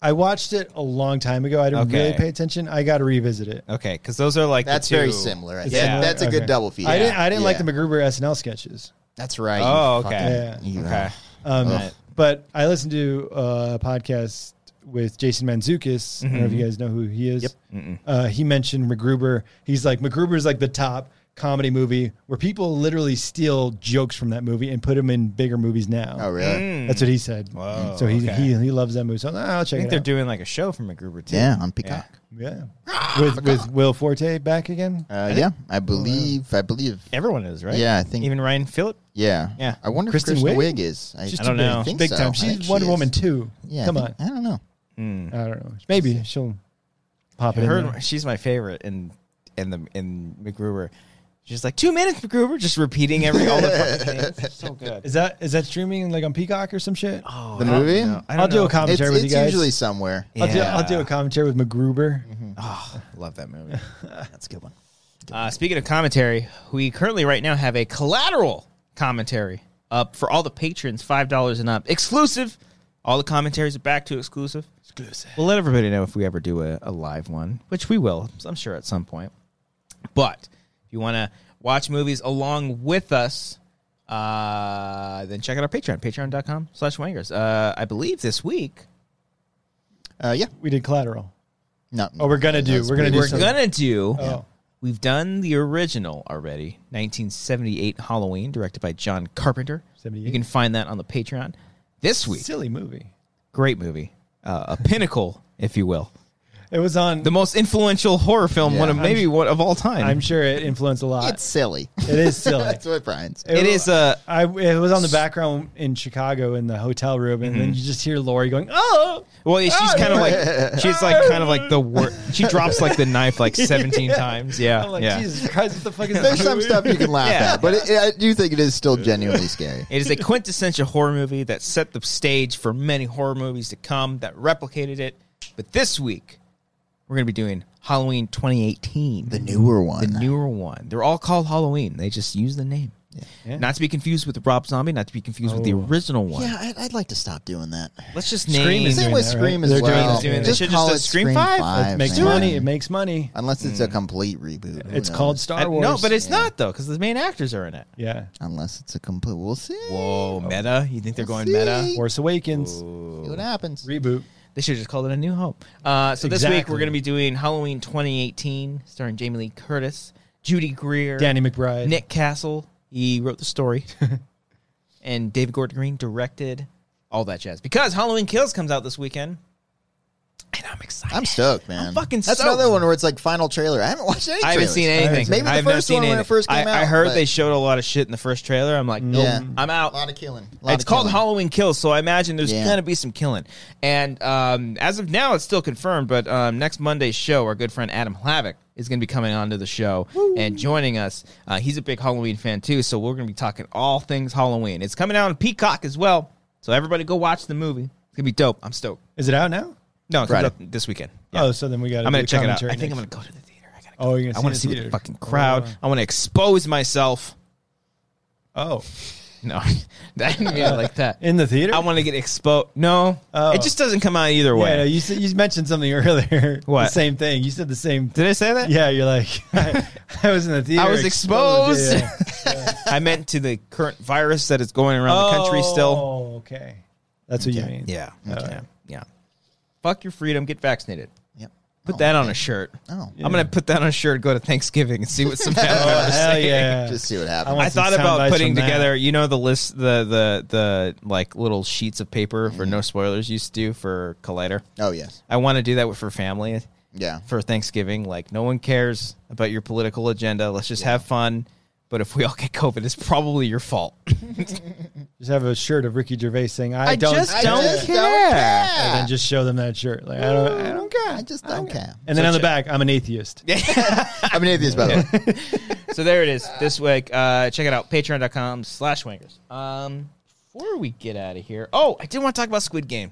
Speaker 2: I watched it a long time ago. I didn't
Speaker 1: Okay.
Speaker 2: really pay attention. I got to revisit it.
Speaker 1: Okay, because those are like the
Speaker 3: that's very
Speaker 1: two-
Speaker 3: similar. I
Speaker 2: It's
Speaker 3: think.
Speaker 1: similar?
Speaker 3: That's a
Speaker 2: Okay.
Speaker 3: good double feature.
Speaker 2: I didn't. I didn't like
Speaker 3: Yeah.
Speaker 2: the MacGruber SNL sketches.
Speaker 3: That's right. you
Speaker 1: Oh,
Speaker 3: fucking-
Speaker 1: okay.
Speaker 2: Yeah.
Speaker 3: you- uh, oh.
Speaker 1: Okay.
Speaker 2: Um,
Speaker 1: Right.
Speaker 2: But I listened to uh, a podcast with Jason Manzukis. I don't know if
Speaker 1: Mm-hmm.
Speaker 2: you guys know who he is. Yep. Uh, he mentioned MacGruber. He's like MacGruber's like the top comedy movie where people literally steal jokes from that movie and put them in bigger movies now.
Speaker 3: Oh, really?
Speaker 2: That's what he said.
Speaker 1: Whoa,
Speaker 2: so he,
Speaker 1: okay.
Speaker 2: he he loves that movie. So ah, I'll check
Speaker 1: I think
Speaker 2: it
Speaker 1: they're
Speaker 2: out.
Speaker 1: doing like a show from MacGruber too.
Speaker 3: Yeah, on Peacock.
Speaker 2: yeah. With with Will Forte back again.
Speaker 3: Yeah, uh, yeah Ah, I believe. I believe.
Speaker 1: Everyone is right.
Speaker 3: Yeah, I think-
Speaker 1: even Ryan Phillip.
Speaker 3: Yeah.
Speaker 1: Yeah.
Speaker 3: I wonder
Speaker 2: Kristen
Speaker 3: if Kristen
Speaker 2: Wiig?
Speaker 3: Wiig is. I,
Speaker 2: She's
Speaker 1: I don't
Speaker 2: too big.
Speaker 1: know.
Speaker 3: I think
Speaker 2: Big
Speaker 3: so.
Speaker 2: time.
Speaker 3: I think
Speaker 2: She's
Speaker 3: she
Speaker 2: Wonder
Speaker 3: is.
Speaker 2: Woman too.
Speaker 3: Yeah, I
Speaker 2: Come
Speaker 3: think-
Speaker 2: on.
Speaker 3: I don't know.
Speaker 2: I don't know. Maybe she'll pop it in.
Speaker 1: Her,
Speaker 2: there.
Speaker 1: she's my favorite in in the in MacGruber. She's like two minutes MacGruber, just repeating every all the fucking things. It's So good.
Speaker 2: Is that is that streaming like on Peacock or some shit?
Speaker 1: Oh,
Speaker 3: The
Speaker 1: I don't
Speaker 3: movie?
Speaker 1: know. I
Speaker 2: I'll
Speaker 1: don't
Speaker 2: do
Speaker 1: know.
Speaker 2: a
Speaker 3: It's,
Speaker 2: commentary with you
Speaker 3: it's
Speaker 2: guys.
Speaker 3: usually Mm-hmm. somewhere.
Speaker 2: I'll, do,
Speaker 1: Yeah.
Speaker 2: I'll do a commentary with MacGruber.
Speaker 1: Oh, love that movie.
Speaker 3: That's a good one.
Speaker 1: Uh, speaking of commentary, we currently right now have a collateral commentary up for all the patrons, five dollars and up, exclusive. All the commentaries are back to exclusive. Exclusive. We'll let everybody know if we ever do a, a live one, which we will. I'm sure at some point. But if you want to watch movies along with us, uh, then check out our Patreon, patreon.com slash wangers. Uh, I believe this week
Speaker 3: Uh, yeah.
Speaker 2: We did collateral.
Speaker 3: No.
Speaker 2: Oh, we're gonna do-
Speaker 3: that's
Speaker 2: we're gonna
Speaker 3: pretty
Speaker 2: do
Speaker 1: we're
Speaker 3: decent.
Speaker 2: some-
Speaker 1: going to do,
Speaker 2: Oh.
Speaker 1: we've done the original already, 1978 Halloween, directed by John Carpenter.
Speaker 2: 78.
Speaker 1: You can find that on the Patreon. This week,
Speaker 2: Silly movie.
Speaker 1: great movie, uh, a pinnacle, if you will.
Speaker 2: It was on.
Speaker 1: The most influential horror film, one of
Speaker 3: Yeah.
Speaker 1: maybe one of all time.
Speaker 2: I'm sure it influenced a lot.
Speaker 3: It's silly.
Speaker 2: it is silly.
Speaker 3: that's what uh, Brian said.
Speaker 1: it is uh, a
Speaker 2: I, it was on the background in Chicago in the hotel room, and
Speaker 3: Mm-hmm.
Speaker 2: then you just hear Lori going, "Oh,
Speaker 1: Well, yeah, she's kind of like she's like kind of like the worst. She drops like the knife like seventeen times. Yeah,
Speaker 2: I'm like
Speaker 1: yeah.
Speaker 2: Jesus Christ, what the fuck is
Speaker 3: There's
Speaker 2: that
Speaker 3: some
Speaker 2: movie?"
Speaker 3: stuff you can laugh
Speaker 1: Yeah.
Speaker 3: at, but it, I do think it is still genuinely scary.
Speaker 1: It is a quintessential horror movie that set the stage for many horror movies to come that replicated it. But this week, we're gonna be doing Halloween 2018,
Speaker 3: The newer one.
Speaker 1: the newer one. They're all called Halloween. They just use the name,
Speaker 2: Yeah.
Speaker 1: not to be confused with Rob Zombie, not to be confused with the
Speaker 2: Oh.
Speaker 1: original one.
Speaker 3: yeah, I'd, I'd like to stop doing that.
Speaker 1: Let's just name.
Speaker 2: Scream is
Speaker 3: Same
Speaker 2: doing
Speaker 3: with
Speaker 2: that, right?
Speaker 3: Scream as
Speaker 2: They're doing
Speaker 3: well.
Speaker 2: that, doing that.
Speaker 1: They
Speaker 3: Just
Speaker 1: should
Speaker 3: call
Speaker 1: just
Speaker 3: it
Speaker 1: do Scream
Speaker 3: Scream
Speaker 1: five. It
Speaker 2: It makes
Speaker 3: man.
Speaker 2: money. It makes money.
Speaker 3: Unless it's a complete reboot. Who
Speaker 2: It's
Speaker 3: knows?
Speaker 2: called Star
Speaker 1: I-
Speaker 2: Wars.
Speaker 1: Uh, no, but it's not though because the main actors are in it.
Speaker 2: yeah.
Speaker 3: Unless it's a complete. We'll see.
Speaker 2: Oh,
Speaker 1: Whoa, meta! You think they're going
Speaker 3: See?
Speaker 1: meta?
Speaker 2: Force Awakens
Speaker 3: See what happens.
Speaker 2: reboot.
Speaker 1: They should have just called it A New Hope. Uh, so this week
Speaker 2: Exactly.
Speaker 1: we're going to be doing Halloween 2018, starring Jamie Lee Curtis, Judy Greer,
Speaker 2: Danny McBride.
Speaker 1: Nick Castle. He wrote the story, and David Gordon Green directed all that jazz. Because Halloween Kills comes out this weekend, and I'm excited.
Speaker 3: I'm stoked, man.
Speaker 1: fucking
Speaker 3: That's
Speaker 1: stoked.
Speaker 3: another one where it's like final trailer. I haven't watched any.
Speaker 1: I haven't
Speaker 3: trailers.
Speaker 1: seen anything.
Speaker 3: Maybe the
Speaker 1: I have not
Speaker 3: first
Speaker 1: seen
Speaker 3: one when
Speaker 1: any-
Speaker 3: it first came
Speaker 1: I, I
Speaker 3: out,
Speaker 1: heard
Speaker 3: but-
Speaker 1: they showed a lot of shit in the first trailer. I'm like, nope,
Speaker 3: Yeah.
Speaker 1: I'm out.
Speaker 3: A lot of killing. A lot
Speaker 1: it's
Speaker 3: of
Speaker 1: called
Speaker 3: killing.
Speaker 1: Halloween Kills, so I imagine there's
Speaker 3: Yeah.
Speaker 1: gonna be some killing. And um, as of now, it's still confirmed. But um, next Monday's show, our good friend Adam Havoc is gonna be coming onto the show and joining us. Uh, he's a big Halloween fan too, so we're gonna be talking all things Halloween. It's coming out on Peacock as well, so everybody go watch the movie. It's gonna be dope. I'm stoked.
Speaker 2: Is it out now?
Speaker 1: No, it comes
Speaker 3: Friday.
Speaker 1: out this weekend. Yeah.
Speaker 2: Oh, so then we got.
Speaker 1: I'm gonna check it out. I think I'm gonna go to the theater. I gotta go.
Speaker 2: Oh, you're gonna
Speaker 1: I want
Speaker 2: see it
Speaker 1: to
Speaker 2: in
Speaker 1: see what the
Speaker 2: theater.
Speaker 1: fucking crowd.
Speaker 2: Oh.
Speaker 1: I want to expose myself.
Speaker 2: Oh,
Speaker 1: No, I didn't mean it like that.
Speaker 2: in the theater.
Speaker 1: I want to get exposed. No,
Speaker 2: Oh.
Speaker 1: it just doesn't come out either way.
Speaker 2: Yeah, no, you said, you mentioned something earlier.
Speaker 1: What?
Speaker 2: The same thing. You said the same.
Speaker 1: Did I say that?
Speaker 2: yeah, you're like I, was in the theater.
Speaker 1: I was exposed.
Speaker 2: Yeah, yeah.
Speaker 1: I meant to the current virus that is going around the country still.
Speaker 2: Oh, okay. That's what you
Speaker 3: Okay.
Speaker 2: mean.
Speaker 1: Yeah.
Speaker 2: Okay.
Speaker 1: Yeah. Yeah. Fuck your freedom. Get vaccinated.
Speaker 3: Yep.
Speaker 1: Put
Speaker 3: Oh,
Speaker 1: that on a shirt.
Speaker 3: Oh.
Speaker 1: I'm gonna put that on a shirt. Go to Thanksgiving and see what some family
Speaker 2: Oh,
Speaker 1: members
Speaker 2: hell
Speaker 1: say.
Speaker 2: yeah.
Speaker 3: Just see what
Speaker 2: I
Speaker 3: happens.
Speaker 1: I
Speaker 2: want- some
Speaker 1: thought
Speaker 2: sound
Speaker 1: about
Speaker 2: bites
Speaker 1: putting
Speaker 2: from that.
Speaker 1: together, you know, the list, the the the like little sheets of paper for
Speaker 2: Mm-hmm.
Speaker 1: no spoilers used to do for Collider.
Speaker 3: oh yes.
Speaker 1: I want to do that for family.
Speaker 3: Yeah.
Speaker 1: for Thanksgiving. Like, no one cares about your political agenda. Let's just have fun. But if we all get COVID, it's probably your fault.
Speaker 2: Just have a shirt of Ricky Gervais saying, "I,
Speaker 1: I
Speaker 2: don't,"
Speaker 1: just
Speaker 2: care,"
Speaker 1: don't care.
Speaker 2: and then just show them that shirt. Like I don't. I don't care.
Speaker 3: I just don't care.
Speaker 2: And then on the back, I'm an atheist.
Speaker 3: I'm an atheist, by the way.
Speaker 1: so there it is this week. Uh, check it out. Patreon.com slash wankers. Um, before we get out of here, oh, I did want to talk about Squid Game.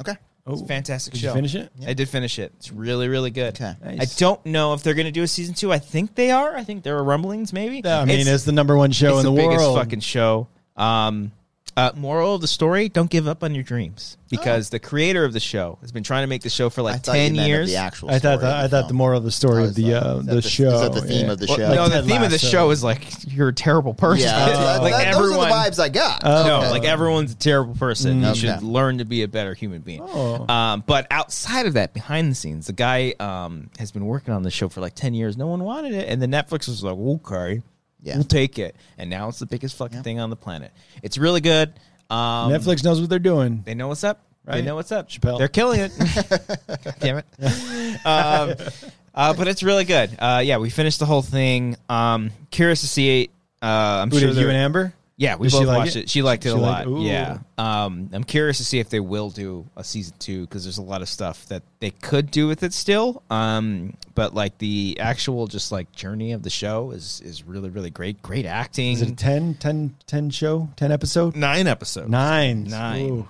Speaker 3: Okay.
Speaker 2: Oh,
Speaker 1: It's a fantastic
Speaker 2: Did you
Speaker 1: show.
Speaker 2: finish it?
Speaker 1: I did finish it. It's really, really good.
Speaker 3: Okay.
Speaker 2: Nice.
Speaker 1: I don't know if they're going to do a season two. I think they are. I think there are rumblings, maybe.
Speaker 2: I mean, it's, the number one show
Speaker 1: it's
Speaker 2: in
Speaker 1: the,
Speaker 2: the,
Speaker 1: biggest
Speaker 2: world.
Speaker 1: fucking show. Um, uh, moral of the story: Don't give up on your dreams because the creator of the show has been trying to make the show for
Speaker 3: Oh. I
Speaker 1: like
Speaker 3: thought
Speaker 1: ten
Speaker 3: you meant
Speaker 1: years.
Speaker 3: The actual
Speaker 2: I thought.
Speaker 3: story
Speaker 2: The,
Speaker 3: of
Speaker 2: I thought the
Speaker 3: film.
Speaker 2: moral of the
Speaker 1: Oh,
Speaker 2: story
Speaker 3: I
Speaker 2: of
Speaker 3: was
Speaker 2: the
Speaker 3: like,
Speaker 2: uh,
Speaker 3: is
Speaker 2: the
Speaker 3: that the-
Speaker 2: show.
Speaker 3: is that the theme
Speaker 2: yeah.
Speaker 3: of the
Speaker 1: Well,
Speaker 3: show?
Speaker 1: no, the
Speaker 2: Ted
Speaker 1: theme of the
Speaker 2: Lasso.
Speaker 1: show is like you're a terrible person.
Speaker 3: Yeah, that-
Speaker 1: like
Speaker 3: that-
Speaker 1: everyone.
Speaker 3: those are the vibes I got.
Speaker 1: no,
Speaker 3: Okay.
Speaker 1: like everyone's a terrible person. You
Speaker 3: Okay.
Speaker 1: should learn to be a better human being.
Speaker 2: Oh.
Speaker 1: Um, but outside of that, behind the scenes, the guy um, has been working on the show for like ten years. No one wanted it, and then Netflix was like, "Okay,
Speaker 3: Yeah.
Speaker 1: we'll take it." And now it's the biggest fucking thing on the planet. It's really good. Um,
Speaker 2: Netflix knows what they're doing.
Speaker 1: They know what's up. They
Speaker 2: Right.
Speaker 1: know what's up.
Speaker 2: Chappelle.
Speaker 1: They're killing it. Damn it. um, uh, but it's really good. Uh, yeah, we finished the whole thing. Um, curious to see it. Uh, I'm
Speaker 2: Who
Speaker 1: sure
Speaker 2: did
Speaker 1: they're-
Speaker 2: you and Amber?
Speaker 1: Yeah, we
Speaker 2: Did she
Speaker 1: both
Speaker 2: like
Speaker 1: watched it?
Speaker 2: it?
Speaker 1: She liked it
Speaker 2: She
Speaker 1: a
Speaker 2: liked-
Speaker 1: lot.
Speaker 2: ooh.
Speaker 1: yeah. Um, I'm curious to see if they will do a season two because there's a lot of stuff that they could do with it still. Um, but like the actual just like journey of the show is is really really great. Great acting.
Speaker 2: Is it a 10, 10, 10 show? Ten episode?
Speaker 1: nine episodes?
Speaker 2: Nine.
Speaker 1: Nine.
Speaker 2: Ooh.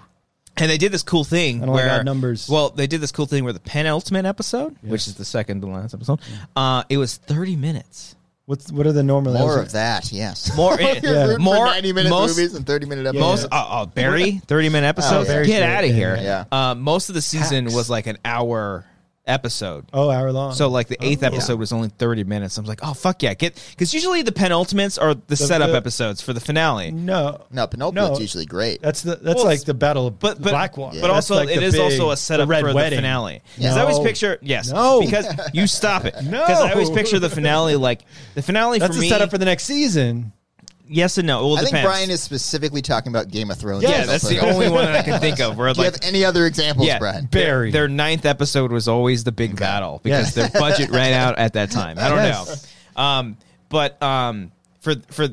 Speaker 1: And they did this cool thing
Speaker 2: I don't like
Speaker 1: where
Speaker 2: odd numbers.
Speaker 1: Well, they did this cool thing where the penultimate episode, which
Speaker 2: Yes.
Speaker 1: is the second to last episode, uh, it was thirty minutes.
Speaker 2: What's what are the normal?
Speaker 3: More of that, yes.
Speaker 1: More-
Speaker 3: You're
Speaker 1: yeah.
Speaker 3: rooting for
Speaker 1: More-
Speaker 3: 90 minute
Speaker 1: most-
Speaker 3: movies and 30 minute
Speaker 2: Yeah.
Speaker 1: Most
Speaker 3: episodes.
Speaker 1: uh, uh, Barry thirty minute episode.
Speaker 3: Barry's
Speaker 1: Get
Speaker 2: great.
Speaker 1: out of here.
Speaker 3: Oh, Yeah.
Speaker 1: Uh, most of the season
Speaker 2: Hacks.
Speaker 1: was like an hour episode.
Speaker 2: Oh, hour long.
Speaker 1: So like the eighth episode was only thirty minutes. I was like, oh fuck yeah, get because usually the penultimates are the, setup
Speaker 2: the-
Speaker 1: episodes for the finale.
Speaker 2: no,
Speaker 3: No, penultimate's
Speaker 2: No.
Speaker 3: usually great.
Speaker 2: that's the that's
Speaker 1: Well,
Speaker 2: like the battle of
Speaker 1: But but
Speaker 2: Blackwater.
Speaker 1: but
Speaker 2: That's
Speaker 1: also
Speaker 2: like
Speaker 1: it
Speaker 2: the
Speaker 1: is
Speaker 2: big-
Speaker 1: also a setup
Speaker 2: the red
Speaker 1: for
Speaker 2: wedding.
Speaker 1: the finale. Because I
Speaker 2: No.
Speaker 1: always picture yes,
Speaker 2: No.
Speaker 1: because you stop it.
Speaker 2: No.
Speaker 1: because I always picture the finale like the finale
Speaker 2: That's
Speaker 1: for
Speaker 2: the
Speaker 1: me.
Speaker 2: setup for the next season.
Speaker 1: yes and no. It will
Speaker 3: I think
Speaker 1: depends.
Speaker 3: Brian is specifically talking about Game of Thrones.
Speaker 1: yeah, that's the only one that I can think of. Where
Speaker 3: Do you
Speaker 1: like
Speaker 3: have any other examples,
Speaker 1: yeah,
Speaker 3: Brian?
Speaker 1: their-
Speaker 2: Barry.
Speaker 1: Their ninth episode was always the big battle because their budget ran out at that time. I don't
Speaker 2: Yes.
Speaker 1: know. Um, but um, for for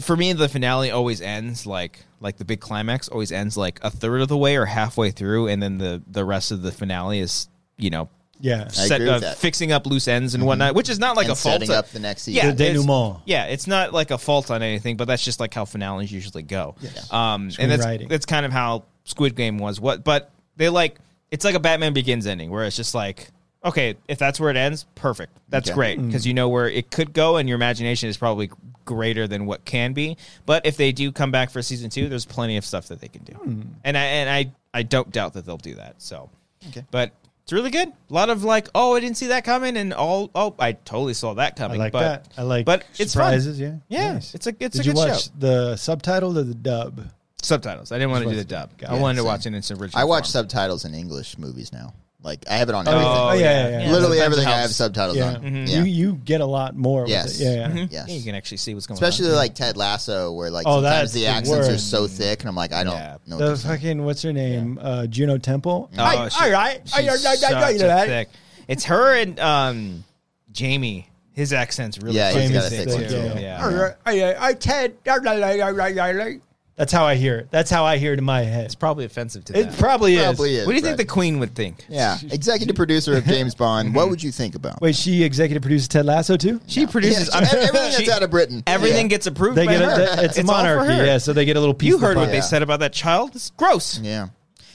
Speaker 1: for me, the finale always ends like like the big climax always ends like a third of the way or halfway through, and then the the rest of the finale is you know. uh,
Speaker 2: Yeah.
Speaker 3: I agree with that. Mm-hmm.
Speaker 1: fixing up loose ends and whatnot, which is not like
Speaker 3: And
Speaker 1: a fault.
Speaker 3: setting up the next season.
Speaker 1: Yeah,
Speaker 2: The
Speaker 1: it's-
Speaker 2: denouement.
Speaker 1: Yeah, it's not like a fault on anything, but that's just like how finales usually go. Um, and that's
Speaker 2: Screenwriting.
Speaker 1: that's kind of how Squid Game was. What, but they like it's like a Batman Begins ending, where it's just like, okay, if that's where it ends, perfect. That's
Speaker 3: Okay.
Speaker 2: Mm.
Speaker 1: great because you know where it could go, and your imagination is probably greater than what can be. But if they do come back for season two, there's plenty of stuff that they can do,
Speaker 2: Mm.
Speaker 1: and I and I I don't doubt that they'll do that. So,
Speaker 3: Okay.
Speaker 1: but. It's really good. A lot of like, oh, I didn't see that coming, and all, oh, I totally saw that
Speaker 2: I
Speaker 1: coming.
Speaker 2: like
Speaker 1: but,
Speaker 2: that. I like
Speaker 1: but it's fun.
Speaker 2: surprises. Yeah.
Speaker 1: Yeah,
Speaker 2: Nice.
Speaker 1: it's a- it's a
Speaker 2: Did you
Speaker 1: good
Speaker 2: watch
Speaker 1: show.
Speaker 2: the subtitle or the dub?
Speaker 1: subtitles. I didn't want to do the
Speaker 2: Just
Speaker 1: dub.
Speaker 2: watch-
Speaker 1: I
Speaker 2: Yeah,
Speaker 1: wanted to
Speaker 3: same.
Speaker 1: watch it in its original.
Speaker 3: I watch
Speaker 1: form.
Speaker 3: subtitles in English movies now. Like I have it on
Speaker 2: yeah.
Speaker 3: everything.
Speaker 2: Oh, yeah, yeah, yeah.
Speaker 3: Literally
Speaker 1: Sometimes
Speaker 3: everything
Speaker 1: it
Speaker 3: I have
Speaker 1: helps. Mm-hmm.
Speaker 3: subtitles
Speaker 2: Yeah.
Speaker 3: on. Mm-hmm. Yeah.
Speaker 2: You you get a lot more. with
Speaker 3: Yes.
Speaker 2: it. Yeah. yeah.
Speaker 3: Yes.
Speaker 1: Yeah, you can actually see what's going
Speaker 3: Especially
Speaker 1: on.
Speaker 3: like Ted Lasso, where like
Speaker 2: Oh,
Speaker 3: sometimes
Speaker 2: that's
Speaker 3: the
Speaker 2: the
Speaker 3: accents are
Speaker 2: worst.
Speaker 3: so thick, and I'm like, I don't
Speaker 1: Yeah.
Speaker 2: The
Speaker 3: know. What they're saying.
Speaker 2: fucking what's her name? Uh, Juno Temple.
Speaker 3: Mm-hmm.
Speaker 1: Oh,
Speaker 2: Hey,
Speaker 1: she-
Speaker 2: all right.
Speaker 1: she's
Speaker 2: Hey, I- I- I- I-
Speaker 1: such
Speaker 2: you know
Speaker 1: a
Speaker 2: that.
Speaker 1: thick- It's her and um, Jamie. His accent's really
Speaker 3: Yeah, he's
Speaker 1: fucking
Speaker 3: got a
Speaker 1: thick
Speaker 3: thick one,
Speaker 1: too.
Speaker 3: too.
Speaker 1: Yeah.
Speaker 2: All right. Hey, I- I- Ted. I- I- I- I- I- That's how I hear it. That's how I hear it in my head.
Speaker 1: it's probably offensive to them.
Speaker 2: It probably is.
Speaker 3: Probably is,
Speaker 1: what do you
Speaker 3: but-
Speaker 1: think the Queen would think?
Speaker 3: Yeah, executive producer of James Bond. What would you think about?
Speaker 2: Wait, she executive produced Ted Lasso too?
Speaker 1: She produces
Speaker 3: Yeah, everything that's
Speaker 1: she-
Speaker 3: out of Britain.
Speaker 1: Everything
Speaker 3: Yeah.
Speaker 1: gets approved.
Speaker 2: They
Speaker 1: by
Speaker 2: get a,
Speaker 1: her.
Speaker 2: they- it's a
Speaker 1: all for
Speaker 2: monarchy,
Speaker 1: her.
Speaker 2: yeah. So they get a little piece.
Speaker 1: You
Speaker 2: of the
Speaker 1: heard what
Speaker 2: pie.
Speaker 1: they
Speaker 3: Yeah.
Speaker 1: said about that child. It's gross.
Speaker 3: Yeah.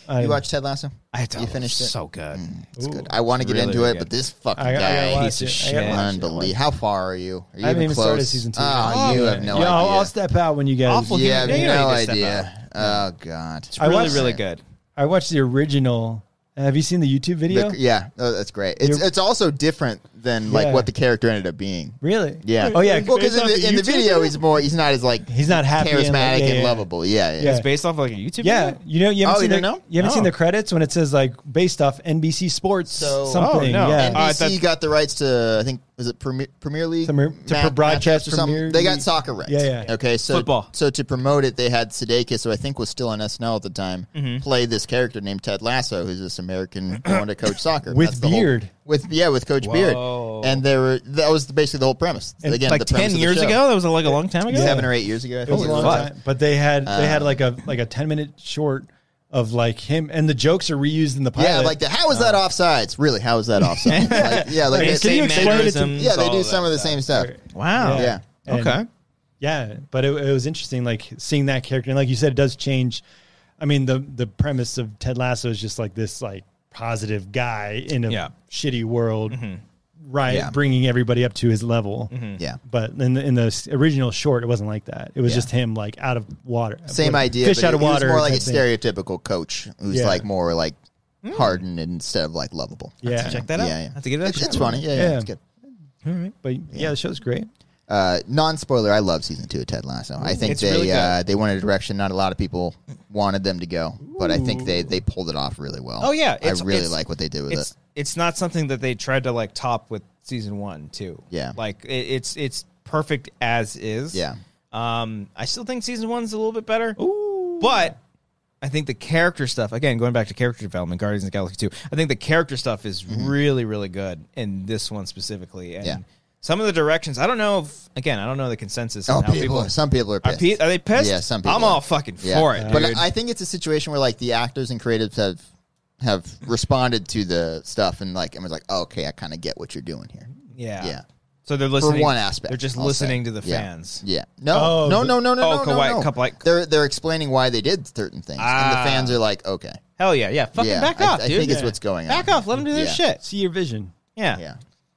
Speaker 2: I-
Speaker 3: You watch Ted Lasso?
Speaker 1: I don't.
Speaker 3: You finished it? Mm.
Speaker 1: So good.
Speaker 3: It's good. I want to get
Speaker 1: Really,
Speaker 3: into
Speaker 1: really
Speaker 3: it,
Speaker 1: good.
Speaker 3: but this fucking
Speaker 2: I, I gotta
Speaker 3: guy,
Speaker 2: watch
Speaker 1: piece of
Speaker 2: it.
Speaker 1: shit.
Speaker 2: I gotta watch it.
Speaker 3: unbelievable. How far are you? Are you
Speaker 2: I haven't
Speaker 3: even
Speaker 2: even started
Speaker 3: close?
Speaker 2: season two.
Speaker 3: Oh, you
Speaker 1: Oh,
Speaker 3: have no
Speaker 2: yeah,
Speaker 3: idea.
Speaker 2: I'll, I'll step out when you guys.
Speaker 1: Awful
Speaker 3: You
Speaker 1: human
Speaker 3: have
Speaker 1: being.
Speaker 3: no
Speaker 1: You need to step
Speaker 3: idea. Oh god.
Speaker 1: It's really,
Speaker 2: watched
Speaker 1: really
Speaker 3: it.
Speaker 1: good.
Speaker 2: I watched the original. Uh, Have you seen the YouTube video?
Speaker 3: The- yeah, oh, that's great. It's
Speaker 2: You're-
Speaker 3: it's also different than like
Speaker 2: Yeah.
Speaker 3: what the character ended up being.
Speaker 2: Really?
Speaker 3: Yeah.
Speaker 2: Oh yeah.
Speaker 3: Well, because in,
Speaker 2: Based off
Speaker 3: the, in the
Speaker 2: YouTube
Speaker 3: video, he's more. He's not as like.
Speaker 2: He's not happy and, like,
Speaker 3: Charismatic and,
Speaker 2: yeah, yeah.
Speaker 3: lovable. Yeah. Yeah.
Speaker 2: Yeah.
Speaker 1: It's based off like a YouTube.
Speaker 2: Yeah,
Speaker 1: video?
Speaker 2: you know you haven't
Speaker 3: Oh, you
Speaker 2: seen the,
Speaker 3: didn't know?
Speaker 2: you haven't
Speaker 1: No.
Speaker 2: seen the credits when it says like based off NBC Sports
Speaker 3: So-
Speaker 2: something.
Speaker 1: Oh, no.
Speaker 2: Yeah,
Speaker 1: And-
Speaker 3: NBC
Speaker 1: Uh, that's-
Speaker 3: got the rights to I think was it Premier, Premier League
Speaker 2: To mer- to
Speaker 3: ma-
Speaker 2: broadcast
Speaker 3: matchups or something.
Speaker 2: Premier
Speaker 3: They got
Speaker 2: League.
Speaker 3: soccer rights.
Speaker 2: Yeah, yeah.
Speaker 3: Okay, so
Speaker 1: Football.
Speaker 3: So to promote it, they had Sudeikis, who I think was still on SNL at the time,
Speaker 1: Mm-hmm.
Speaker 3: play this character named Ted Lasso, who's this American going to coach soccer
Speaker 2: With
Speaker 3: the whole-
Speaker 2: beard.
Speaker 3: with yeah, with Coach
Speaker 1: Whoa.
Speaker 3: Beard, and they were that was basically the whole premise.
Speaker 2: And
Speaker 3: Again,
Speaker 1: like
Speaker 3: the premise
Speaker 1: ten
Speaker 3: of the
Speaker 1: years
Speaker 3: show.
Speaker 1: ago. That was like a long time ago.
Speaker 2: Yeah.
Speaker 3: seven or eight years ago. I
Speaker 2: Oh it was
Speaker 3: think
Speaker 2: a long
Speaker 1: Fuck.
Speaker 2: time, but they had they
Speaker 3: Uh.
Speaker 2: had like a like a ten minute short of like him and the jokes are reused in the pilot.
Speaker 3: Yeah, like the how is
Speaker 2: Oh.
Speaker 3: that offsides? Really, how is that offsides? like, yeah, like
Speaker 1: Like,
Speaker 3: they,
Speaker 1: can you
Speaker 3: they-
Speaker 1: explain it to-
Speaker 2: mannerisms,
Speaker 3: Yeah, they
Speaker 1: all
Speaker 3: do
Speaker 1: of
Speaker 3: some
Speaker 1: that
Speaker 3: of the
Speaker 1: stuff.
Speaker 3: same stuff.
Speaker 1: Wow.
Speaker 3: Yeah.
Speaker 2: And-
Speaker 1: Okay.
Speaker 2: Yeah, but it, it was interesting, like seeing that character, and like you said, it does change. I mean, the the premise of Ted Lasso is just like this, like positive guy in a
Speaker 1: Yeah. Mm-hmm.
Speaker 2: shitty world, right?
Speaker 3: Yeah.
Speaker 2: Bringing everybody up to his level.
Speaker 3: Yeah.
Speaker 2: But in the, in the s- original short, it wasn't like that. It was
Speaker 3: Yeah.
Speaker 2: just him, like out of water.
Speaker 3: Same
Speaker 2: Like,
Speaker 3: idea.
Speaker 2: Fish
Speaker 3: but
Speaker 2: out of
Speaker 3: he was
Speaker 2: water.
Speaker 3: more like a
Speaker 2: type thing.
Speaker 3: stereotypical coach who's
Speaker 2: Yeah.
Speaker 3: like more like hardened instead of like lovable.
Speaker 2: Yeah.
Speaker 1: Check that out.
Speaker 3: Yeah, yeah.
Speaker 1: Mm. Have to give it a
Speaker 3: it's,
Speaker 1: shot.
Speaker 3: it's funny. Yeah, yeah,
Speaker 2: Yeah.
Speaker 3: it's good.
Speaker 2: But yeah, the show's great.
Speaker 3: Uh, non spoiler. I love season two of Ted Lasso. I think
Speaker 1: It's
Speaker 3: they
Speaker 1: really good.
Speaker 3: uh, they went in a direction not a lot of people wanted them to go, but I think they they pulled it off really well.
Speaker 1: Oh, yeah.
Speaker 3: I
Speaker 1: It's-
Speaker 3: really
Speaker 1: it's-
Speaker 3: like what they did with
Speaker 1: It's
Speaker 3: it.
Speaker 1: it's not something that they tried to like top with season one too.
Speaker 3: Yeah.
Speaker 1: Like it, it's it's perfect as is.
Speaker 3: Yeah.
Speaker 1: Um, I still think season one's a little bit better. Ooh. But I think the character stuff again, going back to character development, Guardians of the Galaxy two. I think the character stuff is really really good in this one specifically. And
Speaker 3: Mm-hmm. Yeah.
Speaker 1: Some of the directions, I don't know if again, I don't know the consensus.
Speaker 3: Oh,
Speaker 1: on how
Speaker 3: people, some people are
Speaker 1: Are,
Speaker 3: pissed.
Speaker 1: pe- are they pissed?
Speaker 3: Yeah, some people
Speaker 1: I'm all
Speaker 3: are.
Speaker 1: fucking
Speaker 3: Yeah.
Speaker 1: for it.
Speaker 3: But
Speaker 1: dude.
Speaker 3: I think it's a situation where like the actors and creatives have have responded to the stuff and like I was like, oh, okay, I kind of get what you're doing here.
Speaker 1: yeah.
Speaker 3: Yeah.
Speaker 1: So they're listening
Speaker 3: for one aspect.
Speaker 1: They're just
Speaker 3: I'll
Speaker 1: listening
Speaker 3: say.
Speaker 1: to the
Speaker 3: Yeah.
Speaker 1: fans.
Speaker 3: Yeah. No.
Speaker 2: Oh,
Speaker 3: no.
Speaker 2: the-
Speaker 3: No. No. No.
Speaker 1: Oh,
Speaker 3: no, no,
Speaker 1: Kawhi-
Speaker 3: no.
Speaker 1: Kawhi-
Speaker 3: They're they're explaining why they did certain things, and
Speaker 1: Ah.
Speaker 3: the fans are like, okay,
Speaker 1: Hell yeah, yeah. Fucking
Speaker 3: yeah.
Speaker 1: back
Speaker 3: I,
Speaker 1: off,
Speaker 3: I
Speaker 1: dude.
Speaker 3: think it's
Speaker 1: Yeah.
Speaker 3: what's going on.
Speaker 1: back off. Let them do their
Speaker 3: Yeah.
Speaker 1: shit.
Speaker 2: See your vision.
Speaker 1: Yeah.
Speaker 3: Yeah.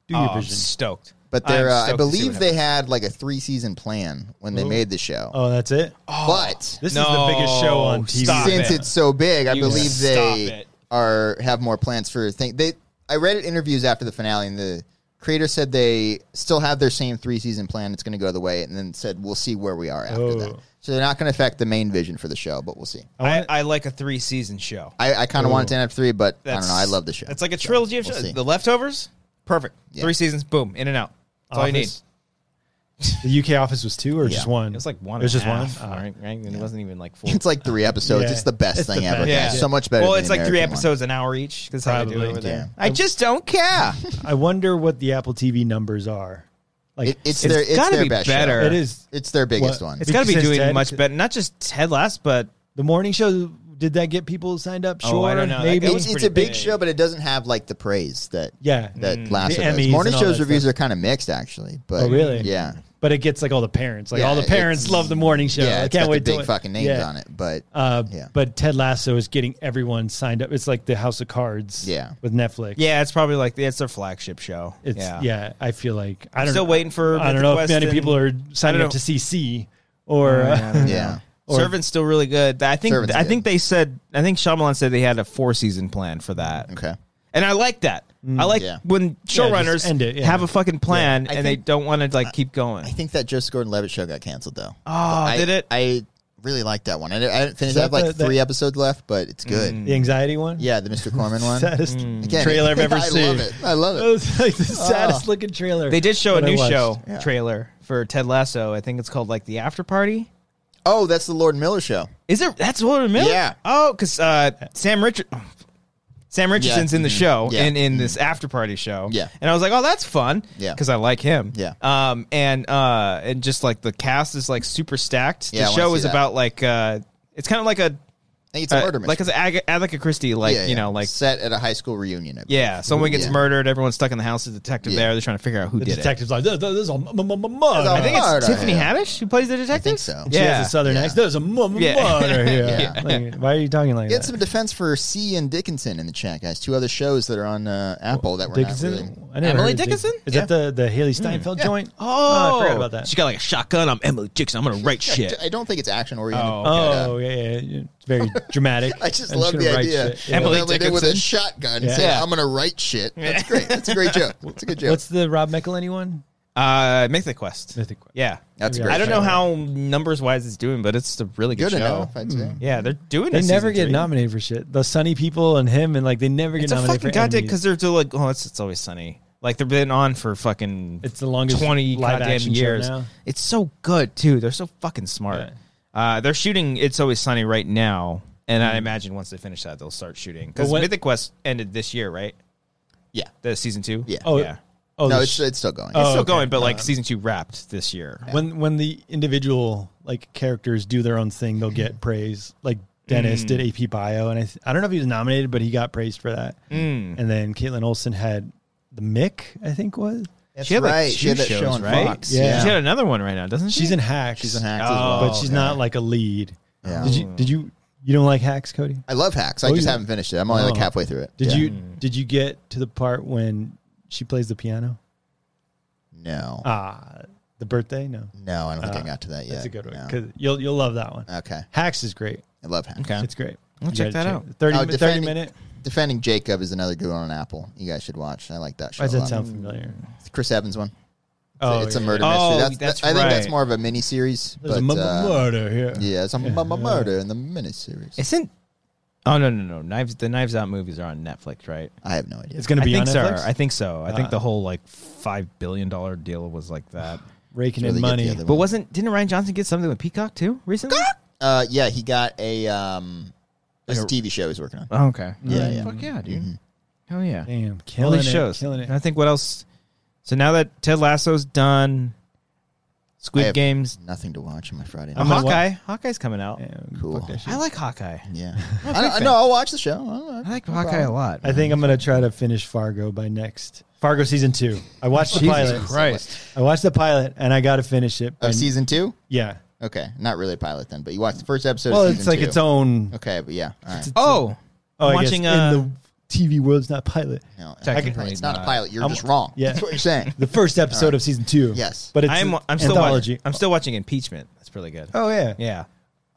Speaker 2: Do
Speaker 1: Oh,
Speaker 2: your
Speaker 1: I'm
Speaker 2: vision.
Speaker 1: stoked.
Speaker 3: But
Speaker 1: I'm
Speaker 3: they're, uh, I
Speaker 1: stoked to see
Speaker 3: believe
Speaker 1: what
Speaker 3: they
Speaker 1: happens.
Speaker 3: had like a three season plan when they made the show.
Speaker 2: Oh, that's it.
Speaker 3: but
Speaker 2: This
Speaker 1: No,
Speaker 2: is the biggest show on TV.
Speaker 1: stop
Speaker 3: since
Speaker 1: it.
Speaker 3: it's so big, I
Speaker 1: You
Speaker 3: believe
Speaker 1: stop
Speaker 3: they
Speaker 1: it.
Speaker 3: are have more plans for things. They. I read it interviews after the finale, and the creator said they still have their same three season plan. It's going to go the way, and then said we'll see where we are after
Speaker 2: Oh.
Speaker 3: that. So they're not going to affect the main vision for the show, but we'll see.
Speaker 1: I, I like a three season show.
Speaker 3: I, I kind of want it to end up three, but I
Speaker 1: That's-
Speaker 3: don't know. I love the show.
Speaker 1: It's like a trilogy of
Speaker 3: we'll
Speaker 1: shows.
Speaker 3: see.
Speaker 1: The Leftovers, perfect.
Speaker 3: Yeah.
Speaker 1: Three seasons, boom, in and out. That's all you need.
Speaker 2: Office? The UK office was two or just
Speaker 3: Yeah.
Speaker 2: one?
Speaker 1: It was like one.
Speaker 2: It was
Speaker 1: and
Speaker 2: just
Speaker 1: a half,
Speaker 2: one. Oh.
Speaker 1: right? Right? It wasn't even like four.
Speaker 3: it's like three episodes.
Speaker 2: Yeah.
Speaker 3: It's the best
Speaker 2: It's the
Speaker 3: thing ever.
Speaker 2: best.
Speaker 3: Yeah.
Speaker 2: Yeah.
Speaker 3: So much better.
Speaker 1: Well,
Speaker 3: than
Speaker 1: it's
Speaker 3: the
Speaker 1: like three
Speaker 3: American one.
Speaker 1: episodes an hour each. That's how they do it
Speaker 2: Probably.
Speaker 1: over there.
Speaker 3: Yeah.
Speaker 1: I just don't care.
Speaker 2: I wonder what the Apple TV numbers are. Like
Speaker 3: It- it's, their. It's
Speaker 1: gotta
Speaker 3: their
Speaker 1: be
Speaker 3: best
Speaker 1: better.
Speaker 3: Show.
Speaker 2: it is
Speaker 3: It's their biggest
Speaker 2: What?
Speaker 3: one.
Speaker 1: It's got to be
Speaker 2: Because
Speaker 1: doing
Speaker 2: Ted-
Speaker 1: much better. Not just Ted Lasso, but
Speaker 2: the morning show. Did that get people signed up? Sure,
Speaker 1: Oh, I don't know. That
Speaker 2: maybe.
Speaker 1: guy was
Speaker 3: it's, it's a
Speaker 1: pretty
Speaker 3: big,
Speaker 1: big.
Speaker 3: show, but it doesn't have like the praise that
Speaker 2: yeah, Mm.
Speaker 3: that last
Speaker 2: The
Speaker 3: of
Speaker 2: Emmys
Speaker 3: those. Morning
Speaker 2: and all
Speaker 3: shows
Speaker 2: that
Speaker 3: reviews
Speaker 2: stuff.
Speaker 3: are kind of mixed, actually. But
Speaker 2: Oh, really?
Speaker 3: Yeah.
Speaker 2: but it gets like all the parents. Like
Speaker 3: Yeah,
Speaker 2: all the parents
Speaker 3: it's-
Speaker 2: love the morning show.
Speaker 3: Yeah.
Speaker 2: I
Speaker 3: it's
Speaker 2: can't
Speaker 3: got
Speaker 2: wait.
Speaker 3: the
Speaker 2: till
Speaker 3: big
Speaker 2: it-
Speaker 3: fucking names
Speaker 2: yeah.
Speaker 3: on it, but
Speaker 2: Uh,
Speaker 3: Yeah.
Speaker 2: But Ted Lasso is getting everyone signed up. It's like the House of Cards.
Speaker 3: Yeah.
Speaker 2: with Netflix.
Speaker 1: yeah, it's probably like it's their flagship show.
Speaker 2: It's,
Speaker 1: yeah,
Speaker 2: yeah. I feel like I don't
Speaker 1: Still
Speaker 2: know,
Speaker 1: waiting for
Speaker 2: I
Speaker 1: Mythic
Speaker 2: don't know if
Speaker 1: Quest
Speaker 2: many
Speaker 1: and-
Speaker 2: people are signing
Speaker 1: don't
Speaker 2: up
Speaker 1: know.
Speaker 2: to CC or uh,
Speaker 1: Yeah.
Speaker 3: yeah.
Speaker 2: Or-
Speaker 1: Servant's still really good. I think
Speaker 3: Servant's
Speaker 1: I
Speaker 3: good.
Speaker 1: think they said I think Shyamalan said they had a four season plan for that.
Speaker 3: Okay.
Speaker 1: And I like that. I like
Speaker 3: Yeah.
Speaker 1: when showrunners
Speaker 2: Mm. just end it, yeah.
Speaker 1: have a fucking plan
Speaker 3: I
Speaker 1: and they
Speaker 3: think-
Speaker 1: don't want to like keep going.
Speaker 3: I think that Joseph Gordon-Levitt show got canceled though.
Speaker 1: oh,
Speaker 3: I
Speaker 1: did it?
Speaker 3: I really liked that one. I didn't, I didn't finish. I
Speaker 2: that
Speaker 3: have like
Speaker 2: the- Mm. that-
Speaker 3: three episodes left, but it's good.
Speaker 2: the anxiety one.
Speaker 3: Yeah, the Mr. Corman one.
Speaker 2: saddest
Speaker 1: Hmm.
Speaker 3: Again,
Speaker 2: trailer I've ever
Speaker 3: I
Speaker 2: seen.
Speaker 3: Love it. I love
Speaker 2: That
Speaker 3: it.
Speaker 2: was like the
Speaker 3: Oh.
Speaker 2: saddest looking trailer.
Speaker 1: they did show a
Speaker 2: that I
Speaker 1: new
Speaker 2: watched.
Speaker 1: show
Speaker 3: Yeah.
Speaker 1: trailer for Ted Lasso. I think it's called like the After Party.
Speaker 3: Oh, that's the Lord Miller show.
Speaker 1: Is it? That's William Miller.
Speaker 3: Yeah.
Speaker 1: Oh, because uh, Sam Richard. Sam Richardson's in the
Speaker 3: mhm,
Speaker 1: show
Speaker 3: yeah,
Speaker 1: and in this after party show.
Speaker 3: Yeah.
Speaker 1: And I was like, oh, that's fun.
Speaker 3: Yeah.
Speaker 1: Because I like him.
Speaker 3: Yeah.
Speaker 1: Um, and uh, and just like the cast is like super stacked.
Speaker 3: Yeah, I
Speaker 1: the
Speaker 3: wanna
Speaker 1: show
Speaker 3: see
Speaker 1: is
Speaker 3: that.
Speaker 1: about like uh, it's kind of like a,
Speaker 3: I think it's a
Speaker 1: uh
Speaker 3: murder mystery.
Speaker 1: like it's Ag- Agatha Christie like
Speaker 3: Yeah,
Speaker 1: you
Speaker 3: yeah.
Speaker 1: know like
Speaker 3: set at a high school reunion. I believe.
Speaker 1: yeah someone gets
Speaker 3: Yeah.
Speaker 1: murdered everyone's stuck in the house the detective
Speaker 3: Yeah.
Speaker 1: there they're trying to figure out who
Speaker 2: The
Speaker 1: did
Speaker 2: detective's like, "This, this is a m- m- m-
Speaker 3: That's
Speaker 2: murder."
Speaker 3: all
Speaker 1: it. I think it's
Speaker 3: Murder,
Speaker 1: Tiffany
Speaker 3: yeah.
Speaker 1: Haddish who plays the detective.
Speaker 3: so.
Speaker 1: Yeah.
Speaker 2: She has a southern
Speaker 3: Yeah.
Speaker 2: accent. There's a m- m-
Speaker 1: Yeah.
Speaker 2: murder here.
Speaker 3: Yeah.
Speaker 2: Like, why are you talking like
Speaker 3: Get
Speaker 2: that?
Speaker 3: some defense for C and Dickinson in the chat, guys. Two other shows that are on uh, Apple that were
Speaker 2: Dickinson?
Speaker 3: not really.
Speaker 2: I never
Speaker 1: Emily
Speaker 2: heard of Dick-
Speaker 1: Dickinson? Hmm.
Speaker 2: Is that the, the Haley Steinfeld joint?
Speaker 1: Oh,
Speaker 2: I forgot about that.
Speaker 1: She got like a shotgun. I'm Emily Dixon. I'm gonna write
Speaker 3: I
Speaker 1: shit.
Speaker 3: d- I don't think it's action oriented.
Speaker 1: Oh.
Speaker 2: Oh, yeah, yeah, yeah. It's very dramatic.
Speaker 3: I just
Speaker 2: I'm
Speaker 3: love
Speaker 2: gonna
Speaker 3: the
Speaker 2: write
Speaker 3: idea.
Speaker 2: shit. Yeah.
Speaker 1: Emily
Speaker 3: Well, they did with a
Speaker 1: Dickinson.
Speaker 3: shotgun.
Speaker 2: Yeah.
Speaker 3: saying,
Speaker 1: Yeah.
Speaker 3: I'm gonna write shit. That's great. That's a great joke. That's a good joke.
Speaker 2: What's the Rob McElhenney one?
Speaker 1: Uh, Mythic Quest.
Speaker 2: Mythic Quest.
Speaker 1: Yeah,
Speaker 3: That's a
Speaker 2: Maybe
Speaker 3: great.
Speaker 1: I don't
Speaker 3: show.
Speaker 1: know how numbers wise it's doing, but it's a really good,
Speaker 3: good
Speaker 1: show. Hmm.
Speaker 3: enough. I'd say.
Speaker 1: Yeah, they're doing.
Speaker 2: They
Speaker 1: a
Speaker 2: never
Speaker 1: season
Speaker 2: get
Speaker 1: three.
Speaker 2: nominated for shit. The Sunny People and him, and like they never get
Speaker 1: It's a
Speaker 2: nominated
Speaker 1: fucking
Speaker 2: for
Speaker 1: goddamn
Speaker 2: Emmys.
Speaker 1: because they're still like, oh, it's it's always sunny. Like they've been on for fucking
Speaker 2: It's the longest
Speaker 1: twenty
Speaker 2: live
Speaker 1: goddamn
Speaker 2: action show
Speaker 1: years.
Speaker 2: now.
Speaker 1: It's so good too. They're so fucking smart. Uh, they're shooting It's Always Sunny right now, and I imagine once they finish that, they'll start shooting because
Speaker 2: Mm-hmm. But when-
Speaker 1: Mythic Quest ended this year, right?
Speaker 3: Yeah.
Speaker 1: The season two.
Speaker 3: Yeah. Um,
Speaker 2: Oh,
Speaker 1: yeah.
Speaker 2: oh,
Speaker 3: No,
Speaker 2: the
Speaker 3: it's
Speaker 2: sh-
Speaker 3: it's still going.
Speaker 1: It's
Speaker 2: Oh,
Speaker 1: still
Speaker 2: okay.
Speaker 1: going, but like season two wrapped this year.
Speaker 2: when when the individual like characters do their own thing, they'll get praise. Like
Speaker 1: Mm.
Speaker 2: Dennis did AP Bio, and I th- I don't know if he was nominated, but he got praised for that.
Speaker 1: Mm.
Speaker 2: And then Caitlin Olsen had the Mick, I think was
Speaker 3: That's
Speaker 1: she had like
Speaker 3: right.
Speaker 1: two
Speaker 3: she had that
Speaker 1: shows,
Speaker 3: show on
Speaker 1: right?
Speaker 3: Fox.
Speaker 2: Yeah.
Speaker 1: She had another one right now, doesn't she?
Speaker 2: she's in Hacks.
Speaker 3: She's in Hacks
Speaker 1: Oh.
Speaker 3: as well.
Speaker 2: but she's not
Speaker 3: Yeah.
Speaker 2: like a lead.
Speaker 3: Yeah.
Speaker 2: Did you did you you don't like Hacks, Cody?
Speaker 3: I love hacks. I
Speaker 2: Oh,
Speaker 3: just
Speaker 2: you-
Speaker 3: haven't finished it. I'm only like
Speaker 2: Oh.
Speaker 3: halfway through it.
Speaker 2: Did
Speaker 3: Yeah.
Speaker 2: you
Speaker 1: Mm.
Speaker 2: did you get to the part when she plays the piano?
Speaker 3: No.
Speaker 2: Ah, the birthday? No,
Speaker 3: No, I don't think I got to that yet.
Speaker 2: that's a good one
Speaker 3: No. Uh,
Speaker 2: because you'll you'll love that one.
Speaker 3: Okay.
Speaker 2: Hacks is great.
Speaker 3: I love hacks.
Speaker 1: Okay.
Speaker 2: It's great.
Speaker 1: I'll
Speaker 2: You
Speaker 1: check that
Speaker 2: gotta
Speaker 1: out.
Speaker 2: Thirty
Speaker 3: Oh,
Speaker 2: mi- thirty
Speaker 3: defending-
Speaker 2: minute.
Speaker 3: Defending Jacob is another good one on Apple. You guys should watch. I like that show.
Speaker 2: Why does
Speaker 3: a
Speaker 2: that
Speaker 3: lot. Mm,
Speaker 2: sound familiar?
Speaker 3: It's Chris Evans one. It's,
Speaker 2: Oh,
Speaker 3: a, it's a
Speaker 2: yeah.
Speaker 3: murder
Speaker 1: Oh,
Speaker 3: mystery. That's,
Speaker 1: that's
Speaker 3: that- I think that's
Speaker 1: right.
Speaker 3: more of a mini series.
Speaker 2: There's
Speaker 3: but,
Speaker 2: a mu-
Speaker 3: uh,
Speaker 2: murder here.
Speaker 3: Yeah, it's a mu- mu- murder in the miniseries.
Speaker 1: Isn't? Oh no no no! Knives the Knives Out movies are on Netflix, right?
Speaker 3: I have no idea.
Speaker 2: It's going to
Speaker 1: I
Speaker 2: be
Speaker 1: think
Speaker 2: on
Speaker 1: so.
Speaker 2: Netflix.
Speaker 1: I think so. I think
Speaker 2: Ah.
Speaker 1: the whole like five billion dollar deal was like that.
Speaker 2: Raking
Speaker 3: Really
Speaker 2: in
Speaker 3: get the
Speaker 2: money.
Speaker 3: other
Speaker 1: But
Speaker 3: one.
Speaker 1: wasn't didn't Ryan Johnson get something with Peacock too recently?
Speaker 3: Uh, yeah, he got a um, this
Speaker 1: Like a-
Speaker 3: TV show he's working on.
Speaker 1: Oh, okay.
Speaker 3: Yeah, yeah.
Speaker 1: Fuck yeah, dude. Hell yeah.
Speaker 2: Damn,
Speaker 1: All
Speaker 2: Mm-hmm. killing
Speaker 1: these
Speaker 2: it.
Speaker 1: shows.
Speaker 2: Killing
Speaker 1: And I
Speaker 2: it.
Speaker 1: think what else? So now that Ted Lasso's done,
Speaker 3: I
Speaker 1: Squid
Speaker 3: have
Speaker 1: Games,
Speaker 3: Nothing to watch on my Friday
Speaker 1: uh,
Speaker 3: night.
Speaker 2: I'm gonna wa-
Speaker 1: Hawkeye, Hawkeye's coming out.
Speaker 2: Damn,
Speaker 3: Cool.
Speaker 2: fuck that shit.
Speaker 1: I like Hawkeye.
Speaker 3: Yeah, I, don't- I know. I'll watch the show. I, don't know.
Speaker 1: I like
Speaker 3: No
Speaker 1: Hawkeye
Speaker 3: problem.
Speaker 1: a lot.
Speaker 2: I think I'm going to try to finish Fargo by next. Fargo season two. I watched the pilot.
Speaker 1: Christ.
Speaker 2: I watched the pilot and I got to finish it.
Speaker 3: Oh,
Speaker 2: by-
Speaker 3: season two.
Speaker 2: yeah.
Speaker 3: Okay, not really a pilot then, but you watched the first episode.
Speaker 2: Well,
Speaker 3: of
Speaker 2: it's
Speaker 3: season
Speaker 2: like
Speaker 3: two.
Speaker 2: its own.
Speaker 3: Okay, but yeah, all right.
Speaker 1: Oh,
Speaker 2: Oh,
Speaker 1: I'm
Speaker 2: I guess
Speaker 1: watching, uh,
Speaker 2: in the TV world's not pilot.
Speaker 3: No, it's
Speaker 1: Technically
Speaker 3: not- it's not a
Speaker 1: not.
Speaker 3: pilot. You're
Speaker 2: I'm-
Speaker 3: just wrong.
Speaker 2: yeah.
Speaker 3: That's what you're saying.
Speaker 2: The first episode of season two.
Speaker 3: Yes.
Speaker 2: but it's
Speaker 1: I'm
Speaker 2: an
Speaker 1: I'm still
Speaker 2: anthology.
Speaker 1: watching. I'm still watching Impeachment. That's pretty good.
Speaker 2: oh yeah.
Speaker 1: Yeah.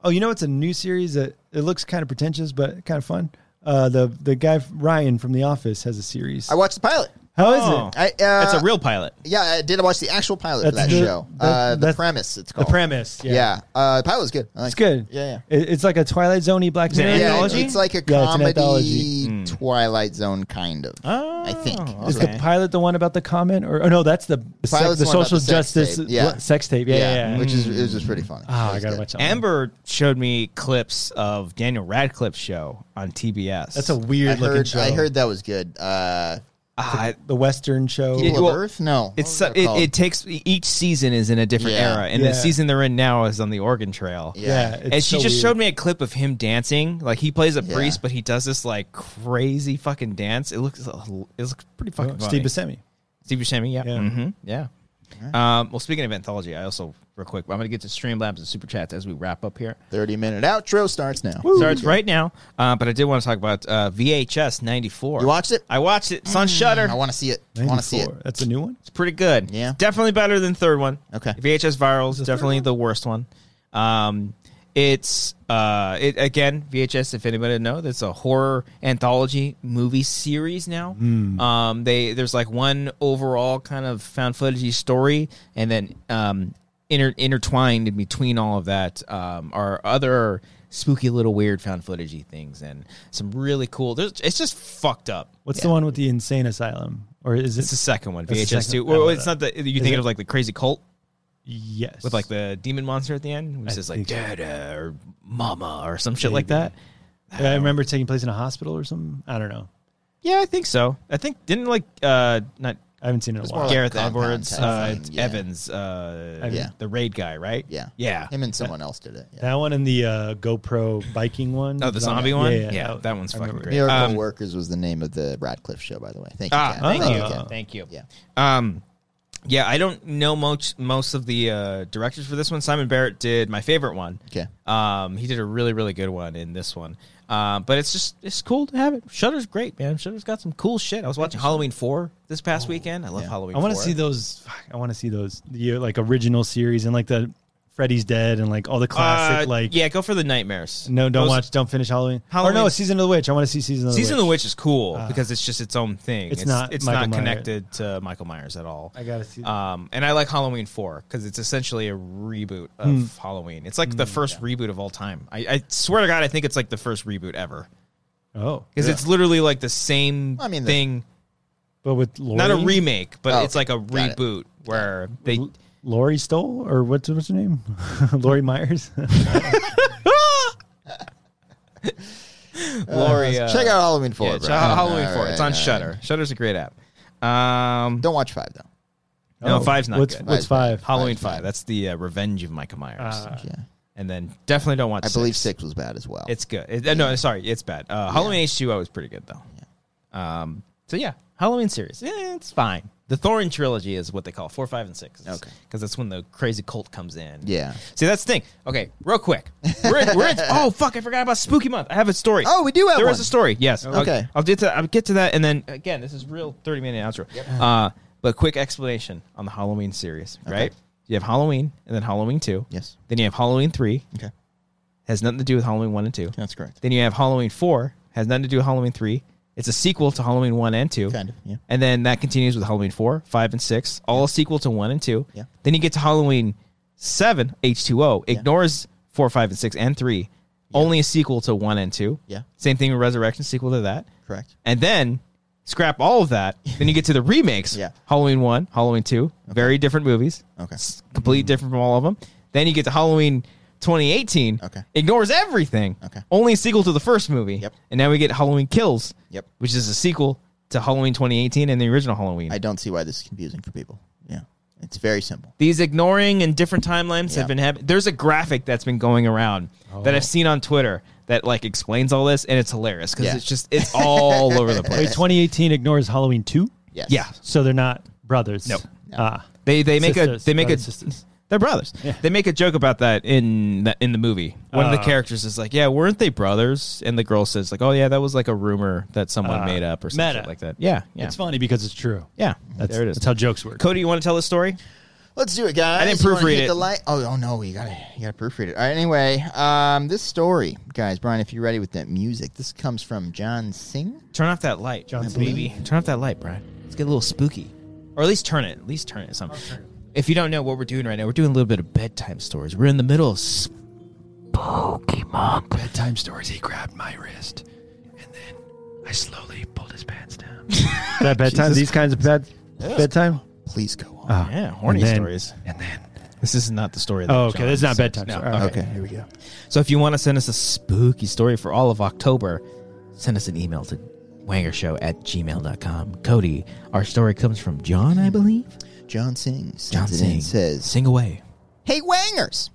Speaker 2: Oh, you know it's a new series that it looks kind of pretentious but kind of fun. Uh, the the guy Ryan from The Office has a series.
Speaker 3: I watched the pilot.
Speaker 2: How is
Speaker 1: Oh.
Speaker 2: it?
Speaker 3: I, uh,
Speaker 1: That's a real pilot.
Speaker 3: Yeah, I did watch the actual pilot for
Speaker 2: That's
Speaker 3: that
Speaker 2: the-
Speaker 3: show.
Speaker 2: that-
Speaker 3: uh, the
Speaker 2: that's-
Speaker 3: premise, it's
Speaker 2: The
Speaker 3: called.
Speaker 2: premise. Yeah.
Speaker 3: Yeah, Uh, the pilot's good. I like
Speaker 2: It's good.
Speaker 3: Yeah,
Speaker 2: It, it's like a Twilight Zoney Black
Speaker 1: Is it
Speaker 2: Mirror
Speaker 3: yeah. Yeah,
Speaker 1: Anthology?
Speaker 3: it's like a
Speaker 2: Yeah, it's an
Speaker 3: comedy Hmm. Twilight Zone kind of. I think.
Speaker 1: Oh,
Speaker 2: Is
Speaker 1: okay.
Speaker 2: the pilot the one about the comment, or oh no, that's the the, sex-
Speaker 3: Pilot's
Speaker 2: the
Speaker 3: the one about
Speaker 2: social
Speaker 3: the sex
Speaker 2: justice
Speaker 3: tape. Yeah.
Speaker 2: what- sex tape? Yeah, yeah. yeah.
Speaker 3: which is it was just pretty funny.
Speaker 2: Mm. oh, I
Speaker 3: It was
Speaker 2: gotta
Speaker 3: good.
Speaker 2: watch that. one.
Speaker 1: Amber showed me clips of Daniel Radcliffe's show on TBS.
Speaker 2: That's a
Speaker 3: I
Speaker 2: weird looking
Speaker 3: heard.
Speaker 2: show.
Speaker 3: I heard that was good. Uh,
Speaker 1: Ah,
Speaker 2: the Western show.
Speaker 1: Yeah.
Speaker 3: People
Speaker 1: well,
Speaker 3: of Earth? No,
Speaker 1: it's so-
Speaker 3: What
Speaker 1: it,
Speaker 3: was that called?
Speaker 1: it takes each season is in a different
Speaker 3: Yeah.
Speaker 1: era, and the
Speaker 2: Yeah.
Speaker 1: season they're in now is on the Oregon Trail.
Speaker 3: Yeah.
Speaker 2: Yeah,
Speaker 1: and she just showed me a clip of him dancing. Like he plays a
Speaker 3: Yeah.
Speaker 1: priest, but he does this like crazy fucking dance. It looks it looks pretty fucking
Speaker 2: Steve
Speaker 1: funny.
Speaker 2: Buscemi.
Speaker 1: Steve Buscemi, yeah.
Speaker 2: Yeah.
Speaker 1: Yeah. hmm yeah. Um, well, speaking of anthology, I also, real quick, I'm going to get to Streamlabs and Super Chats as we wrap up here.
Speaker 3: Thirty minute outro starts now.
Speaker 1: Starts right now, uh, but I did want to talk about uh, VHS 94.
Speaker 3: You watched it? Mm.
Speaker 1: I watched it. It's on Shutter.
Speaker 3: I want to see it. I want to see it.
Speaker 2: 94. That's a new one.
Speaker 1: It's pretty good.
Speaker 3: Yeah.
Speaker 1: Definitely better than third one.
Speaker 3: Okay.
Speaker 1: VHS virals, definitely the worst one. Um it's uh it again, VHS, if anybody didn't know, that's a horror anthology movie series now.
Speaker 3: Hmm.
Speaker 1: Um they there's like one overall kind of found footagey story and then um inter- intertwined in between all of that um are other spooky little weird found footagey things and some really cool there's it's just fucked up.
Speaker 2: What's the one with the insane asylum? Or is
Speaker 1: It's the
Speaker 2: it?
Speaker 1: second one,
Speaker 2: That's the
Speaker 1: VHS
Speaker 2: second
Speaker 1: two.
Speaker 2: one. I
Speaker 1: Well,
Speaker 2: love
Speaker 1: it's not
Speaker 2: that.
Speaker 1: the you
Speaker 2: Is
Speaker 1: think
Speaker 2: it-
Speaker 1: of like the crazy cult
Speaker 2: yes.
Speaker 1: with like the demon monster at the end, which is like
Speaker 2: think so.
Speaker 1: Dada or Mama or some shit like
Speaker 2: Maybe.
Speaker 1: that.
Speaker 2: I remember it taking place in a hospital or something. I don't know.
Speaker 1: Yeah, I think so. I think didn't like uh not
Speaker 2: I haven't seen it in a
Speaker 3: more
Speaker 2: while.
Speaker 3: like
Speaker 1: Gareth
Speaker 3: compound
Speaker 1: Edwards,
Speaker 3: type
Speaker 1: uh,
Speaker 3: thing, yeah.
Speaker 1: Evans, uh,
Speaker 2: Yeah.
Speaker 1: the raid guy, right?
Speaker 3: Yeah.
Speaker 1: yeah.
Speaker 3: Him and someone else did it. Yeah.
Speaker 2: that one and the uh, GoPro biking one.
Speaker 1: Oh, the zombie one. Yeah, that,
Speaker 2: one.
Speaker 1: one's
Speaker 2: I
Speaker 1: fucking
Speaker 2: remember.
Speaker 1: great.
Speaker 3: Miracle
Speaker 1: Um,
Speaker 3: Workers was the name of the Radcliffe show, by the way. Thank you.
Speaker 1: Ah,
Speaker 3: Ken.
Speaker 1: thank
Speaker 2: Oh.
Speaker 1: you,
Speaker 3: Uh,
Speaker 2: Ken.
Speaker 1: thank you.
Speaker 3: Yeah.
Speaker 1: Um, yeah, I don't know most most of the uh, directors for this one. Simon Barrett did my favorite one.
Speaker 3: Okay.
Speaker 1: Um, he did a really really good one in this one. Um, but it's just it's cool to have it. Shutter's great, man. Shutter's got some cool shit. I was watching Halloween four this past weekend. I love
Speaker 3: Yeah.
Speaker 1: Halloween.
Speaker 2: I want to
Speaker 1: 4.
Speaker 2: see those. fuck, I want to see those. The uh, like original series and like the Freddy's Dead and like all the classic.
Speaker 1: Uh,
Speaker 2: like
Speaker 1: yeah, go for the nightmares.
Speaker 2: No, don't
Speaker 1: Those-
Speaker 2: watch. Don't finish Halloween.
Speaker 1: Halloween-
Speaker 2: Or no, Season of the Witch. I want to see Season of the
Speaker 1: Season of the
Speaker 2: Witch.
Speaker 1: Witch is cool because it's just its own thing.
Speaker 2: Ah. It's
Speaker 1: It's,
Speaker 2: not
Speaker 1: not it's
Speaker 2: Michael
Speaker 1: not
Speaker 2: Myers.
Speaker 1: connected to Michael Myers at all.
Speaker 2: I gotta see that.
Speaker 1: Um, and I like Halloween four because it's essentially a reboot of
Speaker 2: Hmm.
Speaker 1: Halloween. It's like the first reboot of all time. I, I swear to God, I think it's like the first reboot ever
Speaker 2: Oh,
Speaker 1: because it's literally like the same
Speaker 3: I mean, the-
Speaker 1: thing.
Speaker 2: but with Lori,
Speaker 1: Not a remake, but
Speaker 3: Oh,
Speaker 1: it's like a
Speaker 3: got it.
Speaker 1: reboot where they.
Speaker 2: Lori Stoll or what's what's her name? Lori Myers.
Speaker 1: Lori, uh,
Speaker 3: Check out Halloween Four.
Speaker 1: yeah,
Speaker 3: bro.
Speaker 1: Ha- Halloween
Speaker 3: All
Speaker 1: four.
Speaker 3: right,
Speaker 1: it's on
Speaker 3: all right.
Speaker 1: Shutter. Shutter's a great app. Um,
Speaker 3: Don't watch five though.
Speaker 1: no,
Speaker 2: Oh,
Speaker 1: five's not
Speaker 2: what's,
Speaker 1: good.
Speaker 2: What's five?
Speaker 1: Halloween
Speaker 3: Five's
Speaker 1: five.
Speaker 3: bad.
Speaker 1: That's the uh, Revenge of Michael Myers.
Speaker 2: Uh,
Speaker 3: Yeah.
Speaker 1: and then definitely don't watch.
Speaker 3: I believe six was bad as well.
Speaker 1: It's good. It- uh, No, sorry, it's bad. Uh, Halloween H2O is pretty good though. Um, so yeah, Halloween series, eh, it's fine. The Thorin trilogy is what they call four, five, and six.
Speaker 3: Okay.
Speaker 1: because that's when the crazy cult comes in.
Speaker 3: Yeah.
Speaker 1: See, that's the thing. Okay, real quick, we're in, we're in, oh fuck, I forgot about Spooky Month. I have a story.
Speaker 3: Oh, we do have
Speaker 1: There is
Speaker 3: one.
Speaker 1: a story. Yes. I'll-
Speaker 3: Okay.
Speaker 1: I'll get to I'll get to that, and then again, this is real thirty minute outro. Uh, but quick explanation on the Halloween series, right? You have Halloween, and then Halloween two.
Speaker 3: Yes.
Speaker 1: Then you have Halloween three.
Speaker 3: Okay.
Speaker 1: Has nothing to do with Halloween one and two.
Speaker 3: That's correct.
Speaker 1: Then you have Halloween four, has nothing to do with Halloween three. It's a sequel to Halloween one and two.
Speaker 3: Kind of, yeah.
Speaker 1: And then that continues with Halloween four, five, and six, all a sequel to one and two.
Speaker 3: Yeah.
Speaker 1: Then you get to Halloween seven, H two O, ignores four, five, and six, and three. Only a sequel to one and two.
Speaker 3: Yeah.
Speaker 1: Same thing with Resurrection, sequel to that.
Speaker 3: Correct.
Speaker 1: And then scrap all of that. then you get to the remakes.
Speaker 3: Yeah.
Speaker 1: Halloween one, Halloween two, very different movies.
Speaker 3: Okay. Mm-hmm.
Speaker 1: S- completely different from all of them. Then you get to Halloween 2018.
Speaker 3: Okay.
Speaker 1: Ignores everything.
Speaker 3: Okay.
Speaker 1: Only a sequel to the first movie.
Speaker 3: Yep.
Speaker 1: And now we get Halloween Kills.
Speaker 3: Yep.
Speaker 1: Which is a sequel to Halloween 2018 and the original Halloween.
Speaker 3: I don't see why this is confusing for people. Yeah. It's very simple.
Speaker 1: These ignoring and different timelines
Speaker 3: Yeah.
Speaker 1: have been happening. There's a graphic that's been going around that I've seen on Twitter that like explains all this and it's hilarious because
Speaker 3: Yeah.
Speaker 1: it's just it's all over the
Speaker 2: Wait,
Speaker 1: place.
Speaker 2: 2018 ignores Halloween two.
Speaker 3: Yes.
Speaker 1: Yeah.
Speaker 2: So they're not brothers.
Speaker 1: No.
Speaker 2: Ah.
Speaker 1: They they make
Speaker 2: Sisters,
Speaker 1: a they make a
Speaker 2: brothers, sisters.
Speaker 1: they're brothers. They make a joke about that in the, in the movie. One of the
Speaker 2: Ah.
Speaker 1: characters is like, "Yeah, weren't they brothers?" And the girl says, "Like, oh yeah, that was like a rumor that someone
Speaker 2: Ah.
Speaker 1: made up or something
Speaker 2: Meta.
Speaker 1: like that." Yeah, yeah,
Speaker 2: It's funny because it's true.
Speaker 1: yeah.
Speaker 2: That's,
Speaker 1: there it is.
Speaker 2: That's how jokes work.
Speaker 1: Cody, you want to tell the story?
Speaker 3: Let's do it, guys.
Speaker 1: I didn't
Speaker 3: You wanna
Speaker 1: proofread
Speaker 3: hit
Speaker 1: it.
Speaker 3: The light? Oh, oh no, you gotta you gotta proofread it. All right. Anyway, um, this story, guys, Brian, if you're ready with that music, this comes from John Singh.
Speaker 1: Turn off that light,
Speaker 2: John
Speaker 1: baby. Turn off that light, Brian. Let's get a little spooky, or at least turn it. At least turn it some. If you don't know what we're doing right now, we're doing a little bit of bedtime stories. We're in the middle of
Speaker 2: Bedtime stories. He grabbed my wrist, and then I slowly pulled his pants down. that bedtime.
Speaker 3: Jesus
Speaker 2: These kinds of bed bedtime.
Speaker 3: Please go on.
Speaker 2: Oh,
Speaker 1: yeah horny
Speaker 2: and then-
Speaker 1: stories.
Speaker 2: And then.
Speaker 1: This is not the story. That
Speaker 2: Oh, okay.
Speaker 1: John
Speaker 2: That's not
Speaker 1: said.
Speaker 2: bedtime.
Speaker 1: No.
Speaker 2: story. All right, Here we go.
Speaker 1: So if you want to send us a spooky story for all of October, send us an email to wangershow at gmail.com. Cody, our story comes from John, I believe.
Speaker 3: John Singh. sends
Speaker 1: John
Speaker 3: it in
Speaker 1: Singh
Speaker 3: and says,
Speaker 1: Sing away.
Speaker 3: Hey, Wangers!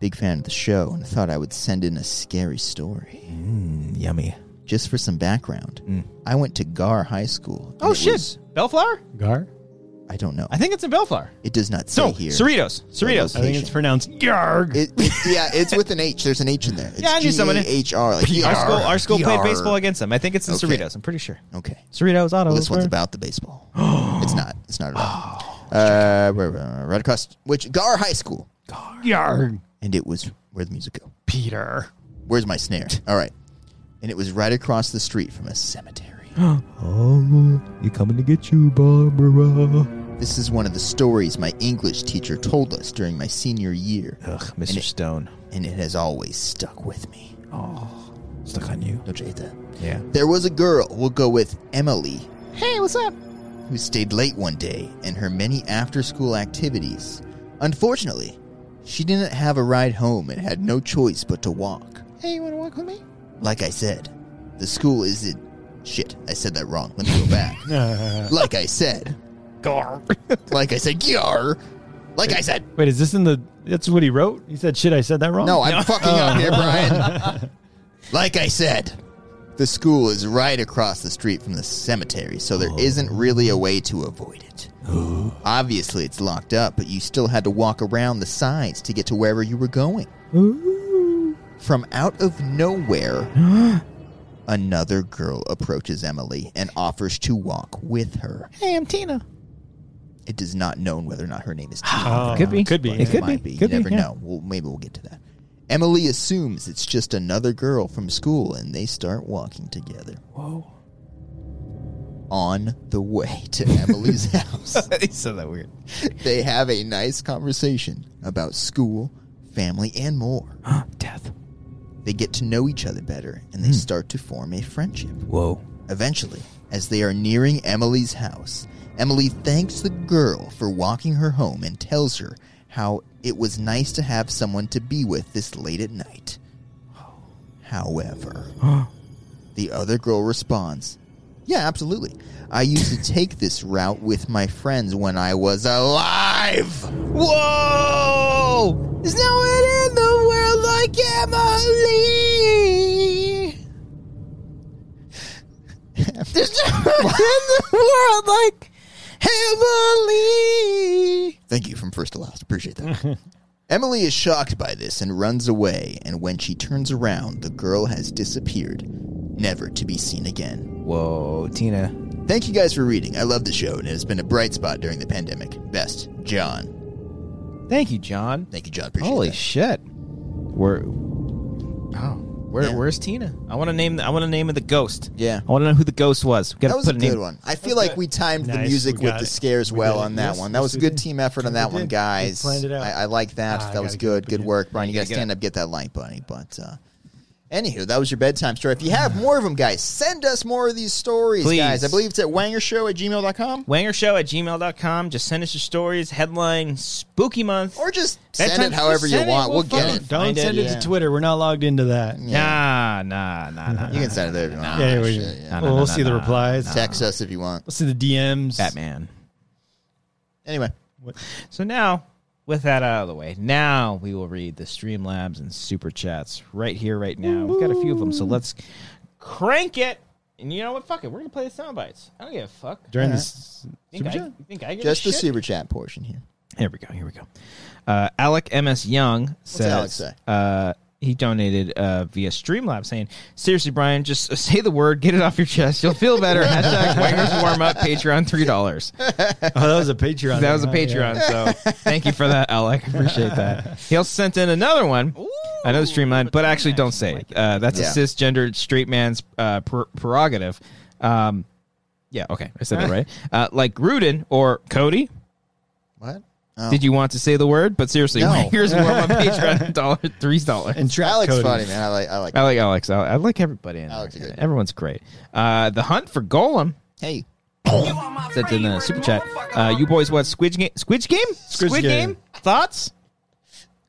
Speaker 3: Big fan of the show and thought I would send in a scary story.
Speaker 1: Mm, yummy.
Speaker 3: Just for some background,
Speaker 1: Mm.
Speaker 3: I went to Gar High School. and it was-
Speaker 1: Bellflower?
Speaker 2: Gar.
Speaker 3: I don't know.
Speaker 1: Oh, I think it's in Bellflower.
Speaker 3: It does not say
Speaker 1: No,
Speaker 3: here.
Speaker 1: Cerritos. Cerritos.
Speaker 2: I think it's pronounced Garg.
Speaker 3: It, yeah, it's with an H. There's an H in there. It's
Speaker 1: Yeah, I knew someone.
Speaker 3: G-A-H-R, like
Speaker 1: Our
Speaker 3: Gar,
Speaker 1: school, our school played
Speaker 3: Gar.
Speaker 1: baseball against them. I think it's in
Speaker 3: Okay.
Speaker 1: Cerritos. I'm pretty sure.
Speaker 3: Okay.
Speaker 1: Cerritos Auto.
Speaker 3: Well, this one's
Speaker 1: where-
Speaker 3: about the baseball. it's not. It's not at all. Uh, right- right right across, which Gar High School,
Speaker 2: Garg.
Speaker 3: and it was where the music go.
Speaker 2: Peter.
Speaker 3: Where's my snare? All right, and it was right across the street from a cemetery.
Speaker 1: Oh, you coming to get you, Barbara?
Speaker 3: This is one of the stories my English teacher told us during my senior year,
Speaker 1: Ugh, Mr. Stone.
Speaker 3: and it has always stuck with me.
Speaker 1: Stuck on you.
Speaker 3: Don't you hate that?
Speaker 1: Yeah.
Speaker 3: There was a girl, we'll go with Emily. Hey, what's up? Who stayed late one day in her many after school activities. Unfortunately, she didn't have a ride home and had no choice but to walk.
Speaker 1: Hey, you want to walk with me?
Speaker 3: Like I said, the school is in. Shit, I said that wrong. Let me go back. like I said. Gar. like I said, gar. Like I said.
Speaker 2: Wait, is this in the? That's what he wrote. He said, "Shit, I said that wrong."
Speaker 3: No, I'm fucking up
Speaker 1: Oh.
Speaker 3: here, Brian. like I said, the school is right across the street from the cemetery, so
Speaker 1: Oh.
Speaker 3: there not really a way to avoid it. Obviously, it's locked up, but you still had to walk around the sides to get to wherever you were going. From out of nowhere, another girl approaches Emily and offers to walk with her.
Speaker 1: Hey, I'm Tina.
Speaker 3: It is not known whether or not her name is Tina.
Speaker 2: Oh,
Speaker 1: Could be.
Speaker 2: Could be.
Speaker 1: It could
Speaker 3: might be.
Speaker 1: be. Could
Speaker 3: you
Speaker 1: be,
Speaker 3: never
Speaker 1: yeah.
Speaker 3: know. Well, maybe we'll get to that. Emily assumes it's just another girl from school, and they start walking together. Whoa. On the way to Emily's house,
Speaker 1: he said that weird.
Speaker 3: they have a nice conversation about school, family, and more.
Speaker 1: Death. Hmm.
Speaker 3: They get to know each other better, and they start to form a friendship.
Speaker 1: Whoa.
Speaker 3: Eventually, as they are nearing Emily's house, Emily thanks the girl for walking her home and tells her how it was nice to have someone to be with this late at night. However, the other girl responds, Yeah, absolutely. I used to take this route with my friends when I was alive.
Speaker 1: Whoa!
Speaker 3: There's no one in the world like Emily. There's no one in the world like Emily. Thank you from first to last. Appreciate that. Emily is shocked by this and runs away, and when she turns around, the girl has disappeared, never to be seen again.
Speaker 1: Whoa, Tina.
Speaker 3: Thank you guys for reading. I love the show, and it has been a bright spot during the pandemic. Best, John.
Speaker 1: Thank you, John.
Speaker 3: Thank you, John. Appreciate
Speaker 1: Holy
Speaker 3: that.
Speaker 1: shit. Where? Oh, where?
Speaker 3: Yeah.
Speaker 1: Where's Tina? I want to name. The, I want to name of the ghost.
Speaker 3: Yeah.
Speaker 1: I want to know who the ghost was. We gotta
Speaker 3: That was a
Speaker 1: put
Speaker 3: good
Speaker 1: name.
Speaker 3: one. I feel like we timed the
Speaker 2: Nice,
Speaker 3: music
Speaker 2: we
Speaker 3: with
Speaker 2: got
Speaker 3: the
Speaker 2: it.
Speaker 3: scares
Speaker 2: We
Speaker 3: well
Speaker 2: did it.
Speaker 3: on that
Speaker 2: Yes,
Speaker 3: one. That
Speaker 2: yes,
Speaker 3: was a
Speaker 2: we
Speaker 3: good
Speaker 2: did.
Speaker 3: team effort on
Speaker 2: We
Speaker 3: that one,
Speaker 2: did.
Speaker 3: guys.
Speaker 2: We planned it out.
Speaker 3: I, I like that.
Speaker 2: Ah, I
Speaker 3: that was
Speaker 2: gotta get up
Speaker 3: good. Good
Speaker 2: again.
Speaker 3: work, Brian. You got to
Speaker 1: gotta get
Speaker 3: stand up, get that light, buddy. But uh, anywho, that was your bedtime story. If you have more of them, guys, send us more of these stories,
Speaker 1: Please.
Speaker 3: guys. I believe it's at wangershow at gmail.com.
Speaker 1: Wangershow at gmail.com. Just send us your stories. Headline Spooky Month.
Speaker 3: Or just
Speaker 1: Bedtime-
Speaker 3: send it however you
Speaker 1: send it,
Speaker 3: want. We'll,
Speaker 1: we'll
Speaker 3: get
Speaker 1: find
Speaker 3: it.
Speaker 1: it.
Speaker 2: Don't
Speaker 1: Find it,
Speaker 2: send it
Speaker 3: yeah.
Speaker 2: to Twitter. We're not logged into that.
Speaker 1: Nah, nah, nah, nah.
Speaker 3: You can send it there if you want.
Speaker 2: Yeah, we,
Speaker 3: Shit, yeah.
Speaker 1: No, no,
Speaker 2: we'll
Speaker 1: no,
Speaker 2: see
Speaker 1: no,
Speaker 2: the
Speaker 1: no,
Speaker 2: replies.
Speaker 3: Text us if you want.
Speaker 2: We'll see the DMs.
Speaker 1: Batman.
Speaker 3: Anyway,
Speaker 1: So now, with that out of the way, now we will read the Streamlabs and Super Chats right here, right now. We've got a few of them, so let's crank it. And you know what? Fuck it. We're going to play the sound bites. I don't give a fuck.
Speaker 2: during this.
Speaker 1: Think I,
Speaker 2: Super Chat?
Speaker 1: you think I give
Speaker 3: just
Speaker 1: a
Speaker 3: the
Speaker 1: shit?
Speaker 3: super chat portion here.
Speaker 1: Here we go. Here we go. Uh, Alec M.S. Young says,
Speaker 3: Alec say?
Speaker 1: Uh, he donated uh, via Streamlab saying, "Seriously, Brian, just say the word, get it off your chest, you'll feel better." Hashtag Wanger's warm up Patreon three dollars.
Speaker 2: Oh, that was a Patreon.
Speaker 1: That was a
Speaker 2: thing, huh?
Speaker 1: Patreon, so thank you for that, Alec. Appreciate that. He also sent in another one. I know the streamline, but actually, don't say it. Uh, that's
Speaker 3: Yeah.
Speaker 1: a cisgendered straight man's uh, pr- prerogative. Um, yeah, okay, I said that right. Uh, like Rudin or Cody,
Speaker 3: What? Oh.
Speaker 1: did you want to say the word? But seriously,
Speaker 3: No.
Speaker 1: here's warm up Patreon dollar three dollars.
Speaker 2: And Trap
Speaker 3: Alex
Speaker 2: Cody.
Speaker 3: funny man. I like. I like.
Speaker 1: I like Alex. I, I like everybody in
Speaker 3: Alex
Speaker 1: there.
Speaker 3: is good.
Speaker 1: Everyone's great. Uh, the hunt for Golem
Speaker 3: hey,
Speaker 1: sent in the super chat. Uh, you boys watch Squid Game? Squid Game? Squid,
Speaker 2: Game.
Speaker 1: Game? Thoughts?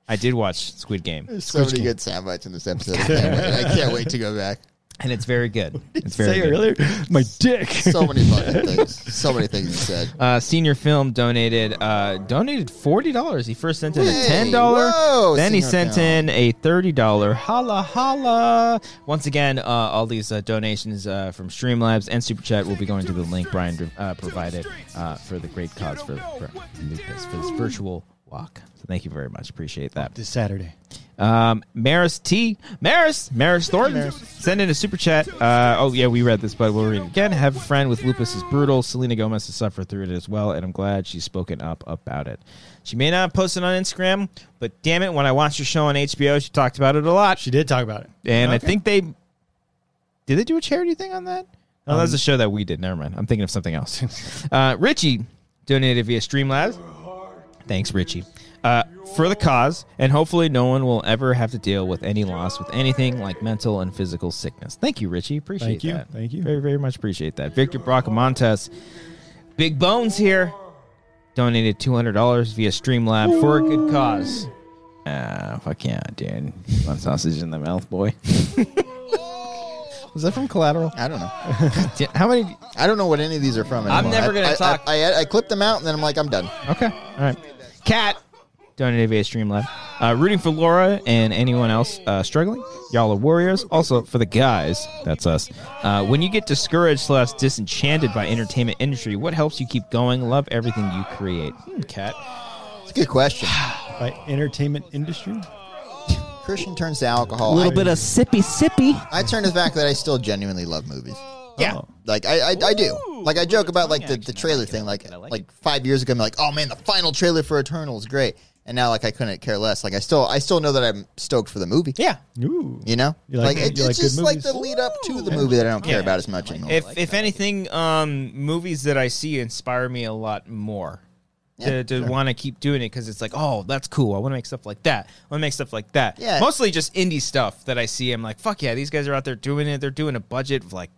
Speaker 1: I did watch Squid Game,
Speaker 3: so many good sound bites in this episode. I can't wait, I can't wait to go back.
Speaker 1: and it's very good. It's very
Speaker 2: Say it
Speaker 1: good.
Speaker 2: earlier. My dick.
Speaker 3: So many fucking things. So many things you said.
Speaker 1: Uh, senior film donated uh, donated forty dollars. He first sent in a
Speaker 3: Hey,
Speaker 1: ten dollar,
Speaker 3: whoa,
Speaker 1: then he
Speaker 3: Senior
Speaker 1: sent
Speaker 3: Film.
Speaker 1: in a thirty dollar. Holla holla! Once again, uh, all these uh, donations uh, from Streamlabs and Super Chat will be going to the link Brian uh, provided uh, for the great cause for, for lupus for this virtual walk. So thank you very much. Appreciate that.
Speaker 2: This Saturday.
Speaker 1: Um, Maris T. Maris. Maris Thornton. Send in a super chat. Uh, oh, yeah, we read this, but we'll read it again. Have a friend with lupus is brutal. Selena Gomez has suffered through it as well, and I'm glad she's spoken up about it. She may not post it on Instagram, but damn it, when I watched her show on HBO, she talked about it a lot.
Speaker 2: She did talk about it.
Speaker 1: and I think they did they do a charity thing on that? Oh, that was a show that we did. Never mind. I'm thinking of something else. Uh, Richie donated via Streamlabs. Thanks, Richie. Uh, for the cause, and hopefully, no one will ever have to deal with any loss with anything like mental and physical sickness. Thank you, Richie. Appreciate
Speaker 2: Thank you.
Speaker 1: that.
Speaker 2: Thank you.
Speaker 1: Very, very much appreciate that. Victor Bracamontes, Big Bones here, donated two hundred dollars via Streamlab for a good cause. Ah, fuck yeah, dude. Want sausage in the mouth, boy? Was that from Collateral?
Speaker 3: I don't know.
Speaker 1: How many?
Speaker 3: I don't know what any of these are from. Anymore.
Speaker 1: I'm never
Speaker 3: I-
Speaker 1: gonna
Speaker 3: I, I-
Speaker 1: talk.
Speaker 3: I, I, clipped them out and then I'm like, I'm done.
Speaker 1: Okay. All right. Cat donated via Streamlab. Uh, rooting for Laura and anyone else uh, struggling. Y'all are warriors. Also for the guys, that's us. Uh, when you get discouraged slash disenchanted by entertainment industry, what helps you keep going? Love everything you create. Hmm, Cat.
Speaker 3: It's a good question.
Speaker 2: By entertainment industry.
Speaker 3: Christian turns to
Speaker 1: A
Speaker 3: alcohol.
Speaker 1: little bit of sippy sippy.
Speaker 3: I, I turn to the fact that I still genuinely love movies.
Speaker 1: Yeah.
Speaker 3: Like I, I, I do. Like I joke about like the, the
Speaker 1: action.
Speaker 3: trailer thing. Like like five years ago, I'm like, oh man, the final trailer for Eternal is great. And now like I couldn't care less. Like I still I still know that I'm stoked for the movie.
Speaker 1: Yeah.
Speaker 2: Ooh.
Speaker 3: You know,
Speaker 2: You like-
Speaker 3: like, it-
Speaker 2: you like
Speaker 3: it's
Speaker 2: good
Speaker 3: just like
Speaker 2: movies?
Speaker 3: the lead up to the movie that I don't care about as much anymore.
Speaker 1: If if anything, um, movies that I see inspire me a lot more to, to want to keep doing it because it's like, oh, that's cool. I want to make stuff like that. I want to make stuff like that.
Speaker 3: Yeah.
Speaker 1: Mostly just indie stuff that I see. I'm like, fuck yeah, these guys are out there doing it. They're doing a budget of like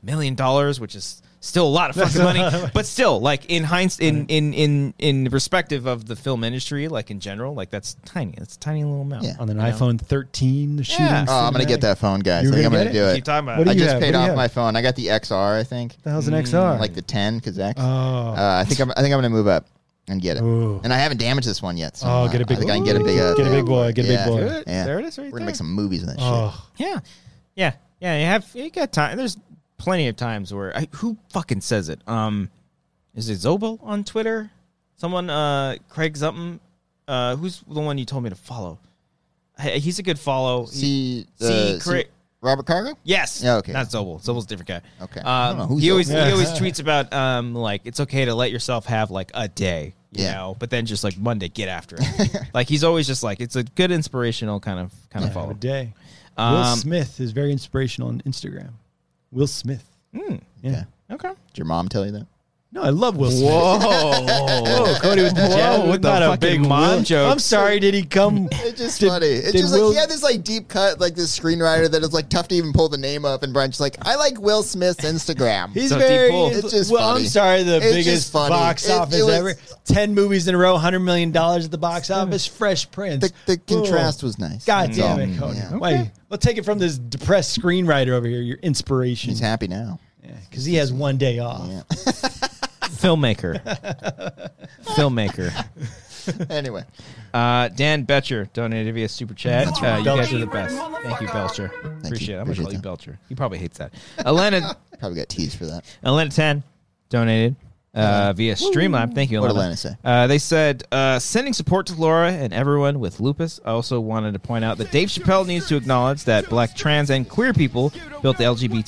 Speaker 1: a million dollars, which is still a lot of fucking money. But still, like in hindsight, in in in in the perspective of the film industry, like in general, like that's tiny. That's a tiny little amount.
Speaker 3: Yeah.
Speaker 2: On an iPhone 13, the shooting.
Speaker 1: Yeah.
Speaker 3: oh, I'm gonna
Speaker 2: cinematic.
Speaker 3: get that phone, guys.
Speaker 2: You
Speaker 3: I
Speaker 2: were
Speaker 3: think I'm
Speaker 2: gonna
Speaker 3: gonna
Speaker 2: get
Speaker 3: do
Speaker 1: it?
Speaker 3: it.
Speaker 1: Keep talking about
Speaker 2: What
Speaker 1: it.
Speaker 2: do
Speaker 3: I
Speaker 2: you
Speaker 3: just
Speaker 2: have?
Speaker 3: paid
Speaker 2: What do you
Speaker 3: off
Speaker 2: have?
Speaker 3: my phone. I got the XR, I think,
Speaker 2: The hell's an XR?
Speaker 3: Mm, like the 10, because X.
Speaker 2: Oh.
Speaker 3: Uh, I think I'm I think I'm gonna move up and get it.
Speaker 2: Ooh.
Speaker 3: And I haven't damaged this one yet. So
Speaker 2: Oh,
Speaker 3: uh,
Speaker 2: get a big-
Speaker 3: I think I can get a big. Uh,
Speaker 2: Get a big boy, get a big
Speaker 3: yeah.
Speaker 2: boy.
Speaker 1: Good.
Speaker 3: Yeah.
Speaker 1: There it is right
Speaker 3: We're gonna
Speaker 1: there.
Speaker 3: make some movies in that shit.
Speaker 2: oh.
Speaker 1: Yeah, yeah, yeah. You have you got time. There's plenty of times where I, who fucking says it. Um, is it Zobel on Twitter? Someone, uh, Craig something. Uh, who's the one you told me to follow? Hey, He's a good follow.
Speaker 3: See, uh,
Speaker 1: See, cra-
Speaker 3: Robert Cargo.
Speaker 1: Yes.
Speaker 3: Yeah, okay.
Speaker 1: Not Zobel. Zobel's a different guy.
Speaker 3: Okay. I don't know
Speaker 1: Um,
Speaker 3: who's
Speaker 1: he always
Speaker 2: Zobel.
Speaker 1: he always tweets about um like it's okay to let yourself have like a day, you
Speaker 3: Yeah.
Speaker 1: know, but then just like Monday get after it. like he's always just like it's a good inspirational kind of kind of
Speaker 2: Have a
Speaker 1: follow.
Speaker 2: day. Will
Speaker 1: Um,
Speaker 2: Smith is very inspirational on Instagram. Will Smith. Yeah.
Speaker 3: Okay.
Speaker 1: Okay.
Speaker 3: Did your mom tell you that?
Speaker 2: No, I love Will Smith.
Speaker 1: Whoa. Whoa, Cody with the Whoa, with
Speaker 2: Not
Speaker 1: the
Speaker 2: a big
Speaker 1: fucking mom
Speaker 2: Will.
Speaker 1: joke.
Speaker 2: I'm sorry, did he come?
Speaker 3: It's just
Speaker 2: Did-
Speaker 3: funny. It's
Speaker 2: did
Speaker 3: just
Speaker 2: Will-
Speaker 3: like he had this like deep cut, like this screenwriter that is like tough to even pull the name up. And Brian's like, I like Will Smith's Instagram.
Speaker 2: He's
Speaker 1: So deep
Speaker 2: very.
Speaker 1: pull.
Speaker 3: It's just
Speaker 2: well,
Speaker 3: funny.
Speaker 2: I'm sorry. The
Speaker 3: It's just
Speaker 2: biggest
Speaker 3: funny.
Speaker 2: box
Speaker 3: It- it
Speaker 2: office
Speaker 3: was-
Speaker 2: ever. Ten movies in a row. Hundred million dollars at the box office. Fresh Prince.
Speaker 3: the, the
Speaker 2: Whoa.
Speaker 3: contrast was nice.
Speaker 2: God
Speaker 3: That's
Speaker 2: damn
Speaker 3: all.
Speaker 2: it, Cody.
Speaker 3: Yeah.
Speaker 2: Wait, let's take it from this depressed screenwriter over here. Your inspiration,
Speaker 3: He's happy now.
Speaker 2: because he has one day off.
Speaker 3: Yeah.
Speaker 1: Filmmaker. Filmmaker.
Speaker 3: anyway,
Speaker 1: Uh, Dan Betcher donated via super chat.
Speaker 3: That's
Speaker 1: Uh,
Speaker 3: right.
Speaker 1: you guys are the best. Thank you, Belcher. Appreciate it. I'm gonna call you Belcher. He probably hates that. Elena,
Speaker 3: probably got teased for that.
Speaker 1: Elena ten donated. uh, via Streamlab. Thank you.
Speaker 3: What did
Speaker 1: Alana.
Speaker 3: Lana say?
Speaker 1: Uh, they said uh, sending support to Laura and everyone with lupus. I also wanted to point out that Dave Chappelle needs to acknowledge that black trans and queer people built the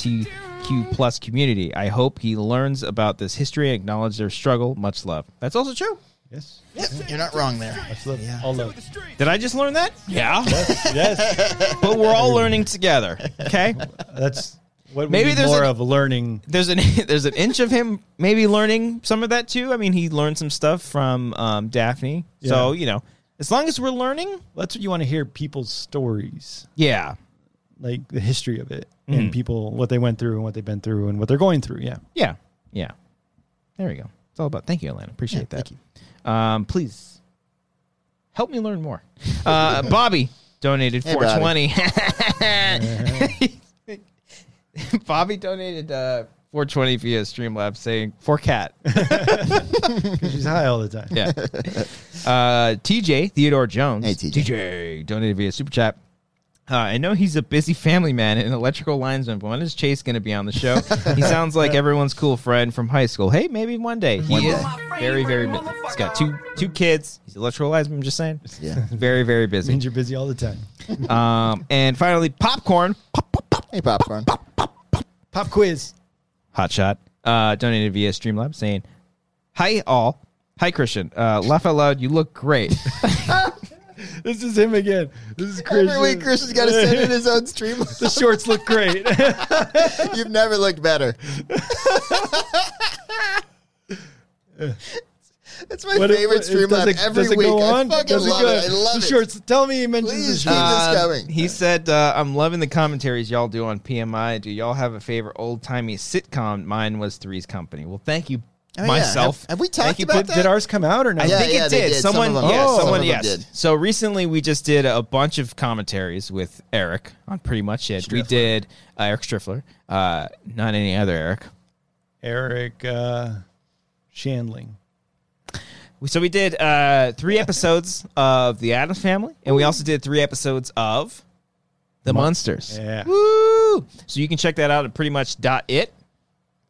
Speaker 1: LGBTQ plus community. I hope he learns about this history and acknowledge their struggle. Much love. That's also true.
Speaker 2: Yes.
Speaker 3: You're not wrong there.
Speaker 2: Much love. All love.
Speaker 1: Did I just learn that? Yeah.
Speaker 2: Yes.
Speaker 1: but we're all learning together. Okay.
Speaker 2: That's what
Speaker 1: Maybe
Speaker 2: we need
Speaker 1: there's
Speaker 2: more
Speaker 1: an-
Speaker 2: of learning.
Speaker 1: There's an there's an inch of him maybe learning some of that too. I mean, he learned some stuff from um, Daphne. So
Speaker 2: Yeah.
Speaker 1: you know, as long as we're learning,
Speaker 2: That's what you want to hear people's stories.
Speaker 1: yeah,
Speaker 2: like the history of it
Speaker 1: Mm.
Speaker 2: and people what they went through and what they've been through and what they're going through. Yeah.
Speaker 1: Yeah. Yeah. There we go. It's all about thank you, Atlanta. Appreciate that. Um, please help me learn more. Uh, Bobby donated
Speaker 3: Hey,
Speaker 1: 420. Bobby, donated uh, 420 via Streamlabs saying for cat.
Speaker 2: She's high all the time.
Speaker 1: Yeah. Uh, TJ Theodore Jones.
Speaker 3: Hey, TJ.
Speaker 1: TJ donated via super chat. Uh, I know he's a busy family man and an electrical linesman. But when is Chase going to be on the show? he sounds like everyone's cool friend from high school. Hey, maybe one day. He
Speaker 3: One
Speaker 1: is
Speaker 4: day.
Speaker 1: very, very busy. He's got two two kids. He's an electrical linesman. I'm just saying.
Speaker 3: Yeah.
Speaker 1: Very, very busy.
Speaker 2: Means you're busy all the time.
Speaker 1: Um, and finally, popcorn. Pop, pop, pop.
Speaker 3: Hey, popcorn.
Speaker 2: Pop quiz.
Speaker 1: Hot shot. Uh, donated via Streamlab saying, "Hi all. Hi Christian. Uh, laugh out loud. You look great."
Speaker 2: This is him again. This is Chris.
Speaker 3: Every week, Chris has got to send in his own stream.
Speaker 2: the shorts look great.
Speaker 3: You've never looked better. It's my
Speaker 2: What-
Speaker 3: favorite
Speaker 2: what-
Speaker 3: stream
Speaker 2: does
Speaker 3: live
Speaker 2: it-
Speaker 3: every
Speaker 2: does it
Speaker 3: week.
Speaker 2: go on?
Speaker 3: I fucking
Speaker 2: Does it
Speaker 3: love
Speaker 2: go-
Speaker 3: it. I love
Speaker 2: the
Speaker 3: it.
Speaker 2: shorts. Tell me he mentions
Speaker 3: Please
Speaker 2: the
Speaker 3: keep
Speaker 2: shorts.
Speaker 3: this going.
Speaker 1: Um, He said, uh, "I'm loving the commentaries y'all do on PMI. Do y'all have a favorite old timey sitcom? Mine was Three's Company. Well, thank you,
Speaker 3: Oh, yeah.
Speaker 1: myself.
Speaker 3: Have- have we
Speaker 1: Thank
Speaker 3: talked
Speaker 1: you.
Speaker 3: about
Speaker 2: Did,
Speaker 3: that?
Speaker 2: did ours come out or not?
Speaker 1: I
Speaker 3: Yeah,
Speaker 1: think it
Speaker 3: they
Speaker 1: did.
Speaker 3: did. Some
Speaker 1: Someone,
Speaker 3: of them-
Speaker 1: yeah,
Speaker 3: Oh. some of
Speaker 1: someone,
Speaker 3: them
Speaker 1: yes.
Speaker 3: did.
Speaker 1: So recently, we just did a bunch of commentaries with Eric on pretty much it. We did uh, Eric Striffler, uh, not any other Eric.
Speaker 2: Eric uh, Shandling.
Speaker 1: We- So we did uh, three episodes of The Adams Family, and we also did three episodes of The Monsters.
Speaker 2: Yeah.
Speaker 1: Woo! So you can check that out at pretty much dot it.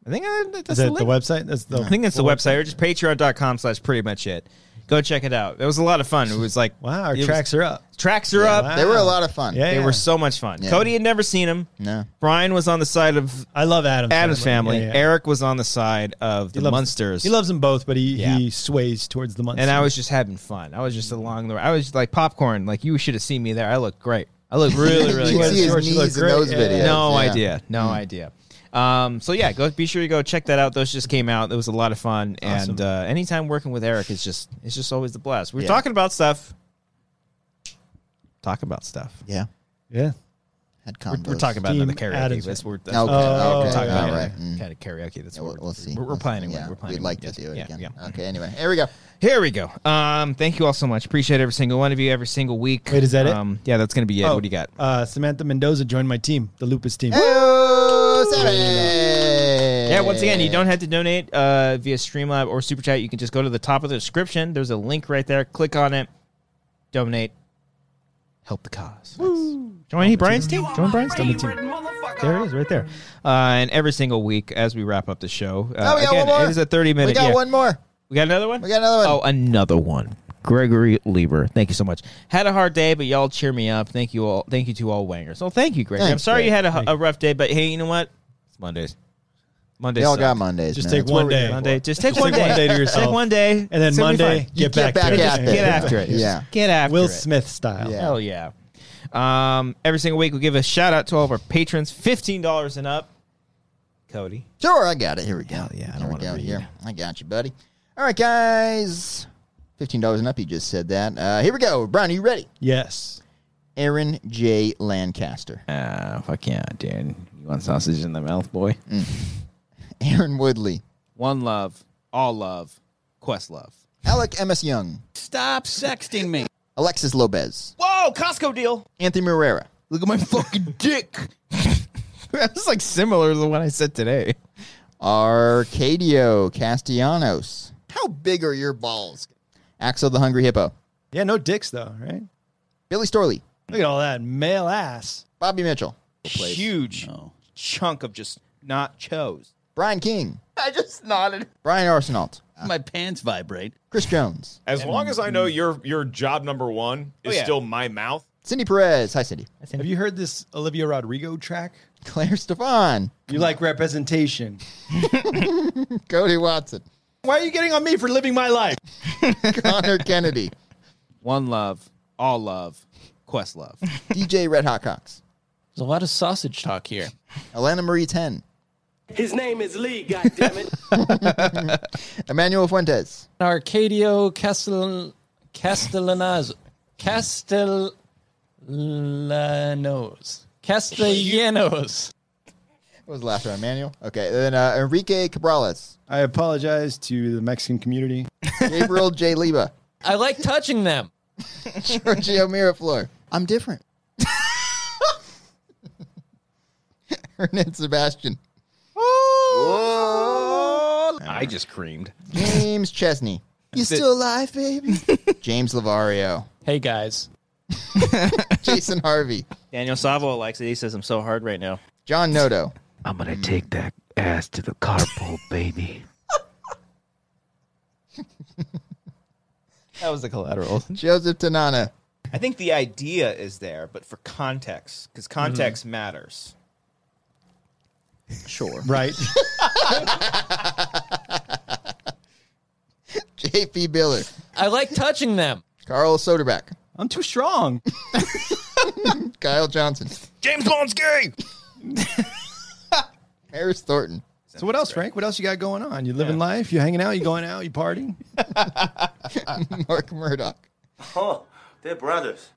Speaker 1: I think I, that's
Speaker 2: Is that
Speaker 1: the,
Speaker 2: the
Speaker 1: link.
Speaker 2: website? That's the.
Speaker 1: I think that's the website or just patreon.com slash pretty much it. Go check it out. It was a lot of fun. It was like
Speaker 2: Wow, our
Speaker 1: it was-
Speaker 2: tracks are up.
Speaker 1: tracks are up.
Speaker 2: wow.
Speaker 3: They were a lot of fun.
Speaker 2: Yeah.
Speaker 1: They were so much fun.
Speaker 3: Yeah.
Speaker 1: Cody had never seen him.
Speaker 3: No.
Speaker 1: Brian was on the side of
Speaker 2: I love Adam's
Speaker 1: Adam's family.
Speaker 2: Yeah, yeah.
Speaker 1: Eric was on the side of the
Speaker 2: loves-
Speaker 1: Munsters.
Speaker 2: He loves them both, but he,
Speaker 1: Yeah.
Speaker 2: he sways towards the Munsters.
Speaker 1: and I was just having fun. I was just along the. I was like popcorn. Like you should have seen me there. I looked great. I looked really, really
Speaker 3: you
Speaker 1: good.
Speaker 3: can see his
Speaker 2: George, you look
Speaker 3: knees in
Speaker 2: great.
Speaker 3: those
Speaker 2: Yeah.
Speaker 3: videos.
Speaker 1: No
Speaker 3: Yeah.
Speaker 1: idea. No idea. Um, so yeah, go be sure you go check that out. Those just came out. It was a lot of fun. And
Speaker 2: Awesome.
Speaker 1: uh, anytime working with Eric is just it's just always the blast. We're
Speaker 3: Yeah.
Speaker 1: talking about stuff. Talk about stuff.
Speaker 3: Yeah.
Speaker 2: yeah.
Speaker 3: Had
Speaker 1: We're,
Speaker 3: combos.
Speaker 1: we're talking about another
Speaker 2: Team
Speaker 1: karaoke.
Speaker 2: Adams.
Speaker 1: That's what we're, that's
Speaker 3: Okay.
Speaker 1: what we're
Speaker 2: Oh,
Speaker 1: talking
Speaker 2: okay.
Speaker 1: about.
Speaker 3: All right.
Speaker 1: Yeah.
Speaker 3: Mm.
Speaker 1: Kind of karaoke. That's
Speaker 3: Yeah,
Speaker 1: what
Speaker 3: we'll,
Speaker 1: we're,
Speaker 3: we'll see.
Speaker 1: We're, we're
Speaker 3: We'll see.
Speaker 1: planning.
Speaker 3: Yeah.
Speaker 1: We're planning.
Speaker 3: We'd like
Speaker 1: Yes.
Speaker 3: to do it
Speaker 1: Yeah,
Speaker 3: again. Uh,
Speaker 1: yeah.
Speaker 3: Okay. Anyway, here we go.
Speaker 1: Here we go. Um, thank you all so much. Appreciate every single one of you every single week.
Speaker 2: Wait, is that it?
Speaker 1: um, Yeah, that's gonna be it.
Speaker 2: Oh,
Speaker 1: What do you got?
Speaker 2: Uh, Samantha Mendoza joined my team, the Lupus team.
Speaker 3: Hey, Saturday.
Speaker 1: Yeah, once again, you don't have to donate uh, via Streamlab or Super Chat. You can just go to the top of the description. There's a link right there. Click on it. Donate. Help the cause. Join Brian's team. Join Brian's team. There it is, right there. Uh, and every single week as we wrap up the show. Uh,
Speaker 3: Oh, we got
Speaker 1: again,
Speaker 3: one more?
Speaker 1: It is a 30 minute.
Speaker 3: We got
Speaker 1: yeah.
Speaker 3: one more.
Speaker 1: We got another one?
Speaker 3: We got another one.
Speaker 1: Oh, another one. Gregory Lieber. Thank you so much. Had a hard day, but y'all cheer me up. Thank you all. Thank you to all wangers. So thank you, Greg. I'm
Speaker 3: Thanks,
Speaker 1: sorry
Speaker 3: Greg.
Speaker 1: you had a, a rough day, but hey, you know what? It's Mondays. Mondays.
Speaker 3: They all
Speaker 1: suck.
Speaker 3: got Mondays.
Speaker 2: Just
Speaker 3: man.
Speaker 2: take
Speaker 3: That's what
Speaker 2: one
Speaker 3: we're
Speaker 2: day.
Speaker 3: doing.
Speaker 1: Monday. Just take
Speaker 2: Just
Speaker 1: one
Speaker 2: take
Speaker 1: day.
Speaker 2: one day to yourself.
Speaker 1: Take one day,
Speaker 2: And then
Speaker 1: It's gonna be
Speaker 2: Monday,
Speaker 1: fine.
Speaker 2: get,
Speaker 3: get
Speaker 2: back,
Speaker 3: back
Speaker 2: to
Speaker 3: at
Speaker 2: it.
Speaker 3: it.
Speaker 1: Get after it.
Speaker 3: Yeah.
Speaker 1: Get after
Speaker 2: Will
Speaker 1: it.
Speaker 2: Smith style.
Speaker 3: Yeah.
Speaker 1: Hell yeah. Um, every single week we give a shout out to all of our patrons, fifteen dollars and up. Cody.
Speaker 3: Sure, I got it. Here we go.
Speaker 1: Hell yeah, I
Speaker 3: Here
Speaker 1: don't
Speaker 3: we
Speaker 1: wanna
Speaker 3: go.
Speaker 1: read.
Speaker 3: Here, I got you, buddy. All right, guys. Fifteen dollars and up. You just said that. Uh, here we go. Brian, are you ready?
Speaker 2: Yes.
Speaker 3: Aaron J. Lancaster,
Speaker 1: Ah, fuck yeah, dude. You want sausage in the mouth, boy?
Speaker 3: Aaron Woodley,
Speaker 1: One love, all love, quest love.
Speaker 3: Alec M. S. Young,
Speaker 5: Stop sexting me.
Speaker 3: Alexis Lopez,
Speaker 5: Whoa, Costco deal.
Speaker 3: Anthony Moreira,
Speaker 5: Look at my fucking dick.
Speaker 1: that was like similar to the one I said today.
Speaker 3: Arcadio Castellanos. How big are your balls? Axel the Hungry Hippo,
Speaker 2: Yeah, no dicks though, right?
Speaker 3: Billy Storley,
Speaker 2: Look at all that male ass.
Speaker 3: Bobby Mitchell,
Speaker 1: Huge chunk of just not chose.
Speaker 3: Brian King,
Speaker 5: I just just nodded.
Speaker 3: Brian Arsenault,
Speaker 5: My pants vibrate.
Speaker 3: Chris Jones,
Speaker 4: As long as I know your your job number one
Speaker 5: Oh,
Speaker 4: is
Speaker 1: yeah.
Speaker 4: still my mouth.
Speaker 3: Cindy Perez. Hi, Cindy.
Speaker 2: Have you heard this Olivia Rodrigo track?
Speaker 3: Claire Stefan,
Speaker 2: You like representation.
Speaker 3: Cody Watson,
Speaker 2: Why are you getting on me for living my life?
Speaker 3: Connor Kennedy,
Speaker 1: One love, all love, quest love.
Speaker 3: DJ Red Hot Cox,
Speaker 5: There's a lot of sausage talk here.
Speaker 3: Elena Marie Ten,
Speaker 6: His name is Lee, goddammit.
Speaker 3: Emmanuel Fuentes,
Speaker 6: Arcadio Castellan Castellanaz Castellanos Castellanos.
Speaker 3: What was the last one? Emmanuel? Okay. And then uh, Enrique Cabrales,
Speaker 2: I apologize to the Mexican community.
Speaker 3: Gabriel J. Leba,
Speaker 6: I like touching them.
Speaker 3: Giorgio Miraflor. I'm different. Hernan Sebastian.
Speaker 4: Oh. I just creamed.
Speaker 3: James Chesney. You still alive, baby? James Lavario.
Speaker 6: Hey guys,
Speaker 3: Jason Harvey.
Speaker 1: Daniel Savo likes it. He says I'm so hard right now.
Speaker 3: John Noto.
Speaker 7: I'm gonna take that ass to the carpool, baby.
Speaker 1: That was the collateral.
Speaker 3: Joseph Tanana.
Speaker 1: I think the idea is there, but for context, because context matters.
Speaker 3: Sure.
Speaker 2: Right.
Speaker 3: J.P. Biller.
Speaker 6: I like touching them.
Speaker 3: Carl Soderback.
Speaker 2: I'm too strong.
Speaker 3: Kyle Johnson.
Speaker 4: James Bond's gay.
Speaker 3: Harris Thornton.
Speaker 2: So what else, Frank? What else you got going on? You living life? You hanging out? You going out? You partying?
Speaker 3: Mark Murdoch.
Speaker 8: Oh, they're brothers.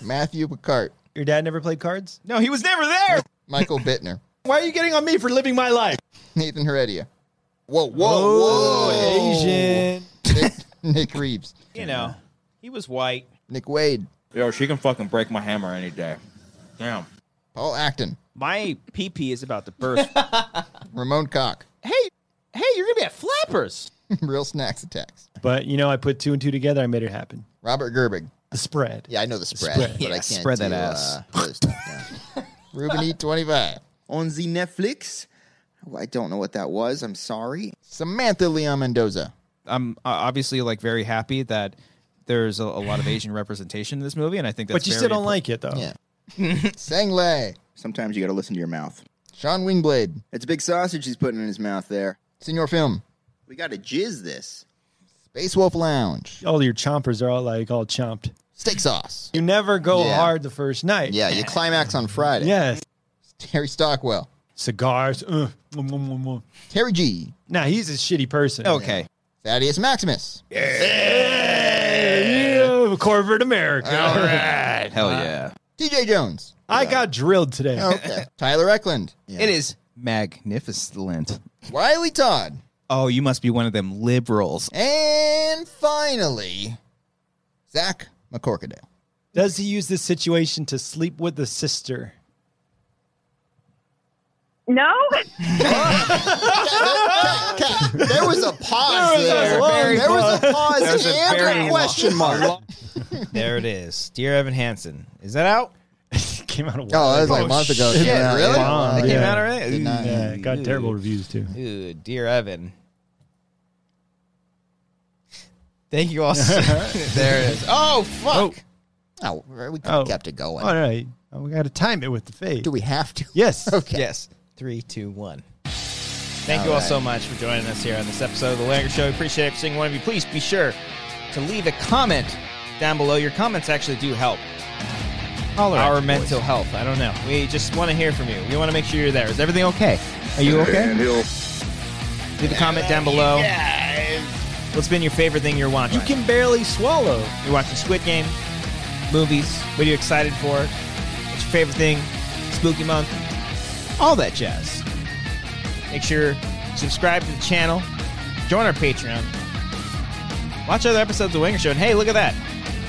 Speaker 3: Matthew Picard.
Speaker 2: Your dad never played cards?
Speaker 1: No, he was never there.
Speaker 3: Michael Bittner.
Speaker 2: Why are you getting on me for living my life?
Speaker 3: Nathan Heredia. Whoa, whoa, whoa.
Speaker 2: Asian.
Speaker 3: Nick, Nick Reeves.
Speaker 1: you know, he was white.
Speaker 3: Nick Wade.
Speaker 8: Yo, she can fucking break my hammer any day. Damn.
Speaker 3: Paul Acton.
Speaker 1: My PP is about to burst.
Speaker 3: Ramon Cock.
Speaker 1: hey, hey, you're gonna be at Flappers.
Speaker 3: Real Snacks Attacks.
Speaker 2: But you know, I put two and two together. I made it happen.
Speaker 3: Robert Gerbig.
Speaker 2: The spread.
Speaker 3: Yeah, I know the spread,
Speaker 2: Spread.
Speaker 3: but I can't
Speaker 1: spread that
Speaker 3: do,
Speaker 1: ass.
Speaker 3: Uh, other stuff, yeah. Ruben E twenty five.
Speaker 5: On the Netflix?
Speaker 3: Oh, I don't know what that was. I'm sorry. Samantha Leon Mendoza.
Speaker 1: I'm uh, obviously like very happy that there's a, a lot of Asian representation in this movie, and I think that's.
Speaker 2: But you
Speaker 1: very
Speaker 2: still don't
Speaker 1: important.
Speaker 2: like it though.
Speaker 3: Yeah. Sang Lei.
Speaker 8: Sometimes you gotta listen to your mouth.
Speaker 3: Sean Wingblade.
Speaker 8: It's a big sausage he's putting in his mouth there.
Speaker 3: Senior Film.
Speaker 8: We gotta jizz this.
Speaker 3: Space Wolf Lounge.
Speaker 2: All your chompers are all like all chomped.
Speaker 3: Steak Sauce.
Speaker 2: You never go
Speaker 3: Yeah.
Speaker 2: hard the first night.
Speaker 3: Yeah, you climax on Friday.
Speaker 2: Yes.
Speaker 3: Terry Stockwell.
Speaker 2: Cigars. Uh, mm, mm, mm, mm.
Speaker 3: Terry G.
Speaker 2: Nah, he's a shitty person.
Speaker 1: Okay,
Speaker 3: Thaddeus Maximus.
Speaker 2: Yeah, corporate America.
Speaker 1: hell
Speaker 8: Uh-huh.
Speaker 1: yeah,
Speaker 3: DJ Jones.
Speaker 2: I got drilled today.
Speaker 3: Okay. Tyler Eklund. Yeah.
Speaker 1: it is magnificent.
Speaker 3: Wiley Todd.
Speaker 1: Oh, you must be one of them liberals.
Speaker 3: And finally, Zach McCorkadale.
Speaker 2: Does he use this situation to sleep with the sister?
Speaker 9: No?
Speaker 3: There was a pause there.
Speaker 2: long
Speaker 3: There was a pause
Speaker 1: There's a very
Speaker 3: and a
Speaker 1: long-
Speaker 3: question mark.
Speaker 1: there it is, dear Evan Hansen. Is that out?
Speaker 2: Came out of
Speaker 3: Oh, that was like a month ago. Shit, really?
Speaker 2: Wow.
Speaker 1: That
Speaker 3: That
Speaker 1: came
Speaker 2: Yeah.
Speaker 1: out already.
Speaker 3: Did not-
Speaker 2: Yeah, it got terrible reviews too.
Speaker 1: Eh, Ooh, dear Evan. Thank you all. so- there it is. Oh fuck!
Speaker 3: Oh, we could
Speaker 2: Oh.
Speaker 3: kept it going.
Speaker 2: Oh, no, you- oh, we got to time it with the fade.
Speaker 3: Do we have to?
Speaker 2: Yes.
Speaker 3: Okay.
Speaker 1: Yes. Three, two, one. Thank you all so much for joining us here on this episode of The Langer Show. We appreciate every single one of you. Please be sure to leave a comment down below. Your comments actually do help. Our mental health. I don't know. We just want to hear from you. We want to make sure you're there. Is everything okay? Are you okay? Leave a comment down below. What's been your favorite thing you're watching?
Speaker 2: You can barely swallow.
Speaker 1: You're watching Squid Game, movies. What are you excited for? What's your favorite thing? Spooky month. All that jazz. Make sure you subscribe to the channel. Join our Patreon. Watch other episodes of The Winger Show. And hey, look at that.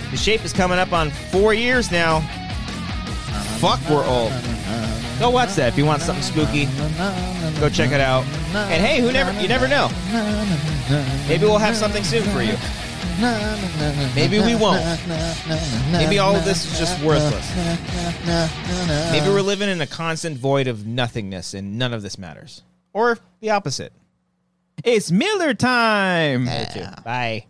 Speaker 1: The shape is coming up on four years now. Fuck, we're old. Go watch that if you want something spooky. Go check it out. And hey, who never you never know. Maybe we'll have something soon for you. Maybe we won't. Maybe all of this is just worthless. Maybe we're living in a constant void of nothingness and none of this matters. Or the opposite. It's Miller time.
Speaker 3: Yeah.
Speaker 1: Bye.